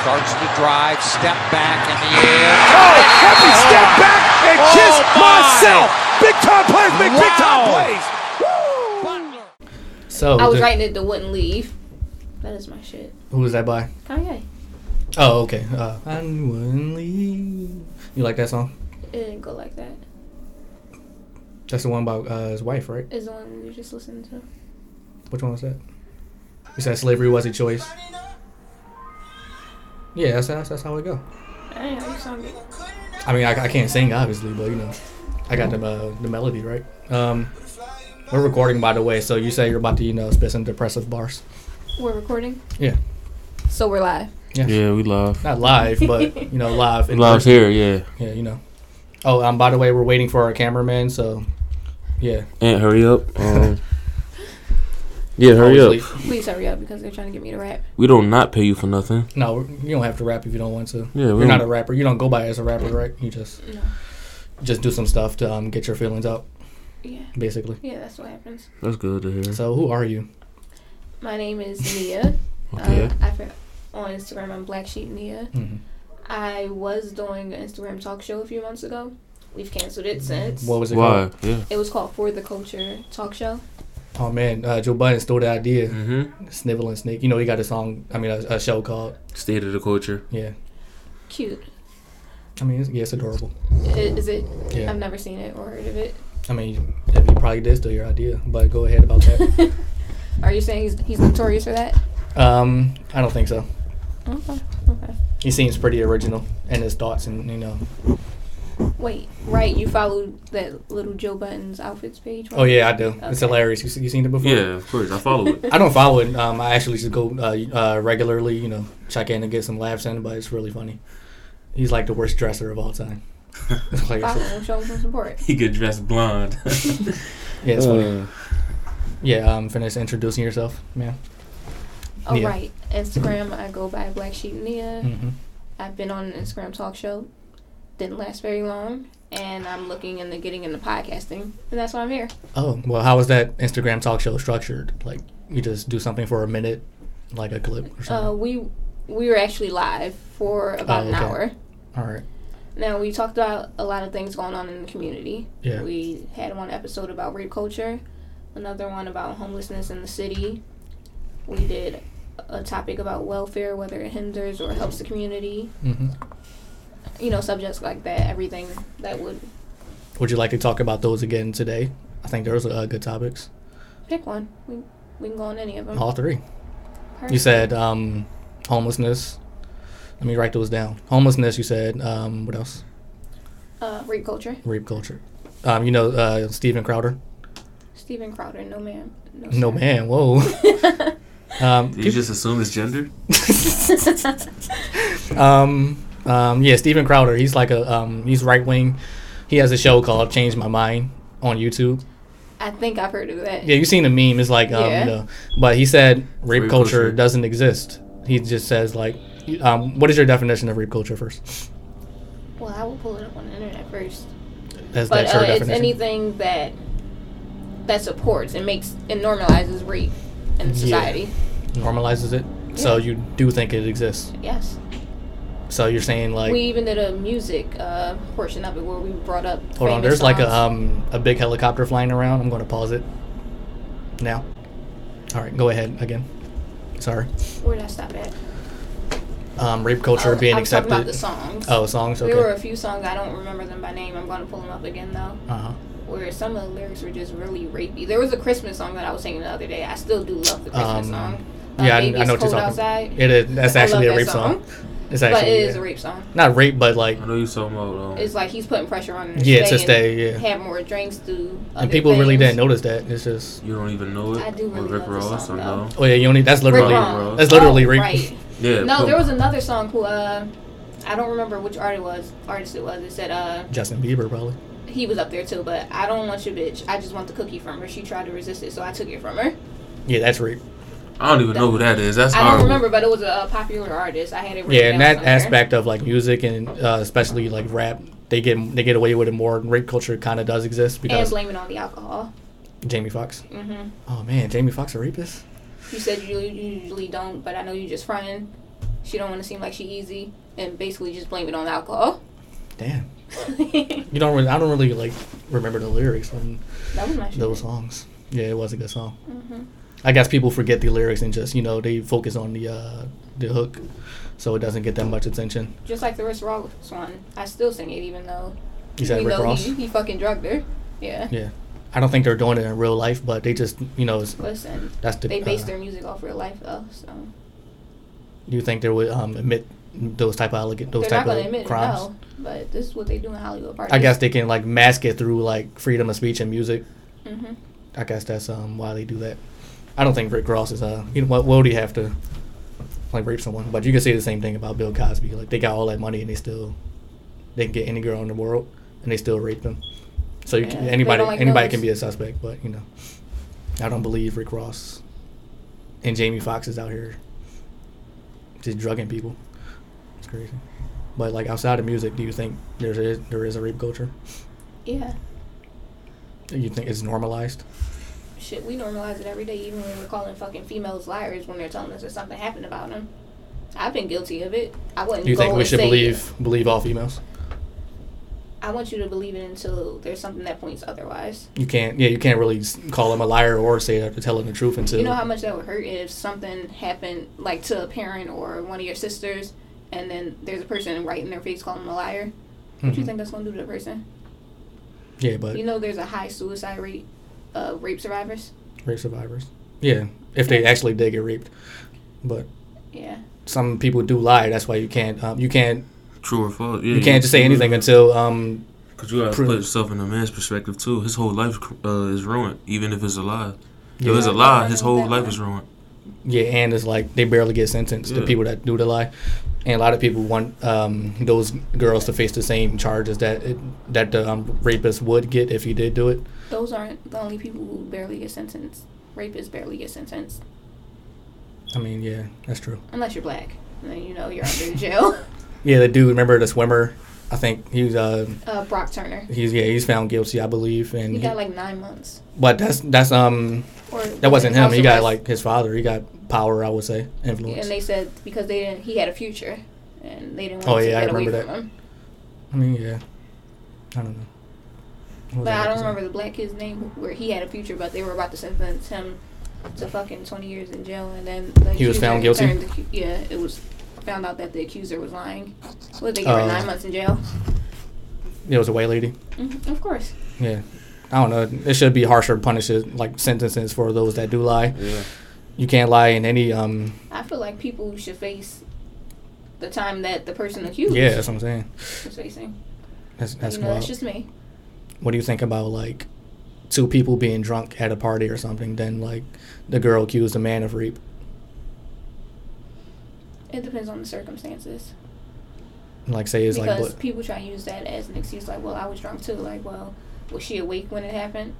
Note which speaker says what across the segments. Speaker 1: Starts to drive, step back in the air.
Speaker 2: Oh, help me step back and
Speaker 1: Oh,
Speaker 2: kiss
Speaker 1: my.
Speaker 2: myself. Big time plays make big time
Speaker 1: Wow.
Speaker 2: plays.
Speaker 3: So
Speaker 4: I was
Speaker 3: the-
Speaker 4: writing it. The wouldn't leave. That is my shit.
Speaker 3: who was that by?
Speaker 4: Kanye.
Speaker 3: Oh, okay. Uh, I wouldn't leave. You like that song?
Speaker 4: It didn't go like that.
Speaker 3: That's the one about uh, his wife, right?
Speaker 4: Is the one we were just listened to.
Speaker 3: Which one was that? You said slavery was a choice. Yeah, that's, that's, that's how it go.
Speaker 4: I didn't know you sung it.
Speaker 3: I mean, I, I can't sing obviously, but you know, I got the uh, the melody right. Um, we're recording, by the way, so you say you're about to you know spit some depressive bars.
Speaker 4: We're recording.
Speaker 3: Yeah,
Speaker 4: So we're live.
Speaker 5: Yeah, we live.
Speaker 3: not live, but you know, live. in
Speaker 5: Live
Speaker 3: person.
Speaker 5: here, yeah.
Speaker 3: Yeah, you know. Oh, um, by the way, we're waiting for our cameraman, so yeah.
Speaker 5: Aunt, hurry up. Um, yeah, hurry
Speaker 3: Always
Speaker 5: up.
Speaker 3: late.
Speaker 4: Please hurry up because they're trying to get me to rap.
Speaker 5: We don't not pay you for nothing.
Speaker 3: No, you don't have to rap if you don't want to.
Speaker 5: Yeah, we
Speaker 3: You're not
Speaker 5: don't-
Speaker 3: a rapper. You don't go by as a rapper, right? You just just do some stuff to um, get your feelings out,
Speaker 4: Yeah.
Speaker 3: basically.
Speaker 4: Yeah, that's what happens.
Speaker 5: That's good to hear.
Speaker 3: So who are you?
Speaker 4: My name is Nia.
Speaker 5: Okay.
Speaker 4: Uh, I for, on Instagram, I'm Black Sheep Nia.
Speaker 3: Mhm.
Speaker 5: Mm-hmm.
Speaker 4: I was doing an Instagram talk show a few months ago. We've canceled it since.
Speaker 3: What was it
Speaker 5: Why?
Speaker 3: called?
Speaker 5: Yeah.
Speaker 4: It was called For the Culture Talk Show.
Speaker 3: Oh man, uh, Joe Budden stole the idea.
Speaker 5: Mm-hmm.
Speaker 3: Snivel and Snake. You know he got a song. I mean a, a show called
Speaker 5: State of the culture.
Speaker 3: yeah.
Speaker 4: Cute.
Speaker 3: I mean it's, yeah, it's adorable.
Speaker 4: I- Is it?
Speaker 3: Yeah.
Speaker 4: I've never seen it or heard of it.
Speaker 3: I mean if you probably did steal your idea, but go ahead about that.
Speaker 4: Are you saying he's, he's notorious for that?
Speaker 3: um, I don't think so.
Speaker 4: Okay. Okay.
Speaker 3: He seems pretty original in his thoughts and you know
Speaker 4: Wait, right? You followed that little Joe Button's outfits page?
Speaker 3: Oh yeah, I do. It's
Speaker 4: Okay.
Speaker 3: hilarious. You, se- you seen it before?
Speaker 5: Yeah, of course. I follow it.
Speaker 3: I don't follow it. Um, I actually just go uh, uh, regularly, you know, check in and get some laughs in, but it's really funny. He's like the worst dresser of all time. Like I
Speaker 4: Follow
Speaker 3: said,
Speaker 4: him, show him some support.
Speaker 5: he could dress blonde.
Speaker 3: yeah, it's funny.
Speaker 5: Uh,
Speaker 3: Yeah, um, finish introducing yourself, man.
Speaker 4: Oh
Speaker 3: Yeah.
Speaker 4: right, Instagram. I go by Black Sheep Nia.
Speaker 3: hmm
Speaker 4: I've been on an Instagram talk show. Didn't last very long, and I'm looking into getting into podcasting, and that's why I'm here.
Speaker 3: Oh well, how is that Instagram talk show structured? Like you just do something for a minute, like a clip or
Speaker 4: Uh,
Speaker 3: something.
Speaker 4: we we were actually live for about
Speaker 3: Oh,
Speaker 4: an
Speaker 3: okay.
Speaker 4: hour.
Speaker 3: all right.
Speaker 4: Now we talked about a lot of things going on in the community.
Speaker 3: Yeah.
Speaker 4: We had one episode about rape culture, another one about homelessness in the city. We did a topic about welfare, whether it hinders or helps the community.
Speaker 3: hmm
Speaker 4: You know, subjects like that. Everything that would
Speaker 3: Would you like to talk about those again today? I think those are uh, good topics.
Speaker 4: pick one. We we can go on any of them.
Speaker 3: All three. You
Speaker 4: Mm-hmm. Perfect.
Speaker 3: said um, homelessness. Let me write those down. Homelessness. You said um, what else?
Speaker 4: uh, rape culture.
Speaker 3: Rape culture. Um, you know uh, Steven Crowder.
Speaker 4: Stephen Crowder, no ma'am.
Speaker 3: No
Speaker 4: No, sir.
Speaker 3: man. Whoa. um,
Speaker 5: you just assume his gender?
Speaker 3: um, um, yeah, Steven Crowder. He's like a um, he's right wing. He has a show called Change My Mind on YouTube.
Speaker 4: I think I've heard of that.
Speaker 3: Yeah, you've seen the meme. It's like, um,
Speaker 4: Yeah.
Speaker 3: you know, but he said rape,
Speaker 5: Rape
Speaker 3: culture,
Speaker 5: culture.
Speaker 3: doesn't exist. He just says like, um, what is your definition of rape culture first?
Speaker 4: Well, I will pull it up on the internet first.
Speaker 3: That's,
Speaker 4: But
Speaker 3: that's
Speaker 4: uh,
Speaker 3: your
Speaker 4: it's
Speaker 3: definition.
Speaker 4: anything that that supports and makes and normalizes rape in society.
Speaker 3: Normalizes it. So you do think it exists.
Speaker 4: Yes.
Speaker 3: So you're saying like,
Speaker 4: we even did a music uh, portion of it where we brought up.
Speaker 3: hold on,
Speaker 4: famous
Speaker 3: there's like a
Speaker 4: songs.
Speaker 3: um a big helicopter flying around. I'm going to pause it now. All right, go ahead again. Sorry.
Speaker 4: Where did I stop at?
Speaker 3: Um, rape culture
Speaker 4: Oh,
Speaker 3: being
Speaker 4: I was
Speaker 3: accepted.
Speaker 4: Talking about the songs.
Speaker 3: Oh, songs. Okay.
Speaker 4: There were a few songs I don't remember them by name. I'm gonna pull them up again though.
Speaker 3: uh-huh.
Speaker 4: Where some of the lyrics were just really rapey. There was a Christmas song that I was singing the other day. I still do love the Christmas
Speaker 3: Um,
Speaker 4: song. Uh,
Speaker 3: Yeah, I, I
Speaker 4: Baby,
Speaker 3: know what
Speaker 4: It's
Speaker 3: you're
Speaker 4: Cold
Speaker 3: talking.
Speaker 4: outside.
Speaker 3: It is. That's
Speaker 4: I love
Speaker 3: actually a
Speaker 4: that
Speaker 3: rape
Speaker 4: song.
Speaker 3: song. It's
Speaker 4: but
Speaker 3: actually
Speaker 4: it is
Speaker 3: yeah.
Speaker 4: a rape song.
Speaker 3: not rape, but like
Speaker 5: I know you talking about. Um,
Speaker 4: It's like he's putting pressure on. Him
Speaker 3: Yeah, to stay,
Speaker 4: and
Speaker 3: yeah.
Speaker 4: Have more drinks do. other
Speaker 3: and people really
Speaker 4: things.
Speaker 3: didn't notice that. It's just
Speaker 5: you don't even know it.
Speaker 4: I do
Speaker 5: Or
Speaker 4: really
Speaker 5: Rick
Speaker 4: love this
Speaker 5: Ross
Speaker 4: song,
Speaker 5: or
Speaker 4: though.
Speaker 5: no?
Speaker 3: oh yeah, you only that's
Speaker 4: Rick
Speaker 3: literally
Speaker 4: Ross.
Speaker 3: that's literally
Speaker 4: oh,
Speaker 3: rape.
Speaker 4: Right.
Speaker 5: Yeah.
Speaker 4: No,
Speaker 5: come-
Speaker 4: there was another song who uh, I don't remember which artist it was artist it was. It said uh,
Speaker 3: Justin Bieber probably.
Speaker 4: he was up there too, but I don't want your bitch. I just want the cookie from her. She tried to resist it, so I took it from her.
Speaker 3: Yeah, that's rape.
Speaker 5: I don't even know who that is. That's
Speaker 4: I don't
Speaker 5: horrible.
Speaker 4: remember, but it was a, uh popular artist. I had it. written
Speaker 3: Yeah, and that
Speaker 4: down somewhere.
Speaker 3: aspect of like music and uh, especially like rap, they get they get away with it more. And rape culture kind of does exist
Speaker 4: And
Speaker 3: because
Speaker 4: blame it on the alcohol.
Speaker 3: Jamie Foxx.
Speaker 4: hmm
Speaker 3: Oh man, Jamie Foxx a rapist.
Speaker 4: You said you, you usually don't, but I know you just fronting. She don't want to seem like she easy, and basically just blame it on alcohol.
Speaker 3: Damn.
Speaker 4: that
Speaker 3: You don't really, I don't really like remember the lyrics from
Speaker 4: was my shit. Mm-hmm.
Speaker 3: those songs. Yeah, it was a good song. I guess people forget the lyrics and just you know they focus on the uh, the hook, so it doesn't get that much attention.
Speaker 4: Just like the Rick Ross one, I still sing it even though
Speaker 3: You said
Speaker 4: we
Speaker 3: Rick
Speaker 4: know
Speaker 3: Ross.
Speaker 4: He, he fucking drugged her. Yeah.
Speaker 3: Yeah, I don't think they're doing it in real life, but they just you know it's,
Speaker 4: Listen,
Speaker 3: that's the.
Speaker 4: they base
Speaker 3: uh,
Speaker 4: their music off real life though, so
Speaker 3: Do you think they would um, admit those type of alleg- those
Speaker 4: they're not
Speaker 3: type
Speaker 4: gonna
Speaker 3: of
Speaker 4: admit
Speaker 3: crimes?
Speaker 4: it no. But this is what they do in Hollywood parties.
Speaker 3: I guess they can like mask it through like freedom of speech and music.
Speaker 4: Mhm.
Speaker 3: I guess that's um, why they do that. I don't think Rick Ross is uh you know what what would he have to like rape someone? But you can say the same thing about Bill Cosby. Like they got all that money and they still they can get any girl in the world and they still rape them. So you
Speaker 4: Yeah,
Speaker 3: can,
Speaker 4: they
Speaker 3: anybody
Speaker 4: don't like
Speaker 3: anybody
Speaker 4: those.
Speaker 3: can be a suspect, but you know I don't believe Rick Ross and Jamie Foxx is out here just drugging people. It's crazy. But like outside of music, do you think there's a, there is a rape culture?
Speaker 4: Yeah.
Speaker 3: You think it's normalized?
Speaker 4: Shit, we normalize it every day, even when we're calling fucking females liars when they're telling us that something happened about them. I've been guilty of it. I wouldn't.
Speaker 3: Do you
Speaker 4: go
Speaker 3: think we
Speaker 4: and
Speaker 3: should
Speaker 4: say-
Speaker 3: believe believe all females?
Speaker 4: I want you to believe it until there's something that points otherwise.
Speaker 3: You can't. Yeah, you can't really s- call them a liar or say that they're telling the truth until.
Speaker 4: You know how much that would hurt if something happened, like to a parent or one of your sisters, and then there's a person right in their face calling them a liar. What do you
Speaker 3: Mhm.
Speaker 4: think that's gonna do to the person?
Speaker 3: Yeah, but
Speaker 4: You know, there's a high suicide rate of rape survivors.
Speaker 3: rape survivors. Yeah, if they actually did get raped, but
Speaker 4: Yeah,
Speaker 3: some people do lie. That's why you can't. Um, you can't.
Speaker 5: True or false? Yeah,
Speaker 3: You can't just say
Speaker 5: Mm-hmm.
Speaker 3: anything until. Um,
Speaker 5: Because you gotta
Speaker 3: prove-
Speaker 5: put yourself in a man's perspective too. His whole life uh, is ruined, even if it's a lie. If
Speaker 3: Yeah.
Speaker 5: it's a lie, his whole life is ruined.
Speaker 3: yeah, and it's like they barely get sentenced. The
Speaker 5: Yeah.
Speaker 3: people that do the lie, and a lot of people want um, those girls to face the same charges that it, that the um, rapist would get if he did do it.
Speaker 4: those aren't the only people who barely get sentenced. Rapists barely get sentenced
Speaker 3: I mean, yeah, that's true.
Speaker 4: unless you're black. And then you know you're under jail.
Speaker 3: Yeah, the dude. Remember the swimmer? I think he was. Uh,
Speaker 4: Uh, Brock Turner.
Speaker 3: he's yeah. He's found guilty, I believe. And
Speaker 4: He
Speaker 3: he-
Speaker 4: got like nine months.
Speaker 3: but that's that's um
Speaker 4: Or
Speaker 3: that wasn't him. He got
Speaker 4: house
Speaker 3: like his father. He got power, I would say,
Speaker 4: arrest.
Speaker 3: influence.
Speaker 4: And they said because they didn't, he had a future, and they didn't
Speaker 3: Oh,
Speaker 4: want to
Speaker 3: yeah, I
Speaker 4: take that away
Speaker 3: remember
Speaker 4: from
Speaker 3: that.
Speaker 4: him.
Speaker 3: I mean, yeah. I don't know. What was
Speaker 4: But I don't
Speaker 3: represent?
Speaker 4: remember the black kid's name where he had a future, but they were about to sentence him to fucking 20 years in jail, and then the
Speaker 3: He was
Speaker 4: accuser
Speaker 3: found guilty?
Speaker 4: turned the- yeah, it was found out that the accuser was lying. What they give
Speaker 3: Oh.
Speaker 4: her nine months in jail?
Speaker 3: It was a white lady.
Speaker 4: hmm of course.
Speaker 3: Yeah. I don't know. It should be harsher punishes, like sentences for those that do lie.
Speaker 5: Yeah.
Speaker 3: You can't lie in any. um
Speaker 4: I feel like people should face the time that the person accused
Speaker 3: Yeah, that's what I'm saying.
Speaker 4: was facing.
Speaker 3: That's that's
Speaker 4: you know,
Speaker 3: wild.
Speaker 4: that's just me.
Speaker 3: what do you think about like two people being drunk at a party or something? Then like the girl accused the man of rape.
Speaker 4: It depends on the circumstances.
Speaker 3: Like say it's like
Speaker 4: because
Speaker 3: what?
Speaker 4: people try to use that as an excuse, like, well, I was drunk too. Like, well, was she awake when it happened?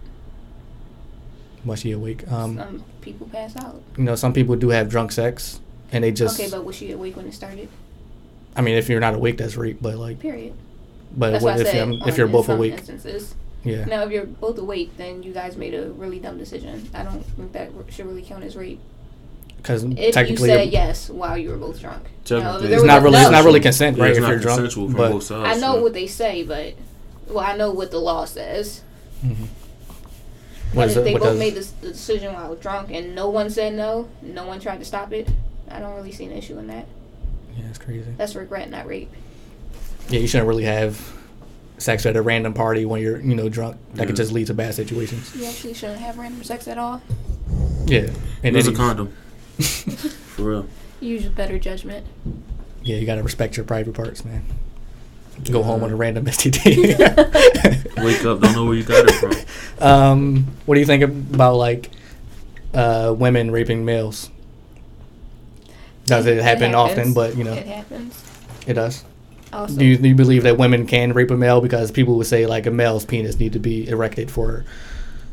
Speaker 3: Was she awake? Um,
Speaker 4: Some people pass out.
Speaker 3: you know, some people do have drunk sex, and they just.
Speaker 4: okay, but was she awake when it started?
Speaker 3: I mean, if you're not awake, that's rape. But like,
Speaker 4: Period.
Speaker 3: but
Speaker 4: That's
Speaker 3: what
Speaker 4: what I
Speaker 3: if
Speaker 4: said.
Speaker 3: you're,
Speaker 4: um,
Speaker 3: if you're
Speaker 4: in
Speaker 3: both
Speaker 4: some
Speaker 3: awake?
Speaker 4: Instances.
Speaker 3: Yeah.
Speaker 4: Now, if you're both awake, then you guys made a really dumb decision. I don't think that r- should really count as rape.
Speaker 3: Because
Speaker 4: If you
Speaker 3: technically,
Speaker 4: said yes while you were both drunk. Now, if
Speaker 5: Technically,
Speaker 4: there
Speaker 5: it's
Speaker 3: it's
Speaker 4: was
Speaker 3: not
Speaker 4: a
Speaker 3: really it's
Speaker 4: no,
Speaker 3: not really Oh, consent, right?
Speaker 5: it's
Speaker 3: if
Speaker 5: not
Speaker 3: you're drunk,
Speaker 5: consensual from
Speaker 3: but
Speaker 5: both sides.
Speaker 4: I know
Speaker 5: yeah.
Speaker 4: what they say, but well, I know what the law says.
Speaker 3: what
Speaker 4: But
Speaker 3: is
Speaker 4: if
Speaker 3: it?
Speaker 4: they
Speaker 3: What
Speaker 4: both
Speaker 3: does?
Speaker 4: made this the decision while drunk and no one said no, no one tried to stop it, I don't really see an issue in that.
Speaker 3: yeah, it's crazy.
Speaker 4: That's regret, not rape.
Speaker 3: Yeah, you shouldn't really have sex at a random party when you're you know drunk. That could
Speaker 5: Yeah.
Speaker 3: just lead to bad situations.
Speaker 4: You actually shouldn't have random sex at all.
Speaker 3: Yeah. And
Speaker 5: Use a
Speaker 3: any-
Speaker 5: condom. For real.
Speaker 4: Use better judgment.
Speaker 3: Yeah, you gotta respect your private parts, man. Go home with a random STD.
Speaker 5: Wake up, don't know where you got it from.
Speaker 3: um, what do you think about like uh, women raping males? Does it happen often?
Speaker 4: happens.
Speaker 3: But you know,
Speaker 4: It happens.
Speaker 3: it does.
Speaker 4: Also,
Speaker 3: Do you, do you believe that women can rape a male because people would say like a male's penis need to be erected for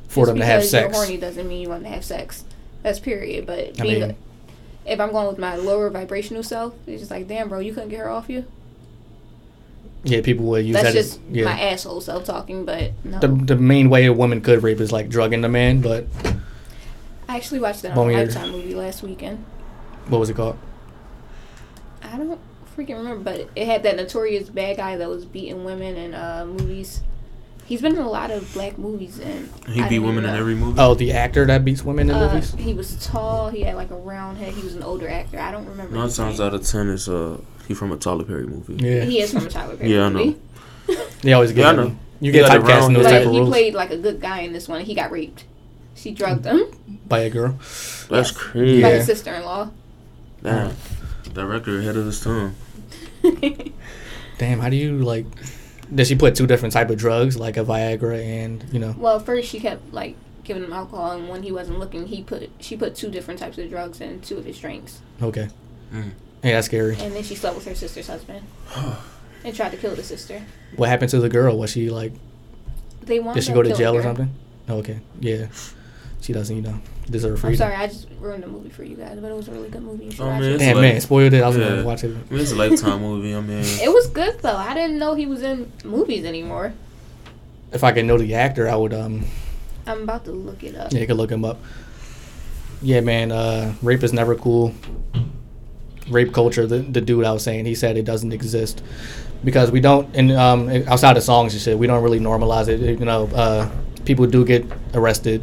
Speaker 3: for
Speaker 4: just
Speaker 3: them to have
Speaker 4: because you're
Speaker 3: sex?
Speaker 4: horny doesn't mean you want to have sex. That's period. But
Speaker 3: I
Speaker 4: being
Speaker 3: mean-
Speaker 4: if I'm going with my lower vibrational self, it's just like, damn, bro, you couldn't get her off you.
Speaker 3: Yeah, people would use
Speaker 4: That's
Speaker 3: that. as-
Speaker 4: just
Speaker 3: yeah.
Speaker 4: my asshole self talking, but no.
Speaker 3: the, the main way a woman could rape is like drugging the man, but
Speaker 4: I actually watched that
Speaker 3: Bone
Speaker 4: on a
Speaker 3: Eater.
Speaker 4: Lifetime movie last weekend.
Speaker 3: what was it called?
Speaker 4: I I don't freaking remember, but it had that notorious bad guy that was beating women in uh, movies. He's been in a lot of black movies and
Speaker 5: And he
Speaker 4: I
Speaker 5: beat
Speaker 4: didn't
Speaker 5: women in
Speaker 4: know.
Speaker 5: every movie.
Speaker 3: Oh, the actor that beats women in
Speaker 4: Uh,
Speaker 3: movies.
Speaker 4: he was tall. He had like a round head. He was an older actor. I don't remember.
Speaker 5: Nine
Speaker 4: his
Speaker 5: times
Speaker 4: name.
Speaker 5: out of ten is uh he from a Tyler Perry movie.
Speaker 3: Yeah,
Speaker 4: He is from a Tyler Perry
Speaker 5: Yeah, I
Speaker 4: movie.
Speaker 5: know.
Speaker 3: they always get
Speaker 5: Yeah, I
Speaker 3: him-
Speaker 5: know. He
Speaker 3: you get
Speaker 5: got it
Speaker 3: typecast in
Speaker 5: wrong.
Speaker 3: those
Speaker 5: Like,
Speaker 3: type
Speaker 4: But
Speaker 3: of
Speaker 4: he
Speaker 3: roles
Speaker 4: played like a good guy in this one. He got raped. She drugged him
Speaker 3: by a girl.
Speaker 5: That's crazy.
Speaker 4: by
Speaker 3: Yeah.
Speaker 4: his sister-in-law.
Speaker 5: Damn. Director ahead of his time.
Speaker 3: Damn, how do you like? Did she put two different type of drugs, like a Viagra and you know?
Speaker 4: well, first she kept like giving him alcohol, and when he wasn't looking, he put she put two different types of drugs in two of his drinks,
Speaker 3: Okay.
Speaker 5: Mm.
Speaker 3: Yeah, that's scary.
Speaker 4: and then she slept with her sister's husband and tried to kill the sister.
Speaker 3: What happened to the girl? Was she like?
Speaker 4: They wanted.
Speaker 3: Did she go to
Speaker 4: kill
Speaker 3: jail or
Speaker 4: her.
Speaker 3: something? Oh, Okay. Yeah. She doesn't, you know, deserve
Speaker 4: I'm
Speaker 3: freedom.
Speaker 4: sorry, I just ruined the movie for you guys, but it was a really good movie. You should
Speaker 5: Oh,
Speaker 4: watch
Speaker 5: man.
Speaker 4: it.
Speaker 3: Damn
Speaker 5: It's
Speaker 3: man,
Speaker 5: like-
Speaker 3: spoiled it. I was
Speaker 5: Yeah.
Speaker 3: gonna watch it.
Speaker 5: I mean, it's a lifetime movie. I mean,
Speaker 4: It was good though. I didn't know he was in movies anymore.
Speaker 3: If I could know the actor, I would. Um,
Speaker 4: I'm about to look it up.
Speaker 3: yeah, you could look him up. Yeah, man. Uh, rape is never cool. Rape culture. The, the dude I was saying, he said it doesn't exist because we don't. And um, outside of songs and shit, we don't really normalize it. You know, uh, people do get arrested,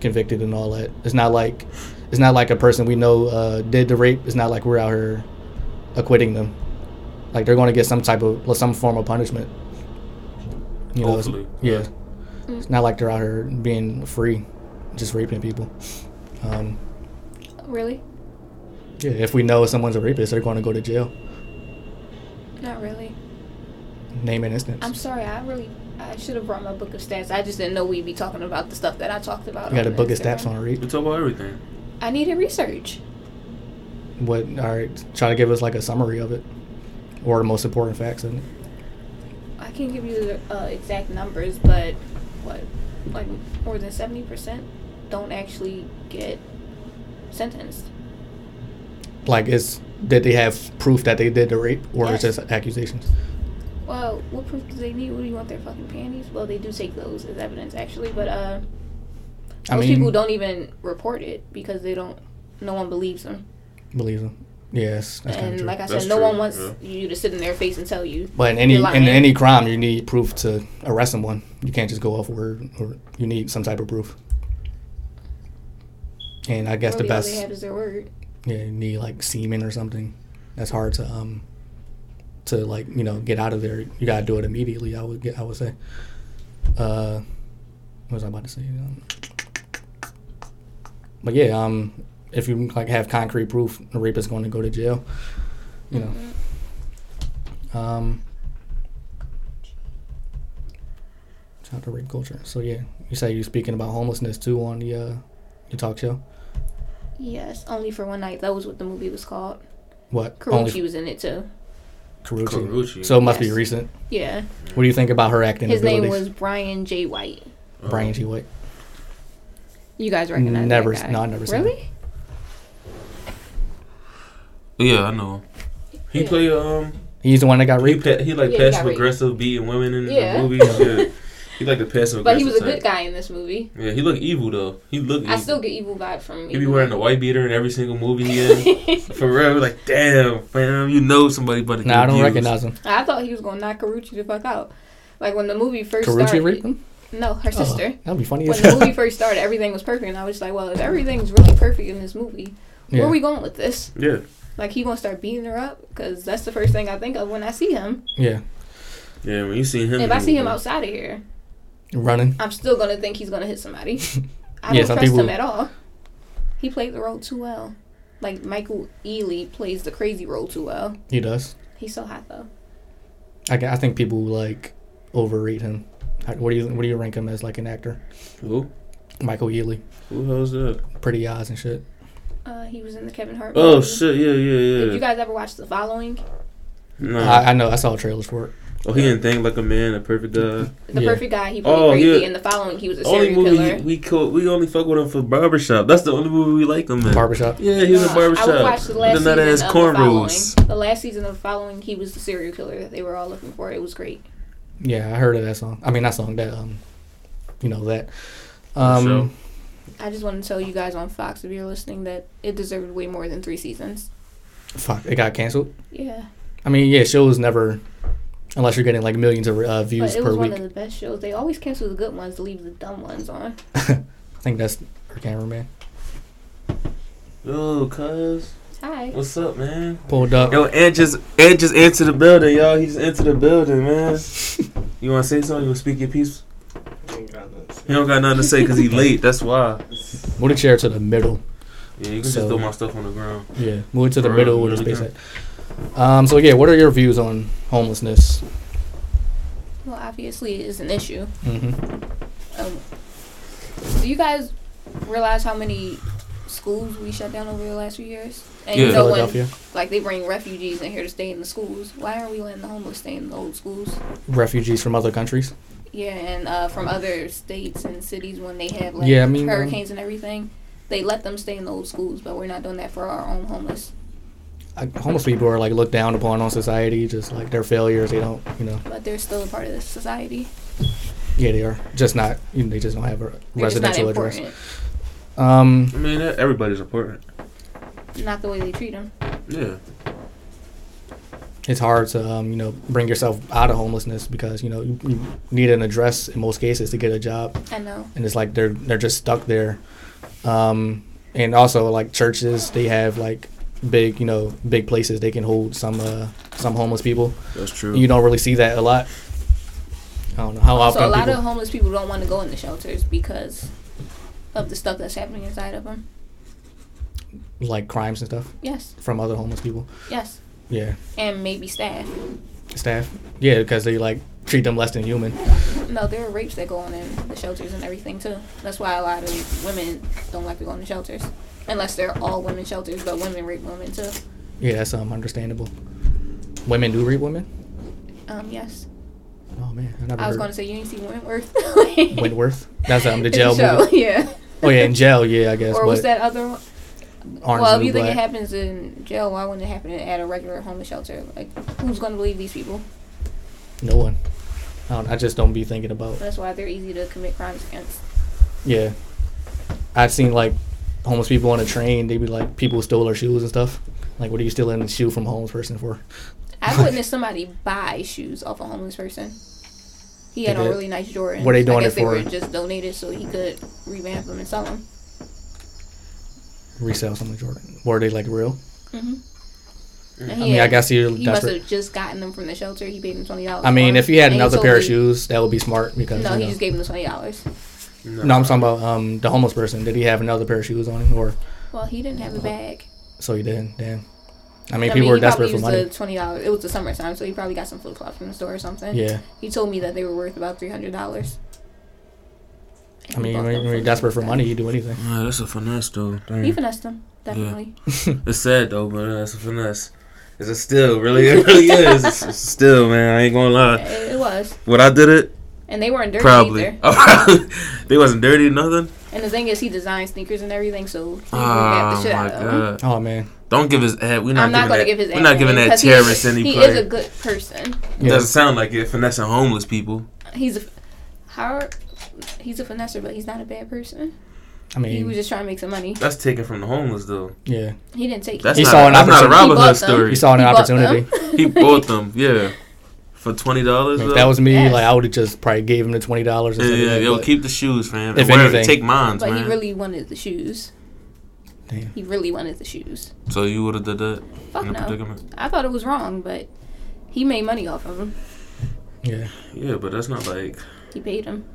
Speaker 3: convicted, and all that. It's not like it's not like a person we know uh, did the rape. It's not like we're out here acquitting them. Like they're going to get some type of some form of punishment. You know, it's-
Speaker 5: Hopefully,
Speaker 3: yeah.
Speaker 5: yeah.
Speaker 4: Mm.
Speaker 3: It's not like they're out here being free, just raping people. Um,
Speaker 4: Really?
Speaker 3: yeah, if we know someone's a rapist, they're going to go to jail.
Speaker 4: Not really.
Speaker 3: Name an instance.
Speaker 4: I'm sorry. I really I should have brought my book of stats. I just didn't know we'd be talking about the stuff that I talked about.
Speaker 3: you got a
Speaker 4: on
Speaker 3: book of
Speaker 4: Instagram.
Speaker 3: stats on
Speaker 5: we
Speaker 3: read.
Speaker 5: talk about everything.
Speaker 4: I needed research.
Speaker 3: What? All right, try to give us like a summary of it, or the most important facts. And
Speaker 4: I can't give you the uh, exact numbers, but what, like more than seventy percent don't actually get sentenced.
Speaker 3: like, is did they have proof that they did the rape, or it's
Speaker 4: Yes.
Speaker 3: just accusations?
Speaker 4: Well, what proof do they need? What do you want their fucking panties? Well, they do take those as evidence actually, but uh, most
Speaker 3: I mean,
Speaker 4: people don't even report it because they don't. No one believes them,
Speaker 3: believe them. Yes, that's kind of
Speaker 4: and
Speaker 3: true.
Speaker 4: like I
Speaker 5: That's
Speaker 4: said, no
Speaker 5: true,
Speaker 4: one wants
Speaker 5: yeah.
Speaker 4: you to sit in their face and tell you.
Speaker 3: but in any
Speaker 4: you're lying.
Speaker 3: in any crime, you need proof to arrest someone. You can't just go off word, or you need some type of proof. And I guess the
Speaker 4: really
Speaker 3: best.
Speaker 4: All they have is their word.
Speaker 3: yeah, you need like semen or something. That's hard to um to like you know get out of there. You gotta do it immediately. I would get. I would say. Uh, what was I about to say? Um, but yeah, um, if you like have concrete proof, the rapist going to go to jail. You know. Um. Shout out to rape culture. So yeah, you say you're speaking about homelessness too on the uh, your talk show.
Speaker 4: Yes, only for one night. That was what the movie was called.
Speaker 3: What? Only-
Speaker 4: Karuchi was in it too.
Speaker 3: Karuchi.
Speaker 5: Karuchi.
Speaker 3: So it must be
Speaker 4: Yes.
Speaker 3: recent.
Speaker 4: Yeah,
Speaker 3: What do you think about her acting
Speaker 4: his name
Speaker 3: abilities?
Speaker 4: was Brian J. White.
Speaker 3: Brian G. White.
Speaker 4: You guys recognize that
Speaker 3: Never-
Speaker 4: guy.
Speaker 3: no, I never seen
Speaker 4: Really?
Speaker 5: Yeah, I know. him. He
Speaker 4: Yeah.
Speaker 5: play um.
Speaker 3: He's the one that got
Speaker 5: He,
Speaker 3: raped.
Speaker 5: pa- he like
Speaker 4: Yeah, he got
Speaker 5: passive
Speaker 4: raped.
Speaker 5: aggressive beating women in
Speaker 4: Yeah.
Speaker 5: the movies. Yeah. He like the passive aggressive.
Speaker 4: But he was a good
Speaker 5: type.
Speaker 4: guy in this movie.
Speaker 5: Yeah, he look evil though. He look. Evil.
Speaker 4: I still get evil vibe from.
Speaker 5: He be
Speaker 4: evil.
Speaker 5: wearing the white beater in every single movie he in. For real, like damn, fam, you know somebody about to get
Speaker 3: Nah, I don't
Speaker 5: abused.
Speaker 3: recognize him.
Speaker 4: I thought he was gonna knock Karuchi the fuck out. Like when the movie first
Speaker 3: Karuchi
Speaker 4: started.
Speaker 3: raped him?
Speaker 4: No, her
Speaker 3: Oh,
Speaker 4: sister.
Speaker 3: that'd be funny as
Speaker 4: When the movie
Speaker 3: hell.
Speaker 4: first started, everything was perfect, and I was just like, "Well, if everything's really perfect in this movie,
Speaker 3: yeah.
Speaker 4: where are we going with this?
Speaker 5: Yeah,
Speaker 4: Like, he gonna start beating her up? Because that's the first thing I think of when I see him.
Speaker 3: yeah.
Speaker 5: yeah. When you see him,
Speaker 4: If I see him
Speaker 5: outside.
Speaker 4: outside of here,
Speaker 3: Running.
Speaker 4: I'm still gonna think he's gonna hit somebody. I
Speaker 3: Yeah,
Speaker 4: don't
Speaker 3: some
Speaker 4: trust
Speaker 3: people-
Speaker 4: him at all. He played the role too well. Like Michael Ealy plays the crazy role too well.
Speaker 3: He does.
Speaker 4: He's so hot though.
Speaker 3: I, gu- I think people like overrate him. How- What do you What do you rank him as like an actor?
Speaker 5: Who?
Speaker 3: Michael Ealy,
Speaker 5: Who the hell's that?
Speaker 3: pretty eyes and shit.
Speaker 4: Uh, he was in the Kevin Hart.
Speaker 5: Oh
Speaker 4: movie.
Speaker 5: shit! Yeah, yeah,
Speaker 4: Did
Speaker 5: yeah.
Speaker 4: you guys ever watch The Following?
Speaker 5: no.
Speaker 3: I, I know. I saw trailers for it.
Speaker 5: oh, he didn't think like a man, a perfect guy.
Speaker 3: Yeah.
Speaker 4: The Perfect Guy. He played
Speaker 5: Oh,
Speaker 4: crazy
Speaker 5: yeah.
Speaker 4: in The Following. He was a
Speaker 5: only
Speaker 4: serial
Speaker 5: movie
Speaker 4: killer.
Speaker 5: he- we co- we only fuck with him for barbershop. That's the only movie we like him in.
Speaker 3: Barbershop.
Speaker 5: Yeah, he was in
Speaker 4: Uh,
Speaker 5: barbershop.
Speaker 4: I would watch the last
Speaker 5: With the
Speaker 4: season
Speaker 5: nut ass
Speaker 4: of The
Speaker 5: cornrows.
Speaker 4: Following. The last season of The Following, he was the serial killer that they were all looking for. It was great.
Speaker 3: Yeah, I heard of that song. I mean, that song. That um, you know that.
Speaker 5: The
Speaker 3: Um,
Speaker 5: show.
Speaker 4: I just want to tell you guys on Fox, if you're listening, that it deserved way more than three seasons.
Speaker 3: Fuck, it got canceled.
Speaker 4: Yeah,
Speaker 3: I mean, yeah, shows never, unless you're getting like millions of uh,
Speaker 4: but
Speaker 3: views
Speaker 4: it
Speaker 3: per
Speaker 4: was one
Speaker 3: week.
Speaker 4: of the best shows. They always cancel the good ones to leave the dumb ones on.
Speaker 3: I think that's her cameraman
Speaker 5: Yo, Oh, cuz,
Speaker 4: Hi.
Speaker 5: what's up, man?
Speaker 3: pulled up.
Speaker 5: Yo, Ed just Ed just entered the building, y'all. He just entered the building, man. You want to say something? You want to speak your piece? He don't got nothing to say because he late. That's why.
Speaker 3: Move the chair to the middle.
Speaker 5: Yeah, you can
Speaker 3: So-
Speaker 5: just throw my stuff on the ground.
Speaker 3: Yeah, move it to the
Speaker 5: For
Speaker 3: middle
Speaker 5: real,
Speaker 3: with the
Speaker 5: really
Speaker 3: space at. Um, so yeah, what are your views on homelessness?
Speaker 4: Well, obviously, it's an issue.
Speaker 3: hmm
Speaker 4: Um, do you guys realize how many schools we shut down over the last few years? And
Speaker 5: Yeah.
Speaker 4: no
Speaker 3: Philadelphia
Speaker 4: one, like they bring refugees in here to stay in the schools. Why aren't we letting the homeless stay in the old schools?
Speaker 3: refugees from other countries.
Speaker 4: Yeah, and uh, from other states and cities when they have like
Speaker 3: Yeah, I mean, um,
Speaker 4: hurricanes and everything, they let them stay in the old schools. But we're not doing that for our own homeless.
Speaker 3: I, homeless people are like looked down upon on society, just like they're failures. They don't, you know,
Speaker 4: But they're still a part of the society.
Speaker 3: yeah, they are just not. You know, they just don't have a
Speaker 4: They're just not
Speaker 3: residential address.
Speaker 4: important.
Speaker 3: Um,
Speaker 5: I mean, that- everybody's important.
Speaker 4: Not the way they treat them.
Speaker 5: Yeah.
Speaker 3: it's hard to um, you know bring yourself out of homelessness because you know you, you need an address in most cases to get a job.
Speaker 4: I know.
Speaker 3: and it's like they're they're just stuck there. Um, and also like churches, they have like big you know big places they can hold some uh, some homeless people.
Speaker 5: That's true.
Speaker 3: You don't really see that a lot. I don't know how often
Speaker 4: So a lot
Speaker 3: people.
Speaker 4: of homeless people don't want to go in the shelters because of the stuff that's happening inside of them.
Speaker 3: like crimes and stuff
Speaker 4: Yes,
Speaker 3: from other homeless people.
Speaker 4: yes,
Speaker 3: Yeah,
Speaker 4: and maybe staff.
Speaker 3: staff. Yeah, because they like treat them less than human.
Speaker 4: No, there are rapes that go on in the shelters and everything too. That's why a lot of women don't like to go in the shelters, unless they're all women shelters. But women rape women too.
Speaker 3: Yeah, that's um, understandable. Women do rape women.
Speaker 4: Um, yes.
Speaker 3: Oh man, I never
Speaker 4: I was
Speaker 3: heard.
Speaker 4: going to say you didn't see Wentworth.
Speaker 3: Wentworth. That's um, the
Speaker 4: It's a
Speaker 3: jail
Speaker 4: show,
Speaker 3: movie.
Speaker 4: yeah.
Speaker 3: Oh yeah, in jail. Yeah, I guess.
Speaker 4: Or
Speaker 3: but
Speaker 4: was that other one?
Speaker 3: Orange is
Speaker 4: well, if
Speaker 3: the
Speaker 4: you
Speaker 3: New
Speaker 4: think it
Speaker 3: Black.
Speaker 4: happens in jail, why wouldn't it happen at a regular homeless shelter? Like, who's going to believe these people?
Speaker 3: No one. I, don't, I just don't be thinking about.
Speaker 4: That's why they're easy to commit crimes against.
Speaker 3: Yeah. I've seen like homeless people on a train, they be like people stole their shoes and stuff. Like what are you stealing a shoe from a homeless person for?
Speaker 4: I've witnessed somebody buy shoes off a homeless person. He had
Speaker 3: They
Speaker 4: on
Speaker 3: did?
Speaker 4: really nice Jordans.
Speaker 3: What they doing
Speaker 4: I guess
Speaker 3: it
Speaker 4: they
Speaker 3: for?
Speaker 4: were just donated so he could revamp them and sell them.
Speaker 3: Resell something Jordan. Were they like real?
Speaker 4: And
Speaker 3: I
Speaker 4: he
Speaker 3: mean I
Speaker 4: had-
Speaker 3: guess you
Speaker 4: He
Speaker 3: that's
Speaker 4: must
Speaker 3: what,
Speaker 4: have just gotten them from the shelter. He paid him twenty dollars.
Speaker 3: I mean if he had another pair of shoes, that would be smart because
Speaker 4: no,
Speaker 3: you
Speaker 4: he
Speaker 3: know.
Speaker 4: just gave him the twenty dollars.
Speaker 3: No, I'm talking about um the homeless person. Did he have another pair of shoes on him or
Speaker 4: Well, he didn't have a bag.
Speaker 3: so he didn't, damn. I mean
Speaker 4: I
Speaker 3: people
Speaker 4: mean,
Speaker 3: were
Speaker 4: he probably
Speaker 3: desperate for
Speaker 4: used
Speaker 3: money.
Speaker 4: the twenty dollars. It was the summertime, so he probably got some flip flops from the store or something.
Speaker 3: yeah.
Speaker 4: He told me that they were worth about three hundred dollars.
Speaker 3: I mean when, when you're desperate for money you do anything.
Speaker 5: Nah, that's a finesse, though. Dang.
Speaker 4: He finessed them definitely.
Speaker 5: It's sad though, but uh, that's a finesse. Is it still really? It really is. It's, it's still, man. I ain't gonna lie.
Speaker 4: It, it was,
Speaker 5: When I did it,
Speaker 4: and they weren't dirty either.
Speaker 5: probably. they wasn't dirty or nothing.
Speaker 4: And the thing is, he designed sneakers and everything, so he grabbed
Speaker 5: Oh
Speaker 4: the shit
Speaker 5: my
Speaker 4: out of him.
Speaker 5: god!
Speaker 3: Oh man.
Speaker 5: Don't give his ad. We're not,
Speaker 4: I'm not
Speaker 5: giving that.
Speaker 4: going to give his.
Speaker 5: we're not giving that terrorist any
Speaker 4: He
Speaker 5: play.
Speaker 4: is a good person.
Speaker 5: It doesn't sound like it. Finessing homeless people.
Speaker 4: He's a how he's a finesser, but he's not a bad person.
Speaker 3: I
Speaker 4: He was
Speaker 3: mean
Speaker 4: just trying to make some money.
Speaker 5: That's taken from the homeless though.
Speaker 3: yeah.
Speaker 4: He didn't take.
Speaker 5: That's
Speaker 4: it.
Speaker 3: He
Speaker 5: not.
Speaker 3: saw an
Speaker 5: that's not a Robin
Speaker 3: opportunity.
Speaker 4: He
Speaker 5: Hood
Speaker 4: bought them.
Speaker 5: story.
Speaker 3: He saw an
Speaker 4: He bought them.
Speaker 3: opportunity.
Speaker 5: He bought them. Yeah, for twenty dollars.
Speaker 3: If that was me,
Speaker 4: Yes.
Speaker 3: like I would have just probably gave him the twenty dollars.
Speaker 5: Yeah, yeah, yo, keep the shoes, fam. And
Speaker 3: If
Speaker 5: wear-
Speaker 3: anything.
Speaker 5: take mines,
Speaker 4: But
Speaker 5: man.
Speaker 4: he really wanted the shoes.
Speaker 3: Damn.
Speaker 4: He really wanted the shoes.
Speaker 5: so you would have did that
Speaker 4: Fuck
Speaker 5: in a
Speaker 4: no.
Speaker 5: predicament.
Speaker 4: I thought it was wrong, but he made money off of him.
Speaker 3: yeah.
Speaker 5: Yeah, but that's not like
Speaker 4: He paid him.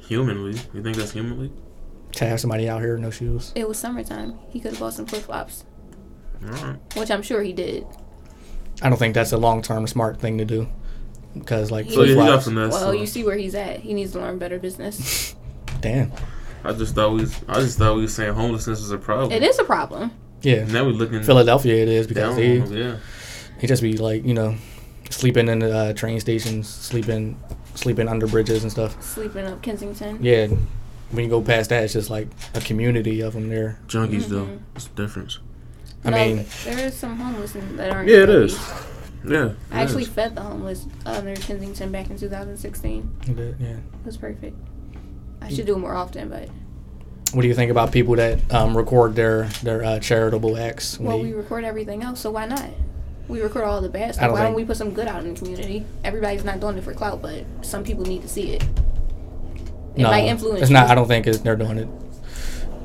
Speaker 5: humanly. You think that's humanly?
Speaker 3: to have somebody out here with no shoes.
Speaker 4: It was summertime. He could have bought some flip flops,
Speaker 5: Alright.
Speaker 4: which I'm sure he did.
Speaker 3: I don't think that's a long term smart thing to do. Because like
Speaker 5: So yeah,
Speaker 3: flip
Speaker 5: he got
Speaker 3: flops,
Speaker 5: finesse.
Speaker 4: well,
Speaker 5: so
Speaker 4: you see where he's at. He needs to learn better business.
Speaker 3: damn.
Speaker 5: I just thought we, was, I just thought we was saying homelessness was a problem.
Speaker 4: it is a problem.
Speaker 3: Yeah.
Speaker 5: Now we looking
Speaker 3: Philadelphia it is because
Speaker 5: down.
Speaker 3: he
Speaker 5: on them, yeah.
Speaker 3: he just be like, you know, sleeping in the uh, train stations, sleeping sleeping under bridges and stuff.
Speaker 4: Sleeping up Kensington.
Speaker 3: Yeah. When you go past that, it's just like a community of them there.
Speaker 5: Junkies though,
Speaker 4: Mm-hmm.
Speaker 5: it's the difference.
Speaker 3: I
Speaker 4: no,
Speaker 3: mean,
Speaker 4: there is some homeless in- that aren't.
Speaker 5: Yeah, it
Speaker 4: junkies.
Speaker 5: is. Yeah.
Speaker 4: I actually fed the homeless under Kensington back in 2016.
Speaker 3: yeah.
Speaker 4: It was perfect. I should do it more often, but
Speaker 3: What do you think about people that um, record their their uh, charitable acts? when
Speaker 4: Well,
Speaker 3: they-
Speaker 4: we record everything else, so why not? We record all the bad
Speaker 3: I
Speaker 4: stuff.
Speaker 3: don't
Speaker 4: Why don't
Speaker 3: think-
Speaker 4: we put some good out in the community? Everybody's not doing it for clout, but some people need to see it. It
Speaker 3: no,
Speaker 4: might influence.
Speaker 3: it's not.
Speaker 4: you.
Speaker 3: I don't think it's, they're doing it.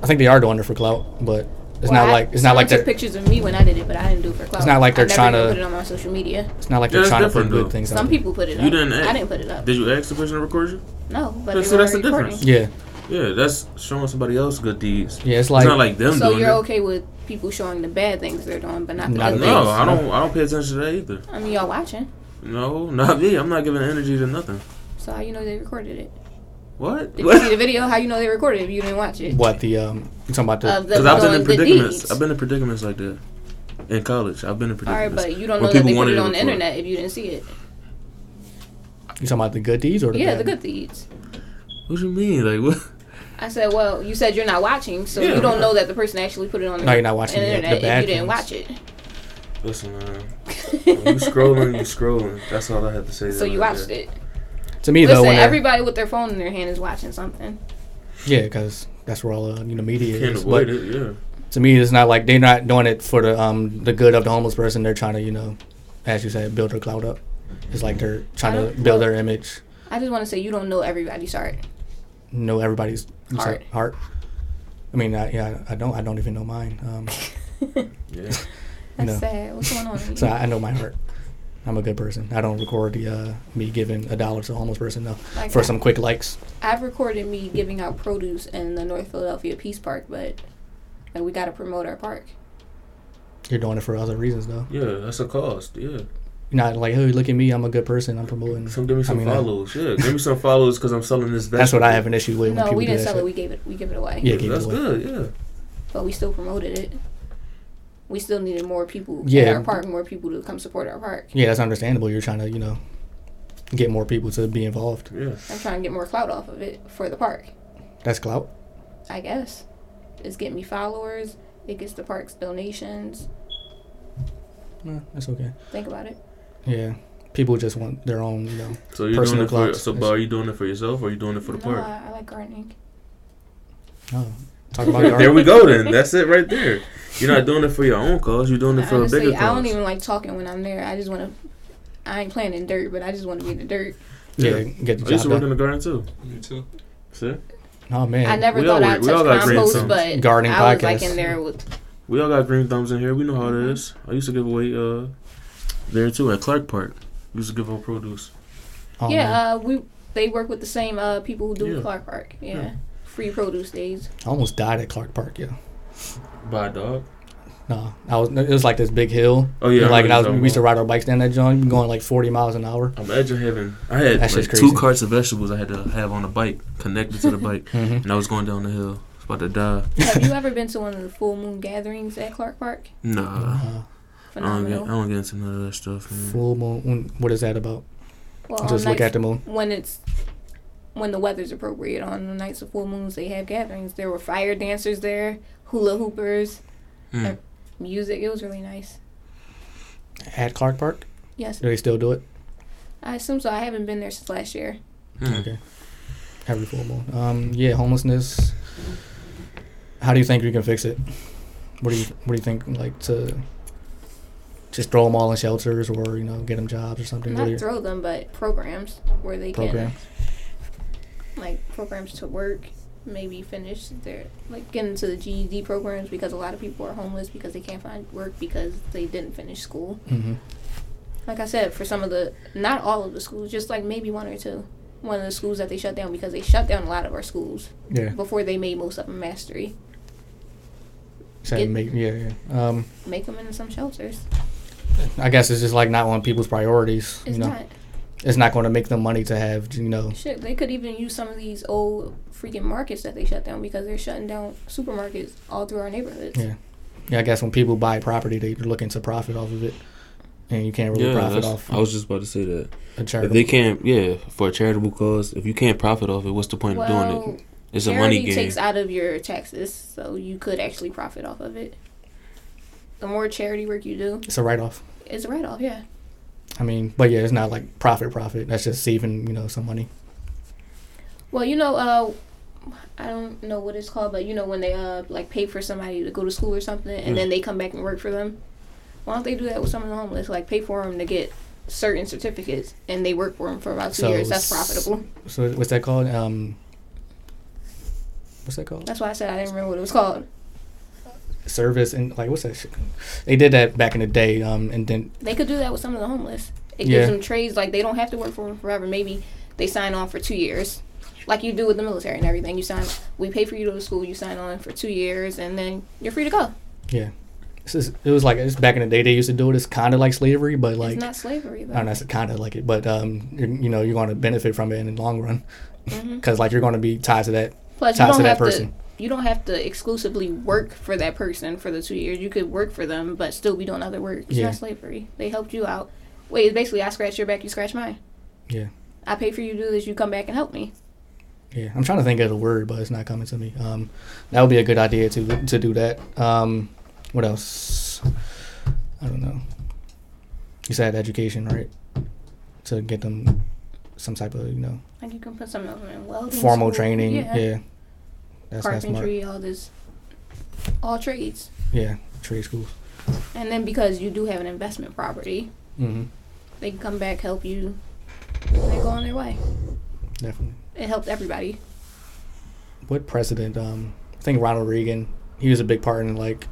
Speaker 3: I think they are doing it for clout, but it's
Speaker 4: Well,
Speaker 3: not
Speaker 4: I-
Speaker 3: like it's not
Speaker 4: someone
Speaker 3: like
Speaker 4: took
Speaker 3: they're
Speaker 4: pictures of me when I did it, but I didn't do it for clout.
Speaker 3: not like they're
Speaker 4: I never
Speaker 3: trying
Speaker 4: even
Speaker 3: to-
Speaker 4: put it on my social media.
Speaker 3: it's not like
Speaker 5: Yeah, that's
Speaker 3: they're trying to put
Speaker 5: different,
Speaker 3: good
Speaker 5: though.
Speaker 3: things.
Speaker 4: Some
Speaker 3: out.
Speaker 4: people put it up.
Speaker 5: You didn't ask-
Speaker 4: I didn't put it up.
Speaker 5: Did you ask the person to record you?
Speaker 4: No, but
Speaker 5: So
Speaker 4: they
Speaker 5: see, that's the
Speaker 4: were recording.
Speaker 5: difference.
Speaker 3: Yeah,
Speaker 5: Yeah, that's showing somebody else good deeds.
Speaker 3: yeah. It's
Speaker 5: it's
Speaker 3: like,
Speaker 5: not like them
Speaker 4: So
Speaker 5: doing
Speaker 4: you're
Speaker 5: it.
Speaker 4: okay with people showing the bad things they're doing, but not the
Speaker 3: Not
Speaker 4: good
Speaker 3: the
Speaker 5: No,
Speaker 4: things.
Speaker 5: I don't. I don't pay attention to that either.
Speaker 4: I mean, y'all watching,
Speaker 5: No, not me. I'm not giving energy to nothing.
Speaker 4: so how you know they recorded it?
Speaker 5: What?
Speaker 4: Did you see the video? How you know they recorded it if you didn't watch it?
Speaker 3: what the um you talking about the
Speaker 4: Uh, the
Speaker 5: Because I've been in
Speaker 4: the
Speaker 5: predicaments.
Speaker 4: deeds.
Speaker 5: I've been in predicaments like that in college. I've been in
Speaker 4: All right,
Speaker 5: predicaments.
Speaker 4: but you don't know
Speaker 5: When
Speaker 4: that
Speaker 5: people
Speaker 4: they put
Speaker 5: wanted
Speaker 4: it
Speaker 5: to
Speaker 4: on the
Speaker 5: record.
Speaker 4: internet if you didn't see it.
Speaker 3: you talking about the good deeds or the
Speaker 4: Yeah,
Speaker 3: bad
Speaker 4: the good deeds.
Speaker 5: What you mean? Like what?
Speaker 4: I said, well, you said you're not watching, so
Speaker 5: Yeah.
Speaker 4: you don't know that the person actually put it on the,
Speaker 3: No, you're not watching
Speaker 4: the
Speaker 3: the- the
Speaker 4: internet
Speaker 3: bad
Speaker 4: if you didn't
Speaker 3: things.
Speaker 4: watch it.
Speaker 5: Listen, man. When you scrolling, you scrolling. That's all I have to say.
Speaker 4: so you watched it.
Speaker 3: To me though,
Speaker 4: Listen,
Speaker 3: when every-
Speaker 4: everybody with their phone in their hand is watching something.
Speaker 3: yeah, because that's where all uh, you know media
Speaker 5: Can't
Speaker 3: is.
Speaker 5: avoid
Speaker 3: But
Speaker 5: it. Yeah.
Speaker 3: to me, it's not like they're not doing it for the um the good of the homeless person. They're trying to you know, as you said, build their clout up. It's like they're
Speaker 4: I
Speaker 3: trying to
Speaker 4: don't-
Speaker 3: build their image.
Speaker 4: I just want to say you don't know everybody's heart.
Speaker 3: Know everybody's you said
Speaker 4: Heart.
Speaker 3: heart. I mean, I, yeah, I don't. I don't even know mine. Um,
Speaker 5: Yeah.
Speaker 4: That's
Speaker 3: No.
Speaker 4: sad. What's going on? with
Speaker 3: so
Speaker 4: you?
Speaker 3: I, I know my heart. I'm a good person. I don't record the uh, me giving a dollar to a homeless person though
Speaker 4: Like
Speaker 3: for
Speaker 4: that.
Speaker 3: some quick likes.
Speaker 4: I've recorded me giving out produce in the North Philadelphia Peace Park, but like we got to promote our park.
Speaker 3: You're doing it for other reasons though.
Speaker 5: Yeah. That's a cost. Yeah.
Speaker 3: You're not like, hey, look at me. I'm a good person. I'm promoting.
Speaker 5: Some give me
Speaker 3: I
Speaker 5: some
Speaker 3: mean, I-
Speaker 5: follows. yeah. Give me some follows because I'm selling this. Vegetable.
Speaker 3: That's what I have an issue with. when
Speaker 4: No,
Speaker 3: people
Speaker 4: we
Speaker 3: do
Speaker 4: didn't
Speaker 3: that
Speaker 4: sell
Speaker 3: shit.
Speaker 4: it. We gave it. We give it away.
Speaker 3: Yeah, keep it
Speaker 5: That's
Speaker 3: away.
Speaker 5: good. Yeah.
Speaker 4: But we still promoted it. We still needed more people
Speaker 3: Yeah.
Speaker 4: at our park, more people to come support our park.
Speaker 3: Yeah, that's understandable. You're trying to, you know, get more people to be involved.
Speaker 5: Yeah.
Speaker 4: I'm trying to get more clout off of it for the park.
Speaker 3: That's clout.
Speaker 4: I guess it's getting me followers. It gets the park's donations.
Speaker 3: Nah, that's okay.
Speaker 4: Think about it.
Speaker 3: Yeah, people just want their own, you know.
Speaker 5: So you're
Speaker 3: Personal
Speaker 5: doing it for.
Speaker 3: clocks.
Speaker 5: So, but are you doing it for yourself or are you doing it for the
Speaker 4: no,
Speaker 5: park?
Speaker 4: I, I like gardening.
Speaker 3: Oh, talk about your
Speaker 5: There we go. Then that's it right there. You're not doing it for your own cause. You're doing it for a
Speaker 4: Honestly,
Speaker 5: bigger
Speaker 4: I don't
Speaker 5: cause.
Speaker 4: even like talking when I'm there. I just want to. I ain't playing in dirt, but I just want to be in the dirt.
Speaker 3: Yeah, get the
Speaker 5: I used to
Speaker 3: job
Speaker 5: work in
Speaker 3: done.
Speaker 5: the garden too.
Speaker 6: Me too.
Speaker 5: See,
Speaker 3: Oh man,
Speaker 4: I never
Speaker 5: We
Speaker 4: thought
Speaker 5: all-
Speaker 4: I'd
Speaker 5: we
Speaker 4: touch
Speaker 5: all got great
Speaker 4: compost,
Speaker 5: thumbs.
Speaker 4: but
Speaker 3: Gardening
Speaker 4: I was like
Speaker 3: podcast.
Speaker 4: in there with
Speaker 5: we all got green thumbs in here. We know how it is. I used to give away uh there too at Clark Park. We used to give out produce.
Speaker 3: Oh, man.
Speaker 4: yeah. Uh, we they work with the same uh people who do
Speaker 5: Yeah.
Speaker 4: Clark Park. Yeah.
Speaker 5: Yeah.
Speaker 4: free produce days.
Speaker 3: I almost died at Clark Park. Yeah,
Speaker 5: By a dog.
Speaker 3: no, I was. It was like this big hill.
Speaker 5: Oh, yeah, I know
Speaker 3: like and I
Speaker 5: what
Speaker 3: was.
Speaker 5: you're
Speaker 3: We
Speaker 5: talking
Speaker 3: used to
Speaker 5: about.
Speaker 3: ride our bikes down that joint, going like 40 miles an hour.
Speaker 5: I'm edge of heaven. I had
Speaker 3: That's
Speaker 5: like
Speaker 3: just
Speaker 5: two
Speaker 3: crazy.
Speaker 5: carts of vegetables I had to have on the bike connected to the bike, and I was going down the hill. I was about to die.
Speaker 4: Have you ever been to one of the full moon gatherings at Clark Park?
Speaker 5: Nah.
Speaker 3: Uh,
Speaker 5: I don't, get, I
Speaker 4: Phenomenal.
Speaker 5: don't get into none of that stuff. Man.
Speaker 3: full moon. when- What is that about?
Speaker 4: Well, on
Speaker 3: Just look
Speaker 4: nights-
Speaker 3: at the moon.
Speaker 4: when it's when the weather's appropriate on the nights of full moons they have gatherings there were fire dancers there hula hoopers
Speaker 5: Hmm.
Speaker 4: uh, music it was really nice
Speaker 3: At Clark Park,
Speaker 4: yes
Speaker 3: do they still do it?
Speaker 4: i assume so i haven't been there since last year
Speaker 5: Hmm.
Speaker 3: Okay. Every full moon. Um, yeah, homelessness. How do you think we can fix it? What do you What do you think? Like to just throw them all in shelters, or you know, get them jobs or something. What
Speaker 4: not
Speaker 3: do you-
Speaker 4: throw them but programs where they
Speaker 3: program.
Speaker 4: can like programs to work maybe finish their like get into the ged programs because a lot of people are homeless because they can't find work because they didn't finish school
Speaker 3: hmm
Speaker 4: like I said, for some of the not all of the schools, just like maybe one or two, one of the schools that they shut down because they shut down a lot of our schools
Speaker 3: Yeah.
Speaker 4: before they made most of them mastery.
Speaker 3: So
Speaker 4: It-
Speaker 3: make, yeah, yeah. Um,
Speaker 4: Make them into some shelters.
Speaker 3: I guess it's just like not one of people's priorities.
Speaker 4: It's
Speaker 3: you know,
Speaker 4: not
Speaker 3: it's not going to make them money to have. You know,
Speaker 4: shit. They could even use some of these old freaking markets that they shut down because they're shutting down supermarkets all through our neighborhoods.
Speaker 3: Yeah. yeah. I guess when people buy property, they're looking to profit off of it, and you can't really
Speaker 5: Yeah,
Speaker 3: profit
Speaker 5: that's-
Speaker 3: off.
Speaker 5: I was just about to say that.
Speaker 3: a
Speaker 5: If
Speaker 3: charitable.
Speaker 5: they can't, yeah, for a charitable cause, if you can't profit off it, what's the point
Speaker 4: Well,
Speaker 5: of doing it? It's a
Speaker 4: charity
Speaker 5: money game.
Speaker 4: takes out of your taxes, so you could actually profit off of it. The more charity work you do,
Speaker 3: it's a write off.
Speaker 4: it's a write off. Yeah.
Speaker 3: I mean, but yeah, it's not like profit, profit. That's just saving, you know, some money.
Speaker 4: Well, you know, uh, I don't know what it's called, but you know when they uh like pay for somebody to go to school or something, and
Speaker 3: Mm.
Speaker 4: then they come back and work for them. Why don't they do that with some of the homeless? Like pay for them to get certain certificates, and they work for them for about two
Speaker 3: So
Speaker 4: years.
Speaker 3: s-
Speaker 4: That's profitable.
Speaker 3: So what's that called? Um, what's that called?
Speaker 4: That's why I said I didn't remember what it was called.
Speaker 3: Service and like what's that? Shit? They did that back in the day. Um, and then
Speaker 4: They could do that with some of the homeless. It
Speaker 3: Yeah.
Speaker 4: gives them trades. Like they don't have to work for them forever. Maybe they sign on for two years, like you do with the military and everything. You sign. We pay for you to go to school. You sign on for two years, and then you're free to go.
Speaker 3: yeah, this is, it was like it's back in the day they used to do it. It's kind of like slavery, but like
Speaker 4: it's not slavery though.
Speaker 3: I don't know, it's kind of like it, but um, you you know, you're going to benefit from it in the long run,
Speaker 4: Mm-hmm.
Speaker 3: because like you're going to be tied to that.
Speaker 4: Plus, you
Speaker 3: tied
Speaker 4: don't
Speaker 3: to that
Speaker 4: have
Speaker 3: person.
Speaker 4: to. You don't have to exclusively work for that person for the two years. You could work for them, but still be doing other work. It's
Speaker 3: Yeah.
Speaker 4: not slavery. They helped you out. Wait, it's basically I scratch your back, you scratch mine.
Speaker 3: Yeah,
Speaker 4: I pay for you to do this. You come back and help me.
Speaker 3: yeah. I'm trying to think of the word, but it's not coming to me. Um, that would be a good idea to to do that. Um, what else? I don't know. You said education, right? To get them some type of you know
Speaker 4: Like you can put something else in welding.
Speaker 3: formal
Speaker 4: school.
Speaker 3: training. Yeah. That's not smart.
Speaker 4: carpentry, all this, all trades.
Speaker 3: Yeah, trade schools.
Speaker 4: And then because you do have an investment property,
Speaker 3: Mm-hmm.
Speaker 4: they can come back, help you, and they go on their way.
Speaker 3: Definitely.
Speaker 4: It helped everybody.
Speaker 3: what president? Um, I think Ronald Reagan. He was a big part in like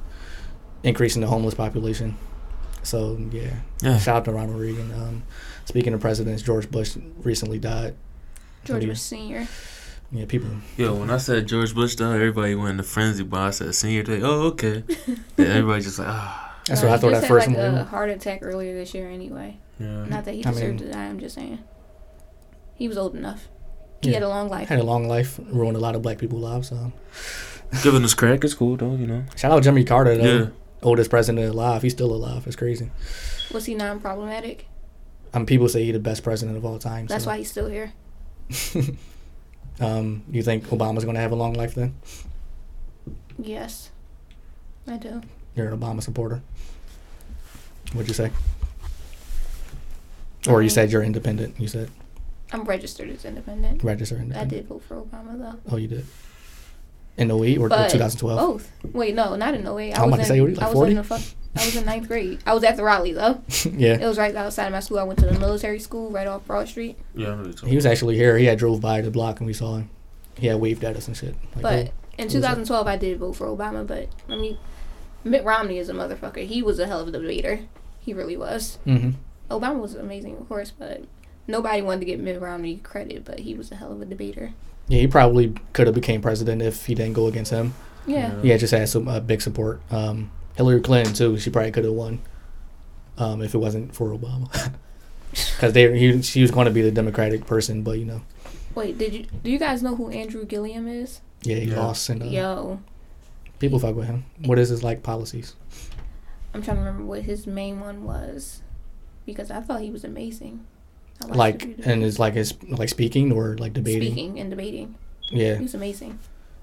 Speaker 3: increasing the homeless population. So yeah,
Speaker 5: Yeah.
Speaker 3: shout out to Ronald Reagan. Um, speaking of presidents, George Bush recently died.
Speaker 4: George
Speaker 3: do you-
Speaker 4: was senior.
Speaker 3: Yeah, people.
Speaker 5: Yo, when I said George Bush died, everybody went into frenzy, but I said senior day. Oh, okay. yeah, everybody just like, ah.
Speaker 3: That's
Speaker 4: Uh,
Speaker 3: what I
Speaker 4: he
Speaker 3: thought
Speaker 4: just
Speaker 3: at
Speaker 4: had,
Speaker 3: first.
Speaker 4: Like
Speaker 3: I'm
Speaker 4: a
Speaker 3: like,
Speaker 4: heart attack earlier this year, anyway.
Speaker 5: Yeah.
Speaker 4: Not that he
Speaker 3: I
Speaker 4: deserved
Speaker 3: mean-
Speaker 4: to die. I'm just saying, he was old enough. He
Speaker 3: yeah.
Speaker 4: had a long life.
Speaker 3: had a long life, ruined a lot of black people's lives. Um,
Speaker 5: Giving us crack is cool, though, you know.
Speaker 3: shout out Jimmy Carter though,
Speaker 5: Yeah.
Speaker 3: oldest president alive. He's still alive. It's crazy.
Speaker 4: Was he non-problematic?
Speaker 3: Um, people say he's the best president of all time.
Speaker 4: That's
Speaker 3: so,
Speaker 4: why he's still here.
Speaker 3: Um, you think Obama's gonna have a long life then?
Speaker 4: Yes, I do.
Speaker 3: You're an Obama supporter. What'd you say? Or you
Speaker 4: Mhm.
Speaker 3: said you're independent. You said
Speaker 4: I'm registered as independent.
Speaker 3: register
Speaker 4: I
Speaker 3: independent.
Speaker 4: did vote for Obama though.
Speaker 3: Oh, you did. In 08 or
Speaker 4: But oh.
Speaker 3: 2012?
Speaker 4: Both. Wait, no, not in 08.
Speaker 3: I'm
Speaker 4: was
Speaker 3: about to
Speaker 4: in,
Speaker 3: say, what are you, like,
Speaker 4: I was
Speaker 3: 40?
Speaker 4: in the fuck. I was in ninth grade. I was at the Raleigh though. It
Speaker 3: yeah.
Speaker 4: was right outside of my school. I went to the military school right off Broad Street.
Speaker 5: Yeah, I know what you're talking
Speaker 3: He was actually here. He had drove by the block and we saw him. He had waved at us and shit. Like,
Speaker 4: But in
Speaker 3: was that?
Speaker 4: 2012, I did vote for Obama. But I mean, Mitt Romney is a motherfucker. He was a hell of a debater. He really was.
Speaker 3: hmm
Speaker 4: Obama was amazing, of course, but nobody wanted to give Mitt Romney credit. But he was a hell of a debater.
Speaker 3: Yeah, he probably could have became president if he didn't go against him.
Speaker 4: Yeah.
Speaker 3: Yeah, just had some uh, big support. Um, Hillary Clinton too. She probably could have won um, if it wasn't for Obama, because they he, she was going to be the Democratic person, but you know,
Speaker 4: Wait, did you do you guys know who Andrew Gilliam is?
Speaker 3: yeah, he
Speaker 5: Yeah.
Speaker 3: lost and uh,
Speaker 4: Yo,
Speaker 3: people fuck with him. What is his like policies?
Speaker 4: I'm trying to remember what his main one was because I thought he was amazing. I watched
Speaker 3: Like
Speaker 4: a few
Speaker 3: and is like his like speaking or like debating?
Speaker 4: speaking and debating. He
Speaker 3: Yeah,
Speaker 4: was amazing.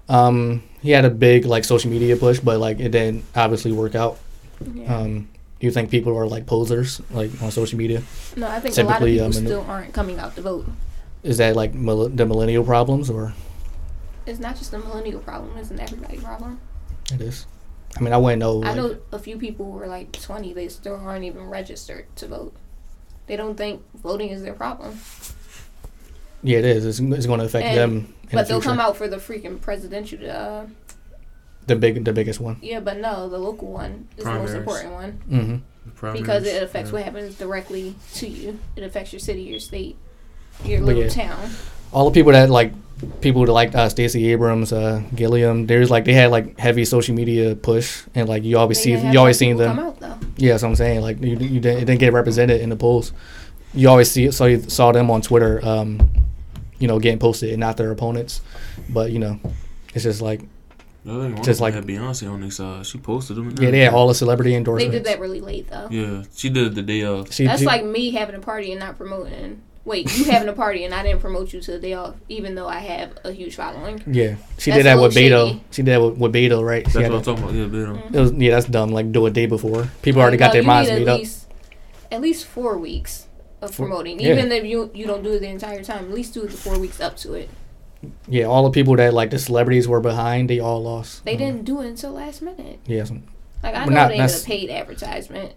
Speaker 3: um, he had a big like social media push, but like it didn't obviously work out.
Speaker 4: Yeah.
Speaker 3: Um, do you think people are like posers like on social media?
Speaker 4: no, I think a lot of
Speaker 3: typically,
Speaker 4: people
Speaker 3: um, in the-
Speaker 4: still aren't coming out to vote.
Speaker 3: Is that like mil- the millennial problems or?
Speaker 4: It's not just a millennial problem; it's an everybody problem.
Speaker 3: It is. I mean, I wouldn't know.
Speaker 4: I
Speaker 3: like-
Speaker 4: know a few people who are like 20; they still aren't even registered to vote. They don't think voting is their problem,
Speaker 3: Yeah, it is. It's, it's going to affect
Speaker 4: And-
Speaker 3: them. In
Speaker 4: but
Speaker 3: the
Speaker 4: they'll
Speaker 3: future.
Speaker 4: come out for the freaking presidential. Uh,
Speaker 3: The big, the biggest one.
Speaker 4: yeah, but no, the local one is the
Speaker 5: Primaries.
Speaker 4: most important one
Speaker 3: hmm
Speaker 5: about.
Speaker 4: because it affects
Speaker 5: Yeah.
Speaker 4: what happens directly to you. It affects your city, your state, your
Speaker 3: But
Speaker 4: little
Speaker 3: yeah.
Speaker 4: town.
Speaker 3: All the people that like, people that like uh, Stacey Abrams, uh, Gilliam. There's like they had like heavy social media push, and like you always
Speaker 4: They
Speaker 3: see,
Speaker 4: didn't have
Speaker 3: you always
Speaker 4: black
Speaker 3: seen
Speaker 4: people Come
Speaker 3: them.
Speaker 4: out though.
Speaker 3: Yeah, that's what I'm saying. Like you, you didn't, it didn't get represented in the polls. You always see it. So you saw them on Twitter, um, you know, getting posted and not their opponents. But you know, it's just like
Speaker 5: just
Speaker 3: Just
Speaker 5: like had
Speaker 3: like-
Speaker 5: Beyonce on this side. She posted them. And
Speaker 3: yeah, they had
Speaker 5: everything.
Speaker 3: all the celebrity
Speaker 4: They
Speaker 3: endorsements.
Speaker 4: did that really late though.
Speaker 5: Yeah, she did it the day of.
Speaker 3: She-
Speaker 4: That's
Speaker 3: she-
Speaker 4: like me having a party and not promoting. Wait, you having a party and I didn't promote you to the day off, even though I have a huge following.
Speaker 3: yeah, she
Speaker 4: that's
Speaker 3: did that
Speaker 4: a
Speaker 3: with
Speaker 4: little
Speaker 3: Beto.
Speaker 4: shady.
Speaker 3: She did that with, with Beto, right? She
Speaker 5: That's what
Speaker 3: had
Speaker 5: I'm
Speaker 3: a-
Speaker 5: talking about. Yeah,
Speaker 4: Mm.
Speaker 5: Beto.
Speaker 3: It was, yeah, that's dumb. Like do a day before. People already got
Speaker 4: No,
Speaker 3: their
Speaker 4: you
Speaker 3: minds
Speaker 4: need
Speaker 3: made
Speaker 4: at
Speaker 3: up.
Speaker 4: Least, at least four weeks of promoting,
Speaker 3: yeah.
Speaker 4: even if you you don't do it the entire time. At least do it the four weeks up to it.
Speaker 3: yeah, all the people that like the celebrities were behind, they all lost.
Speaker 4: They didn't do it until last minute.
Speaker 3: Yeah, some,
Speaker 4: Like I
Speaker 3: Well,
Speaker 4: know
Speaker 3: not-
Speaker 4: it ain't
Speaker 3: that's-
Speaker 4: a paid advertisement.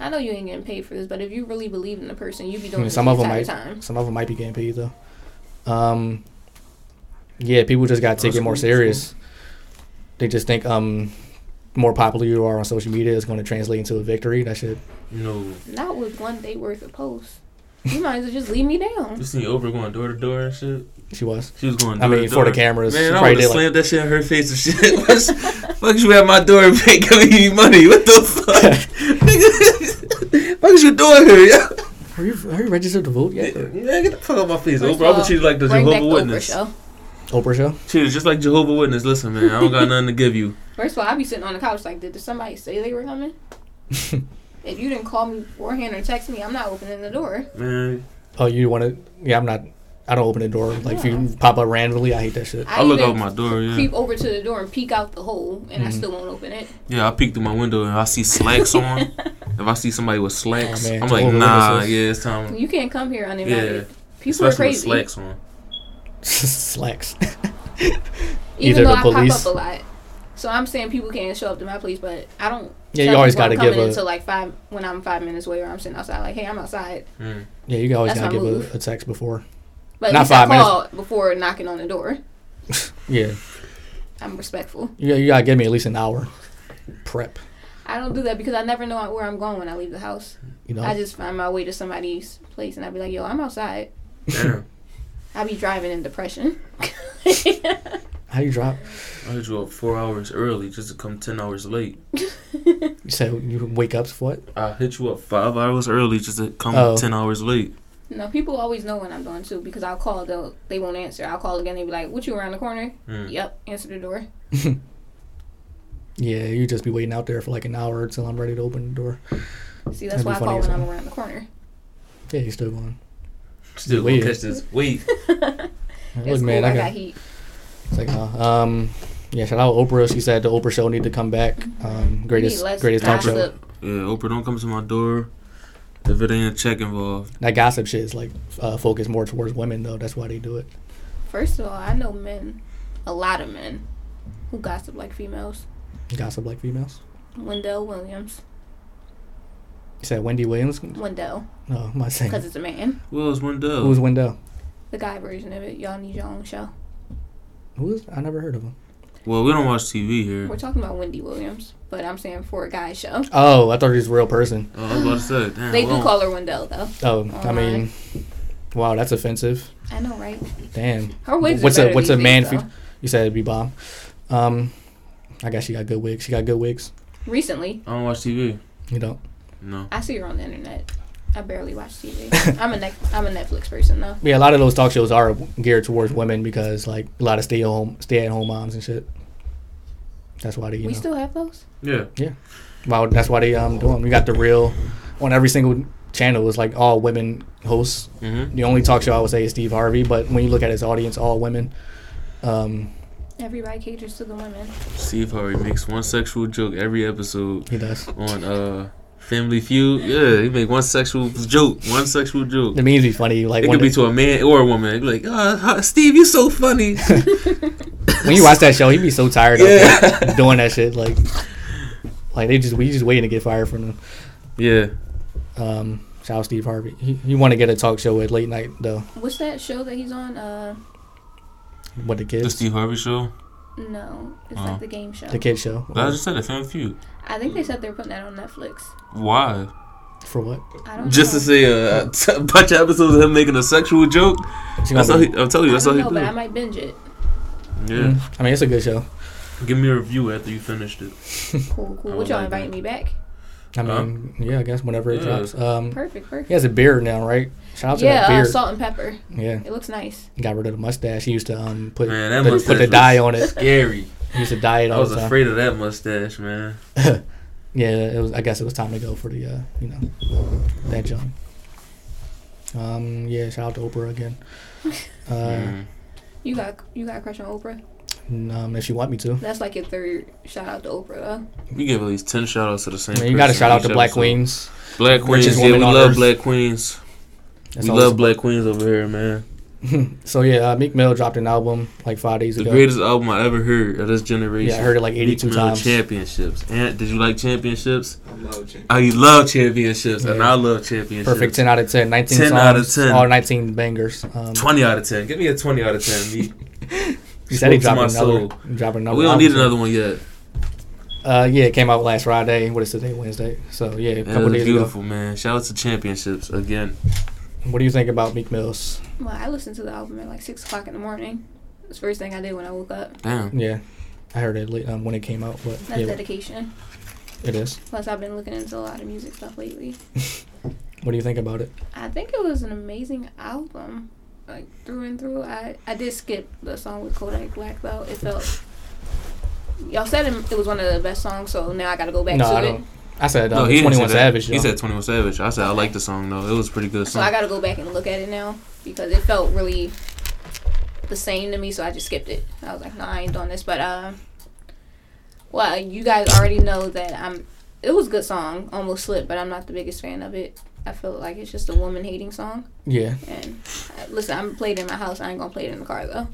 Speaker 4: I know you ain't getting paid for this, but if you really believe in the person, you be
Speaker 3: I
Speaker 4: doing
Speaker 3: mean,
Speaker 4: it
Speaker 3: some
Speaker 4: the
Speaker 3: of them
Speaker 4: entire
Speaker 3: might,
Speaker 4: time.
Speaker 3: some of them might be getting paid though. Um, yeah, people just got to take it more serious. They just think um, more popular you are on social media is going to translate into a victory. That shit.
Speaker 5: You know,
Speaker 4: Not with one day worth of posts. You might as well just leave me down.
Speaker 5: you seen Oprah going door to door and shit.
Speaker 3: She was.
Speaker 5: She was going.
Speaker 3: I
Speaker 5: door to
Speaker 3: mean, for the
Speaker 5: door.
Speaker 3: cameras, she
Speaker 5: Man, I
Speaker 3: probably
Speaker 5: would have
Speaker 3: did, like-
Speaker 5: slammed that shit in her face and shit. What's- Fuck you at my door and pay, giving me money. What the fuck, nigga? What is you doing here? yo?
Speaker 3: Are you are you registered to vote yet? or-
Speaker 5: Yeah, get the fuck out my face,
Speaker 4: First of
Speaker 5: Oprah. I would
Speaker 4: all,
Speaker 5: treat you like the
Speaker 4: bring back
Speaker 5: Jehovah
Speaker 4: the Oprah
Speaker 5: Witness.
Speaker 4: show.
Speaker 3: Oprah show.
Speaker 5: She was just like Jehovah Witness. Listen, man, I don't got nothing to give you.
Speaker 4: First of all, I be sitting on the couch like, did somebody say they were coming? if you didn't call me beforehand or text me, I'm not opening the door.
Speaker 5: Man,
Speaker 3: Oh, you want to? Yeah, I'm not. I don't open the door. Like if you pop up randomly, I hate that shit.
Speaker 5: I, look
Speaker 4: even
Speaker 5: out my door. Yeah,
Speaker 4: Creep over to the door and peek out the hole, and
Speaker 3: Mm-hmm.
Speaker 4: I still won't open it.
Speaker 5: yeah. I peek through my window and I see slacks on. If I see somebody with slacks,
Speaker 3: Oh, man,
Speaker 5: I'm
Speaker 3: Jehovah
Speaker 5: like, nah,
Speaker 3: Witnesses.
Speaker 5: yeah, it's time.
Speaker 4: You can't come here
Speaker 5: Yeah,
Speaker 4: uninvited. People
Speaker 5: especially
Speaker 4: are
Speaker 5: with
Speaker 4: crazy.
Speaker 5: slacks on.
Speaker 3: Slacks.
Speaker 4: even
Speaker 3: Either
Speaker 4: though
Speaker 3: the
Speaker 4: I
Speaker 3: police-
Speaker 4: pop up a lot. So I'm saying people can't show up to my place, but I don't.
Speaker 3: Yeah,
Speaker 4: tell
Speaker 3: you always
Speaker 4: people I'm
Speaker 3: gotta give
Speaker 4: coming
Speaker 3: a-
Speaker 4: until like five when I'm five minutes away or I'm sitting outside. Like, hey, I'm outside.
Speaker 5: Mm.
Speaker 3: Yeah, you always
Speaker 4: That's
Speaker 3: gotta
Speaker 4: my
Speaker 3: give a,
Speaker 4: move.
Speaker 3: a text before.
Speaker 4: But
Speaker 3: Not
Speaker 4: at least
Speaker 3: five
Speaker 4: I
Speaker 3: minutes.
Speaker 4: call before knocking on the door.
Speaker 3: Yeah,
Speaker 4: I'm respectful.
Speaker 3: you, you gotta give me at least an hour prep. I
Speaker 4: I don't do that because I never know where I'm going when I leave the house.
Speaker 3: You know.
Speaker 4: I just find my way to somebody's place and I'd be like, yo, I'm outside.
Speaker 5: Damn,
Speaker 4: i be driving in depression.
Speaker 3: How you drop?
Speaker 5: I had you up four hours early just to come ten hours late.
Speaker 3: You said you wake up for what?
Speaker 5: I hit you up five hours early just to come
Speaker 3: Oh.
Speaker 5: ten hours late.
Speaker 4: no, people always know when I'm going too because I'll call, they'll, they won't answer. I'll call again, they be like, what you around the corner?
Speaker 5: Mm.
Speaker 4: Yep, answer the door.
Speaker 3: Yeah, you just be waiting out there for like an hour until I'm ready to open the door.
Speaker 4: See,
Speaker 3: That'd be
Speaker 4: that's why I
Speaker 3: funny
Speaker 4: call
Speaker 3: as
Speaker 4: when I'm
Speaker 3: hell.
Speaker 4: around the corner.
Speaker 3: Yeah, you still going.
Speaker 5: Still
Speaker 3: Weird.
Speaker 5: gonna catch this wave.
Speaker 3: Look,
Speaker 4: It's
Speaker 3: man,
Speaker 4: cool.
Speaker 3: I got.
Speaker 4: I got heat.
Speaker 3: It's like, uh, um, yeah. Shout out Oprah. She said the Oprah show need to come back. Um, greatest,
Speaker 4: Need less
Speaker 3: greatest talk show.
Speaker 4: gossip.
Speaker 5: yeah, Oprah, don't come to my door if it ain't a check involved.
Speaker 3: That gossip shit is like uh, focused more towards women though. That's why they do it.
Speaker 4: First of all, I know men, a lot of men, who gossip like females.
Speaker 3: Gossip like females.
Speaker 4: Wendell Williams.
Speaker 3: You said Wendy Williams.
Speaker 4: Wendell,
Speaker 3: No, I'm not saying.
Speaker 4: because it's a man.
Speaker 5: Well, it's one dub.
Speaker 3: Who's Wendell?
Speaker 4: The guy version of it. Y'all need your own show.
Speaker 3: Who is? I never heard of him.
Speaker 5: well, we don't watch TV
Speaker 4: We're
Speaker 5: here.
Speaker 4: talking about Wendy Williams, but I'm saying for a guy show.
Speaker 3: Oh, I thought he was a real person.
Speaker 5: Oh, I was about to say, damn.
Speaker 4: They
Speaker 5: we
Speaker 4: do
Speaker 5: don't-
Speaker 4: call her Wendell, though.
Speaker 3: Oh, I
Speaker 4: Alright.
Speaker 3: mean, wow, that's offensive.
Speaker 4: I know, right?
Speaker 3: Damn.
Speaker 4: Her wigs
Speaker 3: what's
Speaker 4: are
Speaker 3: a
Speaker 4: better
Speaker 3: what's a
Speaker 4: these
Speaker 3: man?
Speaker 4: days,
Speaker 3: fe- you said it'd be bomb. Um, I guess she got good wigs. She got good wigs.
Speaker 4: though. Recently,
Speaker 5: I don't watch TV.
Speaker 3: You don't.
Speaker 5: No.
Speaker 4: I see her on the internet. I barely watch TV. I'm a Net- I'm a Netflix person though.
Speaker 3: Yeah, a lot of those talk shows are geared towards women because like a lot of stay home stay at home moms and shit. That's why they you
Speaker 4: we
Speaker 3: know.
Speaker 4: still have those.
Speaker 5: Yeah.
Speaker 3: wow, that's why they um do them. You got the real on every single channel is like all women hosts.
Speaker 5: Mm-hmm.
Speaker 3: The only talk show I would say is Steve Harvey, but when you look at his audience, all women. Um,
Speaker 4: Everybody caters to the women.
Speaker 5: Steve Harvey makes one sexual joke every episode
Speaker 3: he does.
Speaker 5: on uh Family Feud. Yeah, he make one sexual joke. One sexual joke.
Speaker 3: It means be funny. Like
Speaker 5: It
Speaker 3: when,
Speaker 5: could be to a man or a woman. It'd be like, uh, huh, Steve, you so funny.
Speaker 3: when you watch that show, he'd be so tired
Speaker 5: Yeah.
Speaker 3: of doing that shit. Like, like they just we just waiting to get fired from them.
Speaker 5: yeah.
Speaker 3: Um, shout out Steve Harvey. You, you want to get a talk show at late night though
Speaker 4: What's that show that he's on? Uh,
Speaker 3: with
Speaker 5: The
Speaker 3: the kids,
Speaker 5: Steve Harvey show.
Speaker 4: no, it's
Speaker 5: Uh-huh.
Speaker 4: like the game show.
Speaker 3: the kids show.
Speaker 5: I just said the Family Feud.
Speaker 4: I think they said they were putting that on Netflix.
Speaker 5: Why?
Speaker 3: For what?
Speaker 4: I don't
Speaker 5: Just
Speaker 4: know.
Speaker 5: to see a, a bunch of episodes of him making a sexual joke.
Speaker 3: She
Speaker 5: That's
Speaker 3: gonna
Speaker 5: all
Speaker 3: be-
Speaker 5: he, I'm telling you,
Speaker 4: I
Speaker 5: that's all
Speaker 4: don't
Speaker 5: he
Speaker 4: know,
Speaker 5: do.
Speaker 4: but I might binge it.
Speaker 5: Yeah.
Speaker 3: Mm, I mean, it's a good show.
Speaker 5: Mm. Give me a review after you finished it.
Speaker 4: Cool, cool.
Speaker 5: I
Speaker 4: Would
Speaker 5: would
Speaker 4: y'all
Speaker 5: like
Speaker 4: invite
Speaker 5: that.
Speaker 4: me back?
Speaker 3: I mean, yeah, I guess whenever it
Speaker 5: Yeah.
Speaker 3: drops. Um,
Speaker 4: Perfect,
Speaker 3: he
Speaker 4: perfect.
Speaker 3: has a beard now, right? Shout out to
Speaker 4: Yeah,
Speaker 3: that
Speaker 4: uh,
Speaker 3: beard.
Speaker 4: salt and pepper.
Speaker 3: yeah,
Speaker 4: It looks nice.
Speaker 3: he got rid of the mustache. He used to um put
Speaker 5: Man, that
Speaker 3: the,
Speaker 5: mustache
Speaker 3: put the
Speaker 5: was
Speaker 3: dye on it.
Speaker 5: Scary.
Speaker 3: He used to dye it
Speaker 5: I
Speaker 3: all
Speaker 5: was
Speaker 3: the time.
Speaker 5: afraid of that mustache, man.
Speaker 3: Yeah, it was. I guess it was time to go for the uh, you know that jump. Um, yeah, shout out to Oprah again. Uh,
Speaker 5: Mm.
Speaker 4: You got you got a crush on Oprah?
Speaker 3: and, um, if you want me to,
Speaker 4: That's like your third shout out to Oprah. Though.
Speaker 5: We give at least 10 shout outs to the same
Speaker 3: I mean, you got to
Speaker 5: person
Speaker 3: shout out
Speaker 5: each
Speaker 3: to Black
Speaker 5: episode.
Speaker 3: Queens.
Speaker 5: Black Queens.
Speaker 3: richest
Speaker 5: Yeah, we
Speaker 3: woman on
Speaker 5: love
Speaker 3: earth.
Speaker 5: Black Queens.
Speaker 3: That's
Speaker 5: we
Speaker 3: always-
Speaker 5: love Black Queens over here, man.
Speaker 3: So yeah, uh, Meek Mill dropped an album like five days
Speaker 5: The
Speaker 3: ago.
Speaker 5: greatest album I ever heard of this generation.
Speaker 3: Yeah, I heard it like 82
Speaker 5: Meek Mill
Speaker 3: times.
Speaker 5: Championships. And did you like championships?
Speaker 6: I love champion.
Speaker 5: Oh, you love championships, and
Speaker 3: Yeah.
Speaker 5: I love championships.
Speaker 3: Perfect 10 out of 10. 19
Speaker 5: 10
Speaker 3: songs,
Speaker 5: out of 10.
Speaker 3: all 19 bangers. Um,
Speaker 5: Twenty out of ten. Give me a twenty out of ten. Meek.
Speaker 3: he said
Speaker 5: spoke
Speaker 3: he
Speaker 5: to
Speaker 3: dropped
Speaker 5: my
Speaker 3: another, dropped another.
Speaker 5: we don't
Speaker 3: album
Speaker 5: need
Speaker 3: soon.
Speaker 5: another one yet.
Speaker 3: Uh, yeah, it came out last Friday. What is today? Wednesday. So yeah, a
Speaker 5: That
Speaker 3: couple
Speaker 5: was
Speaker 3: days
Speaker 5: beautiful, man. Shout out to championships again.
Speaker 3: ago. What do you think about Meek Mill's?
Speaker 4: Well, I listened to the album at like six o'clock in the morning. It's the first thing I did when I woke up.
Speaker 5: Damn.
Speaker 3: Yeah, I heard it late, um, when it came out, but
Speaker 4: That's
Speaker 3: yeah,
Speaker 4: dedication.
Speaker 3: it is.
Speaker 4: Plus, I've been looking into a lot of music stuff lately.
Speaker 3: What do you think about it?
Speaker 4: I think it was an amazing album, like through and through. I I did skip the song with Kodak Black though. It felt y'all said it, it was one of the best songs, so now I got to go back
Speaker 3: no,
Speaker 4: to
Speaker 3: I
Speaker 4: it.
Speaker 3: don't. I said
Speaker 5: No,
Speaker 3: um,
Speaker 5: he didn't say
Speaker 3: 21
Speaker 5: that.
Speaker 3: Savage.
Speaker 5: He
Speaker 3: yo.
Speaker 5: said Twenty One Savage. I said I like the song though. It was a pretty good
Speaker 4: So
Speaker 5: song.
Speaker 4: I got to go back and look at it now because it felt really the same to me. So I just skipped it. I was like, no, I ain't doing this. But uh, well, you guys already know that I'm. It was a good song, almost slipped, but I'm not the biggest fan of it. I feel like it's just a woman hating song.
Speaker 3: Yeah,
Speaker 4: And uh, listen, I'm played it in my house. I ain't gonna play it in the car though.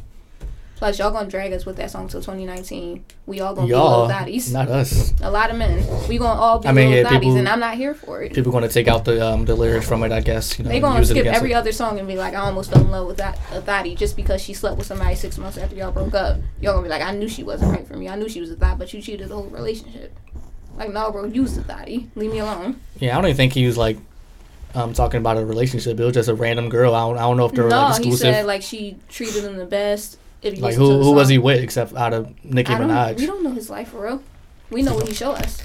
Speaker 4: Plus, y'all gonna drag us with that song till 2019. We all gonna
Speaker 3: y'all,
Speaker 4: be little thotties.
Speaker 3: not us.
Speaker 4: a lot of men. We gonna all be
Speaker 3: I mean,
Speaker 4: little
Speaker 3: yeah,
Speaker 4: thotties,
Speaker 3: people-
Speaker 4: and I'm not here for it.
Speaker 3: People going to take out the um, the lyrics from it, I guess. You know,
Speaker 4: they
Speaker 3: and
Speaker 4: gonna
Speaker 3: use it
Speaker 4: skip
Speaker 3: against
Speaker 4: every
Speaker 3: it.
Speaker 4: other song and be like, I almost fell in love with that a thotty just because she slept with somebody six months after y'all broke up. Y'all gonna be like, I knew she wasn't right for me. I knew she was a thot, but you cheated the whole relationship. Like, no, bro, you was a thotty. Leave me alone.
Speaker 3: Yeah, I don't even think he was like um, talking about a relationship. It was just a random girl. I don't, I don't know if they were
Speaker 4: no,
Speaker 3: like
Speaker 4: he
Speaker 3: exclusive.
Speaker 4: said like she treated him the best. If you
Speaker 3: like
Speaker 4: listen to
Speaker 3: who
Speaker 4: the
Speaker 3: who was
Speaker 4: song.
Speaker 3: he with except out of Nicki
Speaker 4: I
Speaker 3: Minaj?
Speaker 4: don't, we don't know his life for real. We know what he showed us.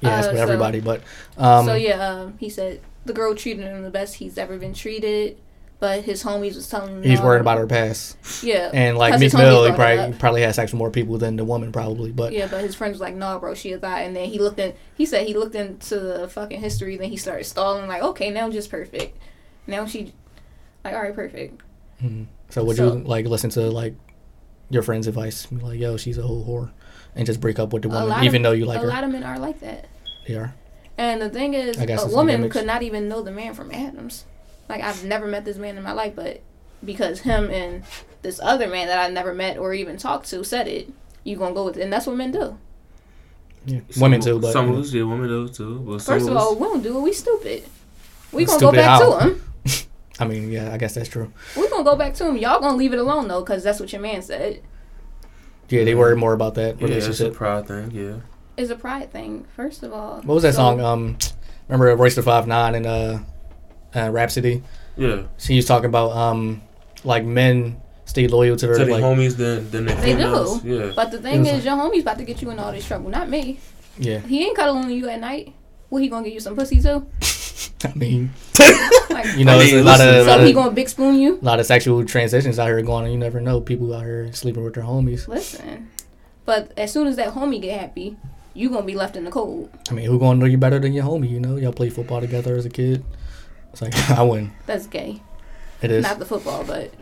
Speaker 3: yeah, that's
Speaker 4: uh,
Speaker 3: with
Speaker 4: so-
Speaker 3: everybody. But um,
Speaker 4: so yeah, um, he said the girl treated him the best he's ever been treated, but his homies was telling him
Speaker 3: he's
Speaker 4: no.
Speaker 3: worried about her past.
Speaker 4: Yeah,
Speaker 3: And like
Speaker 4: um, 'cause
Speaker 3: Meek
Speaker 4: his homies
Speaker 3: Mill, he
Speaker 4: brought it
Speaker 3: probably
Speaker 4: up.
Speaker 3: probably had sex with more people than the woman probably. But
Speaker 4: Yeah, but his friends was like, "No, bro, she a thought." And then he looked in. He said he looked into the fucking history. Then he started stalling. Like, okay, now just perfect. Now she, like, all right, perfect.
Speaker 3: so would
Speaker 4: So-
Speaker 3: you like listen to like your friend's advice? Be Like yo, she's a whole whore, and just break up with the
Speaker 4: a
Speaker 3: woman
Speaker 4: lot
Speaker 3: even
Speaker 4: of,
Speaker 3: though you like
Speaker 4: a
Speaker 3: her.
Speaker 4: lot of men are like that.
Speaker 3: they are.
Speaker 4: And the thing is,
Speaker 3: I guess
Speaker 4: a
Speaker 3: it's
Speaker 4: woman
Speaker 3: endemic.
Speaker 4: could not even know the man from Adams. Like I've never met this man in my life, but because him and this other man that I never met or even talked to said it, you gonna go with it, and that's what men do.
Speaker 3: Yeah. Women
Speaker 5: Some-
Speaker 3: too, but
Speaker 5: some
Speaker 3: you
Speaker 5: of
Speaker 3: know.
Speaker 5: us, yeah, women do too. But some
Speaker 4: First of
Speaker 5: us-
Speaker 4: all, we don't do it. We stupid. We gonna
Speaker 3: Stupid
Speaker 4: go back
Speaker 3: how?
Speaker 4: to him.
Speaker 3: I mean, yeah, I guess that's true.
Speaker 4: We gonna go back to him. Y'all gonna leave it alone though, cause that's what your man said.
Speaker 3: Yeah, they worry more about that
Speaker 5: yeah, it's a
Speaker 3: relationship.
Speaker 5: proud thing. Yeah,
Speaker 4: It's a pride thing. First of all,
Speaker 3: what was that
Speaker 4: So,
Speaker 3: song? Um, remember Royce the Five Nine and uh, uh, Rhapsody?
Speaker 5: yeah.
Speaker 3: She was talking about um, like men stay loyal to their
Speaker 5: To the
Speaker 3: like
Speaker 5: homies, then then the
Speaker 4: They do.
Speaker 5: females. Yeah.
Speaker 4: But the thing
Speaker 3: It was
Speaker 4: is, your homie's about to get you in all this trouble, not me.
Speaker 3: yeah.
Speaker 4: He ain't cuddling you at night. Well, he gonna get you some pussy too.
Speaker 3: I mean,
Speaker 4: Like,
Speaker 3: you know,
Speaker 5: I
Speaker 3: it's
Speaker 5: mean,
Speaker 3: a lot
Speaker 5: listen,
Speaker 3: of
Speaker 4: So
Speaker 3: lot
Speaker 4: he
Speaker 3: of,
Speaker 4: gonna big spoon you?
Speaker 3: lot of sexual transitions out here going on. You never know. People out here sleeping with their homies.
Speaker 4: Listen, but as soon as that homie get happy, you gonna be left in the cold.
Speaker 3: I mean, who gonna know you better than your homie? You know, y'all play football together as a kid. It's like I win.
Speaker 4: That's gay.
Speaker 3: It is.
Speaker 4: Not the football, but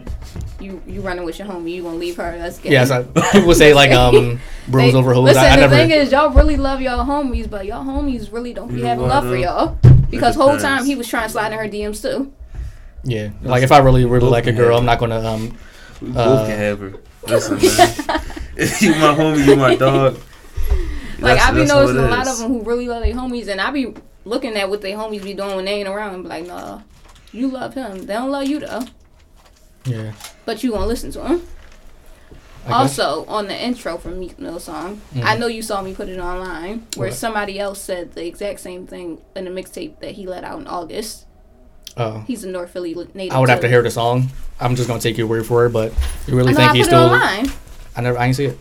Speaker 4: you you running with your homie, you gonna leave her. That's gay.
Speaker 3: Yeah, so people say like um bros
Speaker 4: They-
Speaker 3: over hoes.
Speaker 4: Listen,
Speaker 3: I, I
Speaker 4: the
Speaker 3: never.
Speaker 4: thing is, y'all really love y'all homies, but y'all homies really don't be
Speaker 5: You know
Speaker 4: having
Speaker 5: what,
Speaker 4: love for
Speaker 5: uh,
Speaker 4: y'all. Because whole
Speaker 5: depends.
Speaker 4: time he was trying to slide in her DMs too.
Speaker 3: yeah, like if I really really
Speaker 5: Both
Speaker 3: like a
Speaker 5: can
Speaker 3: girl,
Speaker 5: have
Speaker 3: I'm not gonna um
Speaker 5: we both
Speaker 3: uh,
Speaker 5: can have her. Listen, man. you my homie, you my dog.
Speaker 4: Like
Speaker 5: That's-
Speaker 4: I be
Speaker 5: that's how
Speaker 4: noticing
Speaker 5: it
Speaker 4: a lot
Speaker 5: is.
Speaker 4: of them who really love their homies, and I be looking at what their homies be doing when they ain't around, and be like, nah, you love him. They don't love you though,
Speaker 3: yeah.
Speaker 4: but you gonna listen to him.
Speaker 3: I guess. Mm-hmm.
Speaker 4: Also, on the intro from Meek Mill song, I know you saw me put it online, where
Speaker 3: What?
Speaker 4: somebody else said the exact same thing in a mixtape that he let out in August.
Speaker 3: Oh,
Speaker 4: He's a North Philly li- native.
Speaker 3: I would have to
Speaker 4: too.
Speaker 3: hear the song. I'm just gonna take your word for it, but you
Speaker 4: I
Speaker 3: really
Speaker 4: know
Speaker 3: think
Speaker 4: I
Speaker 3: he's
Speaker 4: put
Speaker 3: still?
Speaker 4: it online.
Speaker 3: I never. I ain't see it.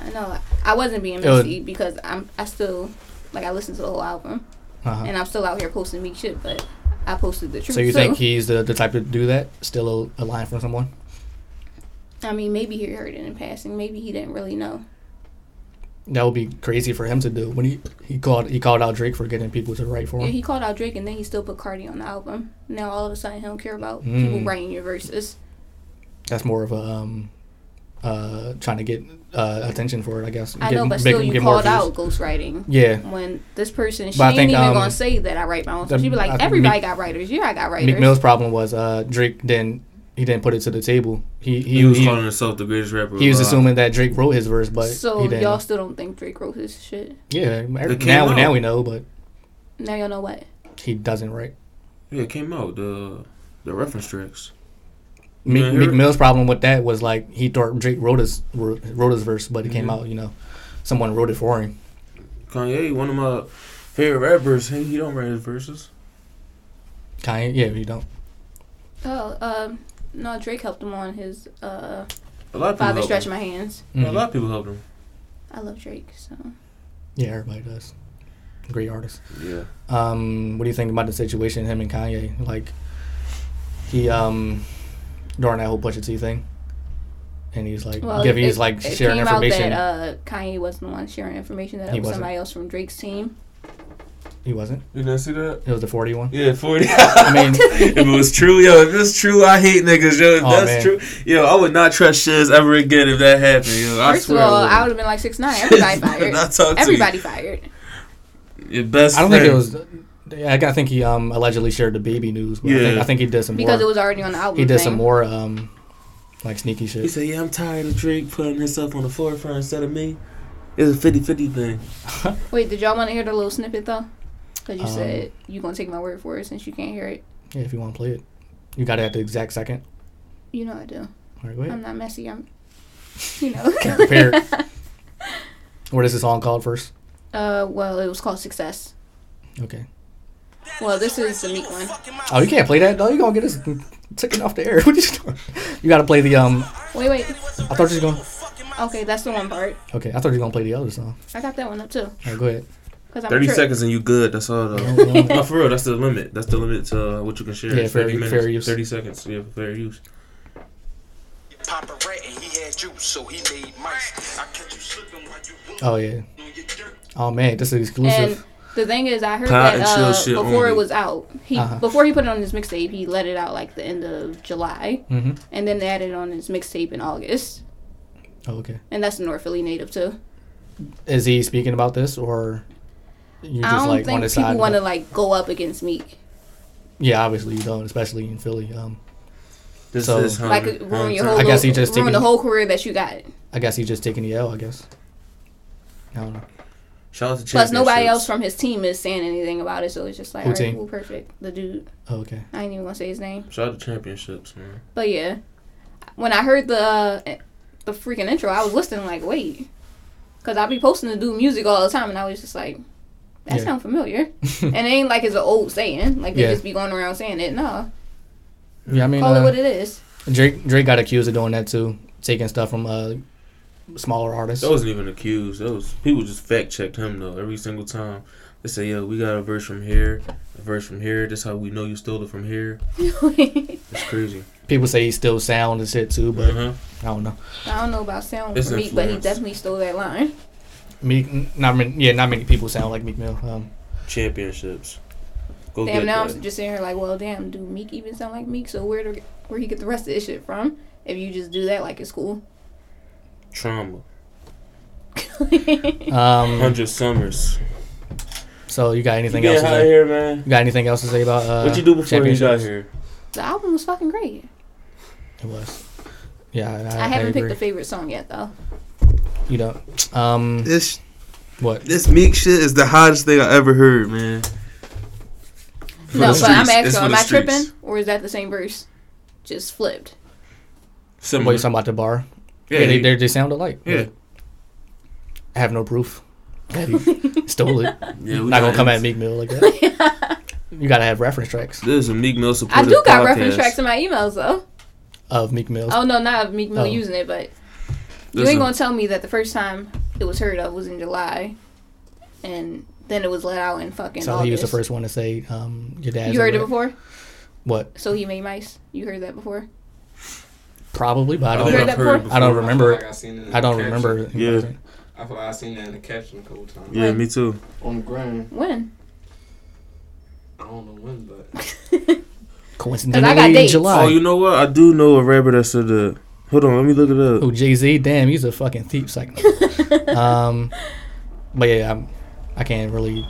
Speaker 4: I know. I wasn't being
Speaker 3: It was-
Speaker 4: messy because I'm. I still like I listened to the whole album,
Speaker 3: Uh-huh.
Speaker 4: and I'm still out here posting Meek shit, but I posted the truth.
Speaker 3: So you
Speaker 4: too.
Speaker 3: think he's the, the type to do that? Still a, a line from someone?
Speaker 4: I mean, maybe he heard it in passing. Maybe he didn't really know.
Speaker 3: That would be crazy for him to do. When he, he called he called out Drake for getting people to write for
Speaker 4: Yeah,
Speaker 3: him.
Speaker 4: he called out Drake, and then he still put Cardi on the album. Now all of a sudden, he don't care about
Speaker 3: Mm.
Speaker 4: people writing your verses.
Speaker 3: That's more of a um, uh, trying to get uh, attention for it, I guess.
Speaker 4: I
Speaker 3: Get-
Speaker 4: know, but
Speaker 3: big-
Speaker 4: still, you
Speaker 3: get more
Speaker 4: called
Speaker 3: views.
Speaker 4: out ghostwriting.
Speaker 3: Yeah,
Speaker 4: When this person, she
Speaker 3: But I
Speaker 4: ain't
Speaker 3: think,
Speaker 4: even
Speaker 3: um,
Speaker 4: gonna say that I write my own.
Speaker 3: the-
Speaker 4: stuff. She be
Speaker 3: I
Speaker 4: like,
Speaker 3: think
Speaker 4: everybody
Speaker 3: Meek-
Speaker 4: got writers. Yeah, I got writers.
Speaker 3: Meek Mill's problem was uh, Drake didn't he didn't put it to the table. He he
Speaker 5: He was
Speaker 3: he,
Speaker 5: calling himself the greatest rapper.
Speaker 3: he was
Speaker 5: alive.
Speaker 3: assuming that Drake wrote his verse, but
Speaker 4: So
Speaker 3: he didn't.
Speaker 4: y'all still don't think Drake wrote his shit?
Speaker 3: yeah,
Speaker 5: It came
Speaker 3: now
Speaker 5: out.
Speaker 3: now we know, but
Speaker 4: Now y'all know what?
Speaker 3: he doesn't write.
Speaker 5: Yeah, it came out the the reference tracks.
Speaker 3: Meek,
Speaker 5: Yeah,
Speaker 3: Meek
Speaker 5: here-
Speaker 3: Mill's problem with that was like he thought Drake wrote his wrote wrote his verse, but it came
Speaker 5: Mm-hmm.
Speaker 3: out you know someone wrote it for him.
Speaker 5: Kanye, one of my favorite rappers. He, he don't write his verses.
Speaker 3: Kanye, yeah, you don't.
Speaker 4: Oh, um, no, Drake helped him on his uh,
Speaker 5: A lot of people
Speaker 4: Father
Speaker 5: helped
Speaker 4: Stretch
Speaker 5: him.
Speaker 4: My Hands.
Speaker 5: A
Speaker 3: Mhm.
Speaker 5: lot of people helped him.
Speaker 4: I love Drake, so
Speaker 3: Yeah, everybody does. Great artist.
Speaker 5: Yeah.
Speaker 3: Um, what do you think about the situation him and Kanye? Like he um during that whole Pusha T thing, and he's like
Speaker 4: well,
Speaker 3: giving
Speaker 4: it-
Speaker 3: he's like
Speaker 4: it
Speaker 3: sharing
Speaker 4: came
Speaker 3: information.
Speaker 4: out that uh, Kanye wasn't the one sharing information. That
Speaker 3: He
Speaker 4: it was
Speaker 3: wasn't.
Speaker 4: somebody else from Drake's team.
Speaker 3: he wasn't.
Speaker 5: You didn't see that?
Speaker 3: It was the forty one.
Speaker 5: Yeah, forty.
Speaker 3: I mean,
Speaker 5: if it was true, yo, if it's true, I hate niggas, yo. If
Speaker 4: Oh,
Speaker 3: Aw,
Speaker 5: that's
Speaker 3: man.
Speaker 5: true, yo, I would not trust shiz ever again if that happened, yo. I
Speaker 4: First of
Speaker 5: swear.
Speaker 4: all, I
Speaker 5: I
Speaker 4: would have been like six nine. Everybody fired.
Speaker 5: Not talk to
Speaker 4: Everybody fired.
Speaker 5: would. Your best.
Speaker 3: I don't think it
Speaker 5: friend.
Speaker 3: was. Yeah, I think he um allegedly shared the baby news. But I, think,
Speaker 5: Yeah.
Speaker 3: I think he did some
Speaker 4: Because it
Speaker 3: more.
Speaker 4: was already on the album.
Speaker 3: He did
Speaker 4: thing.
Speaker 3: some more um like sneaky shit.
Speaker 5: He said, "Yeah, I'm tired of Drake putting himself on the forefront instead of me." It's a 50-50 thing.
Speaker 4: Wait, did y'all want to hear the little snippet though? Because you
Speaker 3: Um,
Speaker 4: said you gonna take my word for it since you can't hear it.
Speaker 3: Yeah, if you want to play it, you got it at the exact second.
Speaker 4: You know I do.
Speaker 3: All right, wait.
Speaker 4: I'm not messy. I'm, you know.
Speaker 3: Prepared. What is the song called first?
Speaker 4: uh, well, it was called Success.
Speaker 3: Okay.
Speaker 4: Well, this is the Meek one.
Speaker 3: Oh, you can't play that. No, you gonna get us taken off the air. What you doing? You gotta play the um.
Speaker 4: Wait, wait.
Speaker 3: I thought you was gonna.
Speaker 4: Okay, that's the one part.
Speaker 3: Okay, I thought you were gonna play the other song.
Speaker 4: I got that one up too.
Speaker 3: All right, go ahead.
Speaker 4: Cause I'm a
Speaker 5: Thirty
Speaker 4: trip.
Speaker 5: seconds and you good. That's all. Though.
Speaker 3: yeah,
Speaker 5: no, for real, that's the limit. That's the limit to uh, what you can share.
Speaker 3: Yeah,
Speaker 5: It's
Speaker 3: fair-
Speaker 5: 30 minutes,
Speaker 3: fair use.
Speaker 5: Thirty seconds. Yeah, fair use.
Speaker 6: Papa rat and he had juice, so he made mice. I catch you slipping while you
Speaker 3: oh yeah.
Speaker 6: on your dirt.
Speaker 3: Oh man, this is
Speaker 4: And
Speaker 3: exclusive.
Speaker 4: the thing is, I heard
Speaker 5: Pot and
Speaker 4: that
Speaker 5: chill
Speaker 4: uh,
Speaker 5: shit
Speaker 4: before
Speaker 5: only.
Speaker 4: it was out, he
Speaker 3: Uh-huh.
Speaker 4: before he put it on his mixtape, he let it out like the end of July,
Speaker 3: hmm
Speaker 4: and then they added it on his mixtape in August.
Speaker 3: Oh, okay.
Speaker 4: And that's a North Philly native too.
Speaker 3: Is he speaking about this or you
Speaker 4: I
Speaker 3: just
Speaker 4: don't
Speaker 3: like on
Speaker 4: think
Speaker 3: the
Speaker 4: people
Speaker 3: side?
Speaker 4: want to like go up against Meek,
Speaker 3: yeah, obviously you don't, especially in Philly. Um,
Speaker 5: This
Speaker 3: So-
Speaker 5: is home,
Speaker 4: like ruin
Speaker 5: Uh-huh.
Speaker 4: your whole,
Speaker 3: I guess he
Speaker 4: little-
Speaker 3: just
Speaker 4: ruin the
Speaker 3: taking-
Speaker 4: whole career that you got.
Speaker 3: I guess he's just taking the L. I guess. I don't know.
Speaker 5: Shout out to
Speaker 4: Plus, nobody
Speaker 5: championships.
Speaker 4: else from his team is saying anything about it, so it's just like,
Speaker 3: Who
Speaker 4: all right,
Speaker 3: team?
Speaker 4: cool, perfect. The dude,
Speaker 3: Oh, okay.
Speaker 4: I ain't even gonna say his name,
Speaker 5: Shout out to championships, man.
Speaker 4: but yeah. When I heard the uh, the freaking intro, I was listening like, wait, because I be posting to do music all the time, and I was just like, that
Speaker 3: Yeah.
Speaker 4: sound familiar. and it ain't like it's an old saying, like they
Speaker 3: Yeah.
Speaker 4: just be going around saying it. No,
Speaker 3: Yeah, I mean,
Speaker 4: call it
Speaker 3: uh,
Speaker 4: what it is.
Speaker 3: Drake Drake got accused of doing that too, taking stuff from uh smaller artists.
Speaker 5: That wasn't even accused. That was people just fact checked him though every single time. They say, "Yo, we got a verse from here, a verse from here. That's how we know you stole it from here."
Speaker 4: I
Speaker 5: It's crazy.
Speaker 3: People say he still sound and shit too, but
Speaker 5: Uh-huh.
Speaker 3: I don't know.
Speaker 4: don't know about sound
Speaker 5: It's
Speaker 4: for Meek, but he
Speaker 5: influence.
Speaker 4: definitely stole that line.
Speaker 3: Meek, n- not many, yeah, not many people sound like Meek Mill. Um,
Speaker 5: Championships. Go
Speaker 4: Damn,
Speaker 5: get
Speaker 4: now I'm
Speaker 5: that.
Speaker 4: just sitting here like, well, damn, do Meek even sound like Meek? So where do where he get the rest of this shit from? If you just do that like it's cool.
Speaker 5: Trauma.
Speaker 3: um,
Speaker 5: Hundred summers.
Speaker 3: so you got anything
Speaker 5: Get
Speaker 3: else? To
Speaker 5: out of
Speaker 3: say?
Speaker 5: here, man.
Speaker 3: You got anything else to say about uh,
Speaker 5: What you do before you got
Speaker 3: championships?
Speaker 5: here?
Speaker 4: The album was fucking great.
Speaker 3: It was. Yeah, I,
Speaker 4: I, haven't picked
Speaker 3: agree.
Speaker 4: a favorite song yet though.
Speaker 3: You don't. Um,
Speaker 5: This
Speaker 3: what?
Speaker 5: this Meek shit is the hottest thing I ever heard, man. For
Speaker 4: no,
Speaker 5: the
Speaker 4: but I'm
Speaker 5: streets. It's
Speaker 4: asking,
Speaker 5: for
Speaker 4: am
Speaker 5: the
Speaker 4: I
Speaker 5: streets.
Speaker 4: tripping or is that the same verse? Just flipped.
Speaker 3: What
Speaker 5: Similar.
Speaker 3: you talking about the bar?
Speaker 5: Mm-hmm. yeah,
Speaker 3: Yeah, they, they they sound alike.
Speaker 5: yeah.
Speaker 3: I have no proof. that he stole it.
Speaker 5: Yeah, we
Speaker 3: Not gonna come
Speaker 5: got-
Speaker 3: at Meek Mill like that. you gotta have reference tracks
Speaker 5: This is a Meek Mill
Speaker 4: I
Speaker 5: supporter.
Speaker 4: do got reference tracks in my emails though.
Speaker 3: of Meek Mill's.
Speaker 4: Oh no, not of Meek Mill
Speaker 3: Oh.
Speaker 4: using it, but you
Speaker 5: Listen.
Speaker 4: ain't gonna tell me that the first time it was heard of was in July, and then it was let out in fucking
Speaker 3: so
Speaker 4: August.
Speaker 3: he was the first one to say, um, "Your dad."
Speaker 4: You heard it before?
Speaker 3: What?
Speaker 4: So he made mice. You heard that before?
Speaker 3: Probably, but I
Speaker 5: I
Speaker 3: don't.
Speaker 4: You
Speaker 5: think
Speaker 4: heard
Speaker 5: I've
Speaker 4: that
Speaker 5: heard it
Speaker 4: before?
Speaker 5: Oh, before.
Speaker 3: I don't remember.
Speaker 7: I, feel like I, seen it in
Speaker 3: I don't
Speaker 7: the
Speaker 3: remember.
Speaker 7: caption.
Speaker 3: him
Speaker 5: Yeah.
Speaker 3: watching.
Speaker 7: I feel like I seen that in the caption a couple times.
Speaker 5: Yeah, me too.
Speaker 7: On the ground.
Speaker 4: When?
Speaker 7: I don't know when, but
Speaker 3: Coincidentally,
Speaker 4: dates.
Speaker 3: July.
Speaker 5: Oh, you know what? I do know a rapper that said that. Hold on, let me look it up.
Speaker 3: Oh, Jay Z, damn, he's a fucking thief. Like, um, but yeah, I'm, I can't really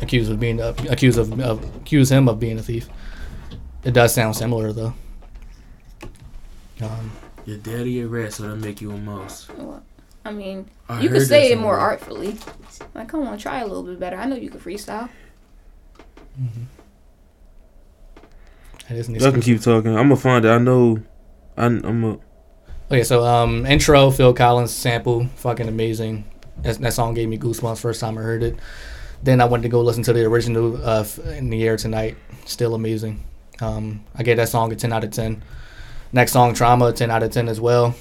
Speaker 3: accuse of being uh, accuse of, of accuse him of being a thief. It does sound similar though. Um,
Speaker 5: Your daddy a rat, so that make you a mouse.
Speaker 4: I mean,
Speaker 5: I
Speaker 4: you
Speaker 5: heard
Speaker 4: could say
Speaker 5: that
Speaker 4: it more
Speaker 5: somewhere.
Speaker 4: artfully. Like, come on, try a little bit better. I know you can freestyle.
Speaker 3: that is an
Speaker 5: Y'all can
Speaker 3: excuse.
Speaker 5: keep talking. I'm gonna find it. I know. I, I'm a.
Speaker 3: Okay, so um, intro Phil Collins sample, fucking amazing. That, that song gave me goosebumps first time I heard it. Then I went to go listen to the original uh, F- in the air tonight, still amazing. Um, I gave that song a ten out of ten. Next song, Trauma, ten out of ten as well.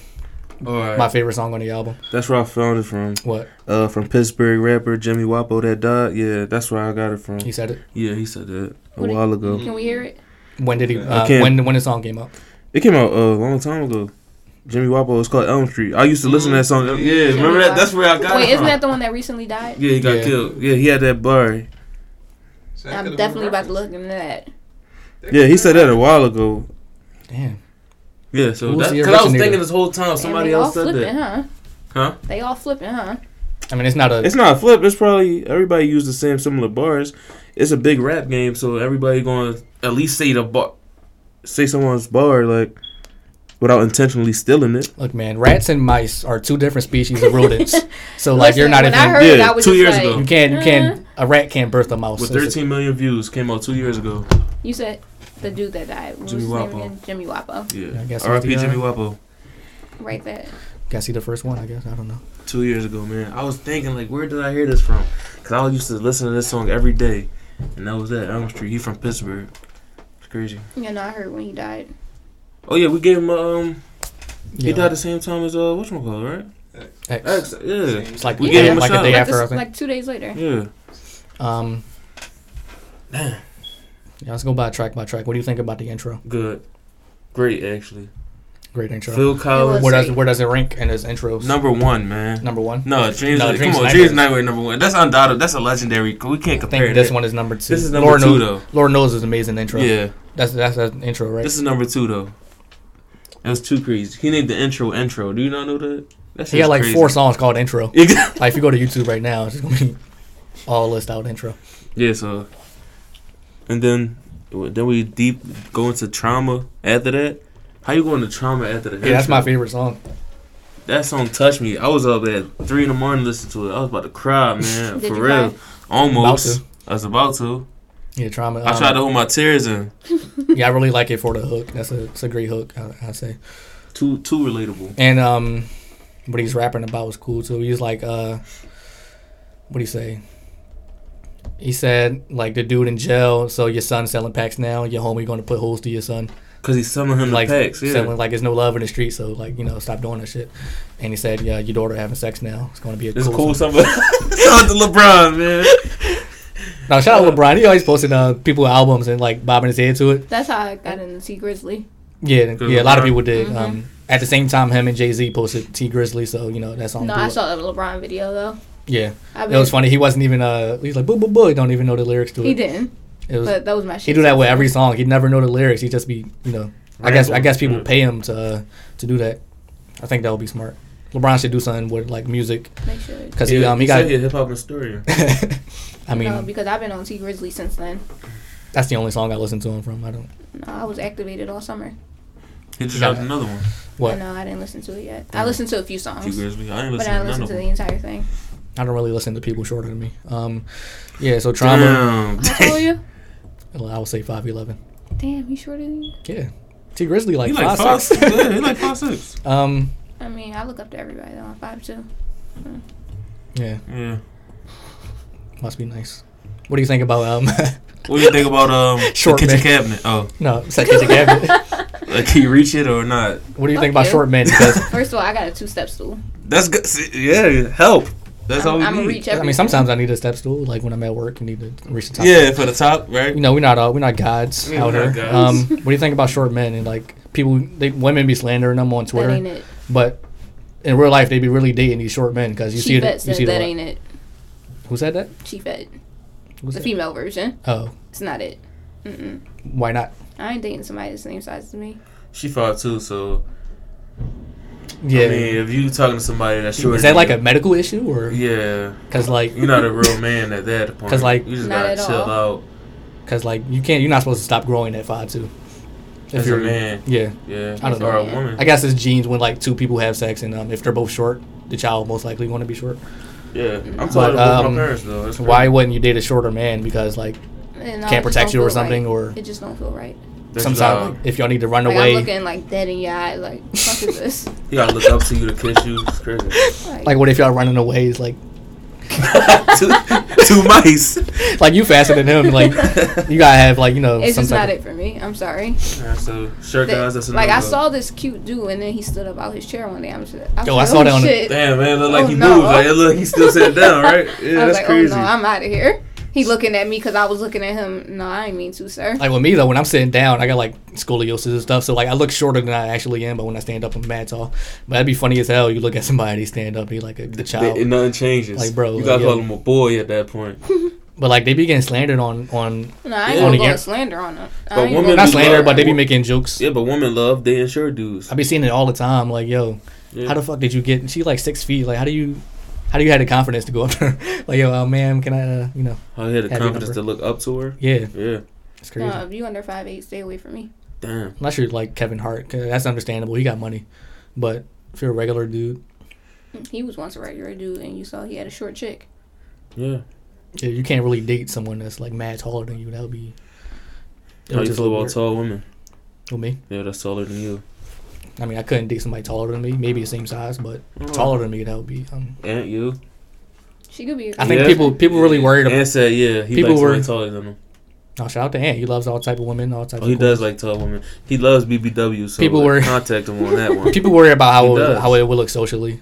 Speaker 5: All right.
Speaker 3: My favorite song on the album.
Speaker 5: that's where I found it from.
Speaker 3: What
Speaker 5: Uh, from Pittsburgh rapper Jimmy Wapo that died. Yeah, that's where I got it from.
Speaker 3: he said it.
Speaker 5: Yeah, he said that a
Speaker 4: What do you-
Speaker 5: while ago.
Speaker 4: Can we hear it?
Speaker 3: When did he? Uh,
Speaker 5: can't-
Speaker 3: when when the song came up?
Speaker 5: It came out uh, a long time ago. Jimmy Wapo. It's called Elm Street. I used to listen to that song. Mm, Yeah, remember that? That's where I got
Speaker 4: Wait,
Speaker 5: it
Speaker 4: isn't
Speaker 5: from.
Speaker 4: that the one that recently died?
Speaker 5: yeah, he got
Speaker 3: Yeah.
Speaker 5: killed. Yeah, he had that bar.
Speaker 7: So that
Speaker 4: I'm
Speaker 7: could've
Speaker 4: definitely
Speaker 7: been
Speaker 4: about to look into that.
Speaker 5: Yeah, he said that a while ago.
Speaker 3: Damn.
Speaker 5: Yeah, so
Speaker 3: Who was
Speaker 5: that,
Speaker 3: the
Speaker 5: cause I was
Speaker 3: originator?
Speaker 5: thinking this whole time
Speaker 4: Damn,
Speaker 5: somebody
Speaker 4: they all
Speaker 5: else said
Speaker 4: flipping,
Speaker 5: that.
Speaker 4: huh?
Speaker 5: Huh?
Speaker 4: They all flipping, huh?
Speaker 3: I mean, it's not a.
Speaker 5: It's not a flip. It's probably everybody used the same similar bars. It's a big rap game, so everybody going to at least say the bar, say someone's bar like without intentionally stealing it.
Speaker 3: look, man. Rats and mice are two different species of rodents. so like, you're
Speaker 4: Listen,
Speaker 3: not
Speaker 4: when
Speaker 3: even.
Speaker 4: I heard it,
Speaker 5: Yeah,
Speaker 4: I was
Speaker 5: two
Speaker 4: just
Speaker 5: years
Speaker 4: like,
Speaker 5: ago.
Speaker 3: you can't. You can't. A rat can't birth a mouse.
Speaker 5: Uh-huh. With
Speaker 3: It's a-
Speaker 5: 13 million views, came out two years ago.
Speaker 4: You said the dude that died. What
Speaker 5: Jimmy
Speaker 4: was
Speaker 5: Wapo.
Speaker 4: his name again? Jimmy Wapo.
Speaker 5: Yeah,
Speaker 3: I guess
Speaker 5: R.I.P.
Speaker 3: it's the, uh,
Speaker 5: Jimmy Wapo.
Speaker 4: Right there.
Speaker 3: Gotta see the first one, I guess. I don't know.
Speaker 5: Two years ago, man. I was thinking like, where did I hear this from? Cause I used to listen to this song every day, and that was that Elm Street. He from Pittsburgh. It's crazy.
Speaker 4: Yeah, no, I heard when he died.
Speaker 5: Oh yeah, we gave him um. He
Speaker 3: Yeah,
Speaker 5: died the same time as uh, what's my call right?
Speaker 3: X.
Speaker 5: X. Yeah,
Speaker 7: Same
Speaker 3: It's like
Speaker 5: We
Speaker 3: we
Speaker 5: gave
Speaker 3: yeah,
Speaker 5: him a
Speaker 3: like
Speaker 5: shot.
Speaker 3: a day
Speaker 4: like,
Speaker 3: after,
Speaker 4: this-
Speaker 3: I think.
Speaker 4: like two days later.
Speaker 5: yeah.
Speaker 3: Um, yeah, let's go by track by track. What do you think about the intro?
Speaker 5: Good. Great, actually.
Speaker 3: Great intro.
Speaker 5: Phil Collins,
Speaker 4: It
Speaker 3: where does
Speaker 4: Great.
Speaker 3: where does it rank in his intros?
Speaker 5: number one, man.
Speaker 3: number one.
Speaker 5: No, James.
Speaker 3: No,
Speaker 5: come
Speaker 3: Dreams
Speaker 5: on,
Speaker 3: Nightmare.
Speaker 5: James Nightmare number one. That's undoubted. That's a legendary. We can't
Speaker 3: I
Speaker 5: compare
Speaker 3: think this
Speaker 5: that.
Speaker 3: one is number two.
Speaker 5: This is number two,
Speaker 3: knows,
Speaker 5: though.
Speaker 3: Lord knows is amazing intro.
Speaker 5: Yeah,
Speaker 3: that's that's an intro, right?
Speaker 5: this is number two though. That was too crazy. He named the intro intro. Do you not know that? That's
Speaker 3: he got like four songs called intro.
Speaker 5: Exactly.
Speaker 3: like if you go to YouTube right now, it's just gonna be all list out intro.
Speaker 5: yeah. So, and then then we deep go into trauma after that. How you going to trauma after the?
Speaker 3: Yeah, that's my
Speaker 5: intro?
Speaker 3: favorite song.
Speaker 5: That song touched me. I was up at three in the morning listening to it. I was about to cry, man.
Speaker 4: Did
Speaker 5: for
Speaker 4: you
Speaker 5: real,
Speaker 4: cry?
Speaker 5: almost.
Speaker 3: About
Speaker 5: I was about to.
Speaker 3: Yeah, trauma.
Speaker 5: I
Speaker 3: um,
Speaker 5: tried to hold my tears in.
Speaker 3: Yeah, I really like it for the hook. That's a it's a great hook. I, I say.
Speaker 5: Too too relatable.
Speaker 3: And um, what he's rapping about was cool too. He's like, uh, what do you say? He said like the dude in jail. So your son's selling packs now. Your homie going to put holes to your son.
Speaker 5: Cause he's selling him
Speaker 3: Like
Speaker 5: the packs. Yeah.
Speaker 3: selling like there's no love in the street. So like you know stop doing that shit. And he said, yeah, your daughter having sex now. It's going to be a
Speaker 5: It's
Speaker 3: cool.
Speaker 5: cool summer.
Speaker 3: summer."
Speaker 5: Shout out to LeBron, man.
Speaker 3: Now shout out LeBron. He always posting uh people albums and like bobbing his head to it.
Speaker 4: That's how I got into Sea Grizzly.
Speaker 3: Yeah,
Speaker 5: Good
Speaker 3: yeah. A lot of
Speaker 5: LeBron.
Speaker 3: people did.
Speaker 4: Mm-hmm.
Speaker 3: Um, at the same time, him and Jay Z posted T Grizzly. So you know that's on.
Speaker 4: No, I saw the LeBron video though.
Speaker 3: Yeah,
Speaker 4: I
Speaker 3: it was funny. He wasn't even uh. He's like boo boo boo. He don't even know the lyrics to it.
Speaker 4: He didn't,
Speaker 3: It was
Speaker 4: but that was my
Speaker 3: He
Speaker 4: shit.
Speaker 3: do that with every song. He'd never know the lyrics. He'd just be, you know. I guess I guess people
Speaker 5: Ramble.
Speaker 3: pay him to uh, to do that. I think that would be smart. LeBron should do something with like music
Speaker 4: Make sure.
Speaker 3: because he um he got.
Speaker 5: said he a hip hop historian.
Speaker 3: I
Speaker 4: no,
Speaker 3: mean,
Speaker 4: because I've been on Sea Grizzly since then.
Speaker 3: that's the only song I listen to him from. I don't.
Speaker 4: No, I was activated all summer.
Speaker 5: He just
Speaker 3: Yeah.
Speaker 5: dropped another one.
Speaker 3: What?
Speaker 4: No, I didn't listen to it yet. I listened to a few songs,
Speaker 5: Few Grizzly. I ain't
Speaker 4: but
Speaker 5: listening to
Speaker 4: I
Speaker 5: none
Speaker 4: listened
Speaker 5: of
Speaker 4: to the
Speaker 5: them.
Speaker 4: entire thing.
Speaker 3: I don't really listen to people shorter than me. Um, yeah. So trauma.
Speaker 5: Damn.
Speaker 4: How old are you?
Speaker 3: well, I would say five eleven.
Speaker 4: Damn, you shorter than me.
Speaker 3: Yeah. T Grizzly like,
Speaker 5: He like
Speaker 3: five,
Speaker 5: five
Speaker 3: six.
Speaker 5: six. Yeah, he like five six.
Speaker 3: um.
Speaker 4: I mean, I look up to everybody though. I'm five two.
Speaker 3: Yeah.
Speaker 5: Yeah.
Speaker 3: Must be nice. What do you think about um?
Speaker 5: What do you think about um
Speaker 3: Short
Speaker 5: the kitchen
Speaker 3: man.
Speaker 5: cabinet? Oh,
Speaker 3: no, it's like it's a cabinet.
Speaker 5: like he reach it or not?
Speaker 3: What do you
Speaker 4: Fuck
Speaker 3: think about
Speaker 4: you.
Speaker 3: short men? Because
Speaker 4: First of all, I got a two step stool.
Speaker 5: That's good. See, Yeah, help. That's all
Speaker 4: I'm,
Speaker 5: we
Speaker 4: I'm
Speaker 5: need.
Speaker 4: a reach
Speaker 3: I
Speaker 4: everything.
Speaker 3: mean, sometimes I need a step stool. Like when I'm at work, I need to reach the top.
Speaker 5: Yeah, for the top, right?
Speaker 3: You know, we're not all, we're not gods
Speaker 5: Yeah,
Speaker 3: out
Speaker 5: we're
Speaker 3: here.
Speaker 5: not gods.
Speaker 3: Um, what do you think about short men and like people? They women be slandering them on
Speaker 4: that
Speaker 3: Twitter,
Speaker 4: ain't it.
Speaker 3: but in real life they be really dating these short men because you see
Speaker 4: Chief
Speaker 3: it.
Speaker 4: Ed
Speaker 3: You
Speaker 4: said
Speaker 3: see it. a
Speaker 4: that
Speaker 3: lot.
Speaker 4: ain't it.
Speaker 3: Who said that?
Speaker 4: Chief Ed,
Speaker 3: Who
Speaker 4: the
Speaker 3: said that?
Speaker 4: female version.
Speaker 3: Oh,
Speaker 4: It's not it. Mm-mm.
Speaker 3: why not?
Speaker 4: I ain't dating somebody the same size as me.
Speaker 5: She fought too, so
Speaker 3: Yeah,
Speaker 5: I mean, if you talking to somebody that's short,
Speaker 3: is that
Speaker 5: than
Speaker 3: like
Speaker 5: you-
Speaker 3: a medical issue or
Speaker 5: Yeah,
Speaker 3: because like
Speaker 5: you're not a real man at that point.
Speaker 3: 'Cause, like-
Speaker 5: you just
Speaker 4: Not
Speaker 5: gotta
Speaker 4: at
Speaker 5: chill
Speaker 4: all.
Speaker 5: out.
Speaker 3: because like you can't you're not supposed to stop growing at five two.
Speaker 5: As a man.
Speaker 3: Yeah.
Speaker 5: Yeah.
Speaker 3: I don't know.
Speaker 5: Or a woman.
Speaker 3: I guess it's genes when like two people have sex and um, if they're both short, the child most likely going to be short.
Speaker 5: yeah. I'm
Speaker 3: But,
Speaker 5: glad about
Speaker 3: um,
Speaker 5: my parents though. That's
Speaker 3: Why
Speaker 5: crazy.
Speaker 3: wouldn't you date a shorter man? Because like
Speaker 4: And I
Speaker 3: Can't
Speaker 4: just
Speaker 3: protect
Speaker 4: don't
Speaker 3: you or
Speaker 4: feel right.
Speaker 3: something, or-
Speaker 4: it just don't feel right.
Speaker 5: That's wild.
Speaker 3: sometimes like, if y'all need to run
Speaker 4: Like I'm
Speaker 3: away,
Speaker 4: looking like dead in your eye, like fuck is this?
Speaker 5: He gotta look up to you to kiss you. It's crazy.
Speaker 3: like what if y'all running away is like
Speaker 5: two, two mice.
Speaker 3: like you faster than him? Like you gotta have like you know
Speaker 4: it's
Speaker 3: some
Speaker 4: just not
Speaker 3: type.
Speaker 4: it for me. I'm sorry.
Speaker 5: Alright, so sure,
Speaker 4: That-
Speaker 5: guys. That's
Speaker 4: like I
Speaker 5: another-
Speaker 4: saw this cute dude, and then he stood up out his chair one day. I'm just, I was
Speaker 3: Yo, I
Speaker 4: like,
Speaker 3: saw
Speaker 4: oh,
Speaker 3: that on the-
Speaker 4: shit.
Speaker 5: Damn man, look like
Speaker 4: Oh,
Speaker 5: he
Speaker 4: no.
Speaker 5: moved. Like, look, he's still sitting down, right? Yeah,
Speaker 4: I was
Speaker 5: that's
Speaker 4: like,
Speaker 5: crazy.
Speaker 4: oh no, I'm out of here. He looking at me because I was looking at him. No, I ain't mean to, sir.
Speaker 3: Like with me though, when I'm sitting down, I got like scoliosis and stuff, so like I look shorter than I actually am. But when I stand up, I'm mad tall. But that'd be funny as hell. You look at somebody, they stand up, be like a, the child.
Speaker 5: They- and nothing changes.
Speaker 3: Like, bro,
Speaker 5: you gotta
Speaker 3: like,
Speaker 5: call
Speaker 3: yo.
Speaker 5: him a boy at that point.
Speaker 3: But like they be getting slandered on on
Speaker 4: No, I
Speaker 5: Yeah.
Speaker 4: ain't gonna go
Speaker 3: Yeah.
Speaker 4: and slander on him. I
Speaker 5: But
Speaker 4: ain't
Speaker 5: women
Speaker 4: gonna-
Speaker 3: not
Speaker 5: be
Speaker 3: slander,
Speaker 5: like-
Speaker 3: but they be making jokes.
Speaker 5: Yeah, but women love they insure dudes.
Speaker 3: I be seeing it all the time. Like yo,
Speaker 5: Yeah.
Speaker 3: how the fuck did you get? She like six feet. Like how do you? How do you have the confidence to go up to her? like, yo, uh, ma'am, can I, uh, you know,
Speaker 5: How he had the
Speaker 3: Have your
Speaker 5: confidence to look up to her.
Speaker 3: yeah,
Speaker 5: Yeah.
Speaker 3: it's crazy.
Speaker 4: No, if you under five eight, stay away from me.
Speaker 5: Damn.
Speaker 3: Unless you're like Kevin Hart, 'cause that's understandable. He got money, but if you're a regular dude,
Speaker 4: He was once a regular dude, and you saw he had a short chick.
Speaker 5: Yeah.
Speaker 3: yeah, you can't really date someone that's like mad taller than you. That would be. it
Speaker 5: How
Speaker 3: would
Speaker 5: Oh, you
Speaker 3: just
Speaker 5: feel
Speaker 3: look
Speaker 5: about
Speaker 3: weird.
Speaker 5: tall women?
Speaker 3: With me,
Speaker 5: Yeah, that's taller than you.
Speaker 3: I mean, I couldn't date somebody taller than me. Maybe the same size, but
Speaker 5: Mm.
Speaker 3: taller than me, that would be. Um,
Speaker 5: Ain't you?
Speaker 4: She could be.
Speaker 3: I think
Speaker 5: Yeah.
Speaker 3: people people really worried. About,
Speaker 5: And said, yeah, he
Speaker 3: People
Speaker 5: likes
Speaker 3: were-
Speaker 5: women taller than him.
Speaker 3: oh, shout out to Ant. He loves all type of women, all type.
Speaker 5: Oh,
Speaker 3: of
Speaker 5: he
Speaker 3: cool-
Speaker 5: does like tall women. He loves BBW. So
Speaker 3: People
Speaker 5: like,
Speaker 3: were-
Speaker 5: contact him on that one.
Speaker 3: People worry about
Speaker 5: He
Speaker 3: how it,
Speaker 5: does.
Speaker 3: how it will look socially.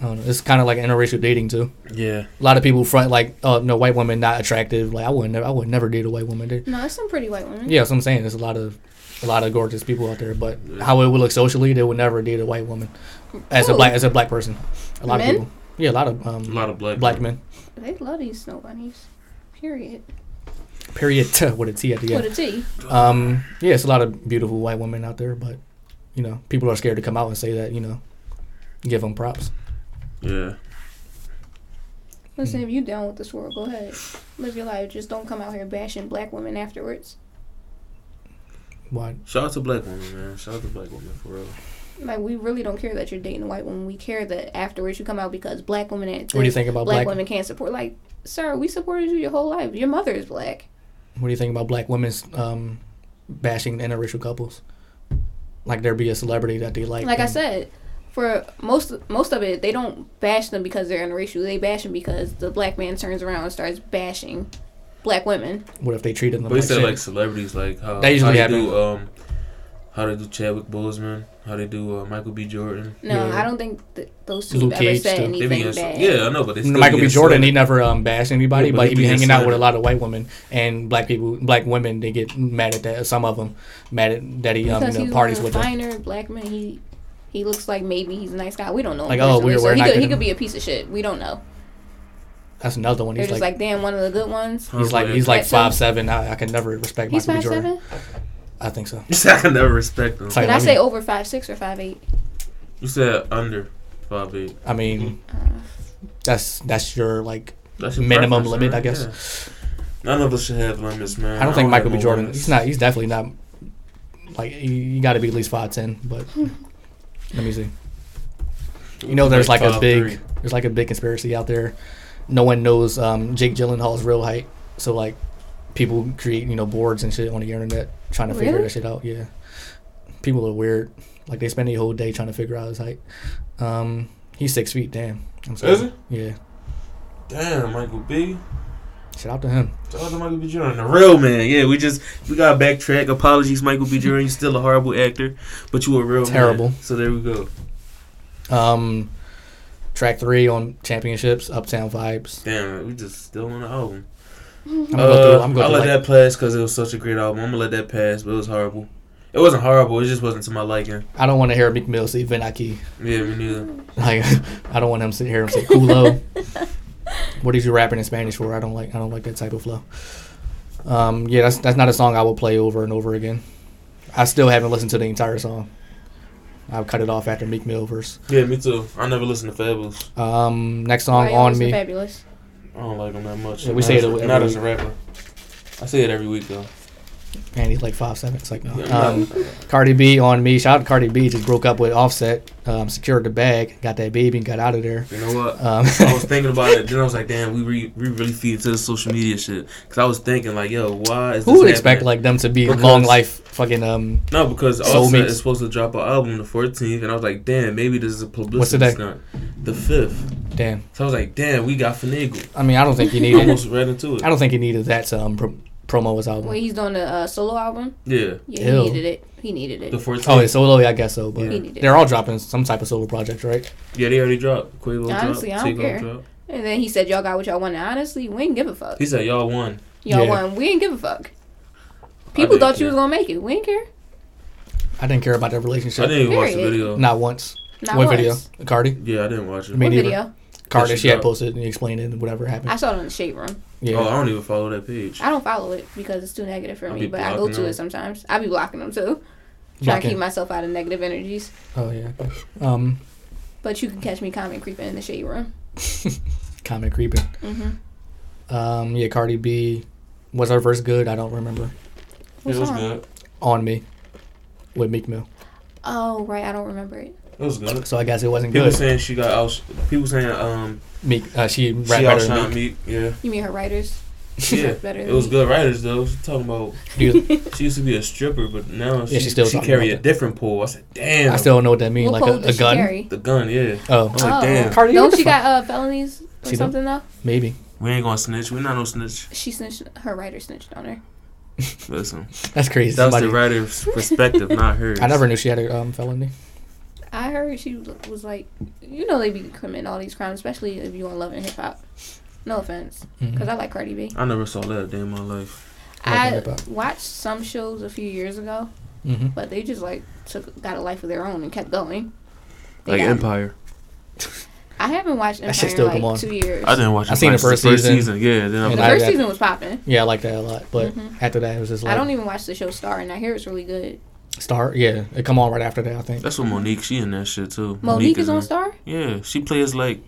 Speaker 3: I don't know. It's kind of like interracial dating too.
Speaker 5: yeah.
Speaker 3: A lot of people front like, oh no, white women not attractive. Like I would never, I would never date a white woman. They-
Speaker 4: no, it's some pretty white women.
Speaker 3: Yeah, that's what I'm saying. There's a lot of a lot of gorgeous people out there, but how it would look socially, they would never date a white woman as a
Speaker 4: Who?
Speaker 3: black as a black person. A lot
Speaker 4: Men?
Speaker 3: of people. Yeah, a lot of um,
Speaker 5: A lot of black.
Speaker 3: black
Speaker 5: people.
Speaker 3: men.
Speaker 4: They love these snow bunnies. Period.
Speaker 3: Period. With a T at the
Speaker 4: With
Speaker 3: end.
Speaker 4: a T.
Speaker 3: Um, yeah, it's a lot of beautiful white women out there, but you know, people are scared to come out and say that. You know, give them props.
Speaker 5: Yeah.
Speaker 4: Listen, if you down with this world, go ahead. Live your life. Just don't come out here bashing black women afterwards.
Speaker 3: Why?
Speaker 5: Shout out to black women, man. Shout out to black women for real.
Speaker 4: Like we really don't care that you're dating a white woman. We care that afterwards you come out because black women. What
Speaker 3: What do you think about
Speaker 4: black,
Speaker 3: black-
Speaker 4: women can't support? Like, sir, we supported you your whole life. Your mother is black.
Speaker 3: What do you think about black women's um, bashing interracial couples? Like there be a celebrity that they like.
Speaker 4: Like I
Speaker 3: and-
Speaker 4: said, for most most of it, they don't bash them because they're interracial. They bash them because the black man turns around and starts bashing black women.
Speaker 3: what if they treated them?
Speaker 5: But he
Speaker 3: Like
Speaker 5: said
Speaker 3: shit?
Speaker 5: like celebrities, like how
Speaker 3: That usually
Speaker 5: how they
Speaker 3: happen.
Speaker 5: do um, how they do Chadwick Boseman, how they do uh, Michael B. Jordan.
Speaker 4: No,
Speaker 3: Yeah.
Speaker 4: I don't think th- those two
Speaker 3: Luke
Speaker 4: have ever
Speaker 3: Cage
Speaker 4: said
Speaker 3: too.
Speaker 5: They be
Speaker 4: anything
Speaker 5: getting-
Speaker 4: bad.
Speaker 5: yeah, I know, but they still
Speaker 3: Michael
Speaker 5: be
Speaker 3: B.
Speaker 5: getting
Speaker 3: Jordan, he
Speaker 5: slandered.
Speaker 3: never um, bashed anybody,
Speaker 5: Yeah, but
Speaker 3: but
Speaker 5: he
Speaker 3: he be
Speaker 5: being
Speaker 3: hanging out with a
Speaker 5: slandered.
Speaker 3: lot of white women and black people, black women. They get mad at that. Some of them mad at that he um,
Speaker 4: Because
Speaker 3: you know,
Speaker 4: he's
Speaker 3: parties
Speaker 4: one
Speaker 3: with
Speaker 4: of the
Speaker 3: them.
Speaker 4: finer black men. He he looks like maybe he's a nice guy. We don't know. him
Speaker 3: Like, oh,
Speaker 4: personally,
Speaker 3: we're-
Speaker 4: so
Speaker 3: we're
Speaker 4: he
Speaker 3: not
Speaker 4: could, he
Speaker 3: gonna-
Speaker 4: could be a piece of shit. We don't know.
Speaker 3: That's another one.
Speaker 4: They're
Speaker 3: He's
Speaker 4: just
Speaker 3: like,
Speaker 4: like, damn, one of the good ones.
Speaker 5: Huh.
Speaker 3: he's like he's like
Speaker 4: That's
Speaker 3: five
Speaker 4: him.
Speaker 3: seven. I, I can never respect
Speaker 4: He's
Speaker 3: Michael
Speaker 4: five
Speaker 3: B. Jordan.
Speaker 4: seven.
Speaker 3: I think so.
Speaker 5: You said I can never respect them.
Speaker 3: Sorry.
Speaker 4: Did
Speaker 3: I
Speaker 4: I say
Speaker 3: mean-
Speaker 4: over five six or five eight?
Speaker 5: You said under five eight.
Speaker 3: I mean,
Speaker 5: Mm-hmm.
Speaker 3: that's that's your like.
Speaker 5: That's your
Speaker 3: Minimum
Speaker 5: preference,
Speaker 3: limit,
Speaker 5: man.
Speaker 3: I
Speaker 5: Yeah. None of us should have limits, man.
Speaker 3: I don't think
Speaker 5: have
Speaker 3: Michael B.
Speaker 5: no
Speaker 3: Jordan.
Speaker 5: limits.
Speaker 3: He's not. He's definitely not. Like you, you got to be at least five ten. But let me see. You know, there's like a
Speaker 5: 5'3".
Speaker 3: big, there's like a big conspiracy out there. No one knows um, Jake Gyllenhaal's real height, so like people create you know boards and shit on the internet trying to figure
Speaker 4: Really?
Speaker 3: that shit out. Yeah, people are weird. Like they spend the whole day trying to figure out his height. Um, he's six feet. Damn. I'm sorry.
Speaker 5: Is he?
Speaker 3: Yeah.
Speaker 5: Damn, Michael B.
Speaker 3: Shout out to him.
Speaker 5: Shout out to Michael B. Jordan, the real man. Yeah, we just we got to backtrack. Apologies, Michael B. Jordan. You're still a horrible actor, but you were real man.
Speaker 3: Terrible.
Speaker 5: So there we go.
Speaker 3: Um, track three on championships, Uptown Vibes.
Speaker 5: Damn, we just still on the album.
Speaker 3: I'm gonna go through.
Speaker 5: will
Speaker 3: I'm gonna go
Speaker 5: let
Speaker 3: through, like,
Speaker 5: that pass because it was such a great album. I'm gonna let that pass, but it was horrible. It wasn't horrible. It just wasn't to my liking.
Speaker 3: I don't want to hear Meek Mill say Venaki.
Speaker 5: Yeah, me neither.
Speaker 3: Like I don't want him to hear him say culo. what is you rapping in Spanish for? I don't like I don't like that type of flow. Um, yeah, that's that's not a song I will play over and over again. I still haven't listened to the entire song. I've cut it off after Meek Mill verse.
Speaker 5: Yeah, me too. I never listened to Fabulous.
Speaker 3: Um, next song
Speaker 4: Why y'all
Speaker 3: on
Speaker 4: listen
Speaker 3: me.
Speaker 4: Fabulous.
Speaker 5: I don't like him that much.
Speaker 3: Yeah, we say it
Speaker 5: Not as-
Speaker 3: every
Speaker 5: not
Speaker 3: week.
Speaker 5: as a rapper. I say it every week though.
Speaker 3: and he's like five seven. It's like no. Um, Cardi B on me. Shout out to Cardi B. Just broke up with Offset. Um, secured the bag, got that baby, and got out of there.
Speaker 5: You know what?
Speaker 3: Um,
Speaker 5: I was thinking about it. Then I was like, damn, we re- we really feed into this social media shit. Because I was thinking like, yo, why is
Speaker 3: Who
Speaker 5: this
Speaker 3: would expect
Speaker 5: happening?
Speaker 3: like them to be
Speaker 5: Because-
Speaker 3: long life fucking um?
Speaker 5: No, because
Speaker 3: Soul
Speaker 5: Offset
Speaker 3: Mix?
Speaker 5: is supposed to drop an album the 14th, and I was like, damn, maybe this is a publicity
Speaker 3: today?
Speaker 5: stunt. The 5th.
Speaker 3: Damn.
Speaker 5: So I was like, damn, we got finagled.
Speaker 3: I mean, I don't think he
Speaker 5: We
Speaker 3: needed.
Speaker 5: almost ran into it.
Speaker 3: I don't think he needed that to um pro- promo his album.
Speaker 4: When he's doing the uh, solo album,
Speaker 5: Yeah,
Speaker 4: yeah,
Speaker 3: Ew.
Speaker 4: he needed it. He needed
Speaker 5: the
Speaker 4: it.
Speaker 5: 14th.
Speaker 3: Oh, it's solo, yeah, I guess so. But
Speaker 4: He needed it.
Speaker 3: they're all dropping some type of solo project, right?
Speaker 5: yeah, they already dropped. Quavo dropped.
Speaker 4: Honestly, I don't
Speaker 5: Takeoff
Speaker 4: care.
Speaker 5: dropped.
Speaker 4: And then he said, "Y'all got what y'all wanted." Honestly, we didn't give a fuck.
Speaker 5: He said, y'all won.
Speaker 4: Y'all
Speaker 3: Yeah.
Speaker 4: won. We didn't give a fuck.
Speaker 5: didn't
Speaker 4: People thought
Speaker 5: care.
Speaker 4: you was gonna make it. We didn't care.
Speaker 3: I didn't care about their
Speaker 5: I
Speaker 3: relationship.
Speaker 5: didn't even watch the
Speaker 4: Period.
Speaker 5: video.
Speaker 3: Not once.
Speaker 4: Not
Speaker 3: what
Speaker 4: once.
Speaker 3: video? Cardi.
Speaker 5: Yeah, I didn't watch it. Oh,
Speaker 3: Me
Speaker 4: What
Speaker 3: neither.
Speaker 4: video?
Speaker 3: Cardi.
Speaker 5: Yes,
Speaker 3: She
Speaker 5: you
Speaker 3: had
Speaker 5: know.
Speaker 3: posted and explained it and whatever happened.
Speaker 4: I saw it on the shade room.
Speaker 3: yeah.
Speaker 5: Oh, I don't even follow that page.
Speaker 4: I don't follow it because it's too negative for
Speaker 5: I'll
Speaker 4: me,
Speaker 5: be
Speaker 4: but I go
Speaker 5: blocking
Speaker 4: to
Speaker 5: them.
Speaker 4: it sometimes. I be blocking them too, trying to
Speaker 3: Blocking.
Speaker 4: keep myself out of negative energies.
Speaker 3: oh yeah. Um,
Speaker 4: But you can catch me comment creeping in the shade room.
Speaker 3: comment creeping.
Speaker 4: Mm-hmm.
Speaker 3: Um, yeah, Cardi B. Was her verse good? I don't remember.
Speaker 5: it was
Speaker 4: song?
Speaker 5: good.
Speaker 3: On me, with Meek Mill.
Speaker 4: Oh right, I don't remember it.
Speaker 5: It was good.
Speaker 3: So I guess it wasn't
Speaker 5: People
Speaker 3: good.
Speaker 5: saying she got out. People saying um
Speaker 3: Meek. Uh, she
Speaker 5: she
Speaker 3: rap better than
Speaker 5: outshined
Speaker 3: Meek.
Speaker 5: Meek. Yeah,
Speaker 4: You mean her writers?
Speaker 5: yeah.
Speaker 4: better
Speaker 5: It
Speaker 4: than
Speaker 5: was
Speaker 4: Meek.
Speaker 5: good writers though. She talking about
Speaker 3: Do you-
Speaker 5: she used to be a stripper, but now she,
Speaker 3: Yeah, she's still
Speaker 5: she
Speaker 3: talking
Speaker 5: carry
Speaker 3: about
Speaker 5: a
Speaker 3: that.
Speaker 5: different pole. I said, damn.
Speaker 3: I still don't know what that means.
Speaker 4: What
Speaker 3: like
Speaker 4: pole
Speaker 3: a,
Speaker 4: did
Speaker 3: a
Speaker 4: she
Speaker 3: gun.
Speaker 4: carry?
Speaker 5: the gun. Yeah.
Speaker 3: Oh,
Speaker 5: I'm like, damn.
Speaker 3: Cardi,
Speaker 4: No,
Speaker 3: what the
Speaker 4: she
Speaker 3: fuck?
Speaker 4: got uh, felonies or
Speaker 3: She don't-
Speaker 4: something though.
Speaker 3: maybe.
Speaker 5: We ain't gonna snitch. We're not no snitch.
Speaker 4: She snitched. Her writer snitched on her.
Speaker 5: Listen,
Speaker 3: That's crazy.
Speaker 5: that was
Speaker 3: Somebody-
Speaker 5: the writer's perspective, not hers.
Speaker 3: I never knew she had a um, felony.
Speaker 4: I heard she was was like, you know, they be committing all these crimes, especially if you on Love and Hip Hop. No offense, because I like Cardi B.
Speaker 5: I never saw that a day in my life.
Speaker 3: Love and
Speaker 4: I
Speaker 3: Hip Hop.
Speaker 4: watched some shows a few years ago,
Speaker 3: Mm-hmm.
Speaker 4: but they just like took got a life of their own and kept going. They
Speaker 5: Like
Speaker 4: got-
Speaker 5: Empire.
Speaker 4: I haven't watched Empire
Speaker 3: That shit still
Speaker 4: in like
Speaker 3: come on.
Speaker 4: two years.
Speaker 5: I didn't watch.
Speaker 3: I seen the
Speaker 5: Empire since
Speaker 3: first season.
Speaker 5: Yeah. Then
Speaker 4: the
Speaker 5: I'm like,
Speaker 3: And I
Speaker 4: first
Speaker 3: got-
Speaker 4: season was popping.
Speaker 3: Yeah, I like that a lot. But after that, it was just like
Speaker 4: Mm-hmm. I don't e- even watch the show Star, and I hear it's really good.
Speaker 3: Star. Yeah, it come on right after that. I think.
Speaker 5: that's what Monique. She in that shit too.
Speaker 4: Monique is
Speaker 5: in
Speaker 4: on
Speaker 5: it.
Speaker 4: Star.
Speaker 5: Yeah, she plays like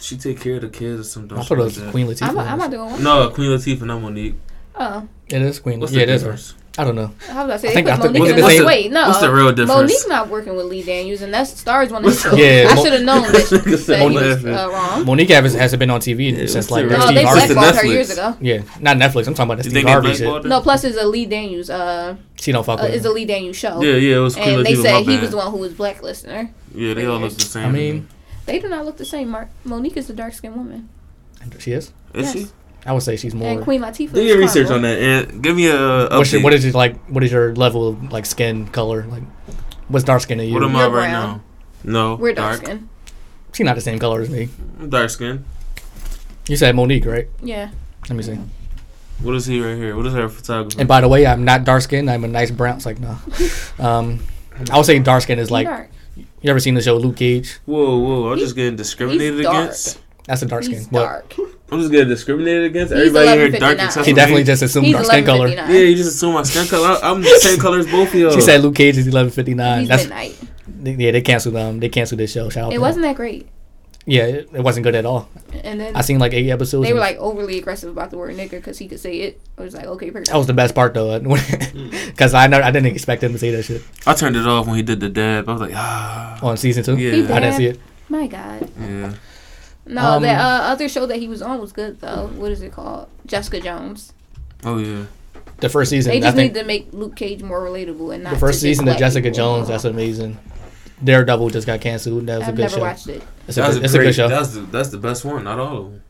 Speaker 5: she take care of the kids or something.
Speaker 3: I thought it was
Speaker 5: Like that.
Speaker 3: Queen Latifah.
Speaker 4: I'm, I'm not doing one.
Speaker 5: No, Queen Latifah, not Monique.
Speaker 4: Oh,
Speaker 3: It is Queen.
Speaker 5: What's
Speaker 3: yeah, it
Speaker 5: the
Speaker 3: is. her.
Speaker 5: difference?
Speaker 3: I don't know.
Speaker 4: how was I say?
Speaker 3: I
Speaker 4: They
Speaker 3: think-
Speaker 4: put
Speaker 3: I think-
Speaker 4: Monique in
Speaker 5: what's
Speaker 4: the
Speaker 5: the-
Speaker 4: wait, no.
Speaker 5: what's the real difference?
Speaker 4: Monique not working with Lee Daniels, and that's Star's one of
Speaker 5: What's
Speaker 4: his.
Speaker 5: the-
Speaker 3: Yeah,
Speaker 4: I
Speaker 3: Mo-
Speaker 4: should have known that, that he was
Speaker 5: Don't laugh at
Speaker 4: uh, wrong.
Speaker 3: Monique Evans hasn't been on TV
Speaker 5: Yeah,
Speaker 3: since
Speaker 5: it's
Speaker 3: like
Speaker 5: the
Speaker 3: that
Speaker 5: real-
Speaker 4: Oh,
Speaker 3: Steve
Speaker 4: they
Speaker 5: Harvey.
Speaker 3: Harvey.
Speaker 4: blackballed her
Speaker 5: Netflix.
Speaker 4: years ago.
Speaker 3: Yeah, not Netflix. I'm talking about that
Speaker 5: You
Speaker 3: Steve
Speaker 5: think they
Speaker 3: Harvey shit.
Speaker 5: blackballed her?
Speaker 4: No, plus it's a Lee Daniels. Uh,
Speaker 3: She don't fuck
Speaker 4: uh,
Speaker 3: with.
Speaker 4: it's
Speaker 3: him.
Speaker 4: a Lee Daniels show.
Speaker 5: Yeah, yeah, it was Queen
Speaker 4: And they
Speaker 5: Latifah. my
Speaker 4: said he
Speaker 5: bad.
Speaker 4: was the one who was blacklisting her.
Speaker 5: Yeah, they all look the same.
Speaker 3: I mean,
Speaker 4: They do not look the same. Mar- Monique is the dark skinned woman,
Speaker 3: she is.
Speaker 5: is
Speaker 4: yes.
Speaker 5: she?
Speaker 3: I would say she's more.
Speaker 4: and Queen Latifah.
Speaker 5: Do
Speaker 4: is
Speaker 5: your research
Speaker 4: caramel.
Speaker 5: on that and give me a update.
Speaker 3: What's your, what is it like? What is your level of like skin color? Like, what's dark skin to you?
Speaker 5: What am I
Speaker 4: You're
Speaker 5: right
Speaker 4: brown.
Speaker 5: now? No,
Speaker 4: We're dark skinned.
Speaker 3: She's not the same color as me.
Speaker 5: I'm dark skin.
Speaker 3: You said Monique, right?
Speaker 4: Yeah.
Speaker 3: Let me see.
Speaker 5: What is he right here? What is her photographer?
Speaker 3: And by the way, I'm not dark skinned. I'm a nice brown. It's like no. Um, I would say dark skin is
Speaker 4: Like,
Speaker 3: like.
Speaker 4: dark.
Speaker 3: You ever seen the show Luke Cage?
Speaker 5: whoa, whoa! I'm just getting discriminated
Speaker 4: he's dark.
Speaker 5: against.
Speaker 3: That's a dark skin.
Speaker 4: He's
Speaker 3: But
Speaker 4: dark.
Speaker 5: I'm just getting discriminated against.
Speaker 4: He's
Speaker 5: Everybody here
Speaker 4: 11.59.
Speaker 5: dark except
Speaker 3: She
Speaker 5: for
Speaker 3: definitely
Speaker 5: me.
Speaker 3: just assumed
Speaker 4: He's
Speaker 3: dark skin color.
Speaker 5: Yeah, you just assume my skin color. I- I'm the same color as both of y'all.
Speaker 3: She said Luke Cage is 1159.
Speaker 4: He's
Speaker 3: That's
Speaker 4: midnight.
Speaker 3: yeah. They canceled um. They canceled this show. Shout out to
Speaker 4: It
Speaker 3: them.
Speaker 4: wasn't that great.
Speaker 3: Yeah, it, it wasn't good at all.
Speaker 4: And then
Speaker 3: I seen like eight episodes.
Speaker 4: they were
Speaker 3: and
Speaker 4: like overly aggressive about the word nigger because he could say it. I was like, okay, perfect.
Speaker 3: that was the best part though,
Speaker 5: Mm.
Speaker 3: because I never, I didn't expect them to say that shit
Speaker 5: I turned it off when he did the dab. I was like, ah,
Speaker 3: on season two.
Speaker 5: Yeah. He
Speaker 3: I didn't see it.
Speaker 4: My God.
Speaker 5: yeah.
Speaker 4: No,
Speaker 3: Um,
Speaker 4: that uh, other show that he was on was good though. What is it called? Jessica Jones.
Speaker 5: Oh yeah.
Speaker 3: The first season.
Speaker 4: They
Speaker 3: I
Speaker 4: just
Speaker 3: think
Speaker 4: need to make Luke Cage more relatable and not
Speaker 3: the first
Speaker 4: to just
Speaker 3: season of
Speaker 4: black
Speaker 3: Jessica
Speaker 4: people.
Speaker 3: Jones. That's amazing. Daredevil just got canceled. That was
Speaker 4: I've
Speaker 3: a good
Speaker 4: never
Speaker 3: show.
Speaker 4: watched it.
Speaker 3: It's a
Speaker 5: That's
Speaker 3: good, it's a
Speaker 5: great-
Speaker 3: good show.
Speaker 5: That's the that's the best one. Not all of them.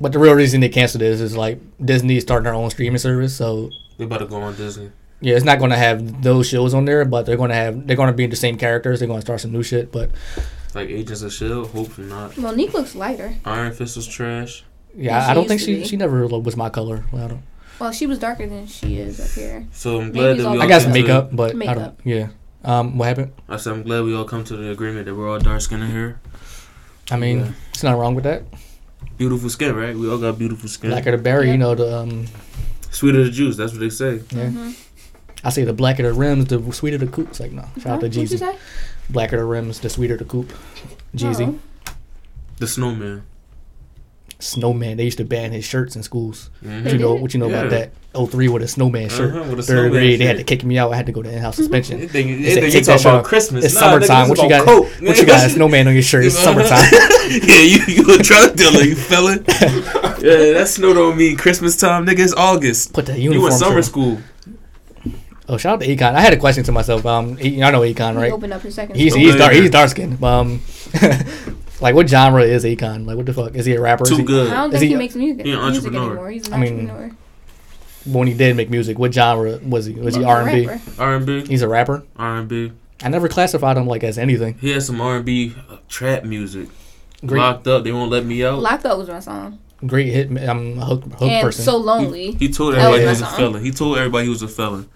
Speaker 3: But the real reason they canceled this is like Disney's starting their own streaming service, so
Speaker 5: They about to go on Disney.
Speaker 3: yeah, it's not going to have those shows on there. But they're going to have they're going to be the same characters. They're going to start some new shit. But
Speaker 5: Like Agents of Shield. Hopefully not.
Speaker 4: Monique looks lighter.
Speaker 5: Iron Fist was trash.
Speaker 3: yeah,
Speaker 4: Yeah,
Speaker 3: I
Speaker 4: she
Speaker 3: don't think
Speaker 4: used to
Speaker 3: she
Speaker 4: be.
Speaker 3: she never was my color. I don't.
Speaker 4: Well, she was darker than she is up here.
Speaker 5: So I'm
Speaker 4: Maybe
Speaker 5: glad
Speaker 4: it's
Speaker 5: that
Speaker 4: all
Speaker 5: we all
Speaker 3: I guess
Speaker 5: come to-
Speaker 3: makeup, but I
Speaker 4: Makeup.
Speaker 3: don't. Yeah. Um, what happened?
Speaker 5: I said I'm glad we all come to the agreement that we're all dark skinned here.
Speaker 3: I mean,
Speaker 5: Yeah.
Speaker 3: it's not wrong with that.
Speaker 5: Beautiful skin, right? We all got beautiful skin.
Speaker 3: Blacker the berry,
Speaker 4: Yeah.
Speaker 3: you know the um.
Speaker 5: Sweeter the juice. That's what they say.
Speaker 3: Yeah. I say the blacker the rims, the sweeter the coop. It's like no, shout out to
Speaker 4: Huh? Uh-huh. What'd you
Speaker 3: Jeezy.
Speaker 4: say?
Speaker 3: Blacker the rims, the sweeter the coop. Jeezy.
Speaker 4: Oh.
Speaker 5: The snowman.
Speaker 3: snowman. They used to ban his shirts in schools. What you know? What you know about
Speaker 5: Yeah.
Speaker 3: that? Oh three with a snowman shirt.
Speaker 5: Uh-huh, with a snowman
Speaker 3: Third grade, they had to
Speaker 5: shirt.
Speaker 3: kick me out. I had to go to in-house suspension.
Speaker 5: They think-
Speaker 3: They
Speaker 5: they
Speaker 3: said,
Speaker 5: think
Speaker 3: "Take
Speaker 5: you
Speaker 3: that
Speaker 5: talk
Speaker 3: shirt
Speaker 5: about
Speaker 3: off."
Speaker 5: Christmas.
Speaker 3: It's
Speaker 5: Nah, nigga,
Speaker 3: summertime.
Speaker 5: this
Speaker 3: What you
Speaker 5: about
Speaker 3: got?
Speaker 5: coke,
Speaker 3: What you got? A
Speaker 5: nigga.
Speaker 3: snowman on your shirt. It's summertime.
Speaker 5: yeah, you you a drug dealer, you felon. yeah, that snow don't mean Christmas time, nigga. It's August.
Speaker 3: Put that
Speaker 5: You
Speaker 3: uniform.
Speaker 5: in summer
Speaker 3: through.
Speaker 5: school?
Speaker 3: Oh, shout out to Econ. I had a question to myself. Um, E- I know Econ,
Speaker 4: He
Speaker 3: right?
Speaker 4: opened up his second.
Speaker 3: He's
Speaker 5: Go
Speaker 3: he's dark.
Speaker 5: ahead.
Speaker 3: He's dark skinned. Um, like what genre is Econ? Like what the fuck is he a rapper? Is
Speaker 5: Too
Speaker 3: he-
Speaker 4: I
Speaker 5: good.
Speaker 4: don't
Speaker 3: Is
Speaker 4: think
Speaker 3: he-
Speaker 4: he, makes music,
Speaker 5: He an
Speaker 4: music
Speaker 5: entrepreneur.
Speaker 4: anymore. He's an
Speaker 3: I mean,
Speaker 4: entrepreneur.
Speaker 3: When he did make music, what genre was he? Was he
Speaker 4: He's a
Speaker 3: R and B?
Speaker 4: rapper.
Speaker 5: R and B,
Speaker 3: He's a rapper.
Speaker 5: R and B.
Speaker 3: I never classified him like as anything.
Speaker 5: He had some R and B uh, trap music.
Speaker 3: Great.
Speaker 5: Locked up, they won't let me out.
Speaker 4: Locked Up was my song.
Speaker 3: Great hit. I'm a hook hook
Speaker 4: and
Speaker 3: person.
Speaker 4: So Lonely.
Speaker 5: He told
Speaker 4: Oh, That was
Speaker 5: everybody he
Speaker 4: my
Speaker 5: was a
Speaker 4: song.
Speaker 5: felon. He told everybody he was a felon,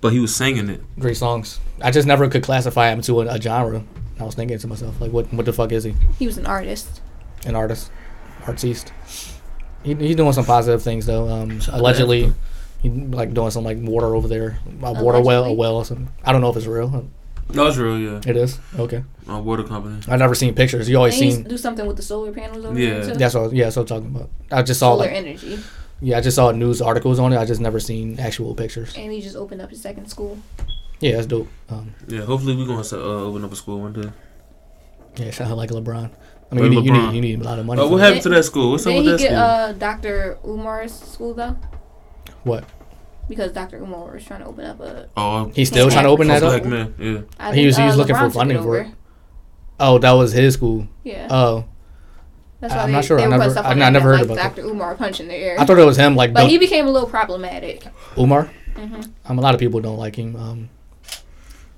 Speaker 5: but he was singing it.
Speaker 3: Great songs. I just never could classify him to a, a genre. I was thinking to myself, like, what what the fuck is he?
Speaker 4: He was an artist.
Speaker 3: An artist, artiste. He, he's doing some positive things though. Um, allegedly, he like doing some like water over there, a water well, a
Speaker 4: Allegedly.
Speaker 3: well. Or something. I don't know if it's real.
Speaker 5: That was real, yeah.
Speaker 3: It is okay.
Speaker 5: My water company.
Speaker 3: I've never seen pictures. You
Speaker 4: And
Speaker 3: always
Speaker 4: he used
Speaker 3: seen.
Speaker 4: to do something with the solar panels over
Speaker 5: Yeah.
Speaker 4: there too.
Speaker 3: That's what. Yeah, that's what I'm talking about. I just saw
Speaker 4: solar
Speaker 3: like.
Speaker 4: energy.
Speaker 3: Yeah, I just saw news articles on it. I just never seen actual pictures.
Speaker 4: And he just opened up his second school.
Speaker 3: Yeah, that's dope. Um,
Speaker 5: Yeah, hopefully we're gonna uh, open up a school one day.
Speaker 3: yeah, sound like LeBron. I mean, you
Speaker 5: Like
Speaker 3: need, you
Speaker 5: LeBron.
Speaker 3: need you need a lot of money.
Speaker 5: Oh,
Speaker 3: for
Speaker 5: what
Speaker 3: that.
Speaker 5: happened to that school? What's up
Speaker 4: Did
Speaker 5: with
Speaker 4: he
Speaker 5: that
Speaker 4: get
Speaker 5: school?
Speaker 4: uh, Dr. Umar's school though?
Speaker 3: What?
Speaker 4: Because Dr. Umar was trying to open up a.
Speaker 5: oh,
Speaker 3: He's still trying to open that
Speaker 5: black
Speaker 3: up.
Speaker 5: man. Yeah,
Speaker 4: I
Speaker 3: He
Speaker 4: think,
Speaker 3: was- he was looking for
Speaker 4: LeBron took
Speaker 3: funding for
Speaker 4: over.
Speaker 3: it. Oh, that was his school.
Speaker 4: Yeah.
Speaker 3: Oh,
Speaker 4: That's
Speaker 3: I-
Speaker 4: why
Speaker 3: I'm
Speaker 4: they,
Speaker 3: not sure.
Speaker 4: They
Speaker 3: I
Speaker 4: were
Speaker 3: never-
Speaker 4: putting stuff
Speaker 3: I-
Speaker 4: on
Speaker 3: I
Speaker 4: there
Speaker 3: never
Speaker 4: that,
Speaker 3: heard
Speaker 4: like,
Speaker 3: about
Speaker 4: Dr. Umar punching the air.
Speaker 3: I thought it was him. Like
Speaker 4: but
Speaker 3: Bill-
Speaker 4: he became a little problematic.
Speaker 3: Umar.
Speaker 4: Mhm.
Speaker 3: Um, a lot of people don't like him. Um,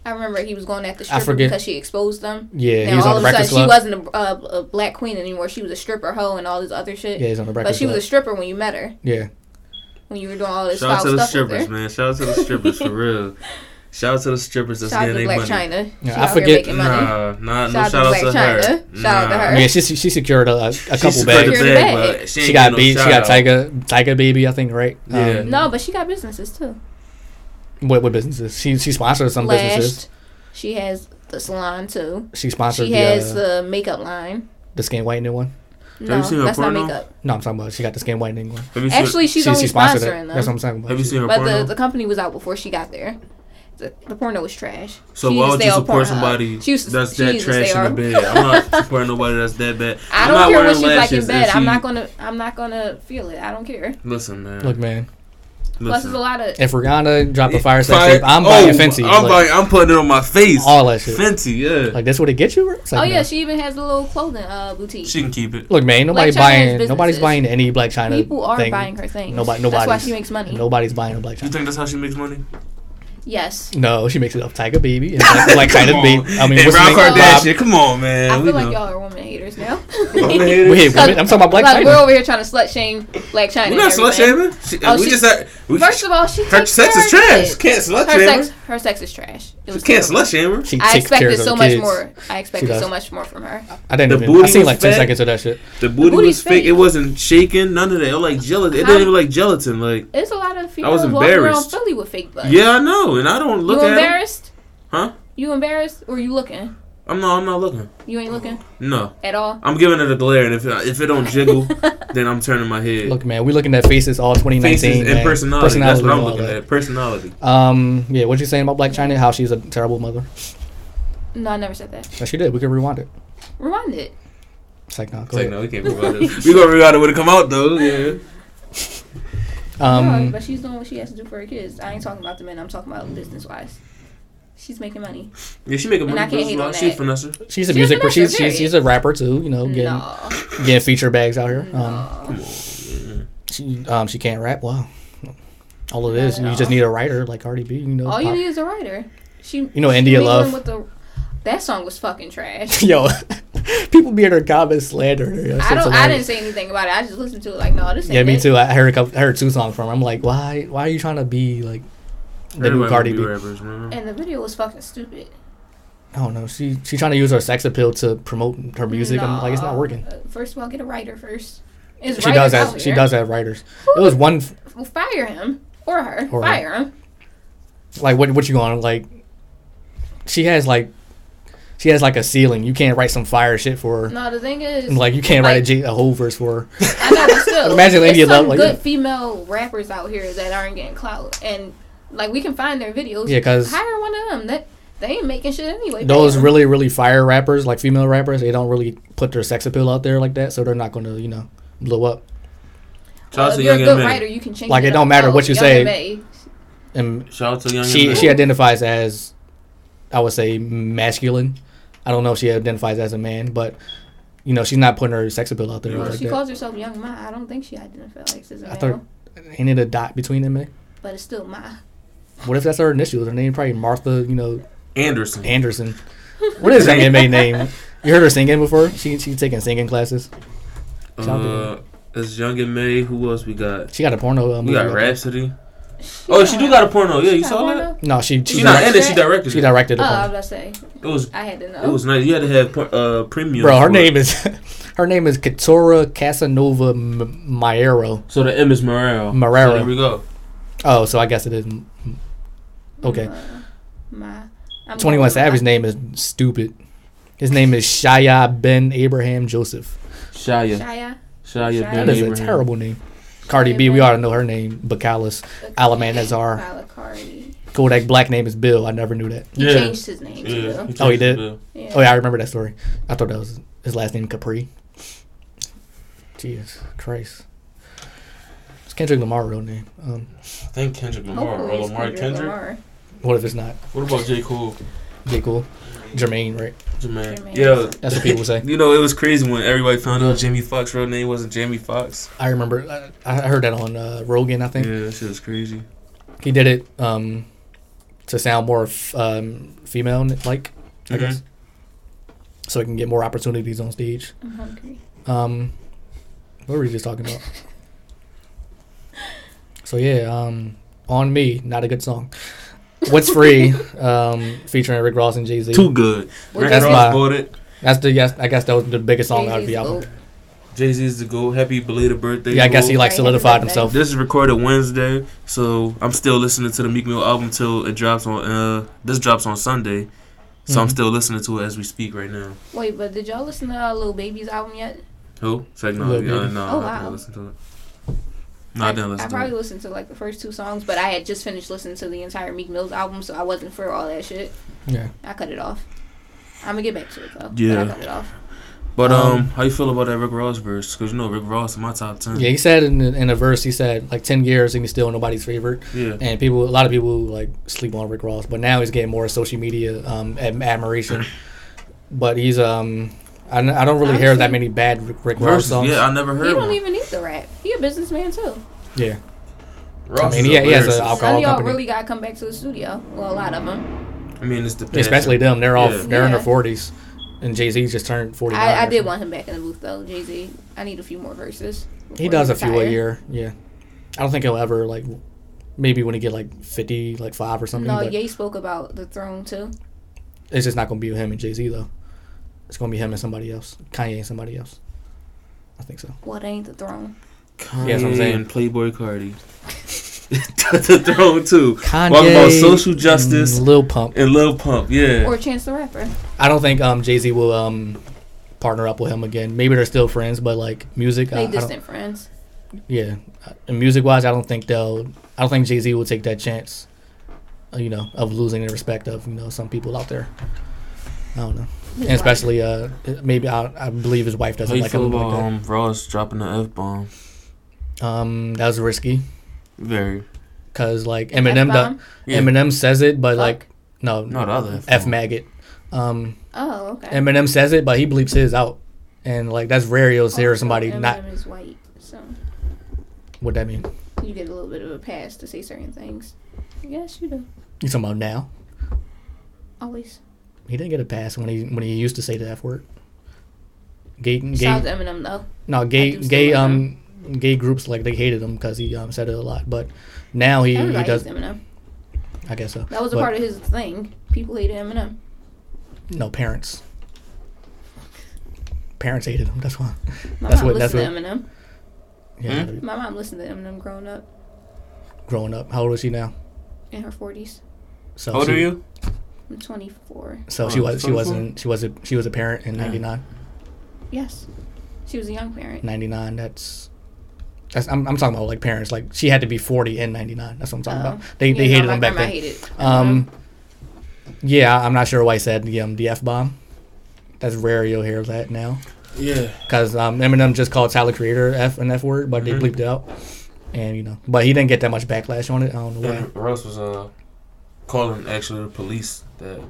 Speaker 4: I remember he was going at the stripper
Speaker 3: forget-
Speaker 4: because she exposed them.
Speaker 3: yeah,
Speaker 4: and
Speaker 3: he was
Speaker 4: all
Speaker 3: on the
Speaker 4: of a
Speaker 3: Breakfast
Speaker 4: sudden, she
Speaker 3: Club.
Speaker 4: wasn't a, uh, a black queen anymore. She was a stripper hoe and all this other shit.
Speaker 3: yeah, he's on the
Speaker 4: but
Speaker 3: Breakfast
Speaker 4: she was
Speaker 3: Club.
Speaker 4: a stripper when you met her,
Speaker 3: yeah,
Speaker 4: when you were doing all this
Speaker 5: shout out
Speaker 4: foul
Speaker 5: to the
Speaker 4: stuff with
Speaker 5: strippers,
Speaker 4: her.
Speaker 5: man. Shout out to the strippers for real. Shout out to the strippers that's
Speaker 4: Shout out
Speaker 5: getting
Speaker 4: to
Speaker 5: their money.
Speaker 4: Black China. She
Speaker 3: I
Speaker 4: out here
Speaker 3: forget-
Speaker 4: making money.
Speaker 5: Nah, nah,
Speaker 4: Shout
Speaker 5: no
Speaker 4: out to
Speaker 5: shout out
Speaker 4: Black
Speaker 5: to, her.
Speaker 4: China. Shout out to
Speaker 5: Nah.
Speaker 4: her.
Speaker 3: yeah. She she, she secured a, a, a
Speaker 5: She
Speaker 3: couple
Speaker 5: secured
Speaker 3: bags.
Speaker 5: the
Speaker 4: Secured the
Speaker 5: bag,
Speaker 4: bag.
Speaker 5: but
Speaker 3: She
Speaker 5: ain't
Speaker 3: got
Speaker 5: getting no
Speaker 3: beat. She
Speaker 5: shout
Speaker 3: got
Speaker 5: out.
Speaker 3: Tiger Tiger Baby, I think, right?
Speaker 5: Yeah.
Speaker 3: Um,
Speaker 4: No, but she got businesses too.
Speaker 3: what what businesses? She she sponsors some businesses.
Speaker 4: Lashed. She has the salon too.
Speaker 3: She sponsored
Speaker 4: She
Speaker 3: the,
Speaker 4: has
Speaker 3: uh,
Speaker 4: the makeup line.
Speaker 3: the skin whitening one.
Speaker 4: No,
Speaker 5: you seen her
Speaker 4: that's not
Speaker 5: porno?
Speaker 4: makeup.
Speaker 3: No, I'm talking about she got the skin whitening one.
Speaker 5: Have you seen-
Speaker 4: Actually, she's
Speaker 3: she,
Speaker 4: only
Speaker 3: she
Speaker 4: sponsoring
Speaker 3: sponsored
Speaker 4: them.
Speaker 3: it. That's what I'm talking about.
Speaker 5: Have you
Speaker 3: She-
Speaker 5: seen her
Speaker 4: But
Speaker 5: porno?
Speaker 4: the, the company was out before she got there. The, the porno was trash.
Speaker 5: so
Speaker 4: She
Speaker 5: why
Speaker 4: used
Speaker 5: would
Speaker 4: to
Speaker 5: you
Speaker 4: stay on
Speaker 5: support
Speaker 4: Pornhub.
Speaker 5: somebody
Speaker 4: She used to-
Speaker 5: that's
Speaker 4: she
Speaker 5: that
Speaker 4: used to
Speaker 5: trash in
Speaker 4: stay
Speaker 5: the
Speaker 4: on-
Speaker 5: bed? I'm not supporting nobody that's that bad.
Speaker 4: I
Speaker 5: I'm not
Speaker 4: don't care what
Speaker 5: wearing
Speaker 4: she's like in
Speaker 5: lashes and
Speaker 4: bed. I'm
Speaker 5: she-
Speaker 4: not gonna. I'm not gonna feel it. I don't care.
Speaker 5: Listen, man.
Speaker 3: Look, man,
Speaker 4: Plus,
Speaker 5: listen.
Speaker 4: there's a lot of.
Speaker 3: if Rihanna dropped a fire sex
Speaker 5: Fire-
Speaker 3: tape, I'm buying
Speaker 5: oh,
Speaker 3: Fenty.
Speaker 5: I'm
Speaker 3: like,
Speaker 5: buying. I'm putting it on my face.
Speaker 3: all that shit.
Speaker 5: Fenty, yeah.
Speaker 3: Like that's what it gets you. It's like,
Speaker 4: Oh yeah,
Speaker 3: no.
Speaker 4: she even has a little clothing uh, boutique.
Speaker 5: She can keep it.
Speaker 3: Look, man, nobody's
Speaker 4: China has
Speaker 3: buying. Nobody's
Speaker 4: businesses.
Speaker 3: buying any Black China.
Speaker 4: People are
Speaker 3: thing.
Speaker 4: buying her things.
Speaker 3: Nobody.
Speaker 4: That's
Speaker 3: Nobody's.
Speaker 4: why she makes money.
Speaker 3: Nobody's buying a Black
Speaker 5: You
Speaker 3: China.
Speaker 5: think that's how she makes money?
Speaker 4: Yes.
Speaker 3: No, she makes it up. Tiger baby. And Black, Black China
Speaker 5: Come
Speaker 3: baby.
Speaker 5: on.
Speaker 3: I mean,
Speaker 5: Hey,
Speaker 3: what's
Speaker 5: Rob
Speaker 3: her name?
Speaker 5: Kardashian, come on, man.
Speaker 4: I
Speaker 5: we
Speaker 4: feel like
Speaker 5: know.
Speaker 4: y'all are woman haters now.
Speaker 5: Woman
Speaker 4: Like,
Speaker 5: haters.
Speaker 3: We hate women. I'm talking about Black China.
Speaker 4: we're over here trying to slut shame Black China.
Speaker 5: We're not
Speaker 4: and
Speaker 5: slut
Speaker 4: everything.
Speaker 5: shaming. She-
Speaker 4: Oh,
Speaker 5: we
Speaker 4: she-
Speaker 5: just had, we,
Speaker 4: First of all, she
Speaker 5: her
Speaker 4: takes
Speaker 5: sex
Speaker 4: care
Speaker 5: is
Speaker 4: of her
Speaker 5: trash.
Speaker 4: kids.
Speaker 5: Can't slut
Speaker 4: Her
Speaker 5: shame.
Speaker 4: sex,
Speaker 5: her.
Speaker 4: her sex is trash. It
Speaker 5: She
Speaker 4: was
Speaker 5: can't
Speaker 4: terrible.
Speaker 5: slut shame her.
Speaker 3: She
Speaker 4: I
Speaker 3: takes care of
Speaker 4: expected
Speaker 3: her
Speaker 4: so much
Speaker 3: kids.
Speaker 4: more. I expected
Speaker 3: does.
Speaker 4: so much more from her.
Speaker 3: I didn't
Speaker 5: The
Speaker 3: even. I
Speaker 5: booty
Speaker 3: seen
Speaker 5: was
Speaker 3: like ten
Speaker 5: fat.
Speaker 3: seconds of that shit.
Speaker 5: The booty
Speaker 4: booty's
Speaker 5: was fake.
Speaker 4: fake.
Speaker 5: It wasn't shaking. None of that. It was like gelatin. It
Speaker 4: How-
Speaker 5: didn't even like gelatin. Like
Speaker 4: It's a lot of females walking around
Speaker 5: embarrassed.
Speaker 4: Philly with fake butts.
Speaker 5: yeah, I know. And I don't look
Speaker 4: you
Speaker 5: at it.
Speaker 4: embarrassed?
Speaker 5: Huh?
Speaker 4: You embarrassed? Or you looking?
Speaker 5: I'm not. I'm not looking.
Speaker 4: You ain't looking
Speaker 5: No.
Speaker 4: at all.
Speaker 5: I'm giving it a glare, and if it, if it don't jiggle, then I'm turning my head.
Speaker 3: Look, man, we looking at faces all 2019.
Speaker 5: Faces and
Speaker 3: man.
Speaker 5: personality. That's what
Speaker 3: and
Speaker 5: I'm
Speaker 3: all
Speaker 5: looking
Speaker 3: that.
Speaker 5: at. Personality.
Speaker 3: Um, yeah, what you saying about Black China? How she's a terrible mother?
Speaker 4: No, I never said that.
Speaker 3: No, she did. We could rewind it.
Speaker 4: Rewind it.
Speaker 3: It's like, nah, go
Speaker 5: It's like,
Speaker 3: ahead.
Speaker 5: no, we can't move out this. We gonna move out it when it come out though. Yeah.
Speaker 3: Um,
Speaker 4: no, but she's doing what she has to do for her kids. I ain't talking about the men. I'm talking about business wise. She's making money.
Speaker 5: Yeah, she making
Speaker 4: And I
Speaker 5: money.
Speaker 4: can't
Speaker 5: but
Speaker 4: hate on
Speaker 5: it's She
Speaker 4: that.
Speaker 5: finesse. her.
Speaker 3: she's a
Speaker 4: She's a
Speaker 3: music.
Speaker 4: producer,
Speaker 3: She's, she's
Speaker 4: period.
Speaker 3: she's a rapper too. You know, getting
Speaker 4: No.
Speaker 3: getting feature bags out here. Um,
Speaker 4: No.
Speaker 3: she um she can't rap. Wow, all it
Speaker 4: Not
Speaker 3: is.
Speaker 4: at
Speaker 3: You just
Speaker 4: all.
Speaker 3: need a writer like Cardi B. You know,
Speaker 4: All you
Speaker 3: pop-
Speaker 4: need is a writer. She. You
Speaker 3: know India Love?
Speaker 4: With the, that song was fucking trash.
Speaker 3: yo, people be in her comments slandering her. That's
Speaker 4: I don't. I
Speaker 3: hilarious.
Speaker 4: didn't say anything about it. I just listened to it like, no, this ain't
Speaker 3: Yeah, me
Speaker 4: it.
Speaker 3: too. I heard a couple, I heard two songs from. her. I'm like, why why are you trying to be like the new
Speaker 5: Everybody
Speaker 3: Cardi
Speaker 5: wanna
Speaker 3: B?
Speaker 5: be rappers, man.
Speaker 4: And the video was fucking stupid.
Speaker 3: I don't know. She she trying to use her sex appeal to promote her music. I'm like, it's not
Speaker 4: Nah.
Speaker 3: working.
Speaker 4: Uh, First of all, get a writer first. It's
Speaker 3: She does
Speaker 4: writers out
Speaker 3: have she
Speaker 4: here.
Speaker 3: does have writers. It was one f-
Speaker 4: Well, fire him or her.
Speaker 3: Or her.
Speaker 4: fire him.
Speaker 3: like what what you going like? She has like she has like a ceiling. You can't write some fire shit for her.
Speaker 4: No, the thing is,
Speaker 3: Like you can't write a,
Speaker 4: like,
Speaker 3: J- a whole verse for her.
Speaker 4: I know, but still,
Speaker 3: Imagine
Speaker 4: there's
Speaker 3: Lady Love,
Speaker 4: some
Speaker 3: like-
Speaker 4: good female rappers out here that aren't getting clout, and like we can find their videos.
Speaker 3: Yeah, 'cause-
Speaker 4: hire one of them. That they ain't making shit anyway.
Speaker 3: Those
Speaker 4: Damn.
Speaker 3: really really fire rappers, like female rappers, they don't really put their sex appeal out there like that, so they're not going to you know blow up.
Speaker 5: Shout out to
Speaker 4: Well, if Uh, you're a
Speaker 5: Young
Speaker 4: good
Speaker 5: and
Speaker 4: writer,
Speaker 5: May.
Speaker 4: you can change.
Speaker 3: Like, it
Speaker 4: up.
Speaker 3: don't matter
Speaker 4: Oh,
Speaker 3: what you
Speaker 4: Young
Speaker 3: say.
Speaker 4: and May.
Speaker 3: And
Speaker 5: Shout out to Young
Speaker 3: she
Speaker 5: and
Speaker 3: she
Speaker 5: May.
Speaker 3: identifies as I would say masculine. I don't know if she identifies as a man, but you know she's not putting her sex appeal out there
Speaker 5: Well,
Speaker 3: like
Speaker 4: she
Speaker 3: that.
Speaker 4: calls herself Young Ma. I don't think she identifies as a
Speaker 3: I
Speaker 4: male,
Speaker 3: thought ain't it a dot between them? eh?
Speaker 4: but it's still Ma.
Speaker 3: What if that's her initials? Her name probably Martha, you know,
Speaker 5: Anderson.
Speaker 3: Anderson. What is her MA name? You heard her singing before? She she's taking singing classes. Shout out to
Speaker 5: Uh, it's Young and May. Who else we got?
Speaker 3: She got a porno. Um,
Speaker 5: We got Rhapsody. Oh, she do got a porno. Yeah, you saw that?
Speaker 3: No, she she,
Speaker 5: She
Speaker 4: She
Speaker 5: not
Speaker 4: directed
Speaker 5: in Uh, it. She Oh.
Speaker 4: it?
Speaker 5: directed
Speaker 3: she
Speaker 5: it.
Speaker 3: directed the
Speaker 4: Oh, I was
Speaker 3: porno.
Speaker 4: about to say.
Speaker 5: It was
Speaker 4: I had to know.
Speaker 5: it was nice. You had to have por- uh premium.
Speaker 3: Bro, her
Speaker 5: for it.
Speaker 3: name is her name is Katora Casanova M- Maero.
Speaker 5: So the M is Morero.
Speaker 3: Morero.
Speaker 5: So there we go.
Speaker 3: Oh, so I guess it is. m- m- Okay,
Speaker 4: Uh, Ma. I'm
Speaker 3: Twenty One
Speaker 4: going with Ma.
Speaker 3: Savage's name is stupid. His name is Shia Ben Abraham Joseph.
Speaker 5: Shia.
Speaker 4: Shia.
Speaker 5: Shia.
Speaker 4: That
Speaker 3: That
Speaker 5: Ben
Speaker 3: is
Speaker 5: Abraham.
Speaker 3: a terrible name. Cardi B, we already know her name. Bacalis, Alaman Nazar,
Speaker 4: Balakari.
Speaker 3: Kodak Black name is Bill. I never knew that.
Speaker 4: He
Speaker 5: Yeah.
Speaker 4: changed his name
Speaker 5: Yeah.
Speaker 4: too.
Speaker 3: Oh, he did?
Speaker 5: Yeah.
Speaker 4: Yeah.
Speaker 3: Oh yeah, I remember that story. I thought that was his last name Capri. Jesus Christ. It's Kendrick Lamar real name. Um,
Speaker 5: I think Kendrick Lamar
Speaker 4: Hopefully
Speaker 5: or
Speaker 4: it's
Speaker 5: Lamar
Speaker 4: Kendrick
Speaker 5: Kendrick.
Speaker 4: Lamar.
Speaker 3: what if it's not
Speaker 5: What about J Cole?
Speaker 3: J. Cole? Jermaine, right?
Speaker 5: Jermaine.
Speaker 4: Jermaine.
Speaker 5: Yeah.
Speaker 3: That's what people say.
Speaker 5: You know, it was crazy when everybody found out Jamie Foxx's real name wasn't Jamie Foxx.
Speaker 3: I remember I, I heard that on uh, Rogan, I think.
Speaker 5: Yeah, that shit was crazy.
Speaker 3: He did it um, to sound more f- um, female like, I
Speaker 5: Mhm.
Speaker 3: guess. So he can get more opportunities on stage.
Speaker 4: I'm hungry.
Speaker 3: Um, what were we just talking about? so yeah, um, on me, not a good song. What's free? um, featuring Rick Ross and Jay Z.
Speaker 5: Too good. Rick
Speaker 3: That's
Speaker 5: Ross
Speaker 3: my-
Speaker 5: bought it.
Speaker 3: That's the yes. I guess that was the biggest song out of the
Speaker 4: Jay-Z's
Speaker 3: album.
Speaker 4: Goat.
Speaker 5: Jay Z's the goal. Happy belated birthday.
Speaker 3: Yeah, I guess he
Speaker 5: Gold.
Speaker 3: like
Speaker 4: Right,
Speaker 3: solidified
Speaker 4: happy birthday.
Speaker 3: himself.
Speaker 5: This is recorded Wednesday, so I'm still listening to the Meek Mill album till it drops on. Uh, this drops on Sunday, so I'm
Speaker 3: Mhm.
Speaker 5: still listening to it as we speak right now.
Speaker 4: Wait, but did y'all listen to uh, Lil Baby's album yet?
Speaker 5: Who? It's like, no,
Speaker 3: Lil
Speaker 5: yeah,
Speaker 3: Baby.
Speaker 5: no,
Speaker 4: Oh,
Speaker 5: I
Speaker 4: wow.
Speaker 5: didn't listen to it. No, I didn't listen
Speaker 4: I
Speaker 5: to it.
Speaker 4: probably listened to like the first two songs, but I had just finished listening to the entire Meek Mill's album, so I wasn't for all that shit.
Speaker 3: Yeah.
Speaker 4: I cut it off. I'm gonna get back to it though.
Speaker 5: Yeah.
Speaker 4: But I cut it off.
Speaker 5: But um,
Speaker 3: Um,
Speaker 5: how you feel about that Rick Ross verse? Because you know Rick Ross in my top ten.
Speaker 3: Yeah, he said in, in a verse, he said like ten years and he's still nobody's favorite,
Speaker 5: yeah.
Speaker 3: and people, a lot of people like sleep on Rick Ross, but now he's getting more social media um, ad- admiration. but he's um, I, n- I don't really hear that
Speaker 4: Honestly-
Speaker 3: many bad Rick, Rick Ross
Speaker 5: Verses,
Speaker 3: songs.
Speaker 5: yeah, I never heard
Speaker 4: He
Speaker 5: one.
Speaker 4: don't even need the rap. He a businessman too.
Speaker 3: yeah.
Speaker 5: Ross
Speaker 3: I mean,
Speaker 5: is
Speaker 3: he- he has a
Speaker 5: lyricist.
Speaker 3: alcohol-
Speaker 4: Some of y'all
Speaker 3: company.
Speaker 4: really gotta come back to the studio. Well, a lot of them.
Speaker 5: I mean, it's the passion.
Speaker 3: especially them. They're all
Speaker 5: Yeah.
Speaker 3: they're in their
Speaker 4: Yeah.
Speaker 3: forties, and Jay Z just turned forty.
Speaker 4: I, I did want him back in the booth though, Jay Z. I need a few more verses.
Speaker 3: He
Speaker 4: before
Speaker 3: does a few a
Speaker 4: retire.
Speaker 3: year. Yeah, I don't think he'll ever like. Maybe when he get like fifty, like five or something.
Speaker 4: No,
Speaker 3: but
Speaker 4: Ye spoke about the throne too.
Speaker 3: It's just not gonna be him and Jay Z though. It's gonna be him and somebody else, Kanye and somebody else. I think so.
Speaker 4: What ain't the throne?
Speaker 5: Kanye
Speaker 3: Yeah, that's what I'm saying.
Speaker 5: and Playboy Cardi. the throne too.
Speaker 3: Kanye,
Speaker 5: Talking about social justice
Speaker 3: mm, Lil Pump.
Speaker 5: and Lil Pump. Yeah.
Speaker 4: Or Chance the Rapper.
Speaker 3: I don't think um Jay Z will um partner up with him again. Maybe they're still friends, but like music, I,
Speaker 4: They
Speaker 3: I don't-
Speaker 4: distant friends.
Speaker 3: yeah, and music wise, I don't think they'll. I don't think Jay Z will take that chance. uh, You know, of losing the respect of you know some people out there. I don't know, and
Speaker 4: wife.
Speaker 3: especially uh, maybe I, I believe his wife
Speaker 5: How
Speaker 3: doesn't
Speaker 5: you
Speaker 3: like
Speaker 5: feel
Speaker 3: him.
Speaker 5: about
Speaker 3: Like
Speaker 5: um, Ross dropping the f bomb?
Speaker 3: that. Um, that was risky
Speaker 5: Very.
Speaker 3: because like Eminem,
Speaker 4: F-bomb?
Speaker 3: do,
Speaker 5: Yeah.
Speaker 3: Eminem says it, but
Speaker 4: Fuck.
Speaker 3: like no,
Speaker 5: No, the other
Speaker 3: F
Speaker 5: bomb.
Speaker 3: maggot. Um,
Speaker 4: Oh, okay.
Speaker 3: Eminem says it, but he bleeps his out, and like that's rare you'll hear somebody
Speaker 4: Eminem
Speaker 3: not
Speaker 4: is white, so
Speaker 3: what that mean.
Speaker 4: you get a little bit of a pass to say certain things. Yes, you do.
Speaker 3: You talking about now?
Speaker 4: Always.
Speaker 3: He didn't get a pass when he when he used to say the F word. Gay, gay,
Speaker 4: Shout out to Eminem though.
Speaker 3: No, gay
Speaker 4: do still
Speaker 3: gay
Speaker 4: like
Speaker 3: um gay groups like they hated him because he um, said it a lot. But now he, he
Speaker 4: Everybody hates
Speaker 3: does.
Speaker 4: Eminem.
Speaker 3: I guess so.
Speaker 4: That was a
Speaker 3: But
Speaker 4: part of his thing. People hated Eminem.
Speaker 3: No parents. Parents hated him. That's why.
Speaker 4: My
Speaker 3: That's
Speaker 4: mom
Speaker 3: what- that's
Speaker 4: listened
Speaker 3: what-
Speaker 4: to Eminem.
Speaker 3: Yeah.
Speaker 5: Hmm?
Speaker 4: My mom listened to Eminem growing up
Speaker 3: Growing up, how old is she now?
Speaker 4: in her forties.
Speaker 3: So
Speaker 5: How old
Speaker 3: she-
Speaker 5: are you?
Speaker 4: I'm 24.
Speaker 3: So she
Speaker 5: Oh,
Speaker 3: was she
Speaker 5: 24?
Speaker 3: wasn't she was a she was a parent in 99.
Speaker 4: Yes. She was a young parent.
Speaker 3: 99 that's that's I'm, I'm talking about like parents like she had to be 40 and 99. That's what I'm talking
Speaker 4: Oh.
Speaker 3: about. They they
Speaker 4: Yeah, no,
Speaker 3: hated
Speaker 4: my
Speaker 3: them back
Speaker 4: grandma
Speaker 3: then.
Speaker 4: hated.
Speaker 3: Um yeah, I'm not sure why he said the um, the F bomb. That's rare you'll hear that now.
Speaker 5: Yeah.
Speaker 3: because um, Eminem just called Tyler Creator F an F word, but
Speaker 5: Mm-hmm.
Speaker 3: they bleeped it out. And you know, but he didn't get that much backlash on it. I don't know why.
Speaker 5: And Russ was uh calling actually the police that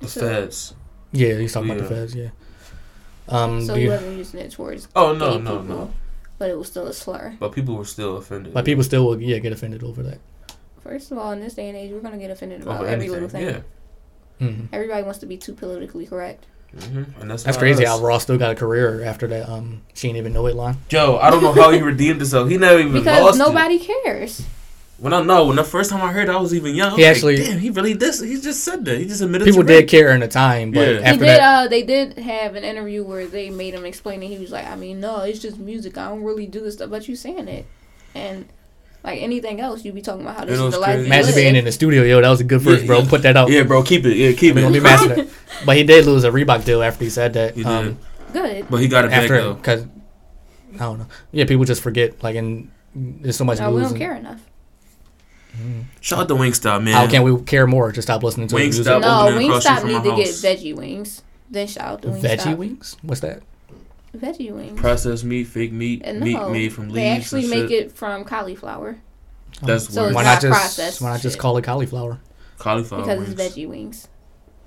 Speaker 5: the
Speaker 4: So-
Speaker 5: feds.
Speaker 3: Yeah, he's talking about the
Speaker 5: Yeah.
Speaker 3: feds. Yeah. Um,
Speaker 4: so
Speaker 3: do
Speaker 4: he
Speaker 3: you-
Speaker 4: wasn't using it towards
Speaker 5: Oh no
Speaker 4: gay
Speaker 5: no
Speaker 4: people,
Speaker 5: no!
Speaker 4: but it was still a slur.
Speaker 5: But people were still offended.
Speaker 3: but people still will yeah get offended over that.
Speaker 4: First of all, in this day and age, we're gonna get offended about
Speaker 5: over
Speaker 4: every little
Speaker 5: anything. Yeah.
Speaker 4: thing.
Speaker 3: hmm
Speaker 4: Everybody wants to be too politically correct.
Speaker 5: Mm-hmm. And that's
Speaker 3: That's
Speaker 5: not
Speaker 3: crazy
Speaker 5: us.
Speaker 3: how Ross still got a career after that. Um, she didn't even know it line.
Speaker 5: Yo, I don't know how he redeemed himself. He never even
Speaker 4: Because
Speaker 5: lost it.
Speaker 4: nobody cares.
Speaker 5: When I know, when the first time I heard, it, I was even young. I was
Speaker 3: He
Speaker 5: like,
Speaker 3: actually-
Speaker 5: damn, he really this. He just said that. He just admitted.
Speaker 3: People
Speaker 5: to
Speaker 3: did
Speaker 5: rape.
Speaker 3: care in the time, but
Speaker 5: Yeah. He
Speaker 4: He
Speaker 3: after
Speaker 4: did.
Speaker 3: that,
Speaker 4: Uh, they did have an interview where they made him explain it. He was like, "I mean, no, it's just music. I don't really do this stuff." But you saying it, and like anything else, you be talking about how this
Speaker 5: It
Speaker 4: is
Speaker 5: was
Speaker 4: the life.
Speaker 5: crazy.
Speaker 4: you
Speaker 3: imagine
Speaker 4: live.
Speaker 3: being in the studio. Yo, that was a good first,
Speaker 5: Yeah,
Speaker 3: bro.
Speaker 5: yeah.
Speaker 3: Put that out.
Speaker 5: Yeah, bro, keep it. Yeah, keep
Speaker 3: We gonna be
Speaker 5: it.
Speaker 3: mad at that. But he did lose a Reebok deal after he said that.
Speaker 5: He
Speaker 3: um,
Speaker 5: did.
Speaker 4: good.
Speaker 5: But he got it back
Speaker 3: after
Speaker 5: though.
Speaker 3: because I don't know. Yeah, people just forget. Like, and there's so much
Speaker 4: No, we
Speaker 3: news.
Speaker 4: don't
Speaker 3: and
Speaker 4: care enough.
Speaker 5: Shout out to Wingstop, man.
Speaker 3: How can we care more to stop listening to the music?
Speaker 5: Wingstop.
Speaker 4: No,
Speaker 5: opening across the
Speaker 4: Wingstop
Speaker 5: street
Speaker 4: need
Speaker 5: from
Speaker 4: to
Speaker 5: my
Speaker 4: get
Speaker 5: house.
Speaker 4: veggie wings. Then shout out to Wingstop.
Speaker 3: Veggie wings? What's that?
Speaker 4: Veggie wings.
Speaker 5: Processed meat, fake meat,
Speaker 4: And
Speaker 5: meat
Speaker 4: no,
Speaker 5: made from leaves.
Speaker 4: they actually
Speaker 5: and
Speaker 4: make
Speaker 5: shit.
Speaker 4: it from cauliflower
Speaker 5: That's
Speaker 4: so
Speaker 5: weird.
Speaker 4: It's
Speaker 3: why
Speaker 4: not
Speaker 3: not just
Speaker 4: processed
Speaker 3: why not just
Speaker 4: shit.
Speaker 3: call it cauliflower?
Speaker 5: Cauliflower
Speaker 4: because
Speaker 5: Oh, wings.
Speaker 4: it's veggie wings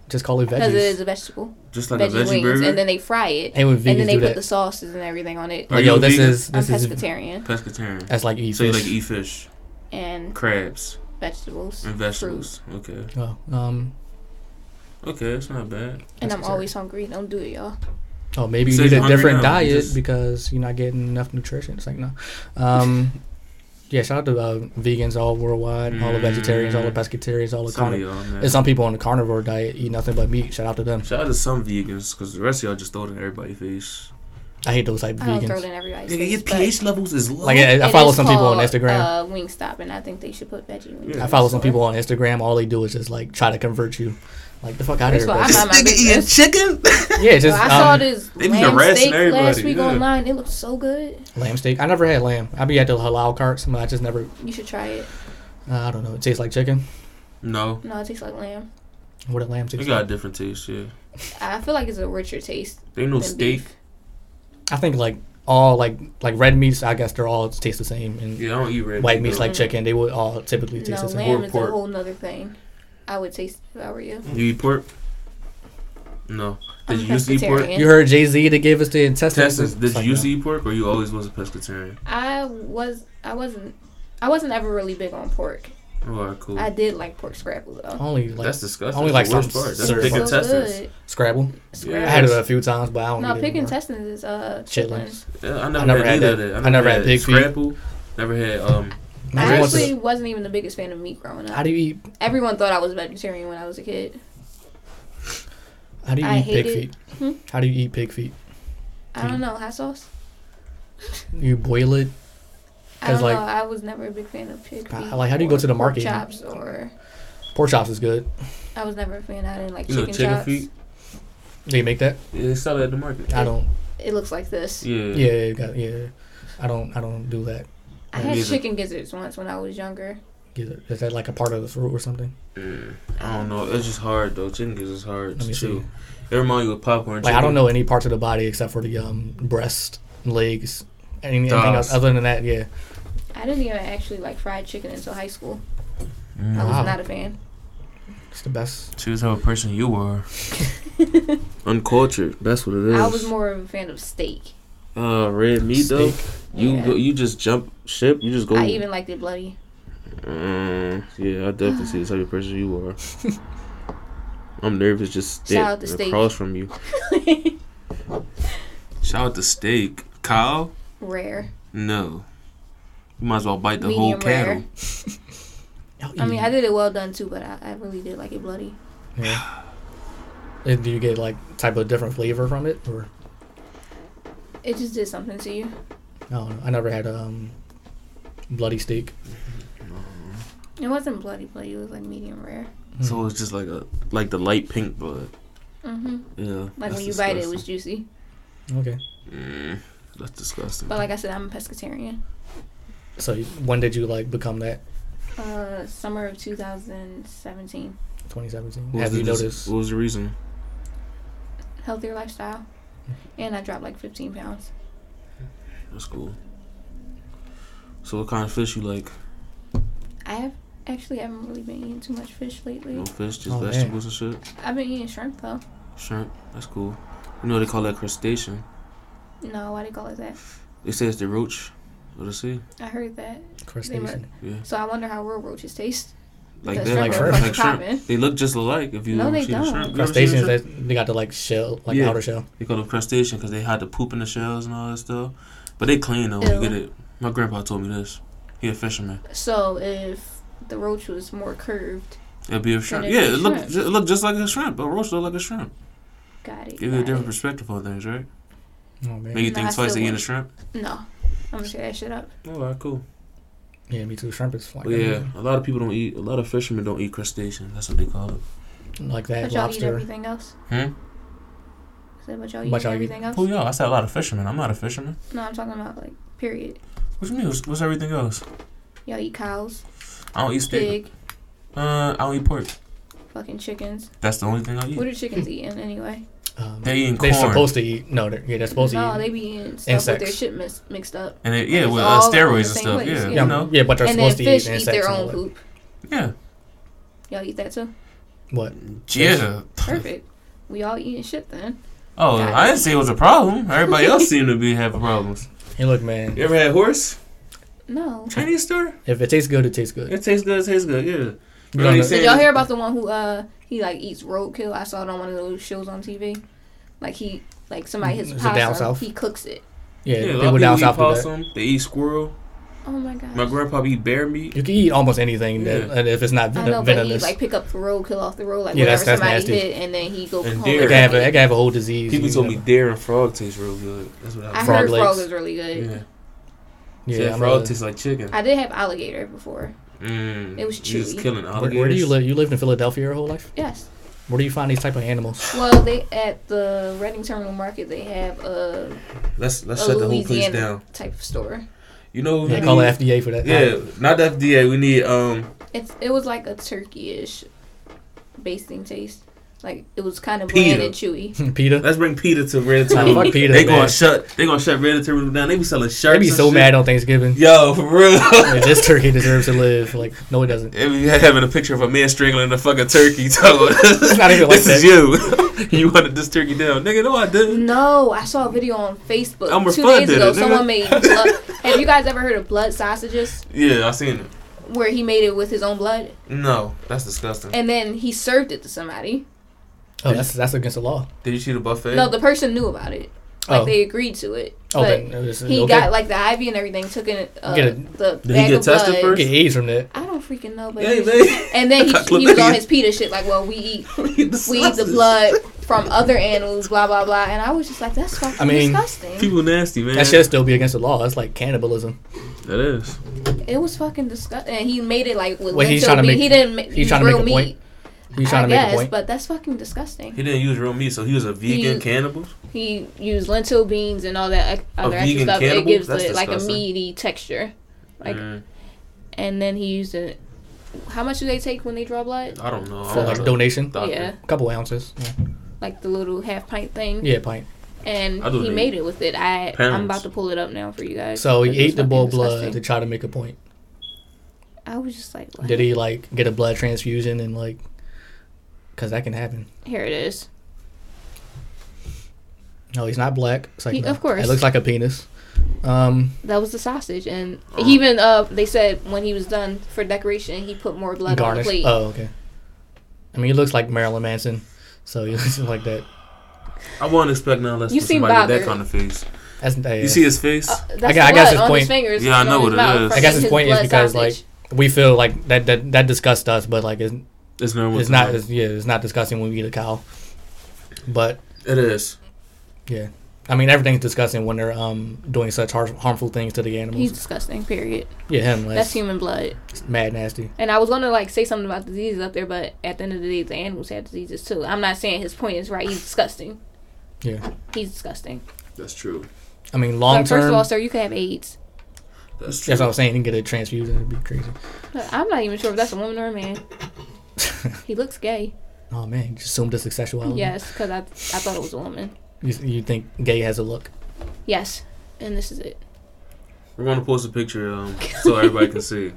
Speaker 3: Just call it
Speaker 4: because it
Speaker 3: veggies.
Speaker 4: is a vegetable.
Speaker 5: Just like a
Speaker 4: veggie
Speaker 5: veggie
Speaker 4: wings,
Speaker 5: burger.
Speaker 4: and then they fry it,
Speaker 3: Hey, when
Speaker 4: and then
Speaker 3: vegans
Speaker 4: they
Speaker 3: do
Speaker 4: put
Speaker 3: that.
Speaker 4: the sauces and everything on it.
Speaker 5: Are
Speaker 3: Like,
Speaker 5: you
Speaker 3: yo,
Speaker 5: a
Speaker 3: this
Speaker 5: vegan?
Speaker 3: is
Speaker 4: I'm
Speaker 3: this is
Speaker 4: pescatarian
Speaker 5: Pescatarian.
Speaker 3: that's like eat
Speaker 5: So you
Speaker 3: fish.
Speaker 5: like e- eat fish,
Speaker 4: and
Speaker 5: crabs,
Speaker 4: vegetables
Speaker 5: and vegetables. Okay.
Speaker 3: Oh, um,
Speaker 5: Okay, it's not bad.
Speaker 4: And I'm
Speaker 3: Necessary.
Speaker 4: always hungry. Don't do it, y'all.
Speaker 3: oh, maybe you
Speaker 5: So
Speaker 3: need
Speaker 5: you're
Speaker 3: a
Speaker 5: hungry
Speaker 3: different
Speaker 5: now, you
Speaker 3: diet
Speaker 5: just-
Speaker 3: because you're not getting enough nutrition. It's like no, um, yeah. Shout out to uh, vegans all worldwide, all the vegetarians, all the pescatarians, all the
Speaker 5: Mm. Some of
Speaker 3: carnivores.
Speaker 5: y'all, man.
Speaker 3: There's some people on the carnivore diet eat nothing but meat. Shout out to them.
Speaker 5: Shout out to some vegans, because the rest of y'all just throw it in everybody's face.
Speaker 3: I hate those type of
Speaker 4: I don't throw it
Speaker 3: vegans.
Speaker 4: in everybody's
Speaker 5: Nigga, your
Speaker 4: face. but
Speaker 5: pH levels is low.
Speaker 3: Like I, I
Speaker 4: it
Speaker 3: follow
Speaker 4: is
Speaker 3: some people on
Speaker 4: called,
Speaker 3: Instagram.
Speaker 4: Uh, Wingstop, and I think they should put veggie wings.
Speaker 5: Yeah.
Speaker 3: I follow some
Speaker 4: Sorry.
Speaker 3: people on Instagram. All they do is just like try to convert you, like the fuck out of
Speaker 4: First
Speaker 3: here.
Speaker 4: of all,
Speaker 3: bro.
Speaker 4: I'm not my business.
Speaker 5: chicken?
Speaker 3: yeah, it's just
Speaker 4: I saw
Speaker 3: um,
Speaker 4: this
Speaker 5: They be
Speaker 4: lamb
Speaker 5: harassing
Speaker 4: steak last
Speaker 5: everybody,
Speaker 4: week
Speaker 5: yeah.
Speaker 4: online. It looked so good.
Speaker 3: lamb steak. I never had lamb. I be at the halal carts, but I just never.
Speaker 4: You should try it.
Speaker 3: Uh, I don't know. It tastes like chicken.
Speaker 5: no.
Speaker 4: No, it tastes like lamb.
Speaker 3: What a lamb
Speaker 5: They
Speaker 3: tastes
Speaker 5: got
Speaker 3: like.
Speaker 5: a different taste, yeah.
Speaker 4: I feel like it's a richer taste
Speaker 5: They know
Speaker 4: than
Speaker 5: steak.
Speaker 4: beef.
Speaker 3: I think like all like like red meats. I guess they're all taste the same. And
Speaker 5: Yeah, I don't eat red
Speaker 3: white meats
Speaker 5: though.
Speaker 3: like chicken, they would all typically taste
Speaker 4: Mm-hmm. No,
Speaker 3: the same.
Speaker 4: lamb
Speaker 5: Or
Speaker 4: is
Speaker 5: pork.
Speaker 4: a whole nother thing. I would taste it if I were you.
Speaker 5: You eat pork? No. Did
Speaker 4: I'm
Speaker 5: you used to eat pork?
Speaker 4: pescatarian.
Speaker 3: You heard Jay Z that gave us the intestines.
Speaker 5: Testis, did
Speaker 3: It's like,
Speaker 5: you used to
Speaker 3: no.
Speaker 5: eat pork or you always was a pescatarian?
Speaker 4: I was. I wasn't. I wasn't ever really big on pork.
Speaker 5: Alright, Oh, cool.
Speaker 4: I did like pork scrapple though.
Speaker 3: Only like
Speaker 5: That's disgusting.
Speaker 3: only
Speaker 5: That's
Speaker 3: like
Speaker 5: the worst
Speaker 3: some
Speaker 5: part. That's
Speaker 4: It
Speaker 3: certain
Speaker 4: was
Speaker 5: big
Speaker 3: parts.
Speaker 4: so
Speaker 5: intestines.
Speaker 4: good.
Speaker 3: Scrabble. I
Speaker 5: Yeah.
Speaker 4: Scrabble.
Speaker 3: had it a few times, but I don't.
Speaker 4: No,
Speaker 3: eat it
Speaker 4: pig
Speaker 3: anymore.
Speaker 4: intestines is uh
Speaker 3: Chitlins.
Speaker 4: chitlins.
Speaker 5: Yeah, I never, had, either of that. I never, had,
Speaker 3: pig feet.
Speaker 5: scrapple. Never had um
Speaker 3: My
Speaker 4: I
Speaker 3: grandma was-
Speaker 4: actually wasn't even the biggest fan of meat growing up.
Speaker 3: How do you eat?
Speaker 4: Everyone thought I was vegetarian when I was a kid.
Speaker 3: How do you
Speaker 4: I
Speaker 3: eat pig
Speaker 4: hate it. Hmm?
Speaker 3: feet? How do you eat pig feet?
Speaker 4: I
Speaker 3: Mm.
Speaker 4: don't know hot sauce.
Speaker 3: You boil it.
Speaker 4: I
Speaker 3: 'Cause,
Speaker 4: don't
Speaker 3: like-
Speaker 4: know. I was never a big fan of pig
Speaker 3: I-
Speaker 4: feet.
Speaker 3: like, how do you go
Speaker 4: or
Speaker 3: to the
Speaker 4: pork
Speaker 3: market and-
Speaker 4: Chops or
Speaker 3: Pork chops is good.
Speaker 4: I was never a fan. I didn't like
Speaker 5: you know
Speaker 4: chicken,
Speaker 5: chicken
Speaker 4: chops.
Speaker 5: feet.
Speaker 3: Do you make that?
Speaker 5: Yeah, they sell it at the market.
Speaker 3: I don't.
Speaker 4: It looks like this.
Speaker 5: Yeah.
Speaker 3: Yeah, you got, yeah. I don't. I don't do that.
Speaker 4: I had
Speaker 5: Neither.
Speaker 4: chicken gizzards once when I was younger.
Speaker 3: Either. Is that like a part of the throat or something?
Speaker 5: Mm, I don't know. It's just hard though. Chicken is just hard
Speaker 3: Let
Speaker 5: to
Speaker 3: me
Speaker 5: chew. It reminds you of popcorn.
Speaker 3: Like I don't
Speaker 5: chicken.
Speaker 3: know any parts of the body except for the um, breast, legs, any, anything
Speaker 5: Thighs.
Speaker 3: else other than that. Yeah.
Speaker 4: I didn't even actually like fried chicken until high school.
Speaker 5: Mm.
Speaker 4: I
Speaker 3: Wow.
Speaker 4: was not a fan.
Speaker 3: It's the best.
Speaker 5: Choose how a person you are. Uncultured. That's what it is.
Speaker 4: I was more of a fan of steak.
Speaker 5: uh, red meat though.
Speaker 3: Steak.
Speaker 5: You
Speaker 4: Yeah.
Speaker 5: go, you just jump ship. You just go.
Speaker 4: I even liked it bloody.
Speaker 5: Mm, yeah, I definitely see the type of person you are. I'm nervous just
Speaker 4: Shout out
Speaker 5: step
Speaker 4: to Steak.
Speaker 5: across from you. Shout out to steak, Kyle.
Speaker 4: Rare.
Speaker 5: No, you might as well bite the whole
Speaker 4: Medium rare.
Speaker 5: cattle.
Speaker 4: I mean, I did it well done too, but I, I really did like it bloody.
Speaker 3: Yeah. And do you get like type of different flavor from it, or
Speaker 4: It just did something to you.
Speaker 3: I don't know. I never had um, bloody steak.
Speaker 4: It wasn't bloody bloody. It was like medium rare.
Speaker 5: So it's just like a like the light pink blood.
Speaker 4: Mm-hmm.
Speaker 5: Yeah.
Speaker 4: Like
Speaker 5: that's
Speaker 4: when you bite it,
Speaker 5: disgusting.
Speaker 4: it was juicy.
Speaker 3: Okay.
Speaker 5: Mm, that's disgusting.
Speaker 4: But like I said, I'm a pescatarian.
Speaker 3: So you- when did you like become that?
Speaker 4: Uh, summer of 2017,
Speaker 3: 2017.
Speaker 5: What was
Speaker 3: Have
Speaker 5: the
Speaker 3: you
Speaker 5: dis-
Speaker 3: noticed?
Speaker 5: What was the reason?
Speaker 4: healthier lifestyle,
Speaker 5: Mm-hmm.
Speaker 4: and I dropped like 15 pounds.
Speaker 5: That's cool. So what kind of fish you like?
Speaker 4: I have actually haven't really been eating too much fish lately.
Speaker 5: No fish, just
Speaker 3: Oh, man.
Speaker 5: vegetables and shit.
Speaker 4: I've been eating shrimp though.
Speaker 5: Shrimp. That's cool. You know they call that crustacean.
Speaker 4: No, why they call it that?
Speaker 5: They say it's the roach of the sea.
Speaker 4: I heard that.
Speaker 3: Crustacean.
Speaker 5: Yeah.
Speaker 4: So I wonder how real roaches taste.
Speaker 5: Like
Speaker 4: Because
Speaker 5: that. Like
Speaker 3: shrimp are
Speaker 5: shrimp.
Speaker 3: fucking
Speaker 5: Like shrimp.
Speaker 4: popping.
Speaker 5: They look just alike. If you
Speaker 4: No,
Speaker 5: ever
Speaker 4: they
Speaker 5: seen
Speaker 4: don't.
Speaker 5: The shrimp. You ever seen the
Speaker 3: Crustaceans.
Speaker 5: shrimp?
Speaker 3: That they got the like shell, like
Speaker 5: Yeah.
Speaker 3: outer shell.
Speaker 5: They call them crustacean because they hide the poop in the shells and all that stuff. But they clean though. When you
Speaker 4: Ew.
Speaker 5: get it. My grandpa told me this. He a fisherman.
Speaker 4: So if the roach was more curved,
Speaker 5: It'd be a shrimp.
Speaker 4: it'd
Speaker 5: Yeah,
Speaker 4: be
Speaker 5: it look
Speaker 4: shrimp.
Speaker 5: ju- it look just like a shrimp. A roach look like a shrimp.
Speaker 4: got it.
Speaker 5: Give you a
Speaker 4: got
Speaker 5: different
Speaker 4: it.
Speaker 5: perspective on things, right?
Speaker 3: Oh man.
Speaker 5: Make you
Speaker 4: No,
Speaker 5: think twice
Speaker 4: I still
Speaker 5: to eat a
Speaker 4: wouldn't.
Speaker 5: shrimp.
Speaker 4: No, I'm gonna shut that shit up.
Speaker 5: Oh, all right, cool.
Speaker 3: Yeah, me too. Shrimp is like
Speaker 5: But yeah, a lot of people don't eat. A lot of fishermen don't eat crustaceans. That's what they call it.
Speaker 3: like that
Speaker 4: But y'all eat
Speaker 3: lobster.
Speaker 4: everything else.
Speaker 5: Hmm?
Speaker 4: So, but y'all
Speaker 3: But
Speaker 4: eat
Speaker 3: y'all eat-
Speaker 4: everything else.
Speaker 5: Oh, yo, I said a lot of fishermen. I'm not a fisherman.
Speaker 4: No, I'm talking about like period.
Speaker 5: What you mean? What's, what's everything else?
Speaker 4: Y'all eat cows,
Speaker 5: I don't eat steak.
Speaker 4: pig,
Speaker 5: Uh, I don't eat pork.
Speaker 4: fucking chickens.
Speaker 5: That's the only thing I
Speaker 4: What
Speaker 5: eat.
Speaker 4: are chickens eating anyway?
Speaker 3: Um,
Speaker 5: They eating
Speaker 3: they're
Speaker 5: corn.
Speaker 3: supposed to eat. No, they're, yeah, they're supposed
Speaker 4: No,
Speaker 3: to
Speaker 4: they
Speaker 3: eat.
Speaker 4: be eating stuff with their
Speaker 3: Insects.
Speaker 4: shit mis- mixed up.
Speaker 5: and they, yeah,
Speaker 4: It's
Speaker 5: with
Speaker 4: all
Speaker 5: uh,
Speaker 4: over the
Speaker 5: steroids and
Speaker 4: same
Speaker 5: stuff.
Speaker 4: place,
Speaker 5: Yeah,
Speaker 4: yeah.
Speaker 5: you know.
Speaker 3: yeah, but they're
Speaker 4: and then
Speaker 3: supposed to
Speaker 4: fish
Speaker 3: eat
Speaker 4: eat
Speaker 3: insects.
Speaker 4: their
Speaker 3: and
Speaker 4: own
Speaker 3: all that.
Speaker 4: poop.
Speaker 5: Yeah.
Speaker 4: Y'all eat that too?
Speaker 3: What?
Speaker 5: Yeah.
Speaker 4: Perfect. We all eating shit then.
Speaker 5: Oh,
Speaker 4: Got
Speaker 5: I
Speaker 4: it.
Speaker 5: didn't say it was a problem. Everybody else seemed to be having problems.
Speaker 3: Hey, look, man.
Speaker 5: You ever had horse?
Speaker 4: No.
Speaker 5: Chinese store?
Speaker 3: If it tastes good, it tastes good.
Speaker 5: It tastes good. It tastes good. Yeah.
Speaker 3: You
Speaker 5: You know what
Speaker 3: don't
Speaker 5: he
Speaker 3: know-
Speaker 5: said?
Speaker 4: Did y'all hear about the one who uh he like eats roadkill? I saw it on one of those shows on TV. Like he like somebody his
Speaker 3: Is it down
Speaker 4: possum,
Speaker 3: south?
Speaker 4: he cooks it.
Speaker 3: Yeah,
Speaker 5: Yeah, a lot
Speaker 3: people
Speaker 5: of people
Speaker 3: down
Speaker 5: eat
Speaker 3: south do that.
Speaker 5: possum. They eat squirrel.
Speaker 4: Oh my gosh.
Speaker 5: My grandpa eat bear meat.
Speaker 3: You can eat almost anything, that,
Speaker 5: Yeah.
Speaker 3: and if it's not
Speaker 4: I know,
Speaker 3: ven-
Speaker 4: but he
Speaker 3: venomous,
Speaker 4: like pick up the roadkill off the road, like
Speaker 3: Yeah, that's-
Speaker 4: whatever
Speaker 3: that's
Speaker 4: somebody
Speaker 3: nasty.
Speaker 4: hit, and then he go
Speaker 5: And
Speaker 4: home.
Speaker 5: deer.
Speaker 3: it
Speaker 4: and
Speaker 3: can have a,
Speaker 4: cook
Speaker 3: it
Speaker 4: it.
Speaker 3: can have a whole disease.
Speaker 5: People
Speaker 3: you
Speaker 5: told me
Speaker 3: never-
Speaker 5: deer and frog taste real good. That's what I.
Speaker 4: I
Speaker 5: was-
Speaker 3: Frog
Speaker 4: heard
Speaker 3: legs.
Speaker 4: frog is really good.
Speaker 5: Yeah.
Speaker 3: Yeah,
Speaker 5: Said
Speaker 3: I'm
Speaker 5: frog
Speaker 3: a-
Speaker 5: tastes like chicken.
Speaker 4: I did have alligator before.
Speaker 5: Mm.
Speaker 4: It was
Speaker 5: You just
Speaker 4: chewy.
Speaker 5: killing
Speaker 3: where,
Speaker 5: alligators.
Speaker 3: where do you live? You lived in Philadelphia your whole life.
Speaker 4: Yes.
Speaker 3: Where do you find these type of animals?
Speaker 4: Well, they at the Reading Terminal Market they have a,
Speaker 5: Let's
Speaker 4: a
Speaker 5: let's shut the whole place
Speaker 4: Louisiana
Speaker 5: down.
Speaker 4: type of store.
Speaker 5: You know.
Speaker 3: They
Speaker 5: we
Speaker 3: call
Speaker 5: need-
Speaker 3: the FDA for that.
Speaker 5: Yeah, not the FDA. We need um
Speaker 4: It's it was like a turkeyish basting taste. Like it was kind of
Speaker 5: Pita.
Speaker 4: bland and chewy.
Speaker 3: Peter.
Speaker 5: Let's bring Peter to Red
Speaker 3: Nah,
Speaker 5: Terminal.
Speaker 3: fuck PETA,
Speaker 5: they gonna
Speaker 3: man.
Speaker 5: shut. They gonna shut Red Terminal down. They be selling shirts.
Speaker 3: They'd be
Speaker 5: and
Speaker 3: so
Speaker 5: shit.
Speaker 3: mad on Thanksgiving.
Speaker 5: Yo, for real.
Speaker 3: Yeah, this turkey deserves to live. Like no, it doesn't.
Speaker 5: If you having a picture of a man strangling a fucking turkey, talking about,
Speaker 3: It's not even like
Speaker 5: this is you. you wanted this turkey down, nigga. No, I didn't.
Speaker 4: No, I saw a video on Facebook
Speaker 5: Elmer
Speaker 4: two
Speaker 5: Fudd
Speaker 4: days
Speaker 5: did
Speaker 4: ago.
Speaker 5: it, nigga.
Speaker 4: Someone made blood. have you guys ever heard of blood sausages,
Speaker 5: Yeah, I seen it.
Speaker 4: where he made it with his own blood,
Speaker 5: No, that's disgusting.
Speaker 4: and then he served it to somebody?
Speaker 3: Oh, that's that's against the law.
Speaker 5: Did you see the buffet?
Speaker 4: No, the person knew about it. Like
Speaker 3: Oh.
Speaker 4: they agreed to it.
Speaker 3: Oh,
Speaker 4: but
Speaker 3: then it's-
Speaker 4: he
Speaker 3: okay.
Speaker 4: got like the IV and everything. Took in uh,
Speaker 3: Get a-
Speaker 4: the
Speaker 5: he
Speaker 4: bag
Speaker 5: get
Speaker 4: of
Speaker 5: tested
Speaker 4: blood.
Speaker 3: You
Speaker 5: first?
Speaker 3: get AIDS from that.
Speaker 4: I don't freaking know, but
Speaker 5: Hey,
Speaker 4: he-
Speaker 5: man.
Speaker 4: and then he,
Speaker 5: I
Speaker 4: he was on
Speaker 5: look-
Speaker 4: his Peter shit like, well, we eat
Speaker 5: we eat
Speaker 4: we eat the blood from other animals, blah blah blah. And I was just like, that's fucking
Speaker 3: I mean,
Speaker 4: disgusting.
Speaker 5: People nasty, man.
Speaker 3: That should still be against the law. That's like cannibalism.
Speaker 5: That is.
Speaker 4: It was fucking disgusting. And he made it like with
Speaker 3: Wait, he's
Speaker 4: lentil
Speaker 3: trying to
Speaker 4: meat.
Speaker 3: make-
Speaker 4: he didn't. Ma-
Speaker 3: he's
Speaker 4: use
Speaker 3: trying to make
Speaker 4: real
Speaker 3: a point.
Speaker 4: meat,
Speaker 3: He's trying
Speaker 4: I
Speaker 3: to make
Speaker 4: guess,
Speaker 3: a point.
Speaker 4: but that's fucking disgusting.
Speaker 5: He didn't use real meat, so he was a vegan
Speaker 4: He-
Speaker 5: cannibal.
Speaker 4: He used lentil beans and all that ec- other extra
Speaker 5: vegan
Speaker 4: stuff. It
Speaker 5: cannibal?
Speaker 4: gives
Speaker 5: That's
Speaker 4: it like a
Speaker 5: disgusting.
Speaker 4: meaty texture. Like,
Speaker 5: Mm,
Speaker 4: and then he used it. How much do they take when they draw blood?
Speaker 5: I don't know. I
Speaker 4: So-
Speaker 5: don't
Speaker 3: like
Speaker 5: have a
Speaker 3: donation,
Speaker 5: doctor.
Speaker 4: Yeah,
Speaker 3: a couple ounces. Yeah,
Speaker 4: like the little half pint thing.
Speaker 3: yeah pint.
Speaker 4: and
Speaker 5: I don't
Speaker 4: he
Speaker 5: need
Speaker 4: made it with it. I I'm
Speaker 5: pounds.
Speaker 4: about to pull it up now for you guys.
Speaker 3: So he
Speaker 4: This is
Speaker 3: ate the
Speaker 4: fucking
Speaker 3: bull blood to
Speaker 4: disgusting.
Speaker 3: try to make a point.
Speaker 4: I was just like, what?
Speaker 3: Did he like get a blood transfusion and like, cause that can happen.
Speaker 4: Here it is.
Speaker 3: No, he's not black. It's like,
Speaker 4: He-
Speaker 3: no.
Speaker 4: of course.
Speaker 3: it looks like a penis. Um,
Speaker 4: That was the sausage, and
Speaker 5: Uh-huh.
Speaker 4: he even uh they said when he was done for decoration, he put more blood on the
Speaker 3: garnish.
Speaker 4: plate.
Speaker 3: Oh, okay. I mean, he looks like Marilyn Manson, so he looks like that.
Speaker 5: I wasn't expecting that unless
Speaker 4: You
Speaker 5: from
Speaker 4: seem
Speaker 5: somebody with
Speaker 4: bothered.
Speaker 5: that kind of face.
Speaker 3: That's yeah.
Speaker 5: You see his face?
Speaker 4: Uh, that's
Speaker 3: I gu- I guess
Speaker 4: blood
Speaker 3: his
Speaker 4: on
Speaker 3: point-
Speaker 4: His fingers
Speaker 5: Yeah, I
Speaker 4: and
Speaker 5: know
Speaker 4: on
Speaker 5: what
Speaker 4: his
Speaker 5: it
Speaker 4: mouth
Speaker 5: is.
Speaker 4: from
Speaker 3: I guess his point is
Speaker 4: blood
Speaker 3: because
Speaker 4: sausage.
Speaker 3: like we feel like that that that disgusts us, but like it's,
Speaker 5: it's normal.
Speaker 3: it's not it's, yeah it's not disgusting when we eat a cow. But
Speaker 5: It is.
Speaker 3: yeah, I mean, everything's disgusting when they're um, doing such har- harmful things to the animals.
Speaker 4: He's disgusting. Period.
Speaker 3: yeah, him. Like,
Speaker 4: That's human blood.
Speaker 3: mad nasty.
Speaker 4: And I was gonna like say something about diseases up there, but at the end of the day, the animals have diseases too. I'm not saying his point is right. He's disgusting.
Speaker 3: Yeah.
Speaker 4: He's disgusting.
Speaker 5: That's true.
Speaker 3: I mean,
Speaker 4: But
Speaker 3: long
Speaker 4: first
Speaker 3: term.
Speaker 4: of all, sir, you could have AIDS.
Speaker 5: That's true.
Speaker 3: that's what I was saying. You can get a transfusion. It'd be crazy.
Speaker 4: I'm not even sure if that's a woman or a man. He looks gay.
Speaker 3: oh man, you just assumed it's a sexuality.
Speaker 4: Yes, because I I thought it was a woman.
Speaker 3: You, you think gay has a look?
Speaker 4: Yes, and this is it.
Speaker 5: We're gonna post a picture um, so everybody can see.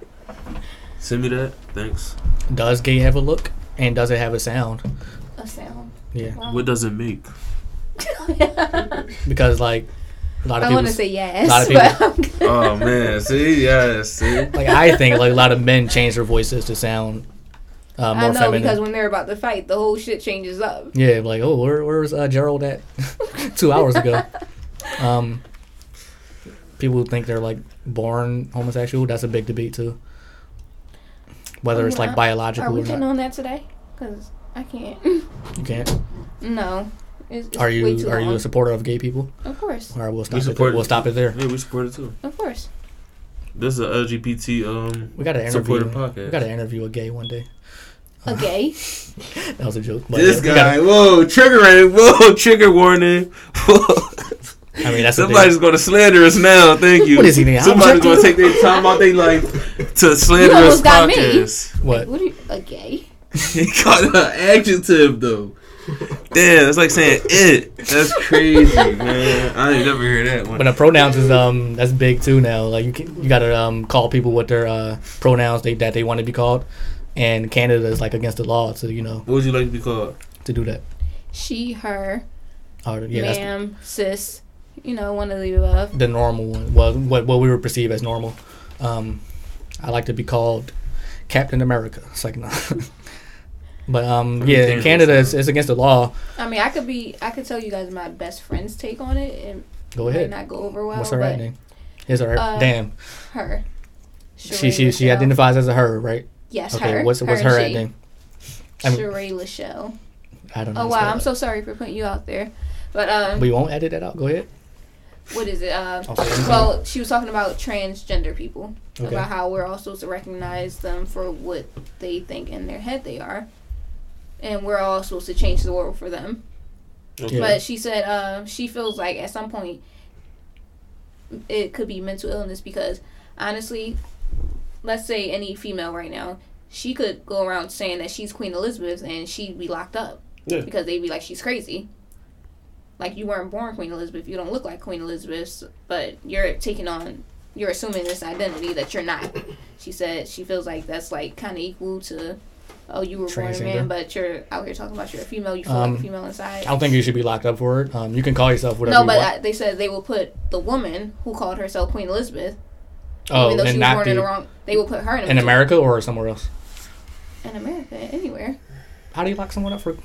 Speaker 5: Send me that. Thanks.
Speaker 3: Does gay have a look? And does it have a sound?
Speaker 4: A sound.
Speaker 3: Yeah.
Speaker 5: What does it make?
Speaker 3: Because like a lot of
Speaker 4: I
Speaker 3: people.
Speaker 4: want to say yes,
Speaker 3: lot of
Speaker 4: but I'm good.
Speaker 5: Oh man, see, yeah, see.
Speaker 3: like I think like a lot of men change their voices to sound uh,
Speaker 4: I
Speaker 3: more
Speaker 4: know
Speaker 3: feminine.
Speaker 4: because when they're about to fight, the whole shit changes up.
Speaker 3: Yeah, like oh, where where was uh, Gerald at two hours ago? Um, people who think they're like born homosexual, that's a big debate too. Whether it's like
Speaker 4: Well,
Speaker 3: biological
Speaker 4: Um, Are we
Speaker 3: or
Speaker 4: getting
Speaker 3: not,
Speaker 4: on that today? Because I can't.
Speaker 3: you can't.
Speaker 4: No. It's, it's
Speaker 3: Are
Speaker 4: Way
Speaker 3: you
Speaker 4: too
Speaker 3: are you
Speaker 4: long.
Speaker 3: a supporter of gay people?
Speaker 4: Of course,
Speaker 3: All right, we'll stop it.
Speaker 5: support-
Speaker 3: We'll stop it there.
Speaker 5: Yeah, we support it too.
Speaker 4: of course.
Speaker 5: This is a LGBT um
Speaker 3: We got to interview.
Speaker 5: supporter
Speaker 3: We
Speaker 5: podcast.
Speaker 3: got to interview a gay one day.
Speaker 4: A gay.
Speaker 3: That was a joke. But
Speaker 5: this
Speaker 3: yeah, we
Speaker 5: guy,
Speaker 3: gotta-
Speaker 5: whoa, triggering, whoa, trigger warning.
Speaker 3: I mean, that's
Speaker 5: Somebody's
Speaker 3: somebody's.
Speaker 5: gonna slander us now. Thank you.
Speaker 3: What is he, the
Speaker 5: Somebody's
Speaker 3: object?
Speaker 5: gonna take their time out their life to slander
Speaker 4: You
Speaker 5: us
Speaker 4: almost got me.
Speaker 5: podcast.
Speaker 3: What?
Speaker 4: What are you? A gay?
Speaker 5: He caught an adjective though. Damn, it's like saying it. That's crazy, man. I ain't never hear that one.
Speaker 3: But the pronouns is um that's big too now. Like you can, you gotta um call people what their uh pronouns they that they want to be called, and Canada is like against the law to you know
Speaker 5: What would you like to be called?
Speaker 3: to do that.
Speaker 4: She, her,
Speaker 3: Or, yeah, that's
Speaker 4: ma'am, sis. You know, one of the above.
Speaker 3: the normal one. Well, what what we would perceive as normal. Um, I like to be called Captain America. It's like no. But um, yeah, in
Speaker 5: dangerous,
Speaker 3: Canada,
Speaker 5: huh?
Speaker 3: it's, it's against the law.
Speaker 4: I mean, I could be. I could tell you guys my best friend's take on it, and
Speaker 3: Go
Speaker 4: it might
Speaker 3: ahead.
Speaker 4: not go over well.
Speaker 3: What's her
Speaker 4: but
Speaker 3: right name? His or her?
Speaker 4: uh,
Speaker 3: Damn.
Speaker 4: Her.
Speaker 3: She she she
Speaker 4: Lachelle.
Speaker 3: identifies as a her, right?
Speaker 4: Yes,
Speaker 3: Okay.
Speaker 4: her.
Speaker 3: What's
Speaker 4: her
Speaker 3: what's
Speaker 4: and
Speaker 3: her
Speaker 4: she.
Speaker 3: ad name? I mean-
Speaker 4: Sheree Lachelle.
Speaker 3: I don't know.
Speaker 4: Oh
Speaker 3: It's
Speaker 4: wow,
Speaker 3: her-
Speaker 4: I'm so sorry for putting you out there. But um,
Speaker 3: We won't edit that out. Go ahead.
Speaker 4: what is it? Uh,
Speaker 3: I'll say it.
Speaker 4: well, she was talking about transgender people
Speaker 3: Okay.
Speaker 4: about how we're all supposed to recognize them for what they think in their head they are, and we're all supposed to change the world for them.
Speaker 3: Yeah.
Speaker 4: But she said uh, she feels like at some point it could be mental illness because honestly, let's say any female right now, she could go around saying that she's Queen Elizabeth and she'd be locked up
Speaker 5: Yeah.
Speaker 4: because they'd be like she's crazy. Like you weren't born Queen Elizabeth, you don't look like Queen Elizabeth, but you're taking on, you're assuming this identity that you're not. She said she feels like that's like kind of equal to, oh, you were born a man,
Speaker 3: Transgender.
Speaker 4: but you're out here talking about you're a female, you feel like
Speaker 3: Um,
Speaker 4: a female inside.
Speaker 3: I don't think you should be locked up for it. Um, you can call yourself whatever
Speaker 4: No,
Speaker 3: you
Speaker 4: but
Speaker 3: want.
Speaker 4: I, they said they will put the woman who called herself Queen Elizabeth, even
Speaker 3: oh,
Speaker 4: though she
Speaker 3: and
Speaker 4: was
Speaker 3: not
Speaker 4: born in the
Speaker 3: the,
Speaker 4: wrong, they will put her in, a
Speaker 3: in
Speaker 4: mental-
Speaker 3: America or somewhere else.
Speaker 4: In America, anywhere.
Speaker 3: How do you lock someone up for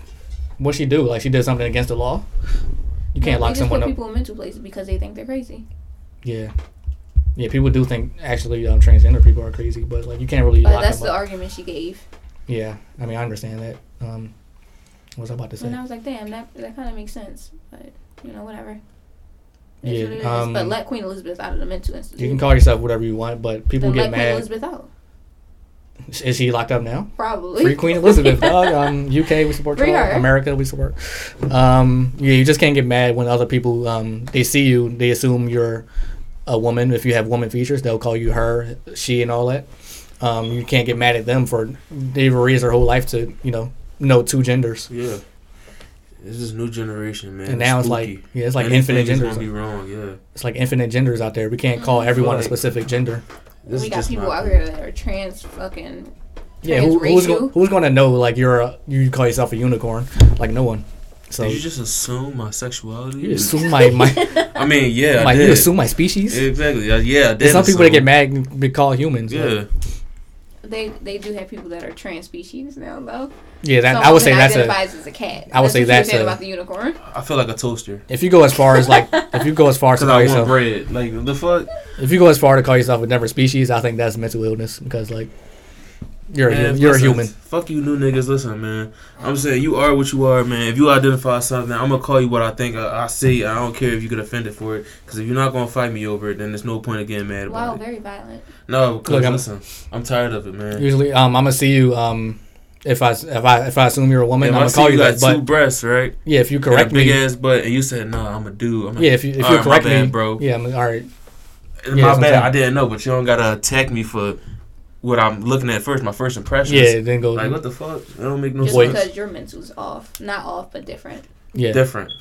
Speaker 3: what she do? Like she did something against the law. You can't
Speaker 4: They
Speaker 3: lock
Speaker 4: just
Speaker 3: someone
Speaker 4: put
Speaker 3: up.
Speaker 4: people in mental places because they think they're crazy.
Speaker 3: Yeah, yeah. People do think actually um, transgender people are crazy, but like you can't really
Speaker 4: But
Speaker 3: lock
Speaker 4: that's
Speaker 3: them
Speaker 4: the
Speaker 3: up.
Speaker 4: argument she gave,
Speaker 3: yeah, I mean I understand that. Um, what was I about to say?
Speaker 4: and I was like, "Damn, that that kind of makes sense." But you know, whatever. It is what it is.
Speaker 3: yeah, um,
Speaker 4: but let Queen Elizabeth out of the mental institute.
Speaker 3: you can call yourself whatever you want, but people
Speaker 4: Then
Speaker 3: get
Speaker 4: let Queen
Speaker 3: mad.
Speaker 4: Elizabeth out.
Speaker 3: Is she locked up now?
Speaker 4: Probably.
Speaker 3: Free Queen Elizabeth, dog. Um, UK, we support
Speaker 4: Free
Speaker 3: y'all.
Speaker 4: her.
Speaker 3: America, we support. Um, yeah, you just can't get mad when other people um, they see you, they assume you're a woman. If you have woman features, they'll call you her, she, and all that. Um, you can't get mad at them for they've raised their whole life to you know know two genders.
Speaker 5: Yeah. This is new generation, man.
Speaker 3: And now it's like- yeah, it's like infinite
Speaker 5: is
Speaker 3: genders.
Speaker 5: gonna be wrong, yeah.
Speaker 3: It's like infinite genders out there. We can't call
Speaker 4: Mm-hmm.
Speaker 3: everyone a
Speaker 5: Right.
Speaker 3: specific gender.
Speaker 5: This
Speaker 4: we
Speaker 5: is
Speaker 4: got
Speaker 5: just
Speaker 4: people
Speaker 5: my
Speaker 4: out
Speaker 5: opinion.
Speaker 4: here that are trans fucking.
Speaker 3: Yeah, who, who's
Speaker 4: Transracial.
Speaker 3: go, who's going to know like you're a, you call yourself a unicorn? Like no one. So
Speaker 5: Did you just assume my sexuality?
Speaker 3: you assume my my
Speaker 5: I mean, yeah, I
Speaker 3: like
Speaker 5: did.
Speaker 3: you assume my species.
Speaker 5: exactly. Uh, yeah, I did.
Speaker 3: There's some people that get
Speaker 5: assume.
Speaker 3: mad and be called humans. like-
Speaker 5: Yeah,
Speaker 4: They they do have people that are trans species now though.
Speaker 3: Yeah, that,
Speaker 4: Some
Speaker 3: I would say
Speaker 4: woman
Speaker 3: that's a.
Speaker 4: identifies as a cat.
Speaker 3: I would say
Speaker 4: what you were
Speaker 3: that's
Speaker 4: saying
Speaker 3: a-
Speaker 4: about the unicorn.
Speaker 5: I feel like a toaster
Speaker 3: If you go as far as like, if you go as far as to
Speaker 5: because
Speaker 3: call
Speaker 5: I want
Speaker 3: yourself,
Speaker 5: bread. Like the fuck.
Speaker 3: if you go as far to call yourself a different species, I think that's mental illness because like, You're a
Speaker 5: Man,
Speaker 3: human. You're a
Speaker 5: listen,
Speaker 3: human.
Speaker 5: Fuck you, new niggas. Listen, man. I'm saying you are what you are, man. If you identify something, I'm gonna call you what I think I, I see. I don't care if you get offended for it, because if you're not gonna fight me over it, then there's no point of getting mad
Speaker 4: Wow,
Speaker 5: about it.
Speaker 4: very violent.
Speaker 5: No, because
Speaker 3: Look, I'm-
Speaker 5: listen, I'm tired of it, man.
Speaker 3: Usually, um, I'm gonna see you. Um, if I if I if I assume you're a woman,
Speaker 5: If
Speaker 3: I'm
Speaker 5: I
Speaker 3: gonna
Speaker 5: see
Speaker 3: call
Speaker 5: you
Speaker 3: you
Speaker 5: got
Speaker 3: that.
Speaker 5: two
Speaker 3: But
Speaker 5: breasts, right?
Speaker 3: yeah, if you
Speaker 5: And a
Speaker 3: correct
Speaker 5: big
Speaker 3: me,
Speaker 5: ass butt, and you said, "No, I'm a dude." I'm a,
Speaker 3: yeah, if you if
Speaker 5: All
Speaker 3: you
Speaker 5: right,
Speaker 3: correct
Speaker 5: my bad,
Speaker 3: me,
Speaker 5: bro.
Speaker 3: yeah, I'm, all right.
Speaker 5: And
Speaker 3: Yeah,
Speaker 5: my
Speaker 3: that's what
Speaker 5: bad,
Speaker 3: I'm
Speaker 5: I
Speaker 3: saying.
Speaker 5: didn't know, but you don't gotta attack me for what I'm looking at first. My first impressions.
Speaker 3: Yeah, then go.
Speaker 5: Like what the fuck? That don't make no
Speaker 4: Just
Speaker 5: sense.
Speaker 4: because your mental's off, not off, but different.
Speaker 3: yeah,
Speaker 5: different.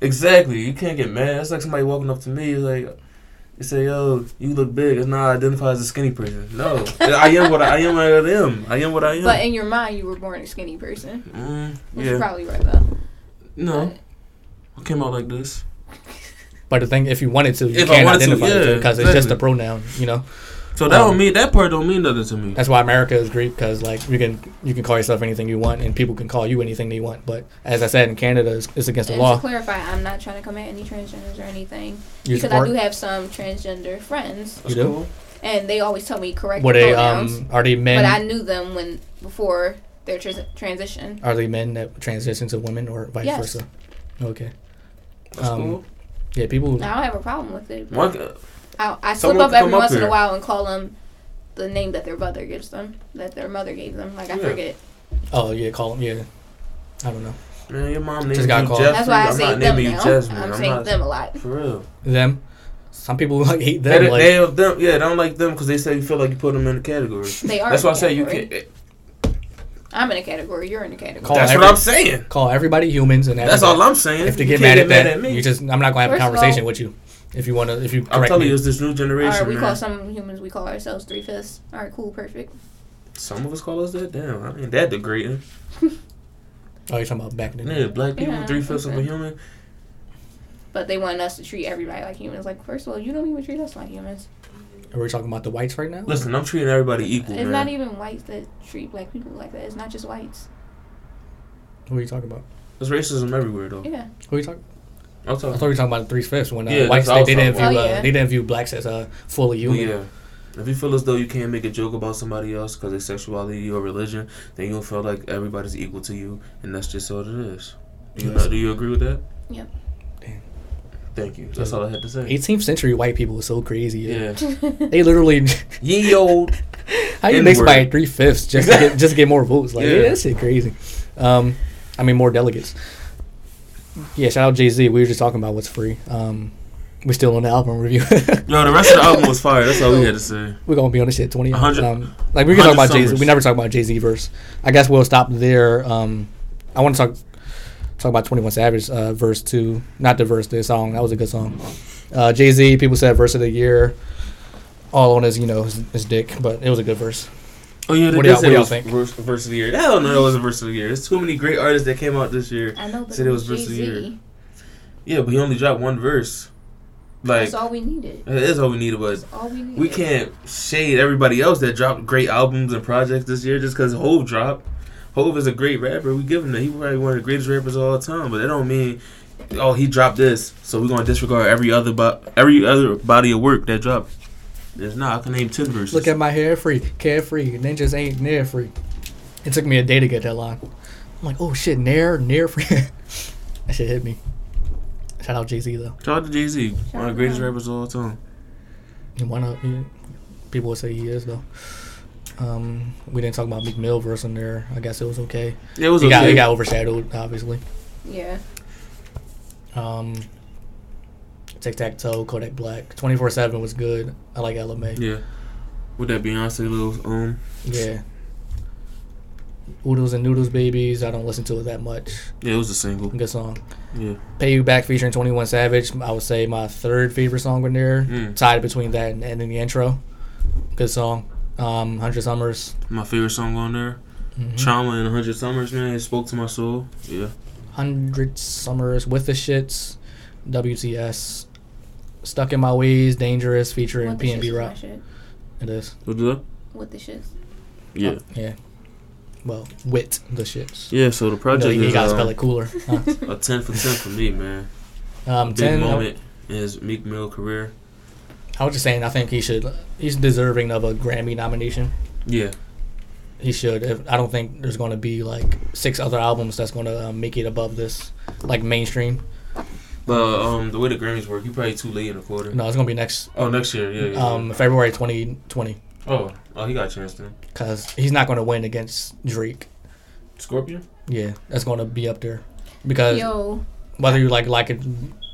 Speaker 5: Exactly. You can't get mad. That's like somebody walking up to me like they say, "Yo, you look big." It's not identify as a skinny person. No, I am what I, I am. What I am. I am what I am.
Speaker 4: But in your mind, you were born a skinny person.
Speaker 5: mm,
Speaker 4: Which is
Speaker 5: yeah.
Speaker 4: probably right though.
Speaker 5: No. I came out like this.
Speaker 3: but the thing, if you wanted to, you
Speaker 5: If I
Speaker 3: can't
Speaker 5: wanted to,
Speaker 3: identify
Speaker 5: yeah,
Speaker 3: because it's just
Speaker 5: exactly.
Speaker 3: a pronoun. You know,
Speaker 5: So that
Speaker 3: Um,
Speaker 5: don't mean that part don't mean nothing to me.
Speaker 3: that's why America is great because like you can you can call yourself anything you want, and people can call you anything they want. But as I said, in Canada, it's, it's against the
Speaker 4: And to
Speaker 3: law.
Speaker 4: clarify, I'm not trying to come at any transgenders or anything
Speaker 3: You
Speaker 4: because I
Speaker 3: support-
Speaker 4: do have some transgender friends,
Speaker 3: you do?
Speaker 4: and they always tell me correct
Speaker 3: Were they
Speaker 4: pronouns.
Speaker 3: um are they men?
Speaker 4: but I knew them when before their trans transition.
Speaker 3: Are they men that transition to women or vice
Speaker 4: Yes.
Speaker 3: versa? Okay.
Speaker 5: That's
Speaker 3: um,
Speaker 5: cool.
Speaker 3: Yeah, people.
Speaker 4: I don't have a problem with it.
Speaker 5: One, uh,
Speaker 4: I, I slip
Speaker 5: Someone
Speaker 4: up
Speaker 5: can
Speaker 4: every
Speaker 5: come up
Speaker 4: once in a
Speaker 5: here.
Speaker 4: while and call them the name that their mother gives them, that their mother gave them. Like I
Speaker 5: Yeah.
Speaker 4: forget.
Speaker 3: Oh yeah, call them. Yeah. I don't know
Speaker 5: man, your mom named you
Speaker 3: Just got called.
Speaker 5: Jeffrey.
Speaker 4: That's why I
Speaker 5: I'm
Speaker 4: say
Speaker 5: not
Speaker 4: them
Speaker 5: naming you
Speaker 4: now.
Speaker 5: Jasmine.
Speaker 4: I'm,
Speaker 5: I'm
Speaker 4: saying
Speaker 5: not
Speaker 4: them a lot.
Speaker 5: for real.
Speaker 3: them. Some people like hate
Speaker 5: They,
Speaker 3: them. like,
Speaker 5: they, don't- them, yeah, they don't like them because they say you feel like you put them in a category.
Speaker 4: They are.
Speaker 5: That's
Speaker 4: in
Speaker 5: why
Speaker 4: a
Speaker 5: I say you
Speaker 4: category.
Speaker 5: can't.
Speaker 4: I'm in a category. You're in a category.
Speaker 3: Call
Speaker 5: That's
Speaker 3: every-
Speaker 5: what I'm saying.
Speaker 3: call everybody humans and
Speaker 5: That's all I'm saying.
Speaker 3: If they
Speaker 5: You
Speaker 3: get,
Speaker 5: can't
Speaker 3: mad, at that, you just I'm not gonna have a
Speaker 4: First of
Speaker 3: conversation
Speaker 4: all-
Speaker 3: with you. If you wanna, if you
Speaker 5: I'm
Speaker 3: correct
Speaker 5: telling
Speaker 3: me,
Speaker 5: you, it's this new
Speaker 4: All right,
Speaker 5: generation,
Speaker 4: we
Speaker 5: man.
Speaker 4: call some humans. We call ourselves three fifths. All right, cool, perfect.
Speaker 5: Some of us call us that. Damn, I mean that degrading.
Speaker 3: oh, you're talking about back then.
Speaker 5: Yeah, black people
Speaker 4: Yeah,
Speaker 5: three fifths of a
Speaker 4: okay.
Speaker 5: human.
Speaker 4: But they want us to treat everybody like humans. Like first of all, you don't even treat us like humans.
Speaker 3: Are we talking about the whites right now?
Speaker 5: Listen, I'm treating everybody equal,
Speaker 4: It's
Speaker 5: man.
Speaker 4: not even whites that treat black people like that. It's not just whites.
Speaker 3: Who are you talking about?
Speaker 5: There's racism everywhere, though.
Speaker 4: Yeah.
Speaker 3: Who are you talking?
Speaker 5: I'm
Speaker 3: I
Speaker 5: talking.
Speaker 3: thought you were talking about the three fifths when uh,
Speaker 5: Yeah,
Speaker 3: whites
Speaker 5: that's what I was
Speaker 3: they, they didn't view
Speaker 4: talking about.
Speaker 3: uh,
Speaker 4: Oh, yeah.
Speaker 3: they didn't view blacks as uh, fully
Speaker 5: Well,
Speaker 3: human.
Speaker 5: yeah. If you feel as though you can't make a joke about somebody else because their sexuality or religion, then you'll feel like everybody's equal to you, and that's just what it is. Do you
Speaker 3: Yes.
Speaker 5: not, do you agree with that?
Speaker 4: Yep.
Speaker 3: Damn.
Speaker 5: Thank you. That's all I had to say.
Speaker 3: 18th century white people were so crazy.
Speaker 5: Yeah.
Speaker 3: They literally
Speaker 5: Ye old.
Speaker 3: How you
Speaker 5: N
Speaker 3: mix
Speaker 5: word.
Speaker 3: by three fifths just to get, just to get more votes? Like
Speaker 5: Yeah.
Speaker 3: yeah. that shit crazy. Um, I mean more delegates. Yeah, shout out Jay Z. We were just talking about what's free. Um, we're still on the album review.
Speaker 5: Yo, the rest of the album was fire. That's all we had to say.
Speaker 3: we're gonna be on this shit twenty.
Speaker 5: A hundred-
Speaker 3: Um, like we can talk
Speaker 5: hundred
Speaker 3: about Jay Z.
Speaker 5: summers.
Speaker 3: We never talk about Jay Z verse. I guess we'll stop there. Um, I want to talk talk about Twenty One Savage uh, verse two. Not the verse, the song. That was a good song. Uh, Jay Z. People said verse of the year. All on his, you know, his, his dick, but it was a good verse.
Speaker 5: Oh yeah,
Speaker 3: What
Speaker 5: they
Speaker 3: do
Speaker 5: did
Speaker 3: y'all-
Speaker 5: say
Speaker 3: what do
Speaker 5: it
Speaker 3: y'all
Speaker 5: was
Speaker 3: think?
Speaker 5: Verse, verse of the year. Hell no, it wasn't verse of the year. There's too many great artists that came out this year.
Speaker 4: I know, but
Speaker 5: Said it was verse of the year.
Speaker 4: Jay-Z,
Speaker 5: Yeah, but he only dropped one verse. Like
Speaker 4: that's all we needed.
Speaker 5: that is all we needed, but
Speaker 4: That's all we needed.
Speaker 5: we can't shade everybody else that dropped great albums and projects this year just because Hove dropped. Hove is a great rapper. We give him that. He probably one of the greatest rappers of all time, but that don't mean oh he dropped this, so we're gonna disregard every other bo- every other body of work that dropped. There's not. I can name ten verses.
Speaker 3: Look at my hair free, carefree, ninjas ain't near free. It took me a day to get that line. I'm like, oh shit, nair, near free. that shit hit me. Shout out Jay Z though.
Speaker 5: Shout out to Jay Z,
Speaker 4: Shout
Speaker 5: one of
Speaker 4: out
Speaker 5: the greatest
Speaker 4: to him.
Speaker 5: rappers of all time.
Speaker 3: And why not? Yeah. People would say he is though. Um, we didn't talk about Meek Mill verse in there. I guess it was okay.
Speaker 5: It was
Speaker 3: He got
Speaker 5: okay.
Speaker 3: he got overshadowed obviously.
Speaker 4: Yeah.
Speaker 3: Um, Tic Tac Toe, Kodak Black, Twenty Four Seven was good. I like LMA.
Speaker 5: yeah. With that Beyonce little um
Speaker 3: Yeah. Oodles and Noodles Babies. I don't listen to it that much.
Speaker 5: yeah, it was a single.
Speaker 3: Good song.
Speaker 5: Yeah.
Speaker 3: Pay You Back featuring 21 Savage. I would say my third favorite song in there.
Speaker 5: Mm.
Speaker 3: Tied between that and, and in the intro. Good song. Um, 100 Summers.
Speaker 5: My favorite song on there.
Speaker 3: Mhm.
Speaker 5: Trauma and 100 Summers, man. It spoke to my soul. Yeah.
Speaker 3: 100 Summers with the Shits. WTS. Stuck in My Ways. Dangerous featuring
Speaker 4: What the shits
Speaker 3: PNB
Speaker 4: is my
Speaker 3: Rock.
Speaker 4: shit.
Speaker 3: It is.
Speaker 5: What's up?
Speaker 4: What the shits.
Speaker 5: Yeah.
Speaker 3: Yeah. Well, wit the Shits.
Speaker 5: Yeah, so the
Speaker 3: No,
Speaker 5: project
Speaker 3: you
Speaker 5: is
Speaker 3: gotta
Speaker 5: um,
Speaker 3: spell it cooler. huh?
Speaker 5: a 10 for 10 for me, man.
Speaker 3: Um,
Speaker 5: Big
Speaker 3: 10. I-
Speaker 5: moment in his Meek Mill career.
Speaker 3: I was just saying, I think he should. He's deserving of a Grammy nomination.
Speaker 5: Yeah.
Speaker 3: He should. If, I don't think there's going to be like six other albums that's going to uh, make it above this, like mainstream.
Speaker 5: But um, the way the Grammys work, you probably too late in the quarter.
Speaker 3: No, it's going to be next
Speaker 5: Oh, next year, yeah. yeah.
Speaker 3: um, February 2020
Speaker 5: oh, oh, he got a chance then.
Speaker 3: because he's not going to win against Drake.
Speaker 5: Scorpion.
Speaker 3: Yeah, that's going to be up there because
Speaker 4: Yo,
Speaker 3: whether you like like it,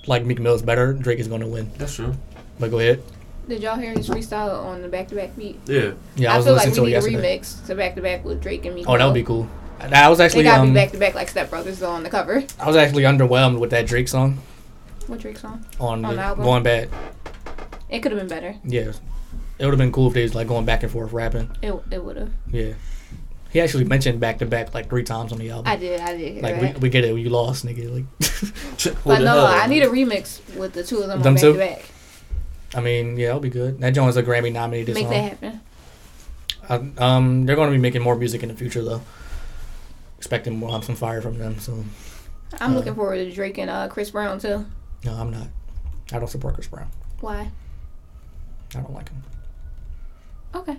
Speaker 3: like Meek Mill's better, Drake is going to win.
Speaker 5: That's true.
Speaker 3: But go ahead.
Speaker 4: did y'all hear his freestyle on the back to back beat?
Speaker 5: Yeah.
Speaker 3: Yeah, I,
Speaker 4: I,
Speaker 3: was
Speaker 4: feel
Speaker 3: listening
Speaker 4: like
Speaker 3: to
Speaker 4: we
Speaker 3: it
Speaker 4: need a
Speaker 3: yesterday.
Speaker 4: remix to back to back with Drake and me.
Speaker 3: Oh, that would be cool. I was
Speaker 4: They
Speaker 3: actually
Speaker 4: gotta be
Speaker 3: um,
Speaker 4: back to back like Step Brothers though on the cover.
Speaker 3: I was actually underwhelmed with that Drake song
Speaker 4: What Drake song?
Speaker 3: on,
Speaker 4: On
Speaker 3: the
Speaker 4: the album?
Speaker 3: Going Bad.
Speaker 4: It could have been better.
Speaker 3: Yeah, it would have been cool if they was like going back and forth rapping.
Speaker 4: It it would have.
Speaker 3: Yeah, he actually mentioned back to back like three times on the album.
Speaker 4: I did. I did. hear
Speaker 3: like
Speaker 4: that.
Speaker 3: we, we get it, you lost, nigga. Like,
Speaker 4: but no, I need a remix with the two of them,
Speaker 3: Them
Speaker 4: on back
Speaker 3: two?
Speaker 4: to back.
Speaker 3: I mean, yeah, it'll be good. That joint is a Grammy nominated
Speaker 4: Make
Speaker 3: song.
Speaker 4: that happen.
Speaker 3: I- um, they're going to be making more music in the future though. Expecting more, um, some fire from them. So
Speaker 4: I'm
Speaker 3: Uh,
Speaker 4: looking forward to Drake and uh, Chris Brown too.
Speaker 3: no, I'm not. I don't support Chris Brown.
Speaker 4: Why?
Speaker 3: I don't like him.
Speaker 4: Okay.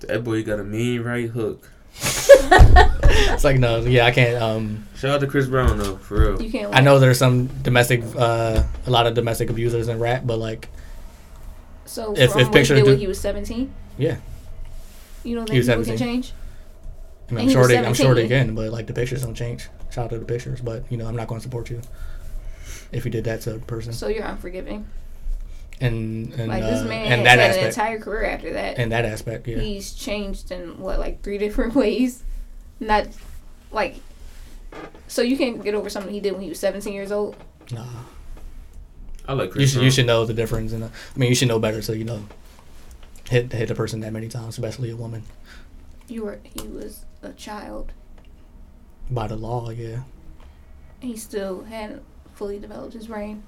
Speaker 5: That boy got a mean right hook.
Speaker 3: It's like no, yeah, I can't. Um,
Speaker 5: Shout out to Chris Brown though, for real.
Speaker 4: You can't.
Speaker 3: I know there's some domestic, uh, a lot of domestic abusers in rap, but like,
Speaker 4: So
Speaker 3: If-
Speaker 4: from
Speaker 3: if
Speaker 4: what
Speaker 3: picture
Speaker 4: he did
Speaker 3: do-
Speaker 4: when he was 17,
Speaker 3: yeah,
Speaker 4: you don't
Speaker 3: He
Speaker 4: think
Speaker 3: was
Speaker 4: people
Speaker 3: 17.
Speaker 4: can change?
Speaker 3: I mean,
Speaker 4: And
Speaker 3: I'm
Speaker 4: he
Speaker 3: sure
Speaker 4: was
Speaker 3: they, I'm sure they
Speaker 4: 17.
Speaker 3: can, but like the pictures don't change. Shout out to the pictures, but you know, I'm not going to support you if you did that to a person.
Speaker 4: So you're unforgiving.
Speaker 3: and and
Speaker 4: Like
Speaker 3: uh,
Speaker 4: this man
Speaker 3: and
Speaker 4: has
Speaker 3: that
Speaker 4: had
Speaker 3: aspect,
Speaker 4: an entire career after that.
Speaker 3: and that aspect, yeah,
Speaker 4: He's changed in what like three different ways. Not like. So you can't get over something he did when he was 17 years old.
Speaker 3: nah.
Speaker 5: I like Chris
Speaker 3: You should
Speaker 5: Brown.
Speaker 3: you should know the difference, and uh, I mean, you should know better, so you know, hit hit a person that many times, especially a woman,
Speaker 4: You were he was a child.
Speaker 3: by the law, yeah.
Speaker 4: and He still hadn't fully developed his brain.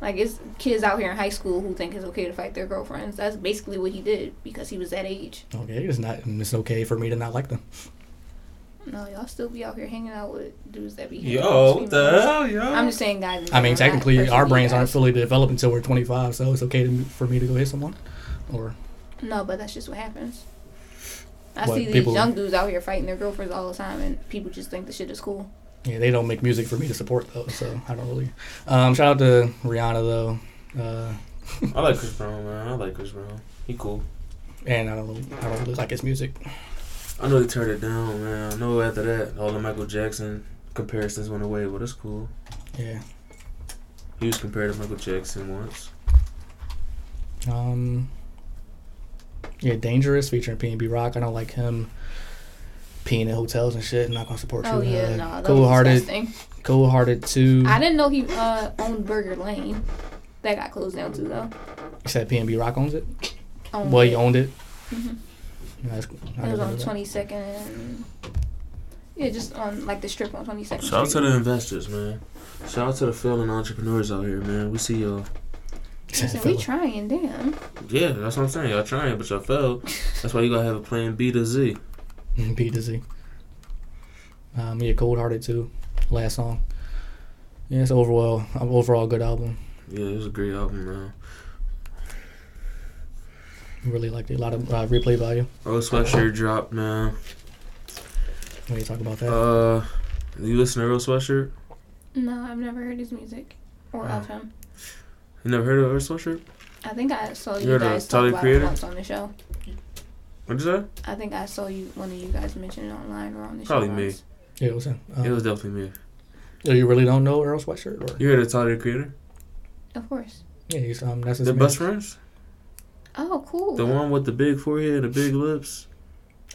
Speaker 4: Like it's kids out here in high school who think it's okay to fight their girlfriends. That's basically what he did because he was that age.
Speaker 3: Okay, it's not, and it's okay for me to not like them.
Speaker 4: No, y'all still be out here hanging out with dudes that be. hanging
Speaker 5: Yo,
Speaker 4: out
Speaker 5: what
Speaker 4: with
Speaker 5: the
Speaker 4: females.
Speaker 5: hell, yo?
Speaker 4: I'm just saying, guys.
Speaker 3: I mean,
Speaker 4: not
Speaker 3: technically, our
Speaker 4: personally,
Speaker 3: brains aren't
Speaker 4: guys.
Speaker 3: fully developed until we're 25, so it's okay to, for me to go hit someone. Or
Speaker 4: No, but that's just what happens. I
Speaker 3: What,
Speaker 4: see these
Speaker 3: people-
Speaker 4: young dudes out here fighting their girlfriends all the time, and people just think the shit is cool.
Speaker 3: yeah, they don't make music for me to support though, so I don't really. Um, shout out to Rihanna though, uh,
Speaker 5: I like Chris Brown, man. I like Chris Brown. He cool.
Speaker 3: and I don't, I don't really like his music.
Speaker 5: I know they turned it down, man. I know after that, all the Michael Jackson comparisons went away, but it's cool.
Speaker 3: Yeah.
Speaker 5: He was compared to Michael Jackson once.
Speaker 3: Um. Yeah, dangerous featuring P and B Rock. I don't like him peeing in hotels and shit. I'm not gonna support
Speaker 4: Oh
Speaker 3: you.
Speaker 4: yeah,
Speaker 3: Uh,
Speaker 4: no, that's
Speaker 3: cool hearted,
Speaker 4: disgusting.
Speaker 3: cool hearted too.
Speaker 4: I didn't know he uh, owned Burger Lane. That got closed down too, though.
Speaker 3: Except P and B Rock owns it.
Speaker 4: Owned
Speaker 3: Well,
Speaker 4: it.
Speaker 3: he owned it.
Speaker 4: Mhm.
Speaker 3: Yeah, that's- I
Speaker 4: Oh. It was
Speaker 3: didn't
Speaker 4: on
Speaker 3: know that.
Speaker 4: Twenty Second. and Yeah, just on like the strip on Twenty Second.
Speaker 5: Shout out to the investors, man. Shout out to the failing entrepreneurs out here, man. We see y'all.
Speaker 4: We trying, damn.
Speaker 5: Yeah, that's what I'm saying. Y'all trying, but y'all failed. That's why you gotta have a plan B to Z.
Speaker 3: B to Z. Um, yeah, Cold Hearted too. Last song. Yeah, it's overall um, overall good album.
Speaker 5: Yeah, it was a great album, man.
Speaker 3: Really liked it. A lot of uh, replay value.
Speaker 5: Oh, sweatshirt dropped, man.
Speaker 3: When you talk about that,
Speaker 5: Uh, you listen to Earl Sweatshirt?
Speaker 4: No, I've never heard his music or of him.
Speaker 5: You never heard of Earl Sweatshirt?
Speaker 4: I think I saw you
Speaker 5: You're the
Speaker 4: guys
Speaker 5: Tyler
Speaker 4: talk about
Speaker 5: Creator?
Speaker 4: it once on the show.
Speaker 5: What'd you say?
Speaker 4: I think I saw you one of you guys mention it online or on the
Speaker 5: Probably
Speaker 4: show.
Speaker 5: me.
Speaker 4: once.
Speaker 3: yeah, what's that? Um,
Speaker 5: It was definitely me.
Speaker 3: oh, you really don't know Earl Sweatshirt? Or?
Speaker 5: You heard of Tyler the Creator?
Speaker 4: Of course.
Speaker 3: Yeah, he's, um, that's his
Speaker 5: They're
Speaker 3: man.
Speaker 5: best friends.
Speaker 4: Oh, cool.
Speaker 5: The one with the big forehead and the big lips.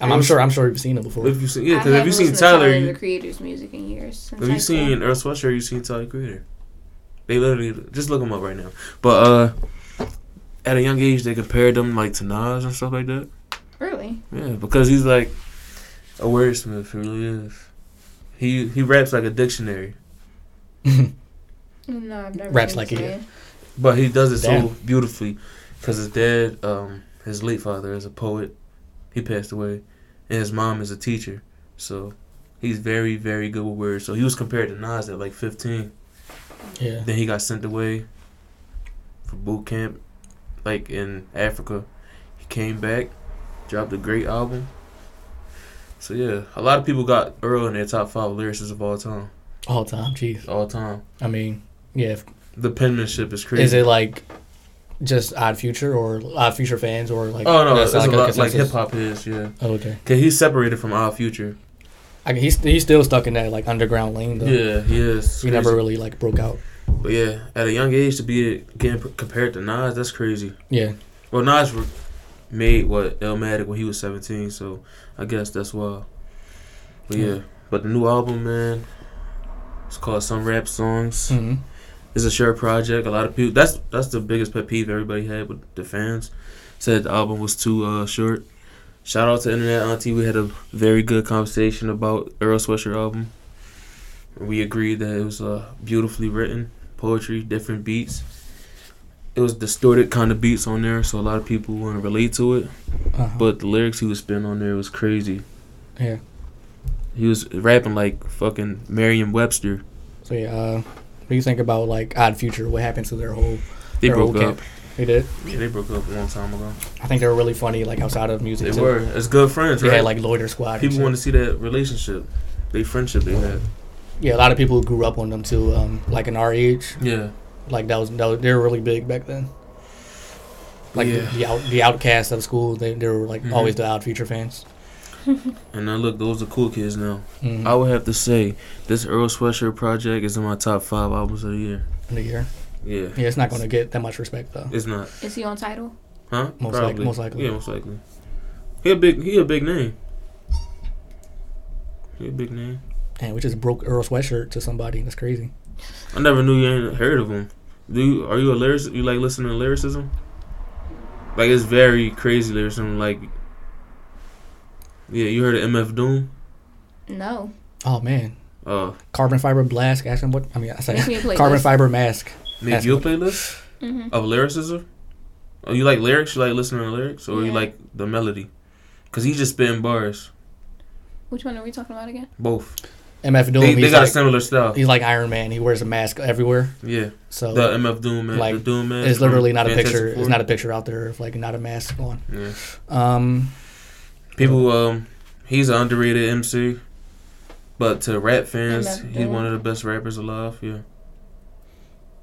Speaker 3: I'm, I'm sure. I'm sure you've seen him before.
Speaker 5: If you seen, yeah,
Speaker 4: I
Speaker 5: because if
Speaker 4: haven't
Speaker 5: you seen
Speaker 4: listened to
Speaker 5: Tyler,
Speaker 4: the
Speaker 5: you,
Speaker 4: creator's music in years. Since
Speaker 5: if
Speaker 4: high
Speaker 5: you
Speaker 4: school.
Speaker 5: seen Earl Sweatshirt, you seen Tyler the Creator. They literally just look him up right now. But uh, at a young age, they compared them like to Nas and stuff like that.
Speaker 4: Really?
Speaker 5: Yeah, because he's like a wordsmith. He really is. He he raps like a dictionary,
Speaker 4: No, I've never.
Speaker 3: Raps
Speaker 4: seen
Speaker 3: like
Speaker 4: this
Speaker 3: he-
Speaker 4: man.
Speaker 5: but he does it
Speaker 3: Damn.
Speaker 5: so beautifully. Because his dad, um, his late father, is a poet. He passed away, and his mom is a teacher. So he's very very good with words. So he was compared to Nas at like 15.
Speaker 3: yeah,
Speaker 5: Then he got sent away for boot camp, like in Africa. came back, dropped a great album. So yeah, a lot of people got Earl in their top five lyricists of all time.
Speaker 3: All time, jeez.
Speaker 5: All time,
Speaker 3: I mean, yeah. if-
Speaker 5: the penmanship is crazy.
Speaker 3: is it like just Odd Future or Odd Future fans or like?
Speaker 5: Oh no,
Speaker 3: that's
Speaker 5: it's a lot like
Speaker 3: consensus?
Speaker 5: hip hop is yeah.
Speaker 3: Oh, okay.
Speaker 5: Cause he's separated from our future.
Speaker 3: I, he's he's still stuck in that like underground lane though.
Speaker 5: Yeah, he is. It's
Speaker 3: He never
Speaker 5: crazy.
Speaker 3: really like broke out.
Speaker 5: But yeah, at a young age to be getting p- compared to Nas, that's crazy.
Speaker 3: Yeah.
Speaker 5: Well, Nas re- made what Illmatic when he was 17, so I guess that's why. But yeah, but the new album, man, it's called Some Rap Songs.
Speaker 3: hmm
Speaker 5: It's a shared project. A lot of people. That's that's the biggest pet peeve everybody had with the fans. Said the album was too uh, short. Shout out to Internet Auntie. We had a very good conversation about Earl Sweatshirt album. We agreed that it was uh, beautifully written, poetry, different beats. It was distorted kind of beats on there, so a lot of people want to relate to it.
Speaker 3: Uh-huh.
Speaker 5: But the lyrics he was spinning on there was crazy.
Speaker 3: Yeah.
Speaker 5: He was rapping like fucking Merriam Webster.
Speaker 3: So yeah, uh, what do you think about like Odd Future? What happened to their whole?
Speaker 5: They
Speaker 3: their
Speaker 5: broke
Speaker 3: whole
Speaker 5: up.
Speaker 3: camp? They did.
Speaker 5: Yeah, they broke up a long time ago.
Speaker 3: I think they were really funny like outside of music.
Speaker 5: They
Speaker 3: too.
Speaker 5: were. It's good friends,
Speaker 3: They
Speaker 5: right?
Speaker 3: had like Loiter Squad. and
Speaker 5: People
Speaker 3: shit.
Speaker 5: want to see that relationship, they friendship they had.
Speaker 3: yeah, a lot of people grew up on them too. Um, like in our age,
Speaker 5: Yeah,
Speaker 3: like that was, that was they were really big back then. Like
Speaker 5: Yeah.
Speaker 3: the, the, out, the outcasts of school, they, they were like
Speaker 5: Mhm.
Speaker 3: always the Odd Future fans.
Speaker 5: and now look, those are cool kids now.
Speaker 3: Mhm.
Speaker 5: I would have to say this Earl Sweatshirt project is in my top five albums of the year.
Speaker 3: in the year.
Speaker 5: Yeah,
Speaker 3: Yeah, it's not going to get that much respect though.
Speaker 5: it's not,
Speaker 4: Is he on title?
Speaker 5: huh?
Speaker 3: Most like- most likely.
Speaker 5: Yeah, most likely. He a big, he a big name. He a big name.
Speaker 3: And we just broke Earl Sweatshirt to somebody. That's crazy.
Speaker 5: I never knew you ain't heard of him. Do you, are you a lyric? You like listening to lyricism? Like it's very crazy lyricism. Like, yeah, you heard of MF Doom?
Speaker 4: No.
Speaker 3: Oh man,
Speaker 5: Uh,
Speaker 3: carbon fiber blast. Asking what? I mean, I say
Speaker 4: Make me a playlist.
Speaker 3: carbon fiber mask.
Speaker 5: Make
Speaker 3: That's
Speaker 5: you a
Speaker 3: what-
Speaker 5: playlist
Speaker 4: Mhm.
Speaker 5: of lyricism? Oh, you like lyrics? You like listening to lyrics, or you
Speaker 4: Yeah.
Speaker 5: like the melody? Cause he's just spitting bars.
Speaker 4: Which one are we talking about again?
Speaker 5: Both.
Speaker 3: MF Doom.
Speaker 5: They, they
Speaker 3: he's,
Speaker 5: got a
Speaker 3: like,
Speaker 5: similar style.
Speaker 3: he's like Iron Man. He wears a mask everywhere.
Speaker 5: Yeah.
Speaker 3: So
Speaker 5: The MF Doom man.
Speaker 3: like,
Speaker 5: the Doom man.
Speaker 3: it's
Speaker 5: from
Speaker 3: literally not a
Speaker 5: Fantastic
Speaker 3: picture.
Speaker 5: Four.
Speaker 3: It's not a picture out there of like not a mask on.
Speaker 5: Yeah.
Speaker 3: Um,
Speaker 5: People. Um. He's an underrated MC, but to rap fans,
Speaker 4: MF
Speaker 5: he's
Speaker 4: Doom.
Speaker 5: one of the best rappers alive. Yeah.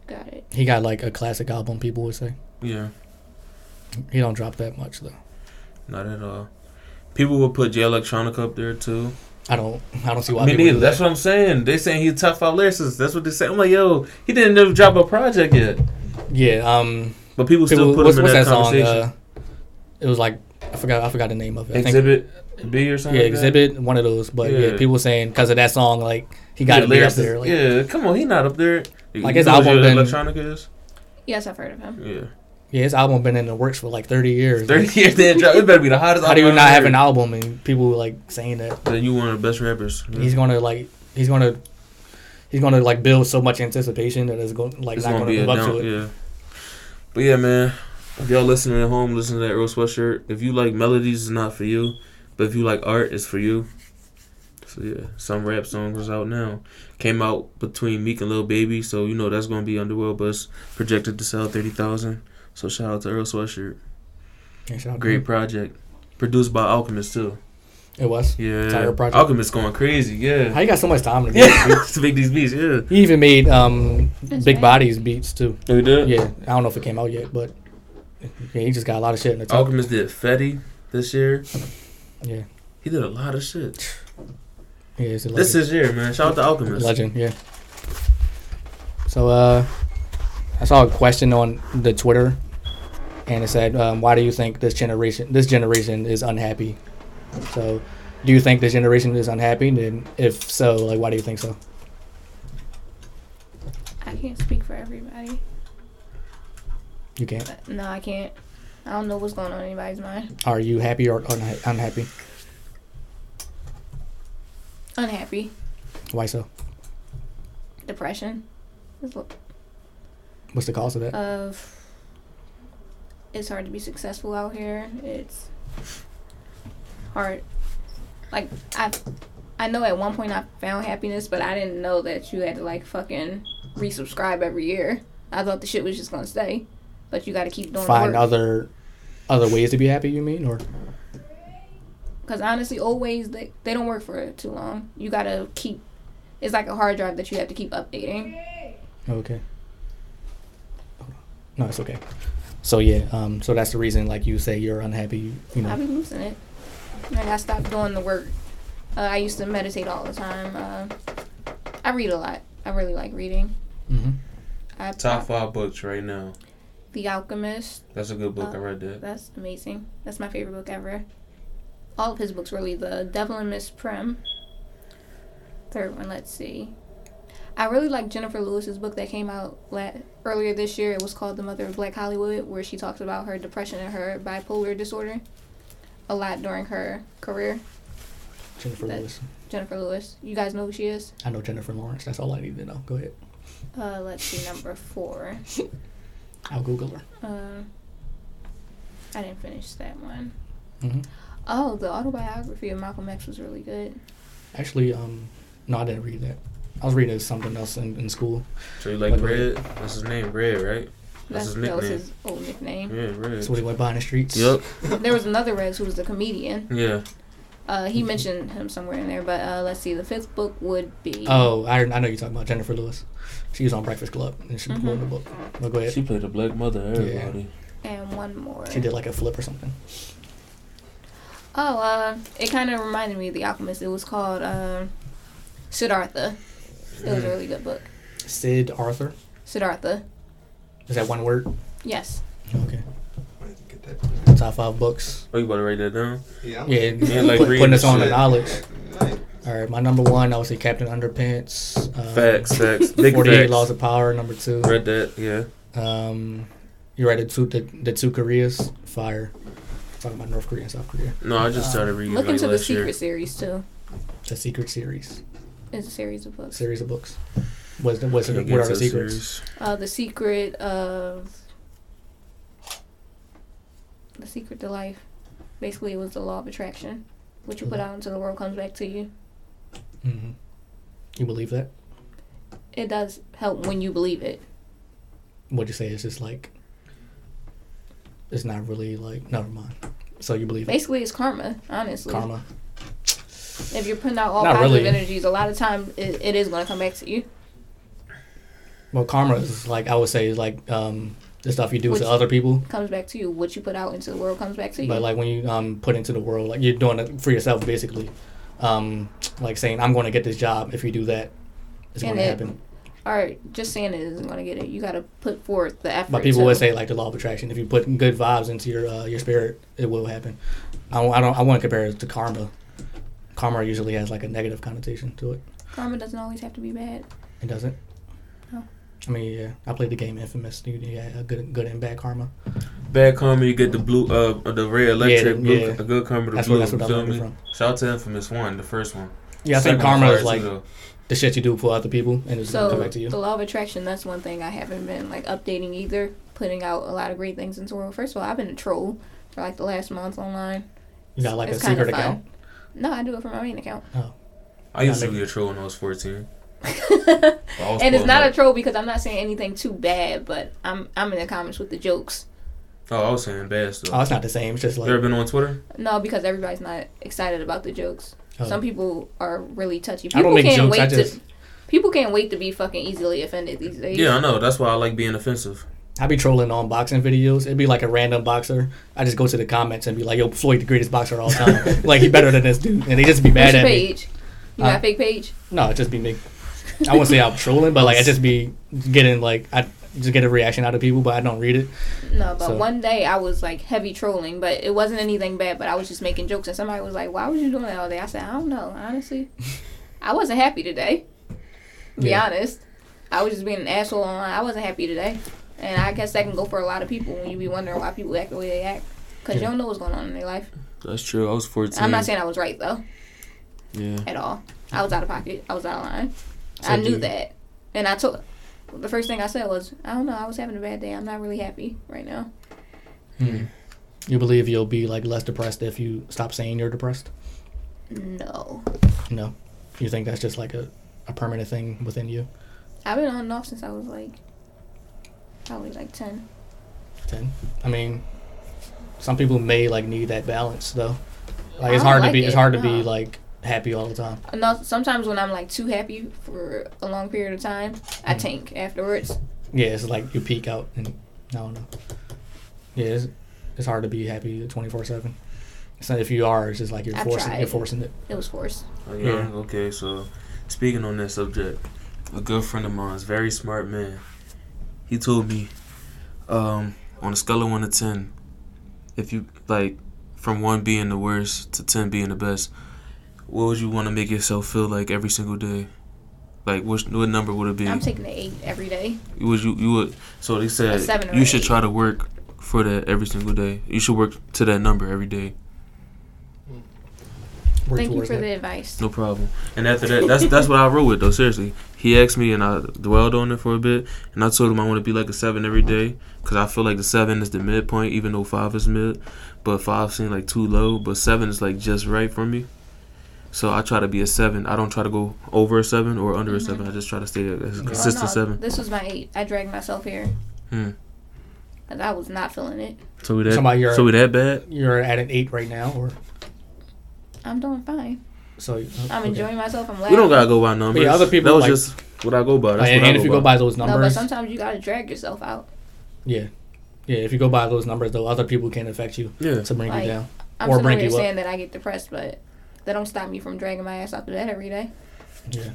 Speaker 4: Got it.
Speaker 3: he got like a classic album. People would say
Speaker 5: Yeah.
Speaker 3: he don't drop that much though.
Speaker 5: Not at all. People will put J Electronic up there too.
Speaker 3: I don't. I don't see why.
Speaker 5: Me
Speaker 3: people do
Speaker 5: neither. That's
Speaker 3: that.
Speaker 5: what I'm saying. They saying he's top five lyricist. That's what they say. I'm like, yo, he didn't even drop a project yet.
Speaker 3: yeah. Um,
Speaker 5: But people still
Speaker 3: people,
Speaker 5: put
Speaker 3: what's,
Speaker 5: him in
Speaker 3: what's
Speaker 5: that,
Speaker 3: that song?
Speaker 5: conversation.
Speaker 3: Uh, it was like I forgot. I forgot the name of it. I think-
Speaker 5: exhibit B or something.
Speaker 3: Yeah,
Speaker 5: like that?
Speaker 3: exhibit one of those. But yeah,
Speaker 5: Yeah.
Speaker 3: people saying because of that song, like he got
Speaker 5: yeah,
Speaker 3: to be up
Speaker 5: lyricist.
Speaker 3: there. Like,
Speaker 5: yeah, come on, he not up there. You
Speaker 3: Like, his
Speaker 5: know what
Speaker 3: album
Speaker 5: your
Speaker 3: been-
Speaker 5: electronic is.
Speaker 4: Yes, I've heard of him.
Speaker 5: Yeah,
Speaker 3: Yeah, his album been in the works for like 30 years.
Speaker 5: thirty years didn't drop. It better be the hottest.
Speaker 3: How do you
Speaker 5: album
Speaker 3: not
Speaker 5: I've
Speaker 3: have
Speaker 5: heard.
Speaker 3: an album and people like saying that
Speaker 5: Then you one of the best rappers. Yeah.
Speaker 3: he's gonna like he's gonna he's gonna like build so much anticipation that it's going like
Speaker 5: It's
Speaker 3: not
Speaker 5: gonna,
Speaker 3: gonna,
Speaker 5: be a
Speaker 3: live up
Speaker 5: down.
Speaker 3: to it.
Speaker 5: Yeah, but yeah, man. If y'all listening at home, listen to that Earl Sweatshirt. If you like melodies, it's not for you. But if you like art, it's for you. So yeah, some rap songs is out now. Came out between Meek and Lil Baby, so you know that's gonna be underworld, but it's projected to sell thirty thousand. So shout out to Earl Sweatshirt.
Speaker 3: Yeah, shout out to
Speaker 5: Great
Speaker 3: him.
Speaker 5: project. Produced by Alchemist too.
Speaker 3: It was.
Speaker 5: Yeah.
Speaker 3: Entire project.
Speaker 5: Alchemist going crazy,
Speaker 3: How
Speaker 5: yeah.
Speaker 3: you got so much time to make
Speaker 5: Yeah. to make these beats, yeah.
Speaker 3: He even made um
Speaker 4: That's
Speaker 3: Big
Speaker 4: right.
Speaker 3: Bodies beats too.
Speaker 5: We did?
Speaker 3: Yeah, I don't know if it came out yet, but yeah, he just got a lot of shit in the top.
Speaker 5: Alchemist did Fetty this year.
Speaker 3: Yeah.
Speaker 5: He did a lot of shit.
Speaker 3: Yeah, it's a
Speaker 5: This
Speaker 3: legend.
Speaker 5: is year, man. Shout out to Alchemist.
Speaker 3: Legend, yeah. So uh, I saw a question on the Twitter, and it said, um, "Why do you think this generation this generation is unhappy?" So, do you think this generation is unhappy? And if so, like, why do you think so?
Speaker 4: I can't speak for everybody.
Speaker 3: You can't.
Speaker 4: But no, I can't. I don't know what's going on in anybody's mind.
Speaker 3: Are you happy or unha- unhappy?
Speaker 4: Unhappy.
Speaker 3: Why so?
Speaker 4: Depression. It's lo-
Speaker 3: What's the cause of
Speaker 4: Uh,
Speaker 3: that?
Speaker 4: Of. It's hard to be successful out here. It's hard. Like, I. I know at one point I found happiness, but I didn't know that you had to, like, fucking resubscribe every year. I thought the shit was just gonna stay. But you gotta keep doing the
Speaker 3: Find
Speaker 4: work.
Speaker 3: other Other ways to be happy, you mean, or
Speaker 4: Because honestly, old ways they, they don't work for too long. You gotta keep. It's like a hard drive that you have to keep updating.
Speaker 3: okay? Hold on. No, it's okay. So yeah, um, so that's the reason, like you say, you're unhappy. You, you know,
Speaker 4: I be losing it. Like I stopped doing the work. Uh, I used to meditate all the time. Uh, I read a lot. I really like reading.
Speaker 3: hmm
Speaker 4: I
Speaker 5: Top five books right now.
Speaker 4: The Alchemist.
Speaker 5: That's a good book. I read that.
Speaker 4: That's amazing. That's my favorite book ever. All of his books really. The Devil and Miss Prim. Third one, let's see. I really like Jennifer Lewis's book that came out la- earlier this year. It was called The Mother of Black Hollywood, where she talks about her depression and her bipolar disorder a lot during her career.
Speaker 3: Jennifer
Speaker 4: That-
Speaker 3: Lewis.
Speaker 4: Jennifer Lewis. You guys know who she is?
Speaker 3: I know Jennifer Lawrence. That's all I need to know. Go ahead.
Speaker 4: Uh, let's see, number four.
Speaker 3: I'll Google her.
Speaker 4: Um, I didn't finish that one.
Speaker 5: Mm-hmm.
Speaker 3: hmm
Speaker 4: Oh, the autobiography of Malcolm X was really good.
Speaker 3: Actually, um, no, I didn't read that. I was reading something else in, in school.
Speaker 5: So you like
Speaker 3: What
Speaker 5: Red? That's his name, Red, right? That's his
Speaker 4: That's, that was
Speaker 5: nickname.
Speaker 4: his old nickname.
Speaker 5: Yeah, Red.
Speaker 3: That's what he went by in the streets.
Speaker 5: Yup.
Speaker 4: There was another Rez who was the comedian.
Speaker 5: Yeah.
Speaker 4: Uh, he
Speaker 5: Mm-hmm.
Speaker 4: mentioned him somewhere in there, but uh, let's see. The fifth book would be.
Speaker 3: Oh, I, I know you're talking about Jennifer Lewis. She was on Breakfast Club and she wrote the book. But go ahead. Mm-hmm. She,
Speaker 5: played a black mother.
Speaker 3: everybody.
Speaker 4: And one more.
Speaker 3: did like a flip or something.
Speaker 4: Oh, uh, it kind of reminded me of The Alchemist. It was called um Siddhartha. It
Speaker 5: Mm-hmm.
Speaker 4: was a really good book.
Speaker 3: Sid Arthur.
Speaker 4: Siddhartha.
Speaker 3: Is that one word?
Speaker 4: Yes.
Speaker 3: Okay.
Speaker 7: I need to get that.
Speaker 3: Top five books.
Speaker 5: Oh, you about to write that down?
Speaker 7: Yeah. I'm-
Speaker 3: Yeah,
Speaker 5: Yeah, like
Speaker 3: put-
Speaker 5: reading
Speaker 3: putting us on
Speaker 5: shit.
Speaker 3: the knowledge.
Speaker 7: Like,
Speaker 3: All right, my number one, I would say Captain Underpants. Um,
Speaker 5: Facts, facts. Big
Speaker 3: 48
Speaker 5: facts.
Speaker 3: Laws of Power, number two.
Speaker 5: Read that, yeah.
Speaker 3: Um, you're right, the two, the, the two Koreas, fire. Talking about North Korea and South Korea.
Speaker 5: No, I just
Speaker 3: Uh,
Speaker 5: started reading
Speaker 4: Look
Speaker 5: like
Speaker 4: into the
Speaker 5: last
Speaker 4: Secret
Speaker 5: year.
Speaker 4: series too.
Speaker 3: The Secret Series.
Speaker 4: It's a series of books.
Speaker 3: Series of books. What's the, what's the,
Speaker 5: Yeah,
Speaker 3: what are
Speaker 5: so
Speaker 3: the secrets?
Speaker 5: serious.
Speaker 4: Uh, the Secret of the Secret to Life. Basically, it was the law of attraction. What you put
Speaker 3: Mm-hmm.
Speaker 4: out into the world comes back to you.
Speaker 3: hmm You believe that?
Speaker 4: It does help when you believe it.
Speaker 3: What'd you say? It's just like, it's not really like, never mind. So you believe it?
Speaker 4: Basically, it's karma. Honestly,
Speaker 3: Karma.
Speaker 4: If you're putting out all
Speaker 3: Not
Speaker 4: positive
Speaker 3: really.
Speaker 4: energies, a lot of time it, it is going to come back to you.
Speaker 3: Well, karma is like, I would say, is like um, the stuff you do
Speaker 4: Which- Mm-hmm.
Speaker 3: to other people.
Speaker 4: Comes back to you. What you put out into the world comes back to you.
Speaker 3: But like when you um put into the world, like you're doing it for yourself basically. Um, like saying I'm going to get this job if you do that, it's
Speaker 4: And
Speaker 3: going to
Speaker 4: it-
Speaker 3: happen.
Speaker 4: all right, just saying it isn't going to get it. You got to put forth the effort.
Speaker 3: But people
Speaker 4: to-
Speaker 3: would say like the law of attraction. If you put good vibes into your uh, your spirit, it will happen. I don't. I, don't, I want to compare it to karma. Karma usually has like a negative connotation to it.
Speaker 4: karma doesn't always have to be bad.
Speaker 3: It doesn't.
Speaker 4: No.
Speaker 3: I mean, yeah. I played the game Infamous. You, you had a good, good and bad karma.
Speaker 5: Bad karma, you get the blue, uh, uh, the red electric.
Speaker 3: the-
Speaker 5: blue,
Speaker 3: yeah.
Speaker 5: A good karma, the
Speaker 3: That's what-
Speaker 5: blue.
Speaker 3: that's what I
Speaker 5: feel
Speaker 3: learned
Speaker 5: me?
Speaker 3: from.
Speaker 5: Shout out to Infamous One, the first one.
Speaker 3: Yeah, I
Speaker 5: Second
Speaker 3: think
Speaker 5: uh,
Speaker 3: karma
Speaker 5: one
Speaker 3: is
Speaker 5: fire,
Speaker 3: like
Speaker 5: too, though.
Speaker 3: the shit you do for other people, and it's gonna
Speaker 4: So
Speaker 3: come back to you.
Speaker 4: the law of attraction, that's one thing I haven't been like updating either, putting out a lot of great things into the world. First of all, I've been a troll for like the last month online.
Speaker 3: You got like a
Speaker 4: it's kinda
Speaker 3: secret
Speaker 4: fun.
Speaker 3: account.
Speaker 4: No, I do it for my main account.
Speaker 5: I used to
Speaker 3: Yeah,
Speaker 5: be a troll when I was 14.
Speaker 3: Oh,
Speaker 5: I was
Speaker 4: And it's
Speaker 5: pulling
Speaker 4: not a
Speaker 5: up.
Speaker 4: troll because I'm not saying anything too bad, but I'm I'm in the comments with the jokes.
Speaker 5: Oh, I was saying bad stuff.
Speaker 3: Oh, it's not the same. It's just like
Speaker 5: you ever been on Twitter?
Speaker 4: No, because everybody's not excited about the jokes.
Speaker 3: Oh.
Speaker 4: Some people are really touchy.
Speaker 3: I
Speaker 4: People
Speaker 3: don't make
Speaker 4: can't
Speaker 3: jokes.
Speaker 4: wait
Speaker 3: I just
Speaker 4: to people can't wait to be fucking easily offended these days.
Speaker 5: Yeah, I know. That's why I like being offensive.
Speaker 3: I be trolling on boxing videos. It'd be like a random boxer. I just go to the comments and be like, "Yo, Floyd, the greatest boxer of all time. like he better than this dude." And they just be
Speaker 4: What's
Speaker 3: mad
Speaker 4: your
Speaker 3: at me.
Speaker 4: page? You got
Speaker 3: Huh?
Speaker 4: a fake page?
Speaker 3: No, it just be me. I won't say I'm trolling, but like I just be getting like I just get a reaction out of people, but I don't read it.
Speaker 4: No, but
Speaker 3: So-
Speaker 4: one day I was like heavy trolling, but it wasn't anything bad. But I was just making jokes, and somebody was like, "Why was you doing that all day?" I said, "I don't know, honestly. I wasn't happy today. To Be
Speaker 3: Yeah.
Speaker 4: honest. I was just being an asshole online. I wasn't happy today, and I guess that can go for a lot of people when you be wondering why people act the way they act, because you
Speaker 3: Yeah.
Speaker 4: don't know what's going on in their life.
Speaker 5: That's true. I was 14.
Speaker 4: I'm not saying I was right though
Speaker 5: Yeah.
Speaker 4: at all. I was out of pocket. I was out of line.
Speaker 3: So
Speaker 4: I
Speaker 3: do
Speaker 4: knew
Speaker 3: you-
Speaker 4: that, and I took. The first thing I said was, "I don't know. I was having a bad day. I'm not really happy right now."
Speaker 3: You believe you'll be like less depressed if you stop saying you're depressed?
Speaker 4: No.
Speaker 3: No, you think that's just like a, a permanent thing within you?
Speaker 4: I've been on and off since I was like probably like ten.
Speaker 3: Then I mean, some people may like need that balance though. Like
Speaker 4: I
Speaker 3: it's
Speaker 4: don't
Speaker 3: hard to
Speaker 4: like
Speaker 3: be it's
Speaker 4: it,
Speaker 3: hard to
Speaker 4: no.
Speaker 3: be like happy all the time.
Speaker 4: No, sometimes when I'm like too happy for a long period of time, I
Speaker 3: Mm-hmm.
Speaker 4: tank afterwards.
Speaker 3: Yeah, it's like you peak out and I don't know. Yeah, it's, it's hard to be happy twenty four seven. So if you are, it's just like you're
Speaker 4: I've
Speaker 3: forcing
Speaker 4: tried.
Speaker 3: you're forcing it.
Speaker 4: It was forced.
Speaker 5: Oh,
Speaker 3: Yeah.
Speaker 5: yeah. Okay. So, speaking on that subject, a good friend of mine, is a very smart man, he told me, um, on a scale of one to ten, if you like, from one being the worst to ten being the best, what would you want to make yourself feel like every single day? Like, which what number would it be?
Speaker 4: I'm taking an eight every day.
Speaker 5: would you you would? So they
Speaker 4: A
Speaker 5: said
Speaker 4: seven or
Speaker 5: you
Speaker 4: an
Speaker 5: should
Speaker 4: eight.
Speaker 5: try to work for that every single day. You should work to that number every day.
Speaker 3: Work
Speaker 4: Thank you
Speaker 3: towards
Speaker 4: for
Speaker 3: that.
Speaker 4: the advice.
Speaker 5: No problem. And after that, that's that's what I roll with though. Seriously, he asked me and I dwelled on it for a bit, and I told him I want to be like a seven every day because I feel like the seven is the midpoint, even though five is mid, but five seemed like too low, but seven is like just right for me. So I try to be a seven. I don't try to go over a seven or under a seven. I just try to stay at a
Speaker 4: Mm-hmm. Well,
Speaker 5: consistent
Speaker 4: no,
Speaker 5: seven.
Speaker 4: This was my eight. I dragged myself here.
Speaker 5: Hmm.
Speaker 4: 'Cause I was not feeling it.
Speaker 5: So we that
Speaker 3: Somebody you're-
Speaker 5: so we that bad.
Speaker 3: You're at an eight right now, or
Speaker 4: I'm doing fine.
Speaker 3: so. uh,
Speaker 4: I'm
Speaker 3: okay.
Speaker 4: enjoying myself. I'm laughing.
Speaker 5: We don't gotta go by numbers.
Speaker 3: other people
Speaker 5: That was
Speaker 3: like-
Speaker 5: just what I go by. That's
Speaker 3: Like,
Speaker 5: what I
Speaker 3: and if you go by those
Speaker 4: No, but
Speaker 3: numbers,
Speaker 4: sometimes you gotta drag yourself out.
Speaker 3: yeah, yeah. If you go by those numbers, though, other people can affect you
Speaker 5: Yeah.
Speaker 3: to bring
Speaker 4: Like,
Speaker 3: you down.
Speaker 4: I'm
Speaker 3: Or
Speaker 4: still
Speaker 3: bring you up.
Speaker 4: understand that I get depressed, but that don't stop me from dragging my ass out to bed every day.
Speaker 3: Yeah,
Speaker 5: Uh,
Speaker 4: That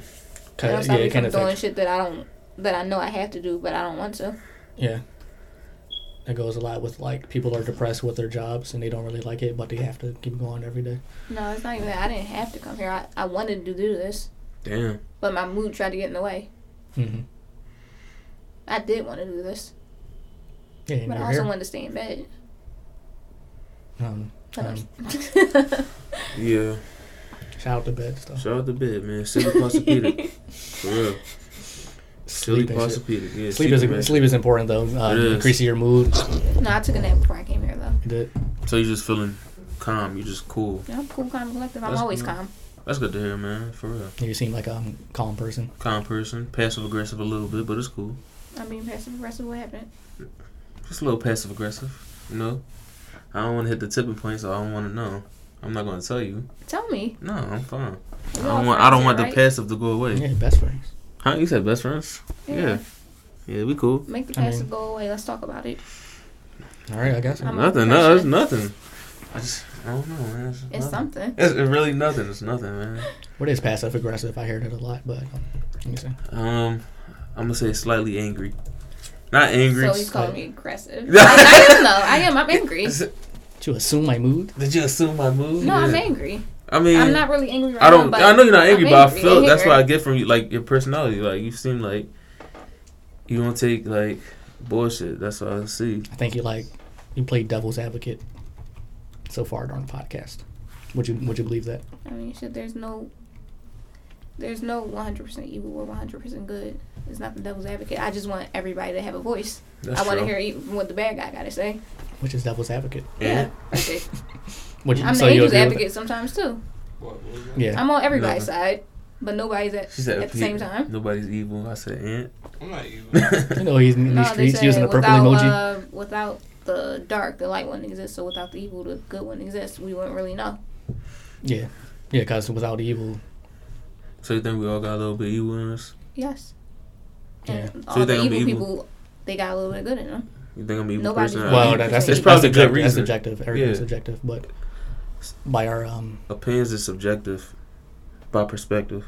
Speaker 4: don't
Speaker 3: Ca-
Speaker 4: stop
Speaker 3: yeah,
Speaker 4: me
Speaker 3: it can
Speaker 4: from doing
Speaker 3: affect.
Speaker 4: shit that I don't, that I know I have to do, but I don't want to.
Speaker 3: Yeah, it goes a lot with like people are depressed with their jobs and they don't really like it, but they have to keep going every day.
Speaker 4: No, it's not even that. I didn't have to come here. I, I wanted to do this,
Speaker 5: Damn.
Speaker 4: but my mood tried to get in the way.
Speaker 3: Mm-hmm.
Speaker 4: I did want to do this,
Speaker 3: Yeah, and
Speaker 4: but I
Speaker 3: you're
Speaker 4: also
Speaker 3: here.
Speaker 4: wanted to stay in bed.
Speaker 3: Um,
Speaker 4: But I'm-
Speaker 3: um,
Speaker 5: Yeah.
Speaker 3: shout out to bed stuff.
Speaker 5: Shout out to bed, man. Silly Posipedic. For real. Silly
Speaker 3: Sleep, and shit.
Speaker 5: Posipedic. Yeah,
Speaker 3: sleep is
Speaker 5: man.
Speaker 3: sleep is important though. Uh,
Speaker 5: It is.
Speaker 3: increasing your mood.
Speaker 4: no, I took a nap before I came here though.
Speaker 3: The-
Speaker 5: So you're just feeling calm. You're just cool.
Speaker 4: Yeah, I'm cool, calm, and collective. I'm
Speaker 5: That's
Speaker 4: always
Speaker 5: cool.
Speaker 4: calm.
Speaker 5: That's good to hear, man. For real.
Speaker 3: You seem like a um, calm person.
Speaker 5: Calm person. Passive aggressive a little bit, but it's cool.
Speaker 4: I'm being passive aggressive. What happened?
Speaker 5: Just a little passive aggressive. You know? I don't want to hit the tipping point, so I don't want to know. I'm not going to tell you.
Speaker 4: Tell me.
Speaker 5: No, I'm fine.
Speaker 4: We
Speaker 5: I
Speaker 4: all
Speaker 5: don't want. I don't
Speaker 4: friends here,
Speaker 5: want
Speaker 4: right?
Speaker 5: the passive to go away.
Speaker 3: Yeah, best friends.
Speaker 5: Huh? You said best friends? Yeah. Yeah, we cool.
Speaker 4: Make the
Speaker 3: I mean-
Speaker 4: passive go away. Let's talk about it.
Speaker 3: All right, I guess.
Speaker 4: I'm a
Speaker 5: nothing. No, it's
Speaker 4: professional.
Speaker 5: nothing. I just. I don't know, man. It's,
Speaker 4: It's
Speaker 5: nothing.
Speaker 4: something.
Speaker 5: It's it's really nothing. It's nothing, man.
Speaker 3: What is passive aggressive? I hear that a lot, but um, let me see.
Speaker 5: Um, I'm gonna say slightly angry. Not angry.
Speaker 4: So he's
Speaker 5: slight-
Speaker 4: calling me aggressive. I, I am though. I am. I'm angry.
Speaker 3: To assume my mood.
Speaker 5: Did you assume my mood?
Speaker 4: No, I'm
Speaker 5: Yeah.
Speaker 4: angry.
Speaker 5: I mean,
Speaker 4: I'm not really angry right
Speaker 5: I don't.
Speaker 4: now. but
Speaker 5: I know you're not angry,
Speaker 4: I'm
Speaker 5: but I feel
Speaker 4: I'm
Speaker 5: that's what I
Speaker 4: angry.
Speaker 5: get from you, like your personality. Like you seem like you don't take like bullshit. That's what I see.
Speaker 3: I think you like you played devil's advocate so far during the podcast. Would you Would you believe that?
Speaker 4: I mean, shit. There's no. There's no 100% evil or 100% good. It's not the devil's advocate. I just want everybody to have a voice.
Speaker 5: That's
Speaker 4: I want to
Speaker 5: true.
Speaker 4: hear even what the bad guy got to say.
Speaker 3: Which is devil's advocate?
Speaker 5: Yeah.
Speaker 4: Perfect.
Speaker 3: Would you,
Speaker 4: I'm
Speaker 3: so
Speaker 4: the
Speaker 3: you
Speaker 4: angel's
Speaker 3: agree with
Speaker 4: advocate sometimes too.
Speaker 7: What, what was
Speaker 3: that?
Speaker 7: that?
Speaker 3: Yeah.
Speaker 4: I'm on everybody's
Speaker 5: Nothing.
Speaker 4: side, but nobody's at,
Speaker 5: She said
Speaker 4: at the same
Speaker 5: "Pete,
Speaker 4: time.
Speaker 5: Nobody's evil. I said ant.
Speaker 7: I'm not even.
Speaker 3: you know he's in these
Speaker 4: No, they
Speaker 3: streets
Speaker 4: said
Speaker 3: using the purple
Speaker 4: without,
Speaker 3: emoji.
Speaker 4: Uh, without the dark, the light wouldn't exist. So without the evil, the good wouldn't exist. We wouldn't really know.
Speaker 3: yeah, yeah. Because without evil,
Speaker 5: so you think we all got a little bit evil in us?
Speaker 4: Yes.
Speaker 3: Yeah.
Speaker 4: And
Speaker 5: you
Speaker 4: all the
Speaker 5: think I'm
Speaker 4: evil,
Speaker 5: evil?
Speaker 4: people, they got a little bit of good in them.
Speaker 5: You think I'm an evil
Speaker 4: Nobody's
Speaker 5: person?
Speaker 4: evil.
Speaker 3: well,
Speaker 4: you
Speaker 3: that,
Speaker 4: could
Speaker 3: that's
Speaker 4: say
Speaker 3: it's
Speaker 4: evil.
Speaker 3: probably
Speaker 5: That's a Uh, good
Speaker 3: subjective. That's
Speaker 5: reason.
Speaker 3: subjective. Everything's
Speaker 5: Yeah.
Speaker 3: subjective, but by our um,
Speaker 5: Opinions is subjective, by perspective.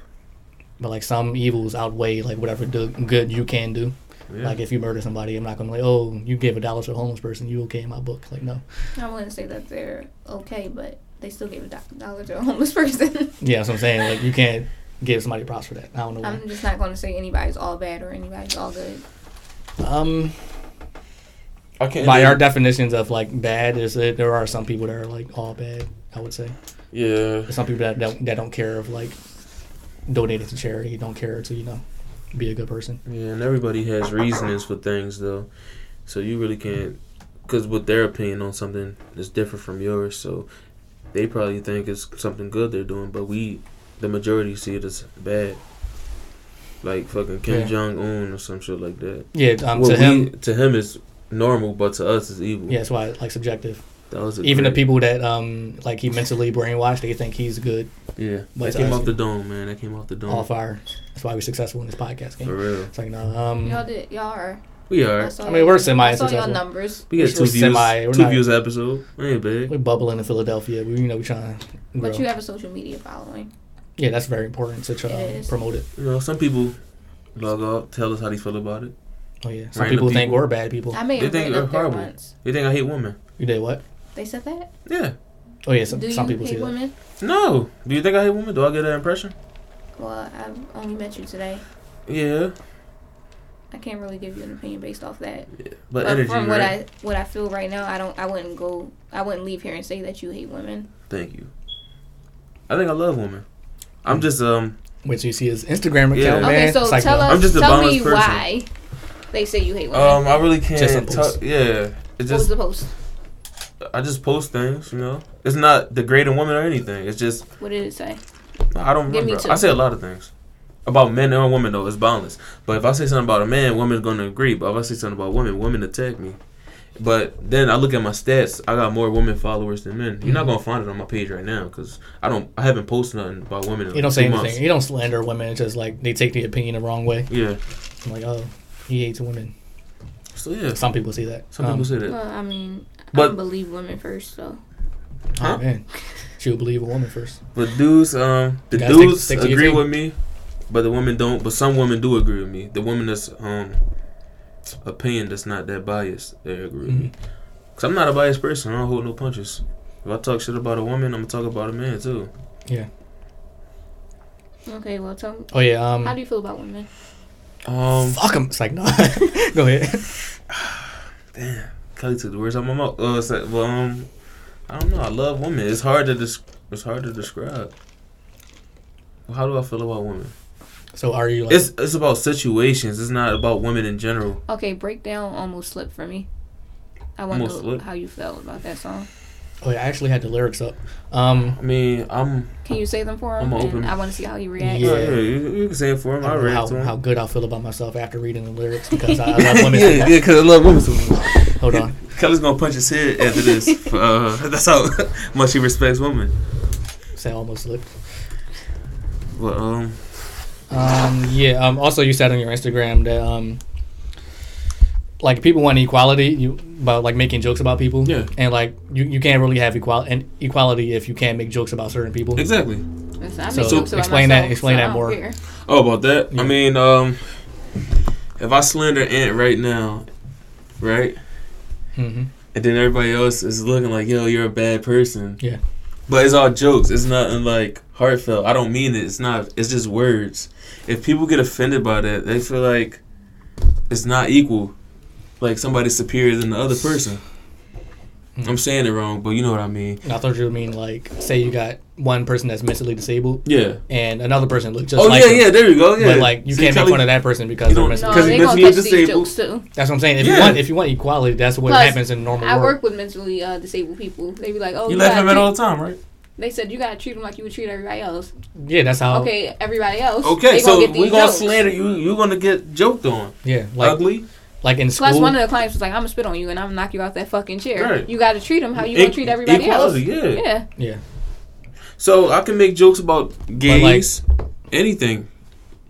Speaker 3: but like some evils outweigh like whatever do- good you can do.
Speaker 5: Yeah.
Speaker 3: Like if you murder somebody, I'm not gonna like, oh, you gave a dollar to a homeless person, you okay in my book? Like no.
Speaker 4: I wouldn't say that they're okay, but they still gave a do- dollar to a homeless person.
Speaker 3: Yeah, that's what I'm saying. Like you can't give somebody props for that. I don't know. Why.
Speaker 4: I'm just not going to say anybody's all bad or anybody's all good.
Speaker 3: Um,
Speaker 5: I can't.
Speaker 3: by
Speaker 5: do-
Speaker 3: our definitions of like bad is that there are some people that are like all bad. I would say
Speaker 5: yeah.
Speaker 3: There's some people that don't that don't care of like donating to charity, don't care to you know be a good person.
Speaker 5: Yeah, and everybody has reasonings for things, though. So you really can't, because with their opinion on something is different from yours. So they probably think it's something good they're doing, but we, the majority, see it as bad. Like fucking Kim
Speaker 3: Yeah.
Speaker 5: Jong Un or some shit like that.
Speaker 3: Yeah, um,
Speaker 5: What
Speaker 3: to
Speaker 5: we-
Speaker 3: him,
Speaker 5: to him is normal, but to us is evil.
Speaker 3: yeah, that's why like subjective.
Speaker 5: That was a
Speaker 3: Even the
Speaker 5: great-
Speaker 3: people that um like he mentally brainwashed, they think he's good,
Speaker 5: Yeah,
Speaker 3: But
Speaker 5: that
Speaker 3: it's
Speaker 5: came off
Speaker 3: awesome.
Speaker 5: the dome, man. That came off the dome.
Speaker 3: all fire. That's why we're successful in this podcast
Speaker 5: For
Speaker 3: game.
Speaker 5: real,
Speaker 3: It's like no, um,
Speaker 4: Y'all did. Y'all are.
Speaker 5: we are.
Speaker 4: saw
Speaker 3: I mean, we're
Speaker 4: y'all-
Speaker 3: semi
Speaker 4: I saw y'all
Speaker 3: successful.
Speaker 4: numbers.
Speaker 5: We got
Speaker 3: We're
Speaker 5: two views.
Speaker 3: semi- we're
Speaker 5: two
Speaker 3: not-
Speaker 5: views an episode. We ain't big.
Speaker 3: we're bubbling in Philadelphia. We you know we trying. to grow.
Speaker 4: But you have a social media following.
Speaker 3: yeah, that's very important to try
Speaker 4: It
Speaker 3: to
Speaker 4: is.
Speaker 3: promote it.
Speaker 5: You know, some people log out, tell us how they feel about it.
Speaker 3: Oh yeah, some
Speaker 5: Random
Speaker 3: people, think
Speaker 5: people.
Speaker 3: we're bad people.
Speaker 4: I made
Speaker 5: They
Speaker 4: a
Speaker 5: think
Speaker 4: rant
Speaker 5: you're
Speaker 4: up there
Speaker 5: horrible.
Speaker 4: once.
Speaker 5: They think I hate women.
Speaker 3: You did what?
Speaker 4: They said that.
Speaker 5: Yeah.
Speaker 3: Oh yeah, some
Speaker 4: Do
Speaker 3: some
Speaker 4: you
Speaker 3: people see
Speaker 4: hate
Speaker 3: that.
Speaker 4: women?
Speaker 5: No. Do you think I hate women? Do I get that impression?
Speaker 4: Well, I've only met you today.
Speaker 5: Yeah.
Speaker 4: I can't really give you an opinion based off that.
Speaker 5: But
Speaker 4: But
Speaker 5: energy, right?
Speaker 4: from what I what I feel right now, I don't. I wouldn't go. I wouldn't leave here and say that you hate women.
Speaker 5: Thank you. I think I love women. I'm just um.
Speaker 3: Wait, so you see his Instagram account,
Speaker 5: Yeah.
Speaker 3: man?
Speaker 4: Okay, so
Speaker 3: It's like, uh,
Speaker 4: tell
Speaker 3: well,
Speaker 4: us.
Speaker 5: I'm just a
Speaker 4: tell
Speaker 5: bonus
Speaker 4: me
Speaker 5: person.
Speaker 4: why they say you hate women.
Speaker 5: Um, I really can't.
Speaker 3: Just a
Speaker 5: tell-
Speaker 3: post.
Speaker 5: yeah. It's
Speaker 4: what was
Speaker 5: just
Speaker 4: the post?
Speaker 5: I just post things. You know, it's not degrading women or anything. It's just
Speaker 4: What did it say?
Speaker 5: I don't
Speaker 4: Give me
Speaker 5: remember.
Speaker 4: two.
Speaker 5: I say a lot of things about men and women though. It's balanced. But if I say something about a man, women's gonna agree. But if I say something about women, women attack me. But then I look at my stats. I got more women followers than men. You're
Speaker 3: Mm-hmm.
Speaker 5: not gonna find it on my page right now because I don't. I haven't posted nothing about women. In
Speaker 3: You don't
Speaker 5: like
Speaker 3: say
Speaker 5: two
Speaker 3: anything.
Speaker 5: months.
Speaker 3: You don't slander women. It's just like they take the opinion the wrong way.
Speaker 5: Yeah.
Speaker 3: I'm like, oh, he hates women.
Speaker 5: So yeah,
Speaker 3: Some people see that.
Speaker 5: some
Speaker 3: Um,
Speaker 5: people say that.
Speaker 4: Well, I mean, I
Speaker 5: But-
Speaker 4: don't believe women first, so
Speaker 5: Huh?
Speaker 3: Oh, man. She'll believe a woman first.
Speaker 5: But dudes, um, the
Speaker 3: Guys take-
Speaker 5: dudes
Speaker 3: take to your
Speaker 5: agree
Speaker 3: team.
Speaker 5: with me, but the women don't. But some women do agree with me. The women that's um, opinion that's not that biased, they agree with me.
Speaker 3: Mm-hmm.
Speaker 5: Cause I'm not a biased person. I don't hold no punches. If I talk shit about a woman, I'm gonna talk about a man too.
Speaker 4: okay. Well, tell me,
Speaker 3: Oh yeah. Um.
Speaker 4: how do you feel about women?
Speaker 5: Um,
Speaker 3: fuck 'em. It's like no. Go ahead.
Speaker 5: Kelly took the words out my mouth. Uh, it's like, well, um, I don't know. I love women. It's hard to des- It's hard to describe. How do I feel about women?
Speaker 3: So are you like?
Speaker 5: It's it's about situations. It's not about women in general.
Speaker 4: Okay, breakdown almost slipped for me. I want
Speaker 5: Almost
Speaker 4: to know
Speaker 5: slipped?
Speaker 4: how you felt about that song.
Speaker 3: oh, yeah, I actually had the lyrics up. Um.
Speaker 5: I mean, I'm.
Speaker 4: Can you say them for
Speaker 5: I'm
Speaker 4: him?
Speaker 5: open.
Speaker 4: And I want to see how you react.
Speaker 5: Yeah,
Speaker 3: Yeah.
Speaker 5: you, you can say it for him.
Speaker 3: I
Speaker 5: I,
Speaker 3: don't know
Speaker 5: read
Speaker 3: how,
Speaker 5: it to him.
Speaker 3: how good I feel about myself after reading the lyrics because I, I love women.
Speaker 5: yeah, yeah, because I love women so much.
Speaker 3: Hold on.
Speaker 5: Kelly's gonna punch his head after this. for, uh, that's how much he respects women.
Speaker 3: Say I almost slipped.
Speaker 5: But um,
Speaker 3: Um, yeah. Um, also, you said on your Instagram that um, like people want equality. You about like making jokes about people.
Speaker 5: Yeah.
Speaker 3: And like you, you can't really have equality and equality if you can't make jokes about certain people.
Speaker 5: exactly.
Speaker 4: Listen, I
Speaker 3: So,
Speaker 4: make jokes about
Speaker 3: explain that-
Speaker 4: myself,
Speaker 3: explain
Speaker 4: so
Speaker 3: that
Speaker 4: I don't
Speaker 3: more.
Speaker 4: care.
Speaker 5: Oh, about that.
Speaker 3: Yeah.
Speaker 5: I mean, um, if I slender Ant right now, right,
Speaker 3: hmm
Speaker 5: and then everybody else is looking like, yo, you're a bad person.
Speaker 3: Yeah.
Speaker 5: But it's all jokes. It's nothing like heartfelt. I don't mean it. It's not. It's just words. If people get offended by that, they feel like it's not equal. Like somebody's superior than the other person.
Speaker 3: Hmm.
Speaker 5: I'm saying it wrong, but you know what I mean.
Speaker 3: I thought you would mean like say you got one person that's mentally disabled
Speaker 5: Yeah.
Speaker 3: and another person look just
Speaker 5: Oh
Speaker 3: like
Speaker 5: yeah,
Speaker 3: them,
Speaker 5: yeah. There you go. Yeah.
Speaker 3: But like you
Speaker 5: See,
Speaker 3: can't
Speaker 5: Kelly-
Speaker 3: make fun of that person because
Speaker 5: you
Speaker 3: they're
Speaker 5: don't-
Speaker 3: mentally.
Speaker 4: No,
Speaker 5: Because
Speaker 4: they
Speaker 5: he
Speaker 4: gonna
Speaker 5: mentally
Speaker 4: touch these
Speaker 5: disabled.
Speaker 4: jokes too.
Speaker 3: That's what I'm saying. If you
Speaker 5: Yeah.
Speaker 3: want if you want equality, that's what
Speaker 4: Plus,
Speaker 3: happens in normal
Speaker 4: I
Speaker 3: world.
Speaker 4: work with mentally uh, disabled people. They be like, "Oh,
Speaker 5: you
Speaker 4: you
Speaker 5: laugh at
Speaker 4: gotta
Speaker 5: him at
Speaker 4: treat-
Speaker 5: all the time, right?
Speaker 4: They said you gotta treat them like you would treat everybody else.
Speaker 3: yeah, that's how.
Speaker 4: Okay, everybody else.
Speaker 5: Oh. Okay,
Speaker 4: they
Speaker 5: so
Speaker 4: gonna get these
Speaker 5: we gonna
Speaker 4: jokes.
Speaker 5: slander you. You're gonna get joked on.
Speaker 3: Yeah, like
Speaker 5: Ugly.
Speaker 3: like in
Speaker 4: Plus,
Speaker 3: school.
Speaker 4: one of the clients was like, "I'm gonna spit on you and I'm gonna knock you out that fucking chair."
Speaker 5: Right.
Speaker 4: You gotta treat them how you gonna
Speaker 5: E-
Speaker 4: treat everybody
Speaker 5: equality,
Speaker 4: else.
Speaker 5: yeah.
Speaker 4: yeah.
Speaker 3: yeah,
Speaker 5: So I can make jokes about gays, anything.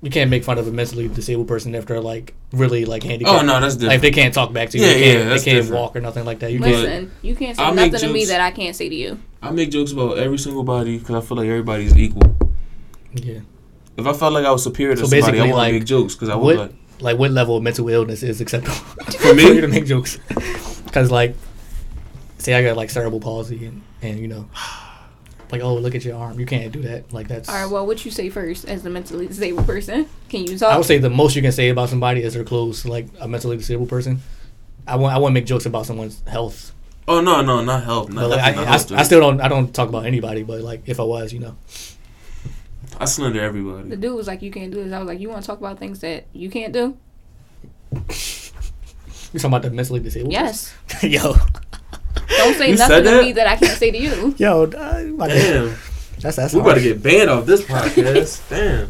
Speaker 3: you can't make fun of a mentally disabled person if they're like really like handicapped.
Speaker 5: Oh no, that's
Speaker 3: Like if
Speaker 5: different.
Speaker 3: they can't talk back to you,
Speaker 5: Yeah,
Speaker 3: they
Speaker 5: yeah,
Speaker 3: can't, they
Speaker 5: that's
Speaker 3: can't
Speaker 5: different.
Speaker 3: walk or nothing like that. You can't.
Speaker 4: Listen, you can't say
Speaker 5: I make
Speaker 4: nothing to me
Speaker 5: jokes-
Speaker 4: that I can't say to you.
Speaker 5: I make jokes about every single body because I feel like everybody's equal.
Speaker 3: Yeah.
Speaker 5: If I felt like I was superior to
Speaker 3: So
Speaker 5: somebody, I
Speaker 3: basically,
Speaker 5: wouldn't
Speaker 3: like,
Speaker 5: make jokes because I would
Speaker 3: What
Speaker 5: like.
Speaker 3: like, what level of mental illness is acceptable
Speaker 5: For me?
Speaker 3: you to make jokes? Because like, say I got like cerebral palsy and and you know, like oh look at your arm, you can't do that. Like that's.
Speaker 4: All right. Well, what you say first as the mentally disabled person? Can you talk?
Speaker 3: I would say the most you can say about somebody is they're close, to, like a mentally disabled person. I want I want to make jokes about someone's health,
Speaker 5: Oh no, no, not help. Not
Speaker 3: but like
Speaker 5: definitely
Speaker 3: I, I,
Speaker 5: not help
Speaker 3: I still don't I don't talk about anybody, but like if I was, you know,
Speaker 5: I slander
Speaker 4: the
Speaker 5: everybody.
Speaker 4: dude was like, "You can't do this." I was like, "You want to talk about things that you can't do?"
Speaker 3: you talking about the mentally disabled?
Speaker 4: Yes.
Speaker 3: person? yo,
Speaker 4: Don't say
Speaker 5: You
Speaker 4: nothing
Speaker 5: said
Speaker 4: to
Speaker 5: that?
Speaker 4: me that I can't say to you.
Speaker 3: yo, uh, my
Speaker 5: Damn,
Speaker 3: God. that's that's
Speaker 5: we about to
Speaker 3: harsh.
Speaker 5: get banned off this podcast. Damn.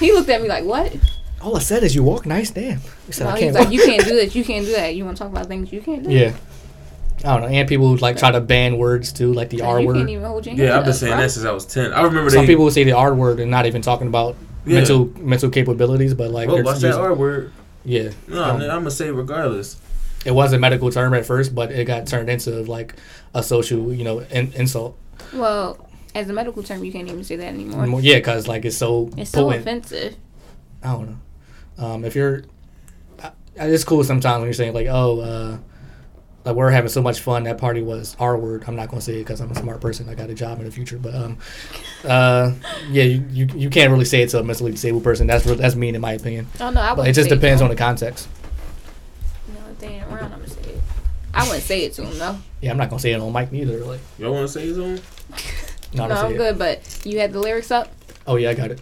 Speaker 4: He looked at me like, "What?"
Speaker 3: All I said is you walk nice, damn. I said
Speaker 4: No,
Speaker 3: I
Speaker 4: he's
Speaker 3: can't.
Speaker 4: like,
Speaker 3: walk."
Speaker 4: "You can't do this. You can't do that. You want to talk about things you can't do?"
Speaker 3: yeah, I don't know, and people who like try to ban words too, like the R
Speaker 4: you
Speaker 3: word.
Speaker 4: can't even hold your
Speaker 5: Yeah,
Speaker 4: hand
Speaker 5: I've been
Speaker 4: up,
Speaker 5: saying
Speaker 4: bro.
Speaker 5: that since I was ten. I remember they,
Speaker 3: Some people will say the R word and not even talking about
Speaker 5: Yeah.
Speaker 3: mental mental capabilities, but like
Speaker 5: Well,
Speaker 3: they're
Speaker 5: what's
Speaker 3: just
Speaker 5: Oh, that
Speaker 3: using-
Speaker 5: R word?
Speaker 3: yeah,
Speaker 5: No,
Speaker 3: Um,
Speaker 5: I'm gonna say regardless.
Speaker 3: it was a medical term at first, but it got turned into like a social, you know, in, insult.
Speaker 4: Well, as a medical term, you can't even say that anymore.
Speaker 3: More- Yeah, because like it's so
Speaker 4: it's so
Speaker 3: potent.
Speaker 4: offensive.
Speaker 3: I don't know. Um, if you're, I, I- it's cool sometimes when you're saying like, oh, uh, like we're having so much fun. That party was our word. I'm not gonna say it because I'm a smart person. I got a job in the future, but um, uh, yeah, you, you you can't really say it to a mentally disabled person. That's real- that's mean in my opinion.
Speaker 4: Oh no, I
Speaker 3: But
Speaker 4: wouldn't.
Speaker 3: it just
Speaker 4: say
Speaker 3: depends
Speaker 4: to
Speaker 3: on the context.
Speaker 4: him. No, if they ain't around, I'm gonna say it. I wouldn't say it to him though.
Speaker 3: Yeah, I'm not gonna say it on mic neither. Like,
Speaker 5: Y'all want to say something?
Speaker 3: no, I
Speaker 4: no,
Speaker 3: don't
Speaker 4: I'm
Speaker 3: say it.
Speaker 4: good. But you had the lyrics up.
Speaker 3: Oh yeah, I got it.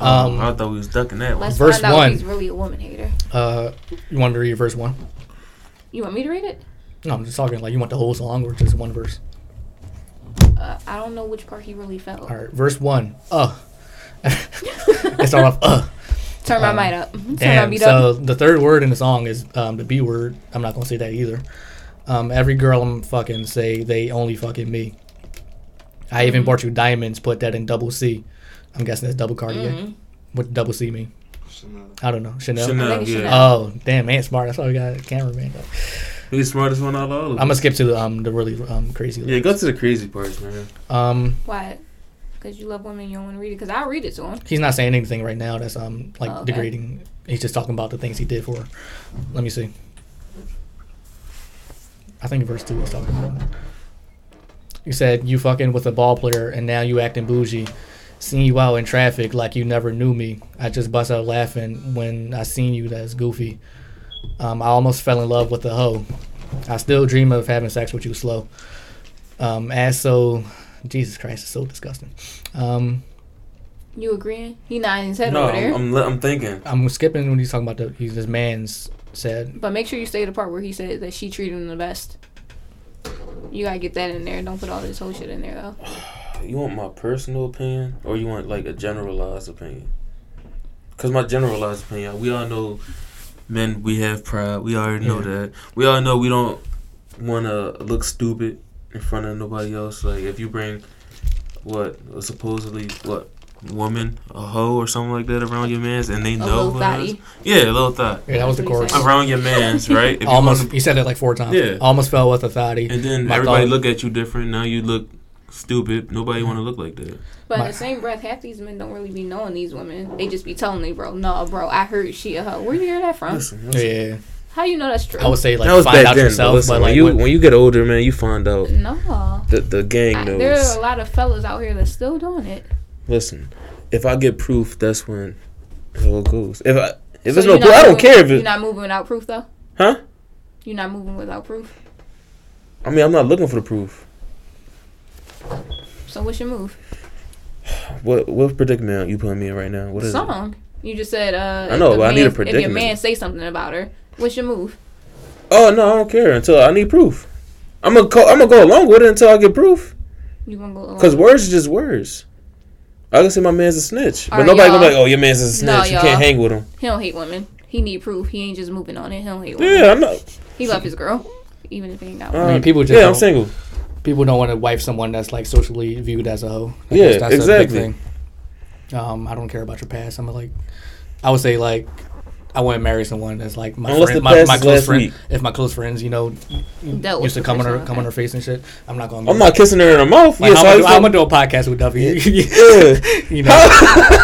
Speaker 5: Um,
Speaker 3: Um,
Speaker 5: I thought we was ducking that one.
Speaker 4: Let's
Speaker 3: Verse
Speaker 4: find out
Speaker 3: one.
Speaker 4: if he's really a woman hater.
Speaker 3: uh, you want me to read your verse one?
Speaker 4: You want me to read it?
Speaker 3: No, I'm just talking like you want the whole song or just one verse.
Speaker 4: Uh, I don't know which part he really felt.
Speaker 3: All right, verse one. Uh, it start off. Uh.
Speaker 4: Turn my mic up. Turn my
Speaker 3: Damn.
Speaker 4: beat
Speaker 3: So
Speaker 4: up.
Speaker 3: the third word in the song is um, the B word. I'm not gonna say that either. Um, every girl I'm fucking say they only fucking me. I
Speaker 4: Mm-hmm.
Speaker 3: even bought you diamonds. Put that in double C. I'm guessing that's double Cartier.
Speaker 4: Mm-hmm.
Speaker 3: What double C mean?
Speaker 7: Chanel.
Speaker 3: I don't know. Chanel.
Speaker 5: Chanel,
Speaker 4: Lady
Speaker 5: yeah.
Speaker 4: Chanel.
Speaker 3: Oh damn, man, smart. That's why we got a cameraman. Though.
Speaker 5: He's the smartest one out of all of
Speaker 3: I'm
Speaker 5: them.
Speaker 3: gonna skip to the um the really um crazy.
Speaker 5: Yeah,
Speaker 3: lyrics.
Speaker 5: go to the crazy parts, man.
Speaker 3: Um,
Speaker 4: Why? Because you love women, you don't want to read it. Because I'll read it to him.
Speaker 3: he's not saying anything right now. That's um like
Speaker 4: Oh, okay.
Speaker 3: degrading. He's just talking about the things he did for. her. Let me see. I think verse two is talking about. You said you fucking with a ball player and now you acting bougie. Seen you out in traffic like you never knew me. I just bust out laughing when I seen you that's goofy. Um, I almost fell in love with a hoe. I still dream of having sex with you slow. Um, as so, Jesus Christ, it's so disgusting. Um,
Speaker 4: You agreeing? He not in his head
Speaker 5: No,
Speaker 4: over there.
Speaker 5: I'm, I'm, li- I'm thinking.
Speaker 3: I'm skipping when he's talking about the he's his man's said.
Speaker 4: but make sure you stay the part where he said that she treated him the best. You gotta get that in there. Don't put all this whole shit in there though.
Speaker 5: You want my personal opinion or you want like a generalized opinion? Because my generalized opinion, we all know men, we have pride. We already know
Speaker 3: Yeah.
Speaker 5: that. We all know we don't want to look stupid in front of nobody else. Like if you bring what a supposedly what woman, a hoe or something like that around your man's and they
Speaker 4: A
Speaker 5: know
Speaker 4: little
Speaker 5: who it is.
Speaker 4: thotty.
Speaker 5: Yeah, a little thought.
Speaker 3: Yeah, that was the
Speaker 4: That's what he
Speaker 3: chorus.
Speaker 4: said.
Speaker 5: Around your man's, right? If you
Speaker 3: Almost,
Speaker 5: wanna-
Speaker 3: he said it like four times.
Speaker 5: Yeah.
Speaker 3: Almost fell with a thotty.
Speaker 5: and then
Speaker 3: My
Speaker 5: everybody
Speaker 3: thought-
Speaker 5: look at you different. Now you look stupid. Nobody want to look like that.
Speaker 4: But in
Speaker 3: My-
Speaker 4: the same breath, half these men don't really be knowing these women. They just be telling they bro, no, bro, I heard she a hoe. Where you hear that from?
Speaker 3: Yeah,
Speaker 4: How you know that's true?
Speaker 3: I would say like
Speaker 5: that was
Speaker 3: find
Speaker 5: back
Speaker 3: out
Speaker 5: then.
Speaker 3: yourself,
Speaker 5: but listen,
Speaker 3: but like
Speaker 5: when you
Speaker 3: when-
Speaker 5: when you get older, man, you find out
Speaker 4: no.
Speaker 5: the the gang
Speaker 4: I, there
Speaker 5: knows.
Speaker 4: are a lot of fellas out here that's still doing it.
Speaker 5: Listen, if I get proof, that's when it all goes. If I if
Speaker 4: So
Speaker 5: it's
Speaker 4: you're
Speaker 5: no
Speaker 4: not
Speaker 5: proof, I don't
Speaker 4: moving-
Speaker 5: care if
Speaker 4: You're
Speaker 5: it.
Speaker 4: not moving without proof though.
Speaker 5: Huh?
Speaker 4: You're not moving without proof.
Speaker 5: I mean, I'm not looking for the proof.
Speaker 4: So what's your move?
Speaker 5: What what predicament you putting me in right now? What is it?
Speaker 4: Song. You just said. uh
Speaker 5: I
Speaker 4: if
Speaker 5: know,
Speaker 4: the
Speaker 5: but I need a
Speaker 4: man- If your
Speaker 5: predicament.
Speaker 4: man say something about her, what's your move?
Speaker 5: Oh no, I don't care until I need proof. I'm gonna co- I'm gonna go along with it until I get proof.
Speaker 4: You gonna go? uh, along?
Speaker 5: Cause words is just words. I can say my man's a snitch, but
Speaker 4: Alright,
Speaker 5: nobody gonna be
Speaker 4: y'all.
Speaker 5: like, oh, your man's a snitch.
Speaker 4: No,
Speaker 5: you
Speaker 4: y'all.
Speaker 5: can't hang with him.
Speaker 4: he don't hate women. He need proof. He ain't just moving on it. He don't hate women.
Speaker 5: Yeah, I'm not.
Speaker 4: He love his girl, even if he ain't got
Speaker 5: Uh,
Speaker 4: one.
Speaker 3: I mean, people just
Speaker 5: yeah, I'm
Speaker 3: don't-
Speaker 5: single.
Speaker 3: people don't want to wife someone that's like socially viewed as a hoe. I
Speaker 5: Yeah,
Speaker 3: guess that's a big
Speaker 5: exactly.
Speaker 3: thing. Um, I don't care about your past. I'm like, I would say like, I wouldn't marry someone that's like my
Speaker 5: Unless
Speaker 3: friend,
Speaker 5: the
Speaker 3: my,
Speaker 5: past
Speaker 3: my
Speaker 5: is
Speaker 3: close
Speaker 5: last
Speaker 3: friend.
Speaker 5: week.
Speaker 3: If my close friends, you know,
Speaker 4: Dealt with
Speaker 3: used to
Speaker 4: the
Speaker 3: come on her,
Speaker 4: person,
Speaker 3: come on her
Speaker 4: okay.
Speaker 3: face and shit, I'm not gonna.
Speaker 5: I'm not kissing her in her mouth.
Speaker 3: Like,
Speaker 5: yeah, so
Speaker 3: I'm,
Speaker 5: I
Speaker 3: gonna,
Speaker 5: just-
Speaker 3: I'm gonna do a podcast with Duffy.
Speaker 5: Yeah.
Speaker 3: you know,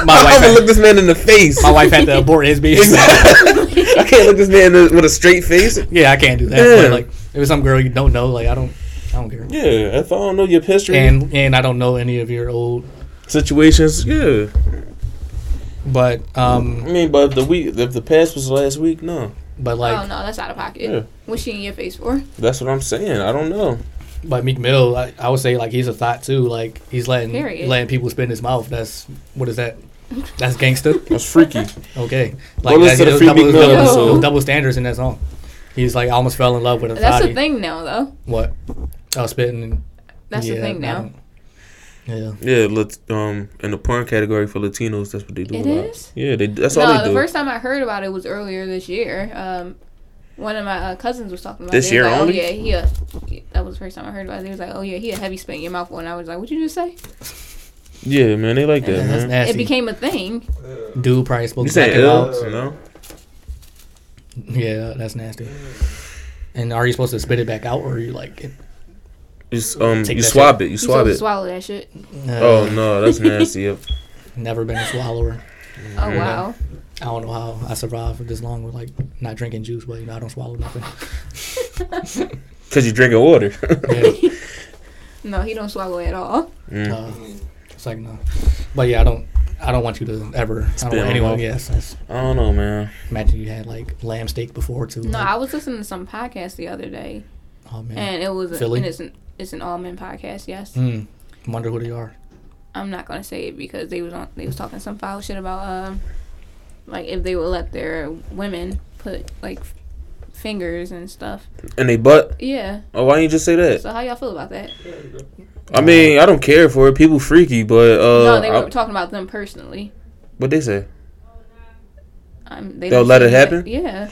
Speaker 3: my
Speaker 5: I'm
Speaker 3: wife.
Speaker 5: gonna look
Speaker 3: Had,
Speaker 5: this man in the face.
Speaker 3: my wife had to abort his baby.
Speaker 5: I can't look this man in the, with a straight face.
Speaker 3: yeah, I can't do that.
Speaker 5: Yeah.
Speaker 3: But like, if it's some girl you don't know, like I don't, I don't care.
Speaker 5: Yeah, if I don't know your history
Speaker 3: And and I don't know any of your old.
Speaker 5: situations, yeah.
Speaker 3: But
Speaker 5: I
Speaker 3: um,
Speaker 5: mean, but if the week, if the past was last week, no.
Speaker 3: but like,
Speaker 4: oh no, that's out of pocket.
Speaker 5: Yeah.
Speaker 4: What's she in your face for?
Speaker 5: That's what I'm saying. I don't know.
Speaker 3: but Meek Mill, I, I would say like he's a thought too. Like he's letting
Speaker 4: Period.
Speaker 3: letting people spin his mouth. That's what is that? That's gangster.
Speaker 5: That's freaky.
Speaker 3: Okay,
Speaker 5: Well,
Speaker 3: like that,
Speaker 5: listen to
Speaker 3: those
Speaker 5: Free
Speaker 3: double,
Speaker 5: Meek
Speaker 3: those
Speaker 5: Mill
Speaker 3: double,
Speaker 5: episode.
Speaker 3: those double standards in that song. He's like I almost fell in love with a
Speaker 4: That's the
Speaker 3: thotty.
Speaker 4: thing now, though.
Speaker 3: What? Oh, spitting. and-
Speaker 4: That's the
Speaker 3: yeah,
Speaker 4: thing
Speaker 3: I
Speaker 4: now.
Speaker 3: don't- Yeah.
Speaker 5: Yeah, lat- um, in the porn category for Latinos, that's what they do.
Speaker 4: It
Speaker 5: a lot.
Speaker 4: is?
Speaker 5: Yeah, they, that's all
Speaker 4: No,
Speaker 5: they
Speaker 4: the
Speaker 5: do.
Speaker 4: first time I heard about it was earlier this year. Um, One of my uh, cousins was talking about
Speaker 5: This
Speaker 4: it.
Speaker 5: year
Speaker 4: He was like,
Speaker 5: only?
Speaker 4: Oh yeah, he. A, that was the first time I heard about it. He was like, oh yeah, he a heavy spit in your mouth. And I was like, what you just say?
Speaker 5: Yeah, man, they like that,
Speaker 3: Yeah, that's
Speaker 5: man.
Speaker 3: nasty.
Speaker 4: It became a thing.
Speaker 3: Dude probably spoke
Speaker 5: You say
Speaker 3: black about-
Speaker 5: ill? No.
Speaker 3: Yeah, that's nasty. And are you supposed to spit it back out, or are you like,
Speaker 5: You s- um,
Speaker 3: Take
Speaker 5: you
Speaker 3: that
Speaker 5: swab it. You
Speaker 4: He
Speaker 5: swab
Speaker 4: told me to
Speaker 5: it.
Speaker 4: swallow that shit.
Speaker 3: uh,
Speaker 5: Oh no, that's nasty. Yep.
Speaker 3: never been a swallower?
Speaker 5: Mm-hmm.
Speaker 4: Oh wow.
Speaker 3: I don't know how I survived for this long with like not drinking juice, but you know I don't swallow nothing.
Speaker 5: Cause you drinking water.
Speaker 3: Yeah,
Speaker 4: No, he don't swallow at all.
Speaker 3: uh, it's like no, but yeah, I don't. I don't want you to ever. I
Speaker 5: Spit on
Speaker 3: don't want anyone.
Speaker 5: them.
Speaker 3: Yes, that's,
Speaker 5: I don't know, man.
Speaker 3: imagine you had like lamb steak before too.
Speaker 4: No,
Speaker 5: Mm-hmm.
Speaker 3: like,
Speaker 4: I was listening to some podcast the other day,
Speaker 3: oh man,
Speaker 4: and it was a,
Speaker 3: Philly?
Speaker 4: and it's an it's an all men podcast. Yes,
Speaker 3: mm, wonder who they are.
Speaker 4: I'm not gonna say it because they was on they was talking some foul shit about um like if they would let their women put like f- fingers and stuff.
Speaker 5: And they butt.
Speaker 4: Yeah.
Speaker 5: Oh, why didn't you just say that?
Speaker 4: So how y'all feel about that?
Speaker 5: I mean, I don't care for it. People freaky, but uh,
Speaker 4: no, they were
Speaker 5: I-
Speaker 4: talking about them personally.
Speaker 5: what they say?
Speaker 4: Um, they
Speaker 5: They'll
Speaker 4: didn't
Speaker 5: let
Speaker 4: say
Speaker 5: it
Speaker 4: that-
Speaker 5: happen?
Speaker 4: Yeah.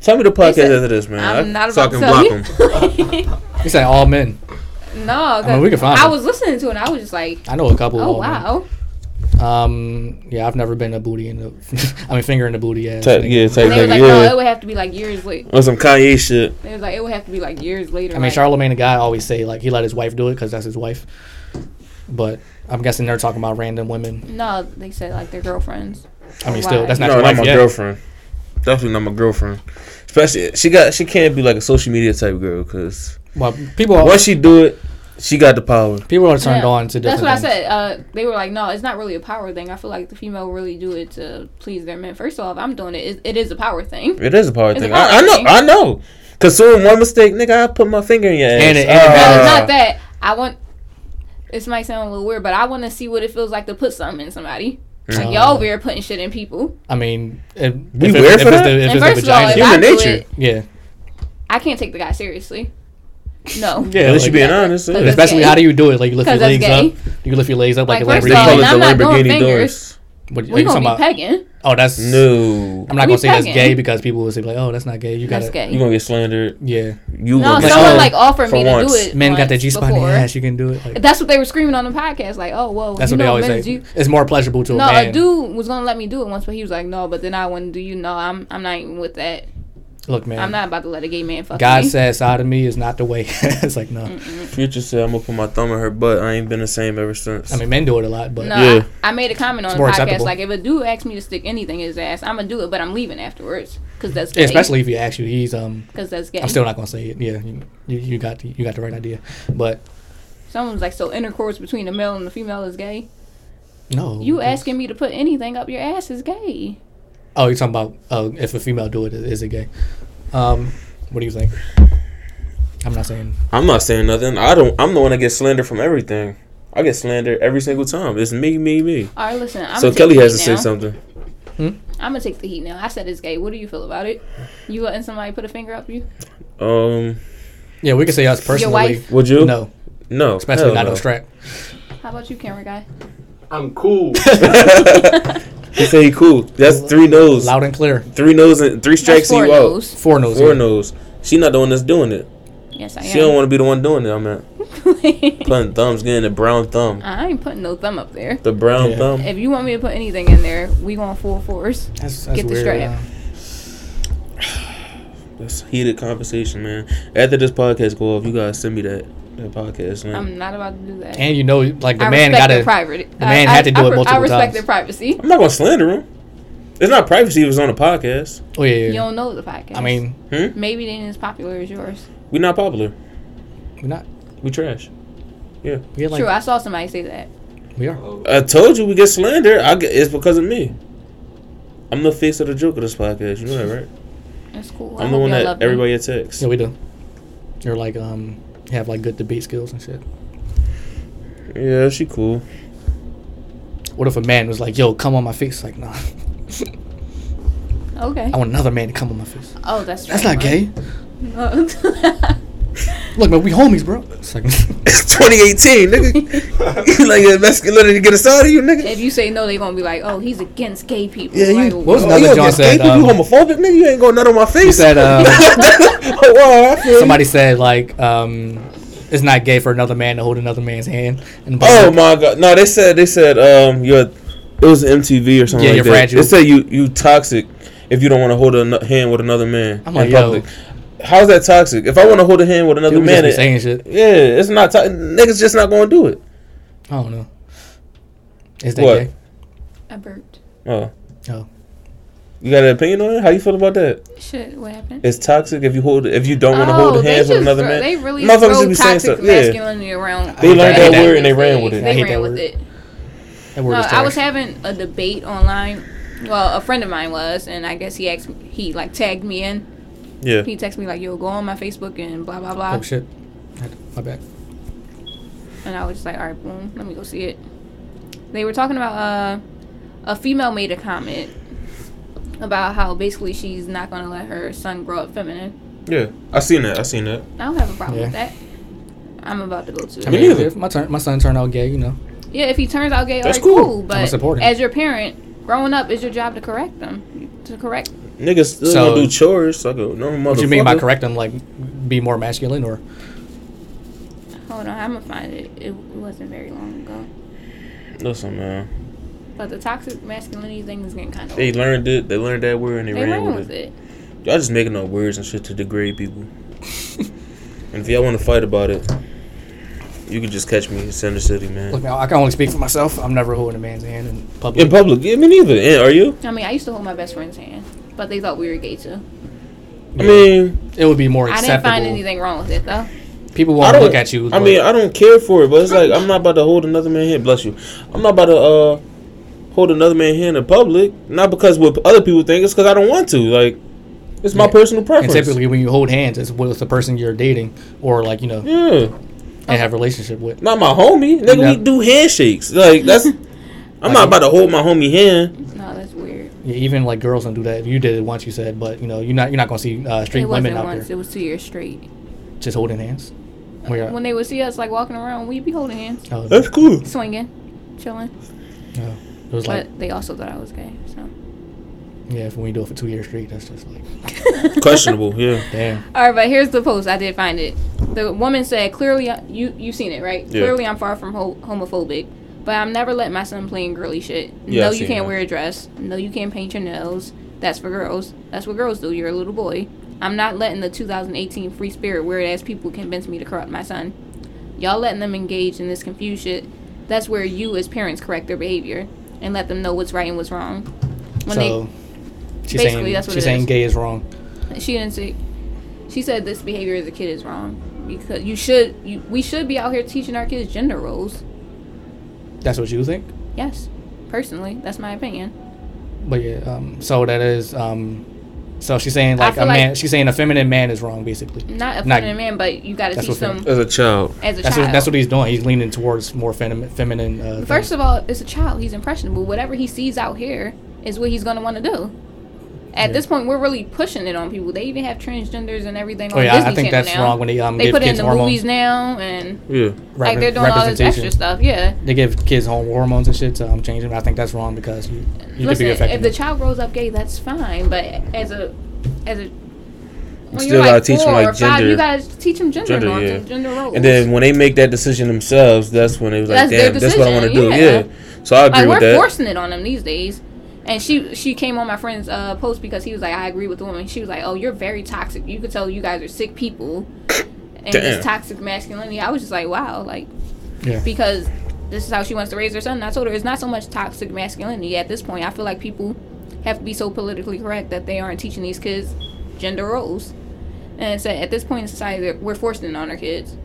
Speaker 5: Tell me the podcast
Speaker 4: said-
Speaker 5: after this, man.
Speaker 4: I'm
Speaker 5: I-
Speaker 4: not
Speaker 5: so I
Speaker 4: about
Speaker 5: can
Speaker 4: to tell
Speaker 5: block
Speaker 4: you.
Speaker 5: them.
Speaker 3: You say all men.
Speaker 4: no,
Speaker 3: mean, we can
Speaker 4: 'cause
Speaker 3: find
Speaker 4: I
Speaker 3: it.
Speaker 4: was listening to it and I was just like,
Speaker 3: I know a couple.
Speaker 4: oh
Speaker 3: of all
Speaker 4: wow.
Speaker 3: Men. Um, yeah, I've never been a booty in the. I mean, finger in the booty. Yeah.
Speaker 5: Type- yeah, type
Speaker 4: And they
Speaker 5: nigga,
Speaker 4: was like, no,
Speaker 5: yeah.
Speaker 4: it would have to be like years later.
Speaker 5: On some Kanye shit.
Speaker 4: They was like, it would have to be like years later.
Speaker 3: I mean,
Speaker 4: like,
Speaker 3: Charlemagne the guy always say like he let his wife do it because that's his wife. But I'm guessing they're talking about random women.
Speaker 4: No, they said like their girlfriends.
Speaker 3: I mean, still that's not
Speaker 5: no,
Speaker 3: your
Speaker 5: not
Speaker 3: wife
Speaker 5: my
Speaker 3: yet.
Speaker 5: girlfriend. Definitely not my girlfriend. Especially she got she can't be like a social media type girl because
Speaker 3: Well, people are,
Speaker 5: once she do it, she got the power.
Speaker 3: people are turned
Speaker 4: Yeah.
Speaker 3: on to
Speaker 4: That's
Speaker 3: different.
Speaker 4: what I
Speaker 3: things.
Speaker 4: said. Uh, they were like, no, it's not really a power thing. I feel like the female really do it to please their men. First off, I'm doing it. It, it is a power thing.
Speaker 5: It is a power
Speaker 4: It's a
Speaker 5: thing.
Speaker 4: power
Speaker 5: I, I know.
Speaker 4: thing.
Speaker 5: I know. Cause soon one mistake, nigga, I put my finger in your ass.
Speaker 3: And it- and it-
Speaker 4: No,
Speaker 5: Ah.
Speaker 4: it's not that. I want. This might sound a little weird, but I want to see what it feels like to put something in somebody. Like,
Speaker 3: Uh.
Speaker 4: y'all over here putting shit in people.
Speaker 3: I mean, if,
Speaker 5: We weird
Speaker 3: if, it- if
Speaker 5: for
Speaker 3: it's
Speaker 5: that?
Speaker 3: the, if
Speaker 4: and
Speaker 3: it's the
Speaker 4: first of all, if
Speaker 3: vagina,
Speaker 4: I
Speaker 5: Human
Speaker 4: do
Speaker 5: nature.
Speaker 4: it,
Speaker 3: yeah,
Speaker 4: I can't take the guy seriously. No.
Speaker 3: yeah.
Speaker 5: Unless
Speaker 3: like-
Speaker 5: you being honest, yeah.
Speaker 4: Like, that's
Speaker 3: especially
Speaker 4: gay.
Speaker 3: how do you do it? Like you lift your
Speaker 4: 'Cause that's
Speaker 3: legs
Speaker 4: gay.
Speaker 3: up. You lift your legs up like,
Speaker 4: Like,
Speaker 3: a
Speaker 4: first
Speaker 5: they
Speaker 3: Lamborghini.
Speaker 4: of all,
Speaker 5: call it
Speaker 4: and I'm
Speaker 5: the
Speaker 4: not doing
Speaker 5: Lamborghini
Speaker 4: fingers.
Speaker 5: doors.
Speaker 3: What, are
Speaker 4: We
Speaker 3: you
Speaker 4: gonna
Speaker 3: talking
Speaker 4: be
Speaker 3: about?
Speaker 4: pegging.
Speaker 3: Oh, that's
Speaker 5: No,
Speaker 3: I'm not
Speaker 4: we
Speaker 3: gonna say that's
Speaker 4: pegging.
Speaker 3: gay because people will say like, oh, that's not gay. You got
Speaker 4: That's
Speaker 3: to
Speaker 5: you
Speaker 4: gay.
Speaker 5: gonna get slandered.
Speaker 3: Yeah,
Speaker 5: You
Speaker 4: No,
Speaker 5: gonna get
Speaker 4: someone
Speaker 5: slandered
Speaker 4: like offered
Speaker 5: for
Speaker 4: me to do
Speaker 5: once.
Speaker 4: it.
Speaker 3: men got that
Speaker 4: once
Speaker 3: G spot in their
Speaker 4: before.
Speaker 3: ass. You can do it. Like,
Speaker 4: That's what they were screaming on the podcast. Like, oh, whoa.
Speaker 3: that's
Speaker 4: you
Speaker 3: what they
Speaker 4: know
Speaker 3: always
Speaker 4: men
Speaker 3: say.
Speaker 4: do-
Speaker 3: It's more pleasurable to a
Speaker 4: No,
Speaker 3: man.
Speaker 4: a dude was gonna let me do it once, but he was like, "No, but then I wouldn't do you. No, I'm I'm not even with that.
Speaker 3: Look, man.
Speaker 4: I'm not about to let a gay man fuck
Speaker 3: God
Speaker 4: me."
Speaker 3: said sodomy is not the way. it's like no.
Speaker 4: Mm.
Speaker 5: Future said I'm gonna put my thumb in her butt. I ain't been the same ever since.
Speaker 3: I mean, men do it a lot, but
Speaker 4: no,
Speaker 5: Yeah.
Speaker 4: I, I made a comment on
Speaker 3: It's
Speaker 4: the
Speaker 3: more
Speaker 4: podcast
Speaker 3: acceptable.
Speaker 4: like, if a dude asks me to stick anything in his ass, I'm gonna do it, but I'm leaving afterwards because that's gay.
Speaker 3: Yeah, especially if you ask you, he's um.
Speaker 4: because that's gay.
Speaker 3: I'm still not gonna say it. Yeah, you, you you got the, you got the right idea, but
Speaker 4: Someone's like, "So intercourse between a male and a female is gay?
Speaker 3: no.
Speaker 4: You
Speaker 3: it's-
Speaker 4: asking me to put anything up your ass is gay?
Speaker 3: Oh, you're talking about uh, if a female do it, is it gay? Um, what do you think? I'm not saying.
Speaker 5: I'm not saying nothing. I don't. I'm the one that gets slandered from everything. I get slandered every single time. It's me, me, me.
Speaker 4: All right, listen. I'm
Speaker 5: so Kelly has to say something.
Speaker 4: I'm gonna take the heat now. I said it's gay. What do you feel about it? You letting somebody put a finger up you?
Speaker 5: Um,
Speaker 3: Yeah, we could say us
Speaker 4: Your
Speaker 3: personally.
Speaker 4: wife?
Speaker 5: would you?
Speaker 3: No,
Speaker 5: no,
Speaker 3: especially
Speaker 5: hell
Speaker 3: not
Speaker 5: no.
Speaker 3: no strap.
Speaker 4: How about you, camera guy?
Speaker 8: I'm cool.
Speaker 5: He say he cool. That's three no's,
Speaker 3: Loud and clear.
Speaker 5: three no's, and three
Speaker 4: That's
Speaker 5: strikes.
Speaker 4: four
Speaker 5: and You out.
Speaker 4: no's.
Speaker 3: Four nose.
Speaker 5: Four no's. She not the one that's doing it.
Speaker 4: Yes, I
Speaker 5: She don't
Speaker 4: am.
Speaker 5: want to be the one doing it. I'm at putting thumbs, getting the brown thumb,
Speaker 4: I ain't putting no thumb up there.
Speaker 5: the brown
Speaker 3: Yeah.
Speaker 5: thumb.
Speaker 4: If you want me to put anything in there, we going full force.
Speaker 3: That's, that's
Speaker 4: Get the
Speaker 3: weird.
Speaker 4: strap.
Speaker 3: uh,
Speaker 5: That's heated conversation, man. After this podcast go off, you gotta send me that that podcast link. I'm,
Speaker 4: I'm not about to do that.
Speaker 3: and you know, like the
Speaker 4: I
Speaker 3: man
Speaker 4: respect
Speaker 3: got
Speaker 4: their
Speaker 3: to.
Speaker 4: privacy.
Speaker 3: the man had to do it multiple
Speaker 4: I respect
Speaker 3: times.
Speaker 4: their privacy.
Speaker 5: not gonna slander him. It's not privacy if it's on a podcast.
Speaker 3: Oh yeah, yeah,
Speaker 4: You
Speaker 3: yeah.
Speaker 4: don't know the podcast.
Speaker 3: I mean,
Speaker 4: maybe they ain't as popular as yours.
Speaker 5: We not popular.
Speaker 3: we're not.
Speaker 5: We trash.
Speaker 3: We're like
Speaker 4: True, I saw somebody say that.
Speaker 3: we are.
Speaker 7: Oh,
Speaker 5: I told you we get slandered. I get, it's because of me. I'm the face of the joke of this podcast. You know that, right?
Speaker 4: That's cool. I
Speaker 5: I'm the
Speaker 4: hope
Speaker 5: one
Speaker 4: y'all love
Speaker 5: that
Speaker 4: me.
Speaker 5: everybody texts.
Speaker 3: Yeah, we do. You're like um have like good debate skills and shit.
Speaker 5: Yeah, she cool.
Speaker 3: What if a man was like, "Yo, come on my face"? Like, nah,
Speaker 4: Okay.
Speaker 3: I want another man to come on my face.
Speaker 4: Oh, that's
Speaker 3: That's not gay.
Speaker 4: trademark.
Speaker 3: Look, man, we homies, bro. It's like,
Speaker 5: It's 2018, nigga. you like your masculinity get us out of you, nigga?
Speaker 4: If you say no, they gonna be like, oh, he's against gay people.
Speaker 5: Yeah, you.
Speaker 4: Like,
Speaker 3: what was
Speaker 5: oh,
Speaker 3: another
Speaker 5: you
Speaker 3: John
Speaker 5: against
Speaker 3: said,
Speaker 5: gay people? you
Speaker 3: um,
Speaker 5: homophobic, nigga? You ain't gonna nut on my face.
Speaker 3: he said, uh,
Speaker 5: oh, wow, I feel you.
Speaker 3: somebody said like, um, it's not gay for another man to hold another man's hand. And
Speaker 5: Oh my god! No, they said they said um you're it was MTV or something.
Speaker 3: Yeah,
Speaker 5: like
Speaker 3: you're
Speaker 5: that.
Speaker 3: fragile.
Speaker 5: They said you you toxic if you don't want to hold a n- hand with another man
Speaker 3: I'm
Speaker 5: in
Speaker 3: like, yo.
Speaker 5: public. How's that toxic? If I want to hold a hand with another
Speaker 3: Dude, man,
Speaker 5: man,
Speaker 3: be
Speaker 5: it,
Speaker 3: saying shit.
Speaker 5: yeah, it's not to- niggas just not going to do it.
Speaker 3: I don't know. Is that
Speaker 5: What?
Speaker 3: gay?
Speaker 4: I burped.
Speaker 5: Oh,
Speaker 3: Oh,
Speaker 5: you got an opinion on it? How you feel about that?
Speaker 4: Shit, what happened?
Speaker 5: It's toxic if you hold if you don't want to hold hands with another man.
Speaker 4: Oh, They really
Speaker 5: Motherfuckers
Speaker 4: throw
Speaker 5: should be saying
Speaker 4: toxic
Speaker 5: stuff. Yeah.
Speaker 4: masculinity around.
Speaker 5: They
Speaker 4: all
Speaker 3: learned
Speaker 4: kinds
Speaker 3: that
Speaker 4: of
Speaker 5: word and they
Speaker 4: things.
Speaker 5: ran with it.
Speaker 3: I
Speaker 4: They
Speaker 3: hate that
Speaker 4: ran with
Speaker 3: word.
Speaker 4: it.
Speaker 3: that word
Speaker 4: No,
Speaker 3: is
Speaker 4: I was
Speaker 3: trash.
Speaker 4: having a debate online. Well, a friend of mine was, and I guess he asked, he like tagged me in.
Speaker 5: Yeah,
Speaker 4: He texted me like, "Yo, go on my Facebook and blah blah blah."
Speaker 3: Oh shit! My bad.
Speaker 4: And I was just like, all right, boom, let me go see it. They were talking about uh, a female made a comment about how basically she's not going to let her son grow up feminine.
Speaker 5: yeah. I seen that. I seen that.
Speaker 4: I don't have a problem
Speaker 3: Yeah.
Speaker 4: with that. I'm about to go to it.
Speaker 3: I mean,
Speaker 5: neither.
Speaker 3: if my turn, my son turned out gay, you know.
Speaker 4: yeah, if he turns out gay,
Speaker 5: That's
Speaker 4: that's cool.
Speaker 5: cool.
Speaker 4: But
Speaker 3: support him.
Speaker 4: as your parent, growing up is your job to correct them. To correct.
Speaker 5: Niggas still
Speaker 3: So-
Speaker 5: gonna do chores. So I go, no motherfucker.
Speaker 3: What you mean by correct him? Like, be more masculine, or
Speaker 4: Hold on, I'm gonna find it. It wasn't very long ago.
Speaker 5: Listen, man.
Speaker 4: But the toxic masculinity thing is getting kind of.
Speaker 5: They learned it. They learned that word and they,
Speaker 4: they
Speaker 5: ran, with, it. Y'all just making up words and shit to degrade people. and if y'all want to fight about it, you can just catch me in Center City, man.
Speaker 3: look, man, I can only speak for myself. I'm never holding a man's hand in public.
Speaker 5: in public, yeah, me neither. And are you?
Speaker 4: I mean, I used to hold my best friend's hand, but they thought we were gay too.
Speaker 5: I mean,
Speaker 3: it would be more
Speaker 4: I
Speaker 3: acceptable.
Speaker 4: didn't find anything wrong with it though.
Speaker 3: People
Speaker 5: I
Speaker 3: won't
Speaker 5: don't
Speaker 3: look at you.
Speaker 5: I mean, I don't care for it, but it's like I'm not about to hold another man hand. Bless you. I'm not about to uh hold another man hand in public. Not because what other people think. It's because I don't want to. Like, it's my
Speaker 3: Yeah.
Speaker 5: personal
Speaker 3: and
Speaker 5: preference.
Speaker 3: typically when you hold hands, it's with the person you're dating or like you know
Speaker 5: yeah.
Speaker 3: and have a relationship with.
Speaker 5: Not my homie. Nigga,
Speaker 3: Yeah.
Speaker 5: we do handshakes. Like that's I'm not about to hold my homie hand.
Speaker 4: No, that's weird.
Speaker 3: Yeah, even like girls don't do that. You did it once, you said, but you know you're not you're not gonna see uh, street
Speaker 4: It wasn't
Speaker 3: women out
Speaker 4: once.
Speaker 3: there
Speaker 4: It was two years straight.
Speaker 3: just holding hands. uh, We got-
Speaker 4: When they would see us like walking around, we'd be holding hands,
Speaker 3: oh,
Speaker 5: That's cool.
Speaker 4: swinging, chilling.
Speaker 3: yeah. It was like
Speaker 4: But they also thought I was gay. So.
Speaker 3: yeah, if we do it for two years straight, that's just like
Speaker 5: Questionable, yeah.
Speaker 3: damn.
Speaker 4: All right, but here's the post. I did find it. The woman said, "Clearly, I- you you've seen it, right?
Speaker 5: Yeah.
Speaker 4: Clearly, I'm far from ho- homophobic, but I'm never letting my son play in girly shit.
Speaker 5: Yeah,
Speaker 4: no,
Speaker 5: I've
Speaker 4: you
Speaker 5: seen
Speaker 4: can't
Speaker 5: that.
Speaker 4: wear a dress. No, you can't paint your nails. That's for girls. That's what girls do. You're a little boy. I'm not letting the 2018 free spirit weird ass people convince me to corrupt my son. Y'all letting them engage in this confused shit. That's where you as parents correct their behavior and let them know what's right and what's wrong. When
Speaker 3: so she's
Speaker 4: basically,
Speaker 3: saying
Speaker 4: that's what
Speaker 3: she's
Speaker 4: it
Speaker 3: saying
Speaker 4: is.
Speaker 3: gay is wrong.
Speaker 4: she didn't say. She said this behavior as a kid is wrong because you should. You, we should be out here teaching our kids gender roles.
Speaker 3: That's what you think.
Speaker 4: Yes, personally, that's my opinion.
Speaker 3: But yeah, um, so that is um, so she's saying like
Speaker 4: feel
Speaker 3: a man.
Speaker 4: like-
Speaker 3: she's saying a feminine man is wrong, basically.
Speaker 4: Not a
Speaker 3: Not-
Speaker 4: feminine man, but you got to
Speaker 3: That's
Speaker 4: teach
Speaker 3: what
Speaker 4: them
Speaker 5: As a child.
Speaker 4: as a
Speaker 3: That's
Speaker 4: child.
Speaker 3: what that's what he's doing. He's leaning towards more feminine. feminine uh, things.
Speaker 4: First of all, it's a child. He's impressionable. Whatever he sees out here is what he's gonna want to do. At this point, we're really pushing it on people. They even have transgenders and everything on
Speaker 3: Oh, yeah, I- I
Speaker 4: Disney
Speaker 3: think
Speaker 4: Channel
Speaker 3: that's
Speaker 4: now.
Speaker 3: wrong when they, um, give
Speaker 4: put it in
Speaker 3: kids
Speaker 4: the
Speaker 3: hormones.
Speaker 4: movies now, and
Speaker 5: Yeah.
Speaker 4: like
Speaker 3: Repre-
Speaker 4: they're doing all this extra stuff. Yeah.
Speaker 3: They give kids home hormones and shit to um, change them. I think that's wrong because you, you could
Speaker 4: Listen,
Speaker 3: be affected.
Speaker 4: if the child grows up gay, that's fine. But as a, as a, when
Speaker 5: still gotta teach 'em,
Speaker 4: four
Speaker 5: like,
Speaker 4: or five,
Speaker 5: gender-
Speaker 4: you gotta teach them gender,
Speaker 5: gender,
Speaker 4: norms
Speaker 5: yeah.
Speaker 4: and gender roles.
Speaker 5: And then when they make that decision themselves, that's when it was like,
Speaker 4: That's their
Speaker 5: damn, that's what I want to do.
Speaker 4: decision,
Speaker 5: Yeah.
Speaker 4: yeah.
Speaker 5: So I agree
Speaker 4: like we're
Speaker 5: with that.
Speaker 4: forcing it on them these days. And she she came on my friend's uh, post because he was like, I agree with the woman. She was like, Oh, you're very toxic. You could tell you guys are sick people, and
Speaker 5: Damn.
Speaker 4: this toxic masculinity. I was just like, Wow, like
Speaker 3: yeah.
Speaker 4: because this is how she wants to raise her son. And I told her it's not so much toxic masculinity at this point. I feel like people have to be so politically correct that they aren't teaching these kids gender roles. And so at this point in society, that we're forcing it on our kids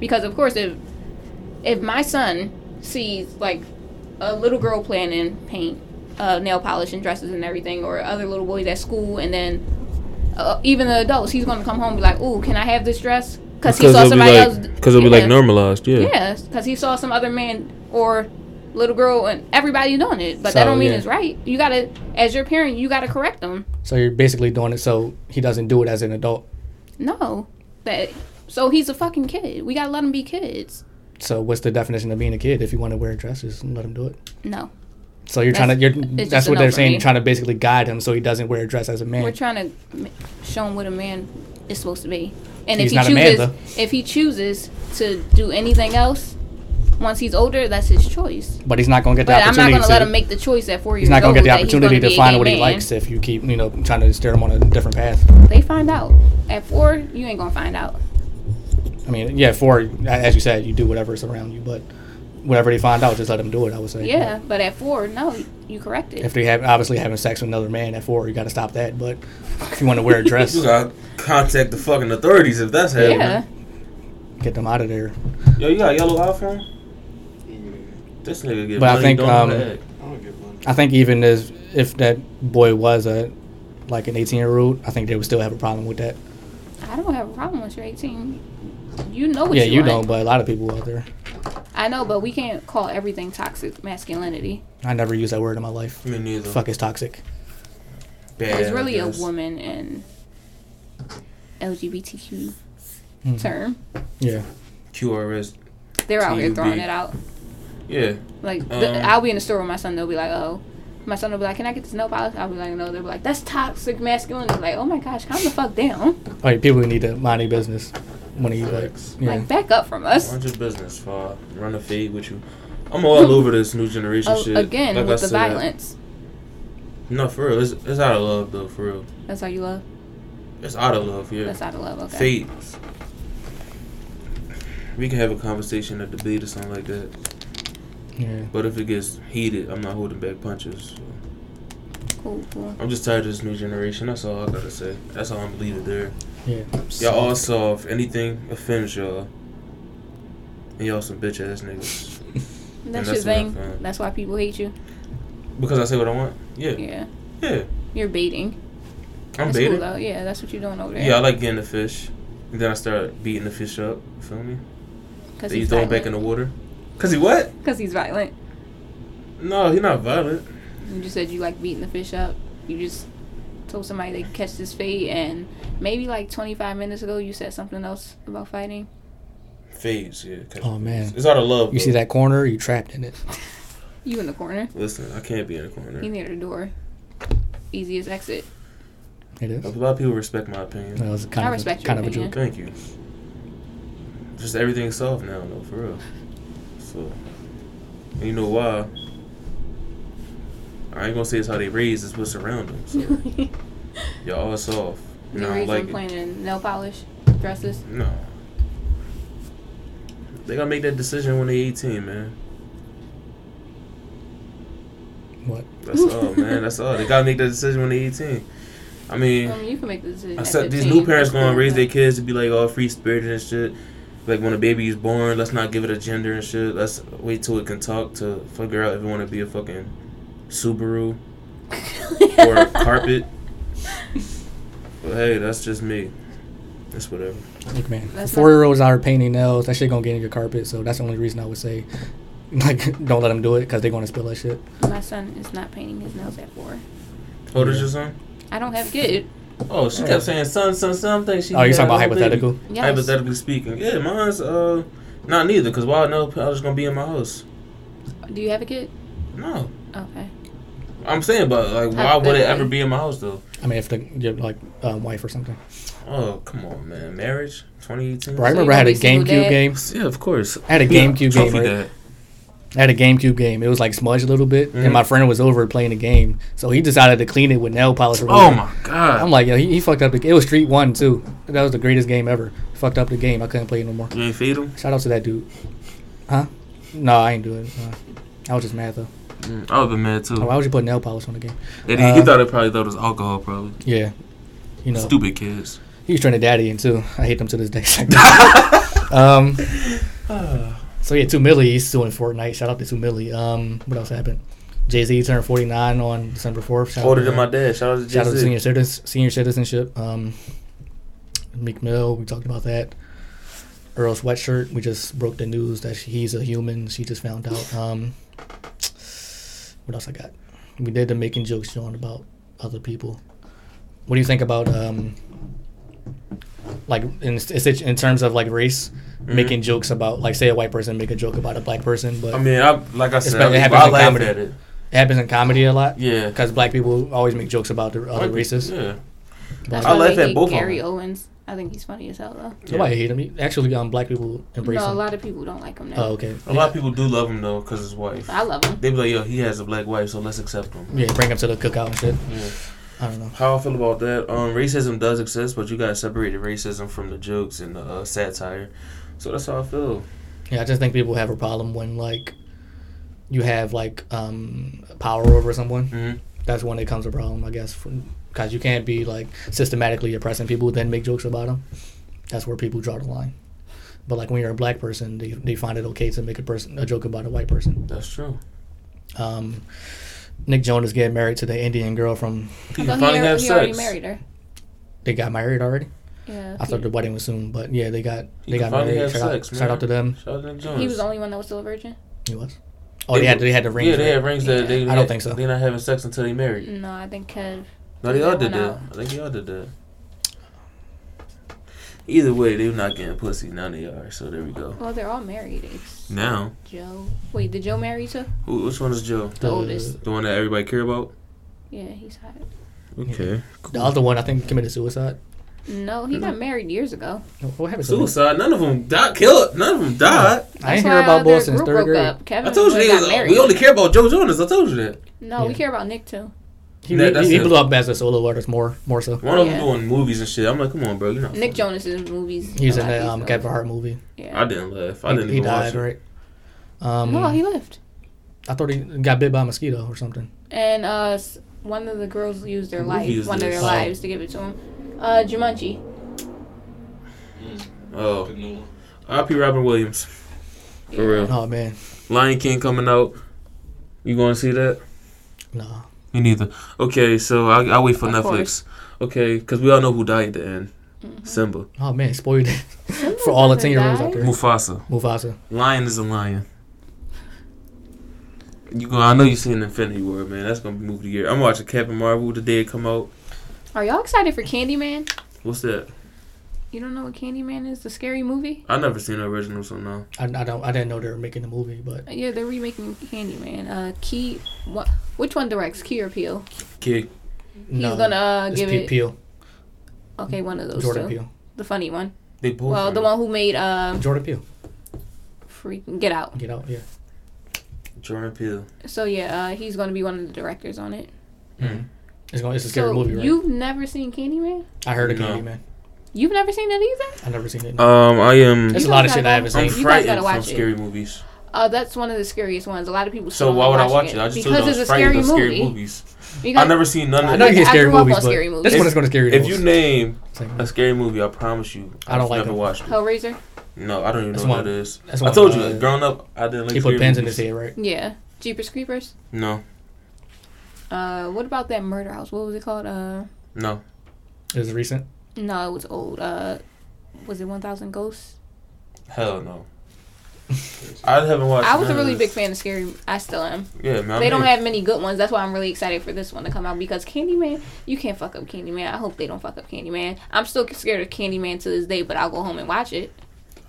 Speaker 4: because, of course, if if my son sees like a little girl playing in paint, uh, nail polish and dresses and everything, or other little boys at school, and then uh, even the adults, he's gonna come home and be like, "Ooh, can I have this dress?" Because he
Speaker 5: Because
Speaker 4: saw
Speaker 5: it'll be
Speaker 4: somebody
Speaker 5: like,
Speaker 4: else.
Speaker 5: cause it'll be like
Speaker 4: Yeah.
Speaker 5: normalized, yeah.
Speaker 4: Yes, because he saw some other man or little girl and everybody doing it, but
Speaker 3: So,
Speaker 4: that don't mean
Speaker 3: yeah.
Speaker 4: it's right. You gotta, as your parent, you gotta correct them.
Speaker 3: so you're basically doing it so he doesn't do it as an adult.
Speaker 4: No, that So he's a fucking kid. We gotta let him be kids.
Speaker 3: So what's the definition of being a kid? If you want to wear dresses, let him do it.
Speaker 4: No.
Speaker 3: So you're trying to
Speaker 4: That's-
Speaker 3: you're
Speaker 4: it's just
Speaker 3: that's
Speaker 4: a
Speaker 3: what
Speaker 4: no
Speaker 3: they're
Speaker 4: for
Speaker 3: saying.
Speaker 4: me.
Speaker 3: You're trying to basically guide him so he doesn't wear a dress as a man.
Speaker 4: We're trying to m- show him what a man is supposed to be. And
Speaker 3: He's
Speaker 4: if he
Speaker 3: not a man,
Speaker 4: chooses
Speaker 3: though.
Speaker 4: if he chooses to do anything else once he's older, that's his choice.
Speaker 3: but he's not gonna get the
Speaker 4: But I'm not
Speaker 3: opportunity.
Speaker 4: going to let
Speaker 3: to-
Speaker 4: him make the choice at 4
Speaker 3: He's
Speaker 4: years
Speaker 3: not gonna
Speaker 4: old.
Speaker 3: get the
Speaker 4: that he's gonna
Speaker 3: opportunity to
Speaker 4: be a
Speaker 3: find
Speaker 4: gay
Speaker 3: what he
Speaker 4: man.
Speaker 3: likes if you keep you know trying to steer him on a different path.
Speaker 4: They find out. At 4, you ain't going to find out.
Speaker 3: I mean, yeah, for as you said, you do whatever's around you, but whatever they find out, just let them do it. I would say.
Speaker 4: Yeah, but at 4, no, you correct it.
Speaker 3: If they have obviously having sex with another man at four, you got to stop that. But if you want to wear a dress,
Speaker 5: You gotta contact the fucking authorities if that's happening.
Speaker 4: yeah.
Speaker 3: get them out of there.
Speaker 5: Yo, you got a yellow iPhone?
Speaker 7: Mm,
Speaker 5: This nigga get
Speaker 3: But I
Speaker 5: money,
Speaker 3: think,
Speaker 5: don't know
Speaker 3: um,
Speaker 5: that.
Speaker 7: I don't get one.
Speaker 3: I think even if if that boy was a like an eighteen year old, I think they would still have a problem with that.
Speaker 4: I don't have a problem once you're 18. You know what
Speaker 3: yeah,
Speaker 4: you,
Speaker 3: you
Speaker 4: want.
Speaker 3: don't, but a lot of people out there.
Speaker 4: I know, but we can't call everything toxic masculinity.
Speaker 3: I never use that word in my life.
Speaker 5: Me neither.
Speaker 3: Fuck is toxic.
Speaker 5: Bad,
Speaker 4: it's really
Speaker 5: I
Speaker 4: a
Speaker 5: guess.
Speaker 4: woman and LGBTQ
Speaker 5: Mm-hmm.
Speaker 3: Mhm.
Speaker 4: term.
Speaker 3: Yeah,
Speaker 5: QRS.
Speaker 4: They're out here throwing
Speaker 5: TUB.
Speaker 4: it out.
Speaker 5: Yeah.
Speaker 4: Like the,
Speaker 5: Um,
Speaker 4: I'll be in the store with my son. They'll be like, "Oh." My son will be like, "Can I get this nail polish?" I'll be like, "No." They'll be like, "That's toxic masculinity." Like, "Oh my gosh, calm the fuck down!
Speaker 3: like people who need to mind their business when they like
Speaker 5: Facts.
Speaker 3: yeah.
Speaker 4: Like, back up from us."
Speaker 5: Mind your business, for Run a fade with you. I'm all over this new generation
Speaker 4: Oh,
Speaker 5: shit.
Speaker 4: again,
Speaker 5: Like uh, I
Speaker 4: with the
Speaker 5: said,
Speaker 4: violence.
Speaker 5: No, for real. It's, it's out of love, though, for real.
Speaker 4: That's how you love.
Speaker 5: It's out of love, yeah.
Speaker 4: That's out of love. Okay.
Speaker 5: Fades. We can have a conversation, a debate, or something like that.
Speaker 3: yeah.
Speaker 5: But if it gets heated, I'm not holding back punches.
Speaker 4: Cool. Cool.
Speaker 5: I'm just tired of this new generation. That's all I gotta say. That's all I'm leaving there.
Speaker 3: Yeah.
Speaker 5: Y'all all soft. Anything offends y'all. And y'all some bitch ass niggas.
Speaker 4: That's,
Speaker 5: that's
Speaker 4: your thing.
Speaker 5: enough, man.
Speaker 4: That's why people hate you.
Speaker 5: Because I say what I want? Yeah. Yeah.
Speaker 4: Yeah. You're baiting.
Speaker 5: I'm
Speaker 4: that's
Speaker 5: baited.
Speaker 4: cool though. Yeah, that's what you're doing over there.
Speaker 5: yeah, I like getting the fish. And then I start beating the fish up. You Feel me?
Speaker 4: Because
Speaker 5: Then you
Speaker 4: he's
Speaker 5: throw him back in the water. Cause he what?
Speaker 4: Because he's violent.
Speaker 5: No, he not violent.
Speaker 4: You just said you like beating the fish up. You just told somebody they could catch this fade, and maybe like 25 minutes ago, you said something else about fighting.
Speaker 5: Fades, yeah. 'cause
Speaker 3: Oh, man.
Speaker 5: It's out of love.
Speaker 3: You see that corner? You trapped in it.
Speaker 4: You in the corner.
Speaker 5: Listen, I can't be in the
Speaker 4: He
Speaker 5: corner.
Speaker 4: near the door. Easiest exit.
Speaker 3: It is.
Speaker 5: A lot of people respect my opinion.
Speaker 3: That was kind
Speaker 4: I
Speaker 3: of
Speaker 4: respect
Speaker 3: a,
Speaker 4: your
Speaker 3: kind of a
Speaker 4: opinion.
Speaker 3: joke.
Speaker 5: Thank you. Just everything's soft now, though, for real. So, and you know why? I ain't gonna say it's how they raised, it's what's around them. So,
Speaker 4: the
Speaker 5: y'all all soft. And I
Speaker 4: reason
Speaker 5: don't like it.
Speaker 4: playing in nail polish dresses.
Speaker 5: No. They gotta make that decision when they 18, man.
Speaker 3: What?
Speaker 5: That's all, man. That's all. They gotta make that decision when they 18. I mean,
Speaker 4: Um, you can make the decision. at
Speaker 5: Except these
Speaker 4: 15.
Speaker 5: new parents
Speaker 4: That's
Speaker 5: gonna
Speaker 4: cool,
Speaker 5: raise their
Speaker 4: but
Speaker 5: kids to be like all free spirited and shit. Like when a baby is born, let's not give it a gender and shit. Let's wait till it can talk to figure out if it want to be a fucking Subaru or a carpet. But hey, that's just me. That's whatever.
Speaker 3: Look, man.
Speaker 4: That's not-
Speaker 3: Four year olds out here painting nails. That shit gonna get in your carpet. So that's the only reason I would say, like, don't let them do it because they're gonna spill that shit.
Speaker 4: My son is not painting his nails at four.
Speaker 5: How old is your son?
Speaker 4: I don't have a kid.
Speaker 5: Oh, she kept saying son, son, something. She
Speaker 3: Oh, you're talking
Speaker 5: had a
Speaker 3: about
Speaker 5: little baby.
Speaker 3: hypothetical?
Speaker 4: Yes.
Speaker 5: Hypothetically speaking, yeah, mine's uh not neither. Cause why no? I was gonna be in my house.
Speaker 4: Do you have a kid?
Speaker 5: No,
Speaker 4: Okay.
Speaker 5: I'm saying, but like, why would it ever be in my house though?
Speaker 3: I mean, if the your like um, wife or something.
Speaker 5: Oh, come on, man. Marriage? 2018?
Speaker 3: Bro, I
Speaker 4: So
Speaker 3: remember I had
Speaker 4: you gonna
Speaker 3: a
Speaker 4: be single
Speaker 3: GameCube
Speaker 4: dad?
Speaker 3: game.
Speaker 5: Yeah, of course.
Speaker 3: I had a GameCube game,
Speaker 5: Trophy
Speaker 3: right?
Speaker 5: dad.
Speaker 3: I had a GameCube game. It was like smudged a little bit,
Speaker 5: Mhm.
Speaker 3: and my friend was over playing the game, so he decided to clean it with nail polish. remover.
Speaker 5: Oh, my God.
Speaker 3: I'm like, yo, he, he fucked up. The, it was Street One too. That was the greatest game ever. Fucked up the game. I couldn't play it no more.
Speaker 5: you ain't feed him?
Speaker 3: Shout out to that dude. Huh? No, I ain't do it. Uh, I was just mad though.
Speaker 5: Mm, I would have been mad, too.
Speaker 3: Why would you put nail polish on the game?
Speaker 5: and he, he
Speaker 3: Oh, uh,
Speaker 5: thought it probably thought it was alcohol, probably.
Speaker 3: Yeah. You know,
Speaker 5: Stupid kids.
Speaker 3: he was trying to daddy in too. I hate them to this day. um, so yeah, two Millie, he's still in Fortnite. Shout out to two Millie. Um, what else happened? Jay Z turned 49 on December 4th. Shout out
Speaker 5: Older
Speaker 3: to
Speaker 5: than
Speaker 3: him.
Speaker 5: my dad. Shout out to
Speaker 3: Shout out to
Speaker 5: Jay
Speaker 3: senior, citizen, senior citizenship. Um, Meek Mill, we talked about that. Earl Sweatshirt, we just broke the news that she- he's a human. She just found out. Um, what else I got? We did the making jokes, John, about other people. What do you think about um, like in it's- it's in terms of like race,
Speaker 5: Mm-hmm.
Speaker 3: making jokes about like say a white person make a joke about a black person, but
Speaker 5: I mean, I, like I said,
Speaker 3: better- it
Speaker 5: I,
Speaker 3: happens
Speaker 5: I
Speaker 3: in
Speaker 5: laugh
Speaker 3: comedy.
Speaker 5: at it.
Speaker 3: it happens in comedy a lot.
Speaker 5: Yeah.
Speaker 3: because black people always make jokes about the other races.
Speaker 5: Yeah.
Speaker 4: That's
Speaker 5: I
Speaker 4: why
Speaker 5: laugh
Speaker 4: they
Speaker 5: at
Speaker 4: hate
Speaker 5: both of
Speaker 4: Gary
Speaker 5: them.
Speaker 4: Owens. I think he's funny as hell though.
Speaker 3: Nobody hate him. Actually, um, black people embrace
Speaker 4: No, a
Speaker 3: him.
Speaker 4: lot of people don't like him now.
Speaker 3: oh, okay.
Speaker 5: A lot of people do love him though, cause his wife.
Speaker 4: I love him.
Speaker 5: They be like, yo, he has a black wife, so let's accept him.
Speaker 3: Yeah, bring him to the cookout and shit.
Speaker 5: Yeah.
Speaker 3: I don't know.
Speaker 5: How I feel about that? Um, racism does exist, but you gotta separate the racism from the jokes and the uh, satire. So that's how I feel.
Speaker 3: Yeah, I just think people have a problem when like you have like um power over someone.
Speaker 5: Mhm.
Speaker 3: That's when it comes a problem, I guess, because you can't be like systematically oppressing people then make jokes about them. That's where people draw the line. But like when you're a black person, they, they find it okay to make a person a joke about a white person.
Speaker 5: That's true.
Speaker 3: Um, Nick Jonas getting married to the Indian girl
Speaker 5: He
Speaker 3: from
Speaker 4: I
Speaker 5: can
Speaker 4: thought
Speaker 5: finally
Speaker 4: he, al-
Speaker 5: have
Speaker 4: he already
Speaker 5: sex.
Speaker 4: married her.
Speaker 3: they got married already.
Speaker 4: Yeah.
Speaker 3: I thought the
Speaker 4: he,
Speaker 3: wedding was soon, but yeah, they got
Speaker 5: You
Speaker 3: they
Speaker 5: can
Speaker 3: got
Speaker 5: finally
Speaker 3: married.
Speaker 5: have
Speaker 3: Shout, out,
Speaker 5: sex,
Speaker 3: shout out
Speaker 5: man.
Speaker 3: to them.
Speaker 5: Shout out to Jones.
Speaker 4: he was the only one that was still a virgin.
Speaker 3: He was. Oh, they had they had the rings.
Speaker 5: Yeah, they
Speaker 3: right?
Speaker 5: had rings that they.
Speaker 3: I don't think so.
Speaker 5: They're not having sex until they married.
Speaker 4: No, I think Kev.
Speaker 5: No, they all
Speaker 4: That
Speaker 5: did
Speaker 4: went
Speaker 5: that.
Speaker 4: out.
Speaker 5: I think they all did that. Either way, they're not getting pussy. None of y'all are. So there we go.
Speaker 4: Well, they're all married. It's
Speaker 3: Mm.
Speaker 5: Now,
Speaker 4: Joe. Wait, did Joe marry too?
Speaker 5: who? Which one is Joe?
Speaker 4: The oldest.
Speaker 5: The one that everybody care about?
Speaker 4: Yeah, he's hot.
Speaker 5: Okay.
Speaker 3: The other one, I think, committed suicide.
Speaker 4: No,
Speaker 3: Mm-hmm.
Speaker 4: he got married years ago.
Speaker 3: What happened? to him?
Speaker 5: Suicide. None of them died. Killed. None of them died.
Speaker 3: I ain't
Speaker 4: That's
Speaker 3: hear
Speaker 4: why
Speaker 3: about
Speaker 4: their
Speaker 3: Bull since
Speaker 4: group
Speaker 3: third
Speaker 4: broke
Speaker 3: grade.
Speaker 4: up. Kevin
Speaker 5: I told you
Speaker 4: Boyd
Speaker 5: they
Speaker 4: got
Speaker 5: was,
Speaker 4: married.
Speaker 5: we only care about Joe Jonas. I told you that.
Speaker 4: No, we
Speaker 3: Yeah.
Speaker 4: care about Nick too.
Speaker 3: He,
Speaker 5: That- that's
Speaker 3: he, he
Speaker 5: it.
Speaker 3: blew up as a solo artist more, more so.
Speaker 5: One of them
Speaker 4: Oh, Yeah.
Speaker 5: doing movies and shit. I'm like, come on, bro. You know.
Speaker 4: Nick Jonas is in movies.
Speaker 3: He was
Speaker 4: I
Speaker 3: in
Speaker 4: like
Speaker 3: that
Speaker 4: these
Speaker 3: um,
Speaker 4: films.
Speaker 3: Kevin Hart movie.
Speaker 4: Yeah.
Speaker 5: I didn't laugh. I
Speaker 3: he,
Speaker 5: didn't
Speaker 3: he
Speaker 5: even watch
Speaker 3: died,
Speaker 5: it.
Speaker 3: right? Um,
Speaker 4: No, he lived.
Speaker 3: I thought he got bit by a mosquito or something.
Speaker 4: And uh, s- one of the girls used their
Speaker 5: Who
Speaker 4: life,
Speaker 5: used
Speaker 4: one of
Speaker 5: this?
Speaker 4: their
Speaker 3: Oh.
Speaker 4: lives to give it to him. Uh, Jumanji.
Speaker 5: Oh,
Speaker 7: new one.
Speaker 5: R.P. Robin Williams. For real.
Speaker 3: Oh man,
Speaker 5: Lion King coming out. You going to see that?
Speaker 3: no.
Speaker 5: Me neither. Okay, so I I wait for
Speaker 4: Of
Speaker 5: Netflix.
Speaker 4: course. Mm-hmm.
Speaker 5: Okay, because we all know who died at the end. Simba,
Speaker 3: Oh man, spoiled it for all the
Speaker 4: doesn't
Speaker 3: ten year olds
Speaker 4: die.
Speaker 3: out there.
Speaker 5: Mufasa.
Speaker 3: Mufasa.
Speaker 5: Lion is a lion. You go. I know you seen Infinity War, man. That's gonna be movie of the year. I'm watching Captain Marvel the day it come out.
Speaker 4: Are y'all excited for Candyman?
Speaker 5: What's that?
Speaker 4: You don't know what Candyman is? The scary movie?
Speaker 5: I never seen the original, so no.
Speaker 3: I, I don't. I didn't know they were making the movie, but
Speaker 4: Uh, Yeah, they're remaking Candyman. Uh, Key. What? Which one directs? Key or Peele?
Speaker 5: Kid,
Speaker 3: no.
Speaker 4: He's gonna uh,
Speaker 3: it's
Speaker 4: give
Speaker 3: Pe-
Speaker 4: it.
Speaker 3: Peele,
Speaker 4: Okay, one of those
Speaker 3: Jordan
Speaker 4: two.
Speaker 3: Peele,
Speaker 4: The funny one.
Speaker 5: they both.
Speaker 4: Well, the
Speaker 5: funny.
Speaker 4: one who made uh,
Speaker 3: Jordan Peele.
Speaker 4: freaking Get Out.
Speaker 3: Get out, yeah.
Speaker 5: Jordan Peele.
Speaker 4: So yeah, uh, he's gonna be one of the directors on it.
Speaker 3: It's going. It's a scary
Speaker 4: so
Speaker 3: movie, right?
Speaker 4: you've never seen Candyman?
Speaker 3: I heard of
Speaker 5: No.
Speaker 3: Candyman. man.
Speaker 4: You've never seen it either?
Speaker 3: I never seen it.
Speaker 5: Um, I am.
Speaker 3: There's
Speaker 4: You
Speaker 3: a lot of
Speaker 4: guys
Speaker 3: shit
Speaker 4: gotta
Speaker 3: I haven't
Speaker 4: watch
Speaker 5: I'm
Speaker 4: you
Speaker 3: seen.
Speaker 4: guys gotta
Speaker 5: frightened
Speaker 4: watch
Speaker 5: from
Speaker 4: it.
Speaker 5: scary movies.
Speaker 4: Uh, that's one of the scariest ones. A lot of people.
Speaker 5: So
Speaker 4: still
Speaker 5: why would I
Speaker 4: aren't
Speaker 5: watch
Speaker 4: watching
Speaker 5: it? I just told you I
Speaker 4: because
Speaker 5: was
Speaker 4: it's a
Speaker 5: frightened
Speaker 4: scary
Speaker 5: of scary
Speaker 4: movie.
Speaker 5: movies.
Speaker 4: You
Speaker 5: I've
Speaker 4: guys-
Speaker 5: never seen none
Speaker 3: I
Speaker 5: of
Speaker 3: know you
Speaker 5: them.
Speaker 3: get
Speaker 4: I
Speaker 3: scary
Speaker 4: grew up on
Speaker 3: movies, but
Speaker 4: scary movies.
Speaker 3: this one is going to scare you. the
Speaker 5: If you
Speaker 3: most.
Speaker 5: name
Speaker 3: Same.
Speaker 5: a scary movie, I promise you,
Speaker 3: I don't
Speaker 5: I've
Speaker 3: like
Speaker 5: never
Speaker 3: them.
Speaker 5: watched it.
Speaker 4: Hellraiser.
Speaker 5: No, I don't even
Speaker 3: That's
Speaker 5: know
Speaker 3: one-
Speaker 5: what it is.
Speaker 3: that's
Speaker 5: I
Speaker 3: one,
Speaker 5: told you,
Speaker 3: uh,
Speaker 5: growing up, I didn't like.
Speaker 3: he put
Speaker 5: scary
Speaker 3: pins in his
Speaker 5: movies.
Speaker 3: head, right?
Speaker 4: Yeah. Jeepers Creepers.
Speaker 5: No,
Speaker 4: Uh, what about that murder house? What was it called? Uh,
Speaker 5: no.
Speaker 3: It was recent.
Speaker 4: no, it was old. Uh, was it One Thousand Ghosts?
Speaker 5: Hell no. I haven't watched.
Speaker 4: I was a
Speaker 5: none of
Speaker 4: really big
Speaker 5: this.
Speaker 4: fan of scary. I still am.
Speaker 5: Yeah, man.
Speaker 4: They
Speaker 5: I
Speaker 4: don't
Speaker 5: mean,
Speaker 4: have many good ones. That's why I'm really excited for this one to come out because Candyman, you can't fuck up Candyman. I hope they don't fuck up Candyman. I'm still scared of Candyman to this day, but I'll go home and watch it.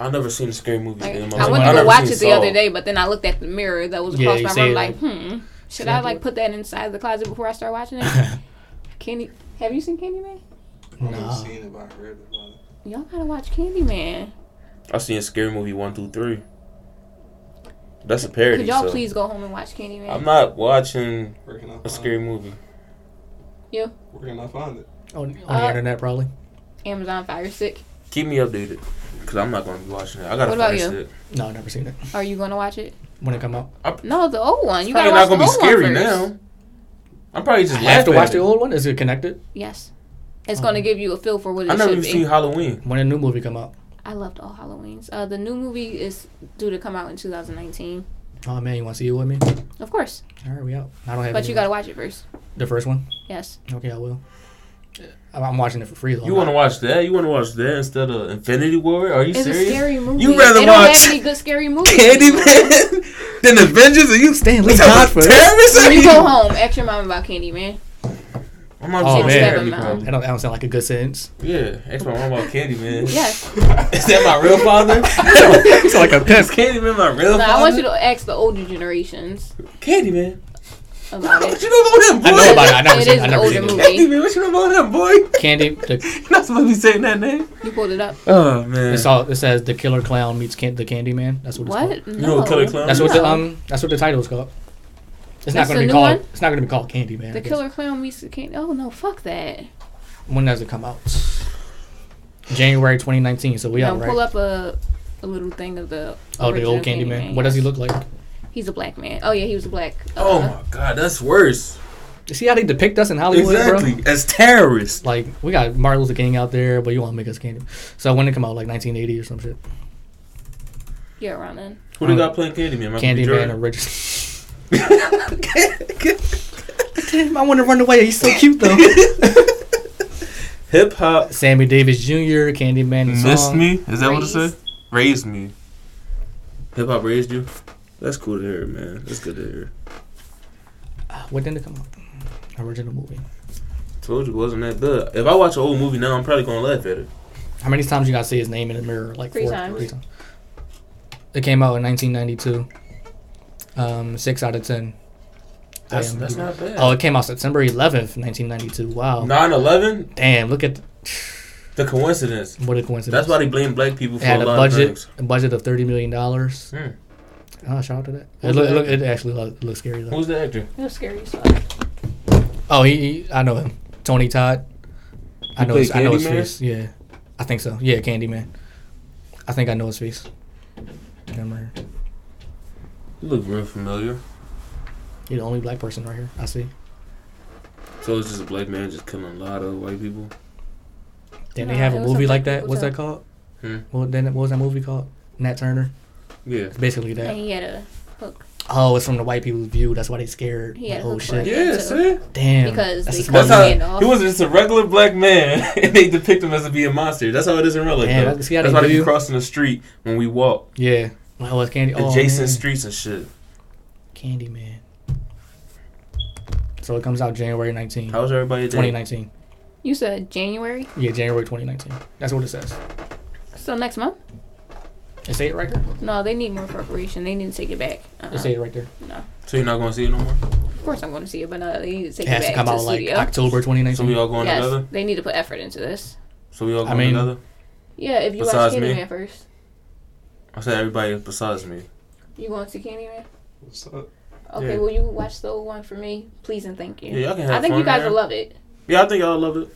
Speaker 5: I never seen a scary movie.
Speaker 4: Like,
Speaker 5: in my
Speaker 4: I
Speaker 5: life.
Speaker 4: went
Speaker 3: I
Speaker 4: to go
Speaker 5: never
Speaker 4: watch
Speaker 5: seen
Speaker 4: it the
Speaker 5: Saw.
Speaker 4: other day, but then I looked at the mirror that was
Speaker 3: Yeah,
Speaker 4: across
Speaker 3: you
Speaker 4: my
Speaker 3: say
Speaker 4: room,
Speaker 3: it,
Speaker 4: like, hmm, should I like put that inside the closet before I start watching it? Candy, have you seen Candyman?
Speaker 7: I haven't
Speaker 3: Nah.
Speaker 7: seen it, but I heard about it.
Speaker 4: Y'all gotta watch Candyman.
Speaker 5: I seen scary movie one through three. That's a parody.
Speaker 4: Could y'all
Speaker 5: so.
Speaker 4: please go home and watch Candyman?
Speaker 5: I'm not watching
Speaker 7: Where can I find
Speaker 5: a scary
Speaker 7: it?
Speaker 5: movie.
Speaker 7: Where can I find it?
Speaker 3: On, on
Speaker 4: Uh,
Speaker 3: the internet, probably.
Speaker 4: Amazon Fire Stick.
Speaker 5: Keep me updated, cause I'm not gonna be watching it. I gotta
Speaker 4: What about
Speaker 5: finish
Speaker 4: you?
Speaker 5: it.
Speaker 3: No, I've never seen it.
Speaker 4: Are you gonna watch it?
Speaker 3: When it come out,
Speaker 4: No, the old one. You
Speaker 5: Probably
Speaker 4: gotta
Speaker 5: not gonna
Speaker 4: watch the
Speaker 5: be
Speaker 4: old one
Speaker 5: scary
Speaker 4: first.
Speaker 5: now. I'm probably just
Speaker 3: I have to
Speaker 5: laughing
Speaker 3: watch
Speaker 5: at
Speaker 3: the
Speaker 5: it.
Speaker 3: old one. Is it connected?
Speaker 4: Yes,
Speaker 3: Oh.
Speaker 4: it's gonna give you a feel for what it
Speaker 5: I never
Speaker 4: should
Speaker 5: even
Speaker 4: be.
Speaker 5: seen Halloween.
Speaker 3: When a new movie come out?
Speaker 4: I loved all Halloweens. Uh, the new movie is due to come out in 2019.
Speaker 3: Oh man, you want to see it with me?
Speaker 4: Of course,
Speaker 3: All right, we out. I don't have.
Speaker 4: but you
Speaker 3: any-
Speaker 4: gotta watch it first.
Speaker 3: the first one.
Speaker 4: Yes.
Speaker 3: Okay, I will. I'm, I'm watching it for free though.
Speaker 5: You want to watch that? You want to watch that instead of Infinity War? Are you
Speaker 4: It's
Speaker 5: serious?
Speaker 4: a scary movie.
Speaker 5: You rather
Speaker 4: they don't
Speaker 5: watch
Speaker 4: have any good scary movies.
Speaker 5: Candyman than Avengers? Are you
Speaker 3: Stan Lee
Speaker 5: talking about
Speaker 3: Godfrey.
Speaker 5: terrorists? Are
Speaker 4: When you go home, ask your mom about Candyman.
Speaker 5: My mom
Speaker 3: Oh,
Speaker 5: oh,
Speaker 3: man.
Speaker 5: candy
Speaker 3: That
Speaker 5: pounder.
Speaker 3: don't, that don't sound like a good sentence.
Speaker 5: Yeah, ask my mom about candy man.
Speaker 4: Yes.
Speaker 5: Is that my real father?
Speaker 3: It's like a
Speaker 5: Is candy man my real
Speaker 4: No,
Speaker 5: father?
Speaker 4: I want you to ask the older generations
Speaker 5: Candy man.
Speaker 4: about
Speaker 5: What
Speaker 4: it.
Speaker 5: you know about him, boy?
Speaker 3: I know about it. I never
Speaker 4: It
Speaker 3: seen
Speaker 4: is
Speaker 3: it. I
Speaker 4: an
Speaker 3: never
Speaker 4: older
Speaker 3: seen it.
Speaker 5: Candy
Speaker 4: movie.
Speaker 5: man, what you know about him, boy?
Speaker 3: Candy. The,
Speaker 5: You're not supposed to be saying that name.
Speaker 4: You pulled it up.
Speaker 5: Oh man.
Speaker 3: it's all, it says the killer clown meets can, the Candy Man. That's what. It's called.
Speaker 4: What? No.
Speaker 5: you know what Killer Clown?
Speaker 3: That's what
Speaker 5: is?
Speaker 3: the um. That's what the title's called. It's not
Speaker 4: That's
Speaker 3: going to be
Speaker 4: the new
Speaker 3: called.
Speaker 4: one?
Speaker 3: It's not going to be called Candy Man.
Speaker 4: The killer clown meets the king. Oh no, fuck that.
Speaker 3: When does it come out? January 2019. So we
Speaker 4: Yeah,
Speaker 3: out right.
Speaker 4: pull up a, a little thing of the.
Speaker 3: oh, the old Candy
Speaker 4: original
Speaker 3: Man.
Speaker 4: Candyman,
Speaker 3: What does he look
Speaker 4: yes.
Speaker 3: like?
Speaker 4: He's a black man. Oh yeah, he was a black.
Speaker 5: Oh
Speaker 4: uh,
Speaker 5: my god, that's worse.
Speaker 3: You see how they depict us in Hollywood, bro?
Speaker 5: Exactly. As terrorists.
Speaker 3: Like we got Martin Luther King out there, but you want to make us Candy? So when it come out, like 1980 or some shit.
Speaker 4: yeah, around then.
Speaker 5: Who they got playing Candy Man?
Speaker 3: Candy Man original. Damn, I want to run away. He's so cute though.
Speaker 5: Hip hop.
Speaker 3: Sammy Davis Jr. Candy Man. the
Speaker 5: Missed
Speaker 3: song.
Speaker 5: me? Is that what it
Speaker 4: Raised.
Speaker 5: said? Raised me. Hip hop raised you. That's cool to hear, man. That's good to hear.
Speaker 3: What didn't it come out? Original movie.
Speaker 5: Told you it wasn't that good. If I watch an old movie now, I'm probably gonna laugh at it.
Speaker 3: How many times you gotta say his name in the mirror? Like
Speaker 4: Three
Speaker 3: four,
Speaker 4: times.
Speaker 3: Three times. It came out in 1992. Um, six out of ten.
Speaker 5: That's,
Speaker 3: am-
Speaker 5: that's not bad.
Speaker 3: Oh, it came out September 11th, 1992. Wow.
Speaker 5: 9/11,
Speaker 3: Damn, look at
Speaker 5: the coincidence.
Speaker 3: what a coincidence.
Speaker 5: That's why they blame black people
Speaker 3: it
Speaker 5: for
Speaker 3: had
Speaker 5: a
Speaker 3: a
Speaker 5: lot of
Speaker 3: budget,
Speaker 5: things.
Speaker 3: a budget of 30 million dollars.
Speaker 5: Hmm.
Speaker 3: Oh, shout out to that. It,
Speaker 5: Who's
Speaker 3: look,
Speaker 5: the
Speaker 3: it, look, it actually lo- looks scary though.
Speaker 5: Who's the actor?
Speaker 4: It was scary as fuck.
Speaker 3: Oh, he, he- I know him. Tony Todd. I know.
Speaker 5: played
Speaker 3: His, I know his
Speaker 5: Candyman?
Speaker 3: face. Yeah, I think so. Yeah, Candyman. I think I know his face. Remember,
Speaker 5: You look real familiar.
Speaker 3: he's the only black person right here. I see.
Speaker 5: So it's just a black man just killing a lot of white people.
Speaker 3: Didn't they
Speaker 4: No,
Speaker 3: have a
Speaker 4: it was
Speaker 3: movie
Speaker 4: something-
Speaker 3: like that?
Speaker 4: what's
Speaker 3: What's that,
Speaker 4: that?
Speaker 3: called?
Speaker 5: Hmm.
Speaker 3: Well, then what was that movie called? Nat Turner.
Speaker 5: Yeah.
Speaker 3: It's basically
Speaker 4: And
Speaker 3: that.
Speaker 4: he had a hook.
Speaker 3: Oh, it's from the white people's view. That's why they scared.
Speaker 4: He had
Speaker 3: Like,
Speaker 4: a
Speaker 3: oh
Speaker 4: hook for
Speaker 3: shit!
Speaker 4: it.
Speaker 5: Yeah,
Speaker 4: too.
Speaker 5: see?
Speaker 3: Damn.
Speaker 4: Because
Speaker 3: that's
Speaker 4: they
Speaker 3: a
Speaker 5: That's
Speaker 3: smart
Speaker 4: That's
Speaker 5: how
Speaker 3: movie.
Speaker 4: how- Cut his hand off.
Speaker 5: he was just a regular black man, and they depict him as being a monster. That's how it is in real life.
Speaker 3: Yeah,
Speaker 5: though.
Speaker 3: that's-
Speaker 5: that's
Speaker 3: see how they
Speaker 5: why
Speaker 3: do
Speaker 5: they be
Speaker 3: you?
Speaker 5: crossing the street when we walk,
Speaker 3: Yeah. Well, it's Candy. Oh,
Speaker 5: adjacent
Speaker 3: man.
Speaker 5: streets and shit.
Speaker 3: Candyman. So it comes out January 19,
Speaker 5: How's everybody doing?
Speaker 3: 2019.
Speaker 4: You said January,
Speaker 3: Yeah, January 2019. That's what it says.
Speaker 4: so next month.
Speaker 3: It say it right there.
Speaker 4: No, they need more preparation. They need to take it back. Uh-uh.
Speaker 3: It say it right there.
Speaker 5: So you're not gonna see it no more.
Speaker 4: Of course, I'm going to see it, but no, they need to
Speaker 3: It
Speaker 4: take it,
Speaker 3: has to
Speaker 4: back
Speaker 3: come
Speaker 4: to
Speaker 3: out
Speaker 4: the
Speaker 3: like
Speaker 4: studio.
Speaker 3: October
Speaker 5: So we
Speaker 3: 2019.
Speaker 5: all going
Speaker 4: yes,
Speaker 5: together.
Speaker 4: they need to put effort into this.
Speaker 5: So we all
Speaker 3: I
Speaker 5: going
Speaker 3: mean-
Speaker 5: together.
Speaker 4: Yeah, if you
Speaker 5: Besides
Speaker 4: watch
Speaker 5: me?
Speaker 4: Candyman first,
Speaker 5: I said everybody besides me.
Speaker 4: you going to see Candyman?
Speaker 7: What's up?
Speaker 4: Okay,
Speaker 5: Yeah.
Speaker 4: well you watch the old one for me, please and thank you.
Speaker 5: Yeah, y'all can have
Speaker 4: I think
Speaker 5: fun
Speaker 4: you guys
Speaker 5: there.
Speaker 4: will love it.
Speaker 5: Yeah, I think y'all love it.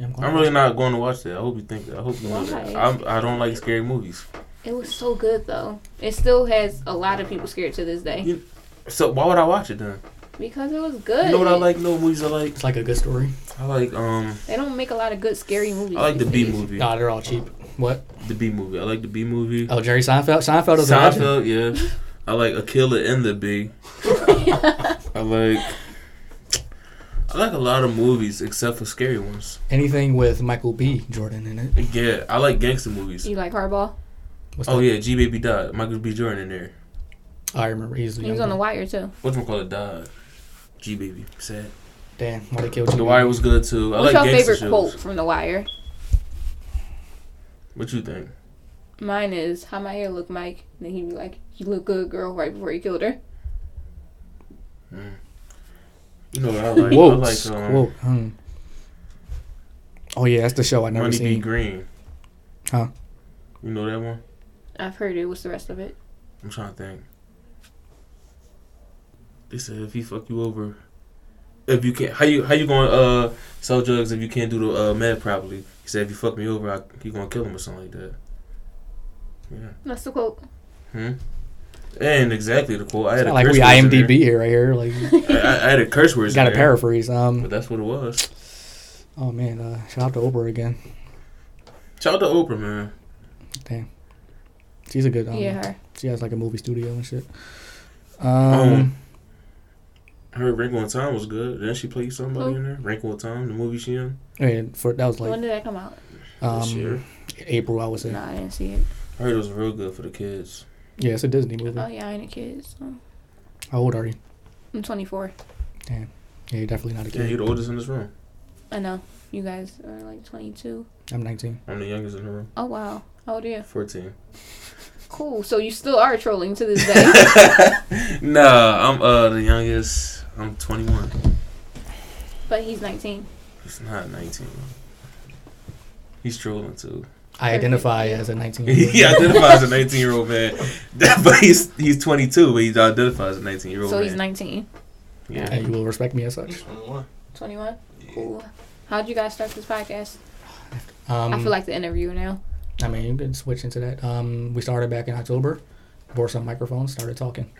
Speaker 3: I'm
Speaker 5: I'm really not going to watch that. I hope you think. I hope you know that.
Speaker 4: Why?
Speaker 5: I'm, I don't like scary movies.
Speaker 4: It was so good though. It still has a lot of people scared to this day
Speaker 5: You- So why would I watch it then?
Speaker 4: because it was good.
Speaker 5: You know what I like? No movies I like.
Speaker 3: It's like a good story.
Speaker 5: I like um.
Speaker 4: They don't make a lot of good scary movies.
Speaker 5: I like the B
Speaker 4: these days.
Speaker 5: movie.
Speaker 3: Nah, they're all cheap. What?
Speaker 5: The B movie. I like the B movie.
Speaker 3: Oh, Jerry Seinfeld. Seinfeld doesn't watch it.
Speaker 5: Seinfeld, yeah. I like A Killer in the Bee. I like I like a lot of movies except for scary ones.
Speaker 3: Anything with Michael B. Jordan in it.
Speaker 5: Yeah, I like gangster movies.
Speaker 4: You like Hardball?
Speaker 3: What's
Speaker 5: Oh
Speaker 3: that?
Speaker 5: yeah, G Baby died. Michael B. Jordan in there.
Speaker 3: I remember. He's, the
Speaker 4: He was
Speaker 3: young
Speaker 4: on the
Speaker 3: guy.
Speaker 4: wire too.
Speaker 5: What's my call it died? G Baby. Sad.
Speaker 3: Damn, why they killed you?
Speaker 5: The Wire was good too. I
Speaker 4: What's
Speaker 5: like
Speaker 4: your
Speaker 5: gangster
Speaker 4: favorite
Speaker 5: shows.
Speaker 4: quote from The Wire?
Speaker 5: What you think?
Speaker 4: Mine is "How my hair look, Mike." And then he be like, "You look good, girl," right before he killed her.
Speaker 5: You know what I like?
Speaker 3: Quotes.
Speaker 5: I like um,
Speaker 3: Quote.
Speaker 4: uh,
Speaker 3: Hmm. Oh yeah, that's the show I never
Speaker 5: Money B.
Speaker 3: seen.
Speaker 5: Green.
Speaker 3: Huh.
Speaker 5: You know that one?
Speaker 4: I've heard it. What's the rest of it?
Speaker 5: I'm trying to think. They said if he fuck you over, if you can't, how you how you gonna uh sell drugs if you can't do the uh, med properly? He said if you fuck me over, I, you gonna kill him or something like that. Yeah,
Speaker 4: That's the quote.
Speaker 5: and exactly the quote. I
Speaker 3: It's
Speaker 5: had a
Speaker 3: not like
Speaker 5: curse
Speaker 3: we
Speaker 5: words in
Speaker 3: IMDb here right here. Like,
Speaker 5: there. I, I had a curse words.
Speaker 3: got to
Speaker 5: in there,
Speaker 3: paraphrase.
Speaker 5: But
Speaker 3: Um.
Speaker 5: that's what it was.
Speaker 3: Oh man, uh, shout out to Oprah again.
Speaker 5: Shout out to Oprah, man.
Speaker 3: She's a good. Um,
Speaker 4: Yeah, her.
Speaker 3: She has like a movie studio and shit. Um.
Speaker 5: Um, Her Wrinkle in Time was good. Then she played somebody
Speaker 4: Who?
Speaker 5: in there. Wrinkle in Time, the movie she in.
Speaker 3: and for that was
Speaker 4: when
Speaker 3: like
Speaker 4: did that come out?
Speaker 5: this year.
Speaker 3: um, April, I would say.
Speaker 4: No, I didn't see it.
Speaker 5: I heard it was real good for the kids.
Speaker 3: Yeah, it's a
Speaker 4: Uh-huh.
Speaker 3: Disney movie.
Speaker 4: Oh yeah, I ain't a kid. So.
Speaker 3: How old are you?
Speaker 4: I'm 24.
Speaker 3: Yeah, you're definitely not a
Speaker 5: Yeah,
Speaker 3: kid.
Speaker 5: you're the oldest in this room.
Speaker 4: I know. You guys are like 22.
Speaker 3: I'm 19.
Speaker 5: I'm the youngest in the room.
Speaker 4: Oh, wow. Oh, dear.
Speaker 5: 14.
Speaker 4: Cool. So you still are trolling to this day.
Speaker 5: Nah, I'm uh the youngest. I'm 21.
Speaker 4: but he's 19.
Speaker 5: He's not 19. He's trolling too.
Speaker 3: I identify as a 19.
Speaker 5: he identifies as a 19 year old man, but he's he's 22, but he identifies as a 19 year old.
Speaker 4: So
Speaker 5: man.
Speaker 4: he's 19.
Speaker 5: Yeah.
Speaker 3: And you will respect me as such.
Speaker 7: 21.
Speaker 4: 21. Cool. How'd you guys start this podcast?
Speaker 3: Um,
Speaker 4: I feel like the interview now.
Speaker 3: I mean, you can switch into that. Um, we started back in October. Bought some microphones, started talking.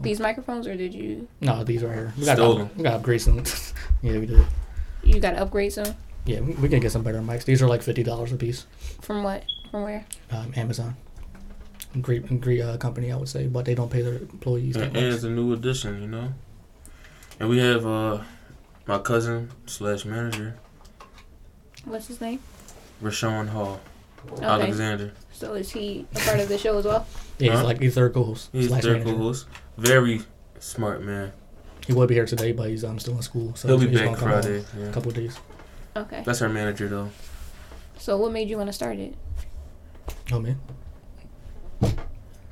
Speaker 4: These microphones, or did you?
Speaker 3: No, these right here. We got
Speaker 5: Stole
Speaker 3: to, we got to upgrade some. yeah, we did.
Speaker 4: You got to upgrade some.
Speaker 3: Yeah, we, we can get some better mics. These are like fifty dollars a piece.
Speaker 4: From what? From where?
Speaker 3: Um, Amazon, great, great uh, company, I would say, but they don't pay their employees. that
Speaker 5: And,
Speaker 3: much.
Speaker 5: and it's a new addition, you know. And we have uh my cousin slash manager
Speaker 4: What's his name?
Speaker 5: Rashawn Hall
Speaker 4: Okay.
Speaker 5: Alexander.
Speaker 4: So is he a part of the show as well?
Speaker 3: Yeah, he's
Speaker 5: Huh?
Speaker 3: like he's their co-host.
Speaker 5: He's
Speaker 3: slash
Speaker 5: their
Speaker 3: manager.
Speaker 5: co-host. Very smart man.
Speaker 3: He will be here today, but he's um, still in school, so
Speaker 5: He'll be
Speaker 3: he's
Speaker 5: back
Speaker 3: gonna come home
Speaker 5: Friday.
Speaker 3: in a
Speaker 5: Yeah.
Speaker 3: couple of days.
Speaker 4: Okay.
Speaker 5: That's our manager though.
Speaker 4: So what made you want to start it?
Speaker 3: Oh man.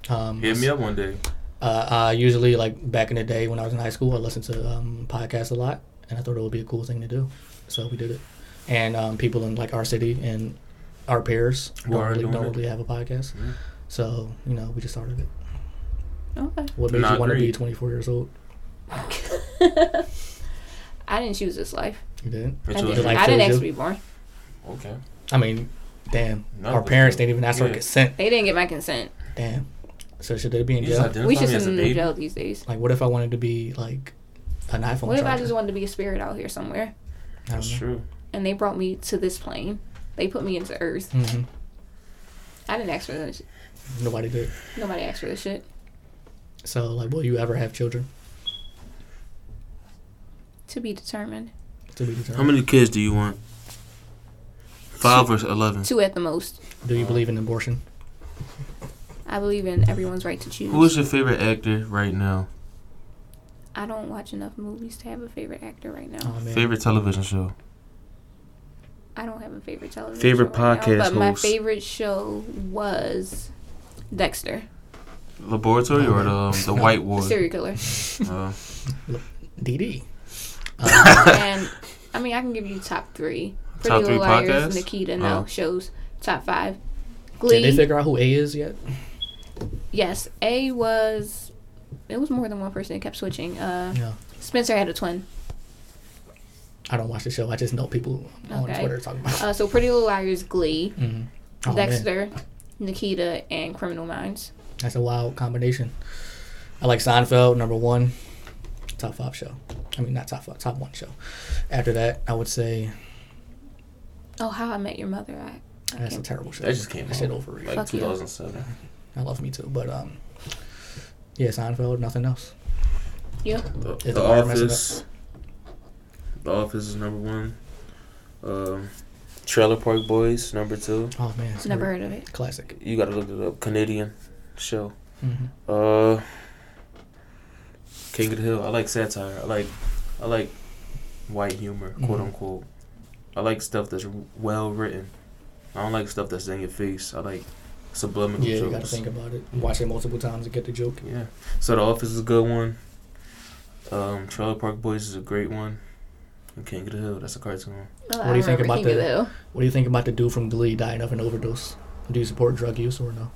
Speaker 3: Um,
Speaker 5: Hit me up one day.
Speaker 3: Uh, I usually like back in the day when I was in high school, I listened to um, podcasts a lot, and I thought it would be a cool thing to do, so we did it. And um, people in like our city and our peers
Speaker 5: Who
Speaker 3: don't
Speaker 5: are
Speaker 3: really,
Speaker 5: doing
Speaker 3: don't
Speaker 5: it.
Speaker 3: really have a podcast,
Speaker 5: Mhm.
Speaker 3: so you know we just started it.
Speaker 4: Okay.
Speaker 3: What made
Speaker 5: Not
Speaker 3: you want to be
Speaker 5: greed.
Speaker 3: 24 years old?
Speaker 4: I didn't choose this life.
Speaker 3: You did.
Speaker 5: It
Speaker 4: I
Speaker 5: was-
Speaker 4: didn't.
Speaker 3: life
Speaker 4: I didn't
Speaker 3: chose
Speaker 4: ask
Speaker 3: you?
Speaker 4: to be born.
Speaker 5: Okay.
Speaker 3: I mean, damn,
Speaker 5: No,
Speaker 3: our
Speaker 5: but
Speaker 3: parents
Speaker 5: you-
Speaker 3: didn't even ask
Speaker 5: yeah.
Speaker 3: for consent.
Speaker 4: They didn't get my consent.
Speaker 3: Damn. So should they be in
Speaker 5: You just
Speaker 3: jail?
Speaker 5: identify
Speaker 4: We should
Speaker 5: me as
Speaker 4: send
Speaker 5: a
Speaker 4: them to
Speaker 5: baby.
Speaker 4: jail these days.
Speaker 3: Like, what if I wanted to be like an iPhone?
Speaker 4: What if I
Speaker 3: charger?
Speaker 4: just wanted to be a spirit out here somewhere?
Speaker 3: I don't
Speaker 5: That's
Speaker 3: know.
Speaker 5: true.
Speaker 4: And they brought me to this plane. They put me into Earth.
Speaker 3: Mhm.
Speaker 4: I didn't ask for this. shit.
Speaker 3: Nobody did.
Speaker 4: Nobody asked for this shit.
Speaker 3: So like, will you ever have children?
Speaker 4: To be determined.
Speaker 3: To be determined.
Speaker 5: How many kids do you want? Five or eleven?
Speaker 4: Two at the most.
Speaker 3: Do you believe in abortion?
Speaker 4: I believe in everyone's right to choose.
Speaker 5: Who is your favorite actor right now?
Speaker 4: I don't watch enough movies to have a favorite actor right now.
Speaker 3: Oh, man.
Speaker 5: Favorite television show?
Speaker 4: I don't have a favorite television.
Speaker 5: Favorite
Speaker 4: show right
Speaker 5: podcast
Speaker 4: now, but my
Speaker 5: host?
Speaker 4: favorite show was Dexter,
Speaker 5: Laboratory or the um, the
Speaker 3: No.
Speaker 5: White
Speaker 4: the
Speaker 5: Ward?
Speaker 4: serial killer.
Speaker 5: Uh,
Speaker 3: DD.
Speaker 4: and I mean, I can give you top three: Pretty
Speaker 5: Top three
Speaker 4: Little Liars,
Speaker 5: podcasts?
Speaker 4: Nikita. No
Speaker 5: Oh.
Speaker 4: shows. Top five:
Speaker 3: Did they
Speaker 4: Glee.
Speaker 3: figure out who A is yet?
Speaker 4: Yes, A was. It was more than one person. It kept switching. Uh,
Speaker 3: No.
Speaker 4: Spencer had a twin.
Speaker 3: I don't watch the show. I just know people on
Speaker 4: Okay.
Speaker 3: Twitter talking about. it.
Speaker 4: Uh, so Pretty Little Liars, Glee,
Speaker 3: Mhm. Oh, man.
Speaker 4: Dexter, Nikita, and Criminal Minds.
Speaker 3: That's a wild combination. I like Seinfeld, number one, top five show. I mean, not top five, top one show. After that, I would say
Speaker 4: Oh, How I Met Your Mother. I, I
Speaker 3: that's a
Speaker 4: can't-
Speaker 3: terrible show.
Speaker 5: That just came
Speaker 3: That shit
Speaker 5: out.
Speaker 3: overrated.
Speaker 5: like
Speaker 4: Fuck you.
Speaker 5: 2007.
Speaker 3: I love me too, but um, yeah, Seinfeld, nothing else.
Speaker 4: Yeah.
Speaker 5: The,
Speaker 3: Yeah,
Speaker 5: The
Speaker 3: the bar messing
Speaker 5: Office. The Office is number one. Um, Trailer Park Boys number two.
Speaker 3: Oh man, it's
Speaker 4: Never
Speaker 3: great.
Speaker 4: heard of it.
Speaker 3: classic.
Speaker 5: You gotta look it up. Canadian show.
Speaker 3: hmm
Speaker 5: Uh, King of the Hill. I like satire. I like, I like white humor, quote
Speaker 3: Mhm.
Speaker 5: unquote. I like stuff that's well written. I don't like stuff that's in your face. I like subliminal
Speaker 3: Yeah, you gotta
Speaker 5: jokes.
Speaker 3: think about it. Watch it multiple times to get the joke.
Speaker 5: Yeah. So The Office is a good one. Um, Trailer Park Boys is a great one. And King of the Hill, that's a cartoon.
Speaker 4: Oh,
Speaker 3: What do you think about
Speaker 4: the?
Speaker 3: the- What do you think about the dude from Glee dying of an overdose? Do you support drug use or no?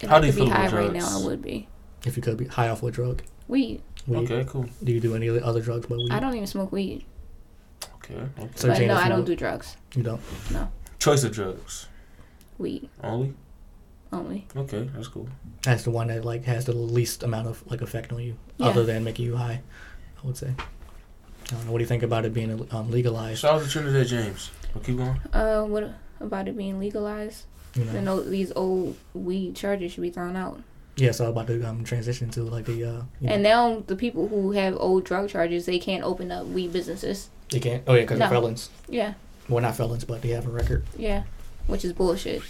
Speaker 4: If
Speaker 5: How
Speaker 4: I
Speaker 5: do you
Speaker 4: could
Speaker 5: feel
Speaker 4: be high
Speaker 5: about
Speaker 4: right now, I
Speaker 5: drugs?
Speaker 4: would be.
Speaker 3: If you could be high off what drug?
Speaker 4: Weed.
Speaker 3: Weed?
Speaker 5: Okay, cool.
Speaker 3: Do you do any other drugs but weed?
Speaker 4: I don't even smoke weed.
Speaker 5: Okay. okay.
Speaker 3: So
Speaker 4: But
Speaker 3: Jane
Speaker 4: no,
Speaker 3: doesn't
Speaker 4: I
Speaker 3: know.
Speaker 4: don't do drugs.
Speaker 3: You don't.
Speaker 5: Choice of drugs.
Speaker 4: Weed
Speaker 5: Only?
Speaker 4: only.
Speaker 5: Okay, that's cool.
Speaker 3: That's the one that like has the least amount of like effect on you,
Speaker 4: Yeah.
Speaker 3: other than making you high. I would say. I don't know. What do you think about it being um, legalized?
Speaker 5: Shout out to Trinidad James. But keep going.
Speaker 4: Uh, what about it being legalized?
Speaker 3: You
Speaker 4: I
Speaker 3: know.
Speaker 4: know these old weed charges should be thrown out.
Speaker 3: Yeah, so about to um, transition to like the. Uh, you
Speaker 4: And
Speaker 3: know,
Speaker 4: now the people who have old drug charges, they can't open up weed businesses.
Speaker 3: they can't. Oh yeah, because
Speaker 4: No.
Speaker 3: they're felons.
Speaker 4: Yeah,
Speaker 3: Well, not felons, but they have a record.
Speaker 4: yeah. Which is bullshit.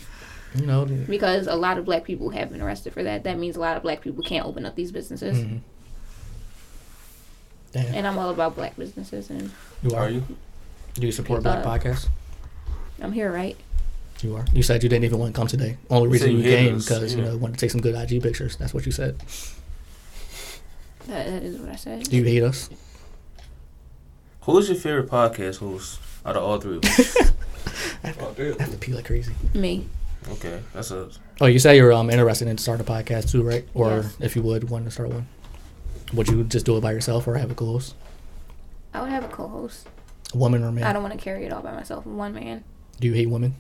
Speaker 3: You know.
Speaker 4: Because a lot of black people have
Speaker 3: Mm.
Speaker 4: been arrested for that. That means a lot of black people can't open up these businesses.
Speaker 3: hmm Mm-hmm. Damn.
Speaker 4: And I'm all about black businesses, and
Speaker 3: You are.
Speaker 7: Are you?
Speaker 3: Do you support black
Speaker 4: Uh,
Speaker 3: podcasts?
Speaker 4: I'm here, right?
Speaker 3: You are. You said you didn't even want to come today. Only
Speaker 5: said
Speaker 3: reason you
Speaker 5: you hated
Speaker 3: came
Speaker 5: us,
Speaker 3: because you
Speaker 5: yeah.
Speaker 3: know wanted to take some good IG pictures. That's what you said.
Speaker 4: That, that is what I said.
Speaker 3: Do you hate us?
Speaker 5: Who's your favorite podcast host out of all three of us?
Speaker 7: Oh, dude.
Speaker 3: I have to pee like crazy.
Speaker 4: Me.
Speaker 5: okay, that's a
Speaker 3: Oh, you say you're um interested in starting a podcast too, right? Or
Speaker 4: Yes.
Speaker 3: if you would want to start one, would you just do it by yourself or have a co-host,
Speaker 4: I would have a co-host.
Speaker 3: a woman or a man?
Speaker 4: I don't want to carry it all by myself. One man.
Speaker 3: Do you hate women?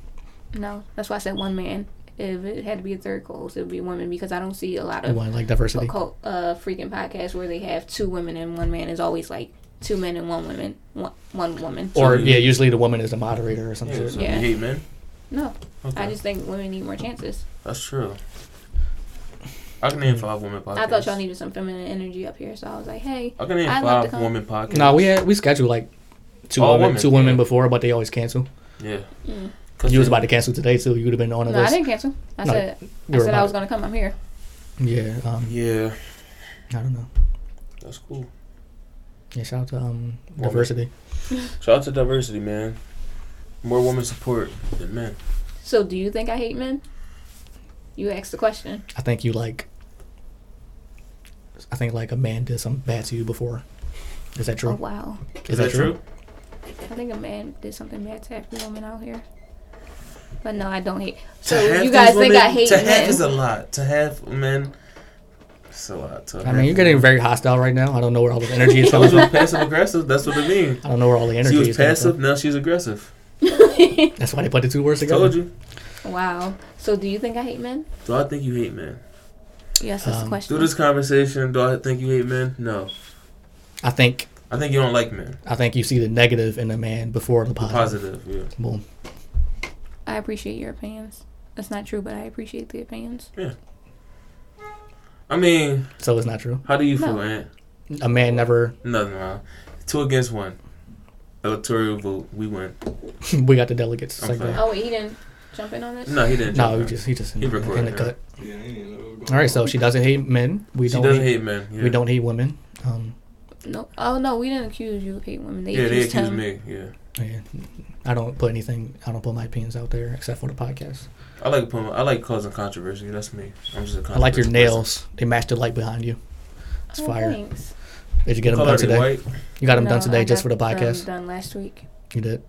Speaker 4: No, that's why I said one man. If it had to be a third co-host, it would be a woman because I don't see a lot
Speaker 3: You
Speaker 4: of
Speaker 3: want like diversity?
Speaker 4: occult, uh, freaking podcasts where they have two women and one man. Is always like two men and one woman, one, one woman.
Speaker 3: Or
Speaker 5: So-
Speaker 3: yeah, usually the woman is the moderator or something.
Speaker 5: yeah. So
Speaker 4: Yeah.
Speaker 5: You hate men?
Speaker 4: no, I
Speaker 5: Okay.
Speaker 4: just think women need more chances.
Speaker 5: That's true. I can name five women podcasts.
Speaker 4: I thought y'all needed some feminine energy up here, so I was like, hey,
Speaker 5: I can name
Speaker 4: I'd like to
Speaker 5: five
Speaker 4: come.
Speaker 5: women podcasts.
Speaker 3: No, we had we scheduled like two
Speaker 5: All
Speaker 3: women,
Speaker 5: women,
Speaker 3: two
Speaker 5: yeah.
Speaker 3: women before, but they always cancel.
Speaker 5: Yeah.
Speaker 4: Mm.
Speaker 5: 'Cause
Speaker 3: You was
Speaker 5: they-
Speaker 3: about to cancel today, so you would have been on the
Speaker 4: no, I
Speaker 3: list.
Speaker 4: didn't cancel. I
Speaker 3: No,
Speaker 4: said,
Speaker 3: you
Speaker 4: I
Speaker 3: were
Speaker 4: said
Speaker 3: about
Speaker 4: I was
Speaker 3: it.
Speaker 4: gonna come. I'm here.
Speaker 3: Yeah, um,
Speaker 5: Yeah,
Speaker 3: I don't know.
Speaker 5: that's cool.
Speaker 3: Yeah, shout out to um,
Speaker 5: Woman.
Speaker 3: diversity.
Speaker 5: Shout out to diversity, man. More women support than men.
Speaker 4: So, do you think I hate men? You asked the question.
Speaker 3: I think you like. I think like a man did something bad to you before. Is that true?
Speaker 4: Oh wow,
Speaker 3: Is that true?
Speaker 4: I think a man did something bad to every woman out here. But no, I don't hate. So
Speaker 5: To have
Speaker 4: you guys
Speaker 5: these
Speaker 4: think I
Speaker 5: women-
Speaker 4: hate
Speaker 5: to
Speaker 4: men?
Speaker 5: have is a lot. To have men, it's a lot. To
Speaker 3: I
Speaker 5: have
Speaker 3: mean, you're getting
Speaker 5: women.
Speaker 3: very hostile right now. I don't know where all the energy is
Speaker 5: I
Speaker 3: coming
Speaker 5: was
Speaker 3: from.
Speaker 5: passive aggressive. That's what it means.
Speaker 3: I don't know where all the energy
Speaker 5: She was
Speaker 3: is coming
Speaker 5: passive.
Speaker 3: from.
Speaker 5: Now she's aggressive.
Speaker 3: That's why they put the two words together.
Speaker 5: Told you.
Speaker 4: Wow. So do you think I hate men?
Speaker 5: Do I think you hate men?
Speaker 4: Yes, that's
Speaker 3: Um,
Speaker 4: the
Speaker 5: Through
Speaker 4: question.
Speaker 5: this conversation, do I think you hate men? No.
Speaker 3: I think
Speaker 5: I think you don't like men.
Speaker 3: I think you see the negative in the man before the
Speaker 5: Positive.
Speaker 3: positive.
Speaker 5: Yeah.
Speaker 3: Boom.
Speaker 4: I appreciate your opinions. That's not true, but I appreciate the opinions.
Speaker 5: I mean,
Speaker 3: So it's not true.
Speaker 5: how do you
Speaker 4: No.
Speaker 5: feel, Aunt?
Speaker 3: A man never.
Speaker 5: Nothing wrong. Two against one. Electoral vote. We win.
Speaker 3: we got the delegates.
Speaker 5: I'm
Speaker 3: segment.
Speaker 5: fine.
Speaker 4: Oh, wait, he didn't jump in on this.
Speaker 5: No, he didn't.
Speaker 3: No,
Speaker 5: jump
Speaker 3: he
Speaker 5: in.
Speaker 3: just he just in,
Speaker 5: He
Speaker 3: the- in the
Speaker 5: recorded,
Speaker 3: cut.
Speaker 7: Yeah, I didn't even know what was going
Speaker 3: All right,
Speaker 7: on.
Speaker 3: so she doesn't hate men. We
Speaker 5: She
Speaker 3: don't.
Speaker 5: doesn't
Speaker 3: hate,
Speaker 5: hate men. Yeah.
Speaker 3: We don't hate women. Um,
Speaker 4: No. Oh no, we didn't accuse you of hating women. They
Speaker 5: Yeah, they
Speaker 4: accused
Speaker 5: accuse
Speaker 4: him.
Speaker 5: me. Yeah.
Speaker 3: yeah. I don't put anything. I don't put my opinions out there except for the podcast.
Speaker 5: I like putting, I like causing controversy. That's me. I'm just a
Speaker 3: I like your
Speaker 5: controversial
Speaker 3: nails. They match the light behind you. It's
Speaker 4: Oh,
Speaker 3: fire.
Speaker 4: Thanks.
Speaker 3: Did you get
Speaker 5: person.
Speaker 3: them
Speaker 5: Color
Speaker 3: done
Speaker 5: it
Speaker 3: today?
Speaker 5: white.
Speaker 3: You got them done
Speaker 4: No,
Speaker 3: today
Speaker 4: I
Speaker 3: just for the
Speaker 4: got them
Speaker 3: podcast.
Speaker 4: Done last week.
Speaker 3: You did.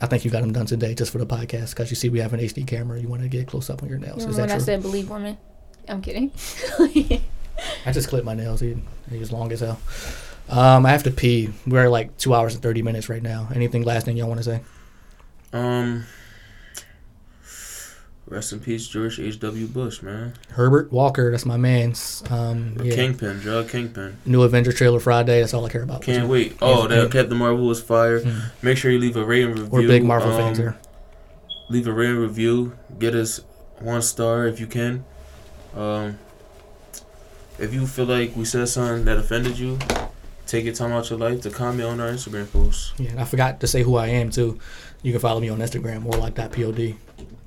Speaker 3: I think you got them done today just for the podcast because you see we have an HD camera. You want to get close up on your nails. Oh, Is
Speaker 4: Remember
Speaker 3: that
Speaker 4: when
Speaker 3: true?
Speaker 4: I
Speaker 3: I,
Speaker 4: said believe women? I'm kidding.
Speaker 3: just clipped my nails. He, he was long as hell. Um, I have to pee. We're like two hours and thirty minutes right now. Anything last thing y'all want to say?
Speaker 5: Um. Rest in peace, George H. W. Bush, man.
Speaker 3: Herbert Walker, that's my man's. Um,
Speaker 5: The
Speaker 3: yeah.
Speaker 5: Kingpin, drug kingpin.
Speaker 3: New Avenger trailer Friday. That's all I care about.
Speaker 5: Can't wait. Oh, that Captain Marvel was fire.
Speaker 3: Mm.
Speaker 5: Make sure you leave a rating review.
Speaker 3: We're big Marvel
Speaker 5: Um,
Speaker 3: fans here.
Speaker 5: Leave a rating review. Get us one star if you can. Um, if you feel like we said something that offended you, take your time out your life to comment on our Instagram post.
Speaker 3: Yeah, and I forgot to say who I am too. You can follow me on Instagram, more like that pod.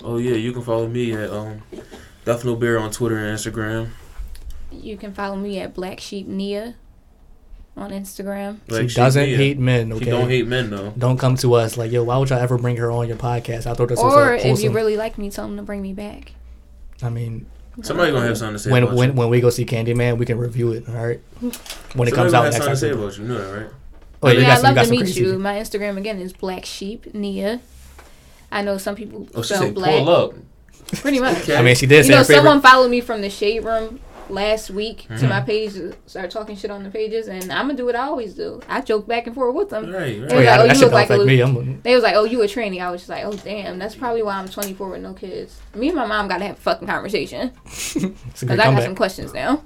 Speaker 5: Oh yeah, you can follow me at um, Death No Bear on Twitter and Instagram.
Speaker 4: you can follow me at Black Sheep Nia on Instagram.
Speaker 5: Like,
Speaker 3: she doesn't
Speaker 5: yeah.
Speaker 3: hate men. Okay,
Speaker 5: She don't hate men though.
Speaker 3: Don't come to us like, yo, why would y'all ever bring her on your podcast? I thought this was
Speaker 4: or
Speaker 3: a
Speaker 4: if you
Speaker 3: wholesome.
Speaker 4: really like me, tell them to bring me back.
Speaker 3: I mean,
Speaker 5: Somebody gonna have something to say
Speaker 3: when
Speaker 5: about
Speaker 3: when
Speaker 5: you.
Speaker 3: when we go see Candyman, we can review it. All right, when it
Speaker 5: Somebody
Speaker 3: comes
Speaker 5: gonna have
Speaker 3: out next
Speaker 5: something to say
Speaker 3: time.
Speaker 5: about you. You know that, right?
Speaker 3: Oh,
Speaker 4: yeah,
Speaker 3: got
Speaker 4: I'd
Speaker 3: some-
Speaker 4: love
Speaker 3: got
Speaker 4: to
Speaker 3: some
Speaker 4: meet
Speaker 3: crazy-
Speaker 4: you. My Instagram again is Black Sheep Nia. I know some people
Speaker 5: Oh, she
Speaker 4: spell
Speaker 5: said
Speaker 4: black.
Speaker 5: pull up.
Speaker 4: Pretty much.
Speaker 5: Okay.
Speaker 3: I mean, she did
Speaker 4: You
Speaker 3: say
Speaker 4: know,
Speaker 3: her
Speaker 4: someone
Speaker 3: favorite.
Speaker 4: followed me from the shade room last week to my page, to start talking shit on the pages, and I'm gonna do what I always do. I joke back and forth with them.
Speaker 5: Right,
Speaker 4: They
Speaker 5: right.
Speaker 3: Oh,
Speaker 4: was
Speaker 3: yeah,
Speaker 4: like,
Speaker 3: that
Speaker 4: oh, you
Speaker 3: that shit
Speaker 4: look
Speaker 3: don't
Speaker 4: like a
Speaker 3: affect
Speaker 4: lo-
Speaker 3: me. I'm,
Speaker 4: They was like, "Oh, you a tranny?" I was just like, "Oh, damn, that's probably why I'm 24 with no kids." Me and my mom gotta have a fucking conversation.
Speaker 3: it's a
Speaker 4: Cause
Speaker 3: good
Speaker 4: I got some
Speaker 3: comeback.
Speaker 4: questions now.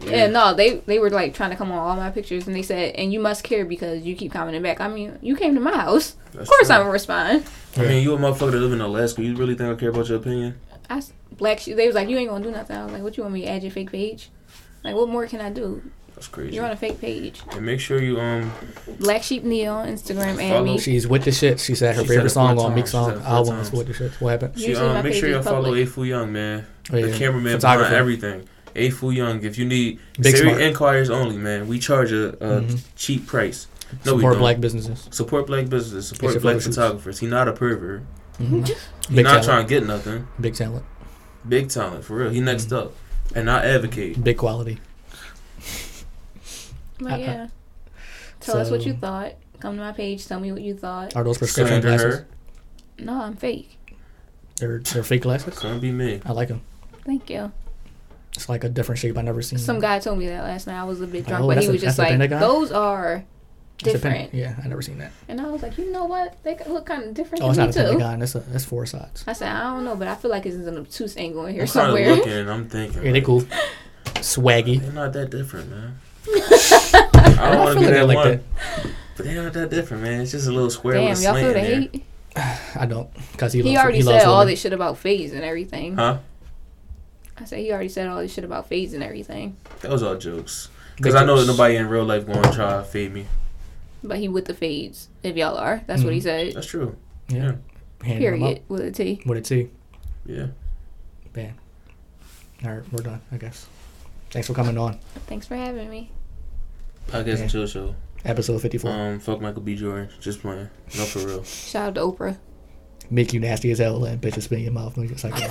Speaker 4: Yeah. no, they they were like trying to come on all my pictures, and they said, "And you must care because you keep commenting back." I mean, you came to my house, of course I'm gonna respond.
Speaker 5: I mean, you a motherfucker that live in Alaska. You really think I care about your opinion?
Speaker 4: I s- black. She- they was like, "You ain't gonna do nothing." I was like, "What you want me to add your fake page?" Like, what more can I do?
Speaker 5: That's crazy.
Speaker 4: You're on a fake page.
Speaker 5: and make sure you um
Speaker 4: Black Sheep Neil on Instagram and
Speaker 5: Follow
Speaker 4: me.
Speaker 3: She's with the shit. She said her
Speaker 5: She said
Speaker 3: favorite
Speaker 5: it four
Speaker 3: song on
Speaker 5: times.
Speaker 3: Meek's
Speaker 5: She said
Speaker 3: song
Speaker 5: it four
Speaker 3: album
Speaker 5: times.
Speaker 3: is with the shit. What happened?
Speaker 5: she,
Speaker 4: Usually
Speaker 5: um
Speaker 4: my
Speaker 5: make sure
Speaker 4: page
Speaker 5: y'all
Speaker 4: is
Speaker 5: follow
Speaker 4: public.
Speaker 5: Afu Young man,
Speaker 3: Oh,
Speaker 5: the cameraman behind
Speaker 3: Photographer.
Speaker 5: everything. A Fu Young. If you need
Speaker 3: Big
Speaker 5: serious
Speaker 3: Smart.
Speaker 5: inquiries only, man, we charge a, a
Speaker 3: Mhm.
Speaker 5: cheap price. No, we
Speaker 3: Support
Speaker 5: don't.
Speaker 3: black businesses.
Speaker 5: Support black businesses. Support
Speaker 3: Except
Speaker 5: black
Speaker 3: photo shoots.
Speaker 5: photographers. He not a pervert.
Speaker 3: Mhm.
Speaker 5: He
Speaker 3: Big
Speaker 5: not
Speaker 3: talent.
Speaker 5: trying to get nothing.
Speaker 3: Big talent.
Speaker 5: Big talent for real. He next
Speaker 3: Mm-hmm.
Speaker 5: up, and I advocate.
Speaker 3: Big quality.
Speaker 4: But
Speaker 3: I- I-
Speaker 4: yeah. Tell us what
Speaker 3: So-
Speaker 4: you thought. Come to my page. Tell me what you thought.
Speaker 3: Are those
Speaker 5: Send
Speaker 3: prescription
Speaker 5: to
Speaker 3: glasses?
Speaker 5: her.
Speaker 4: No, I'm fake.
Speaker 3: They're they're fake glasses.
Speaker 5: Come be me.
Speaker 3: I like them.
Speaker 4: Thank you.
Speaker 3: It's like a different shape I never seen.
Speaker 4: Some guy told me that last night. I was a bit drunk,
Speaker 3: Mm. Oh,
Speaker 4: but
Speaker 3: that's
Speaker 4: he
Speaker 3: a-
Speaker 4: was just
Speaker 3: that's a
Speaker 4: like,
Speaker 3: Pentagon?
Speaker 4: "Those
Speaker 3: It's
Speaker 4: are
Speaker 3: a pen-
Speaker 4: different,"
Speaker 3: Yeah, I never seen that.
Speaker 4: and I was like, "You know what? They could look kind of different
Speaker 3: Oh, it's
Speaker 4: to
Speaker 3: not
Speaker 4: me
Speaker 3: a
Speaker 4: too."
Speaker 3: pentagon. That's a that's four sides.
Speaker 4: I said, "I don't know, but I feel like it's an obtuse angle in here
Speaker 5: I'm kind of
Speaker 4: somewhere."
Speaker 5: looking. and I'm thinking.
Speaker 3: Yeah, they
Speaker 5: like,
Speaker 3: cool. Swaggy.
Speaker 5: They're not that different, man. I don't want to be
Speaker 3: feel like I
Speaker 5: that
Speaker 3: like
Speaker 5: one,
Speaker 3: that.
Speaker 5: but they're not that different, man. It's just a little square
Speaker 4: Damn,
Speaker 5: with a
Speaker 4: y'all
Speaker 5: slant
Speaker 4: feel
Speaker 5: in
Speaker 4: the
Speaker 5: there.
Speaker 4: hate.
Speaker 3: I don't, cause he,
Speaker 4: He
Speaker 3: loves,
Speaker 4: already
Speaker 3: he
Speaker 4: said
Speaker 3: loves
Speaker 4: all
Speaker 3: women.
Speaker 4: this shit about phase and everything.
Speaker 5: Huh?
Speaker 4: I said he already said all this shit about phase and everything,
Speaker 5: That was all jokes.
Speaker 3: Big
Speaker 5: Because I know
Speaker 3: jokes.
Speaker 5: that nobody in real life going to try to fade me.
Speaker 4: but he with the fades. If y'all are, that's what he
Speaker 3: Mm-hmm.
Speaker 4: said.
Speaker 5: That's true.
Speaker 3: Yeah. Hand him up
Speaker 4: Period. With a T.
Speaker 3: With a T.
Speaker 5: Yeah.
Speaker 3: Bam. All right, we're done. I guess. Thanks for coming on.
Speaker 4: Thanks for having me.
Speaker 5: Podcast
Speaker 3: Yeah.
Speaker 5: and chill show.
Speaker 3: Episode fifty-four.
Speaker 5: Um, fuck Michael B. Jordan. Just playing. No, for real.
Speaker 4: Shout out to Oprah.
Speaker 3: Make you nasty as hell and bitches spit in your mouth. It's like,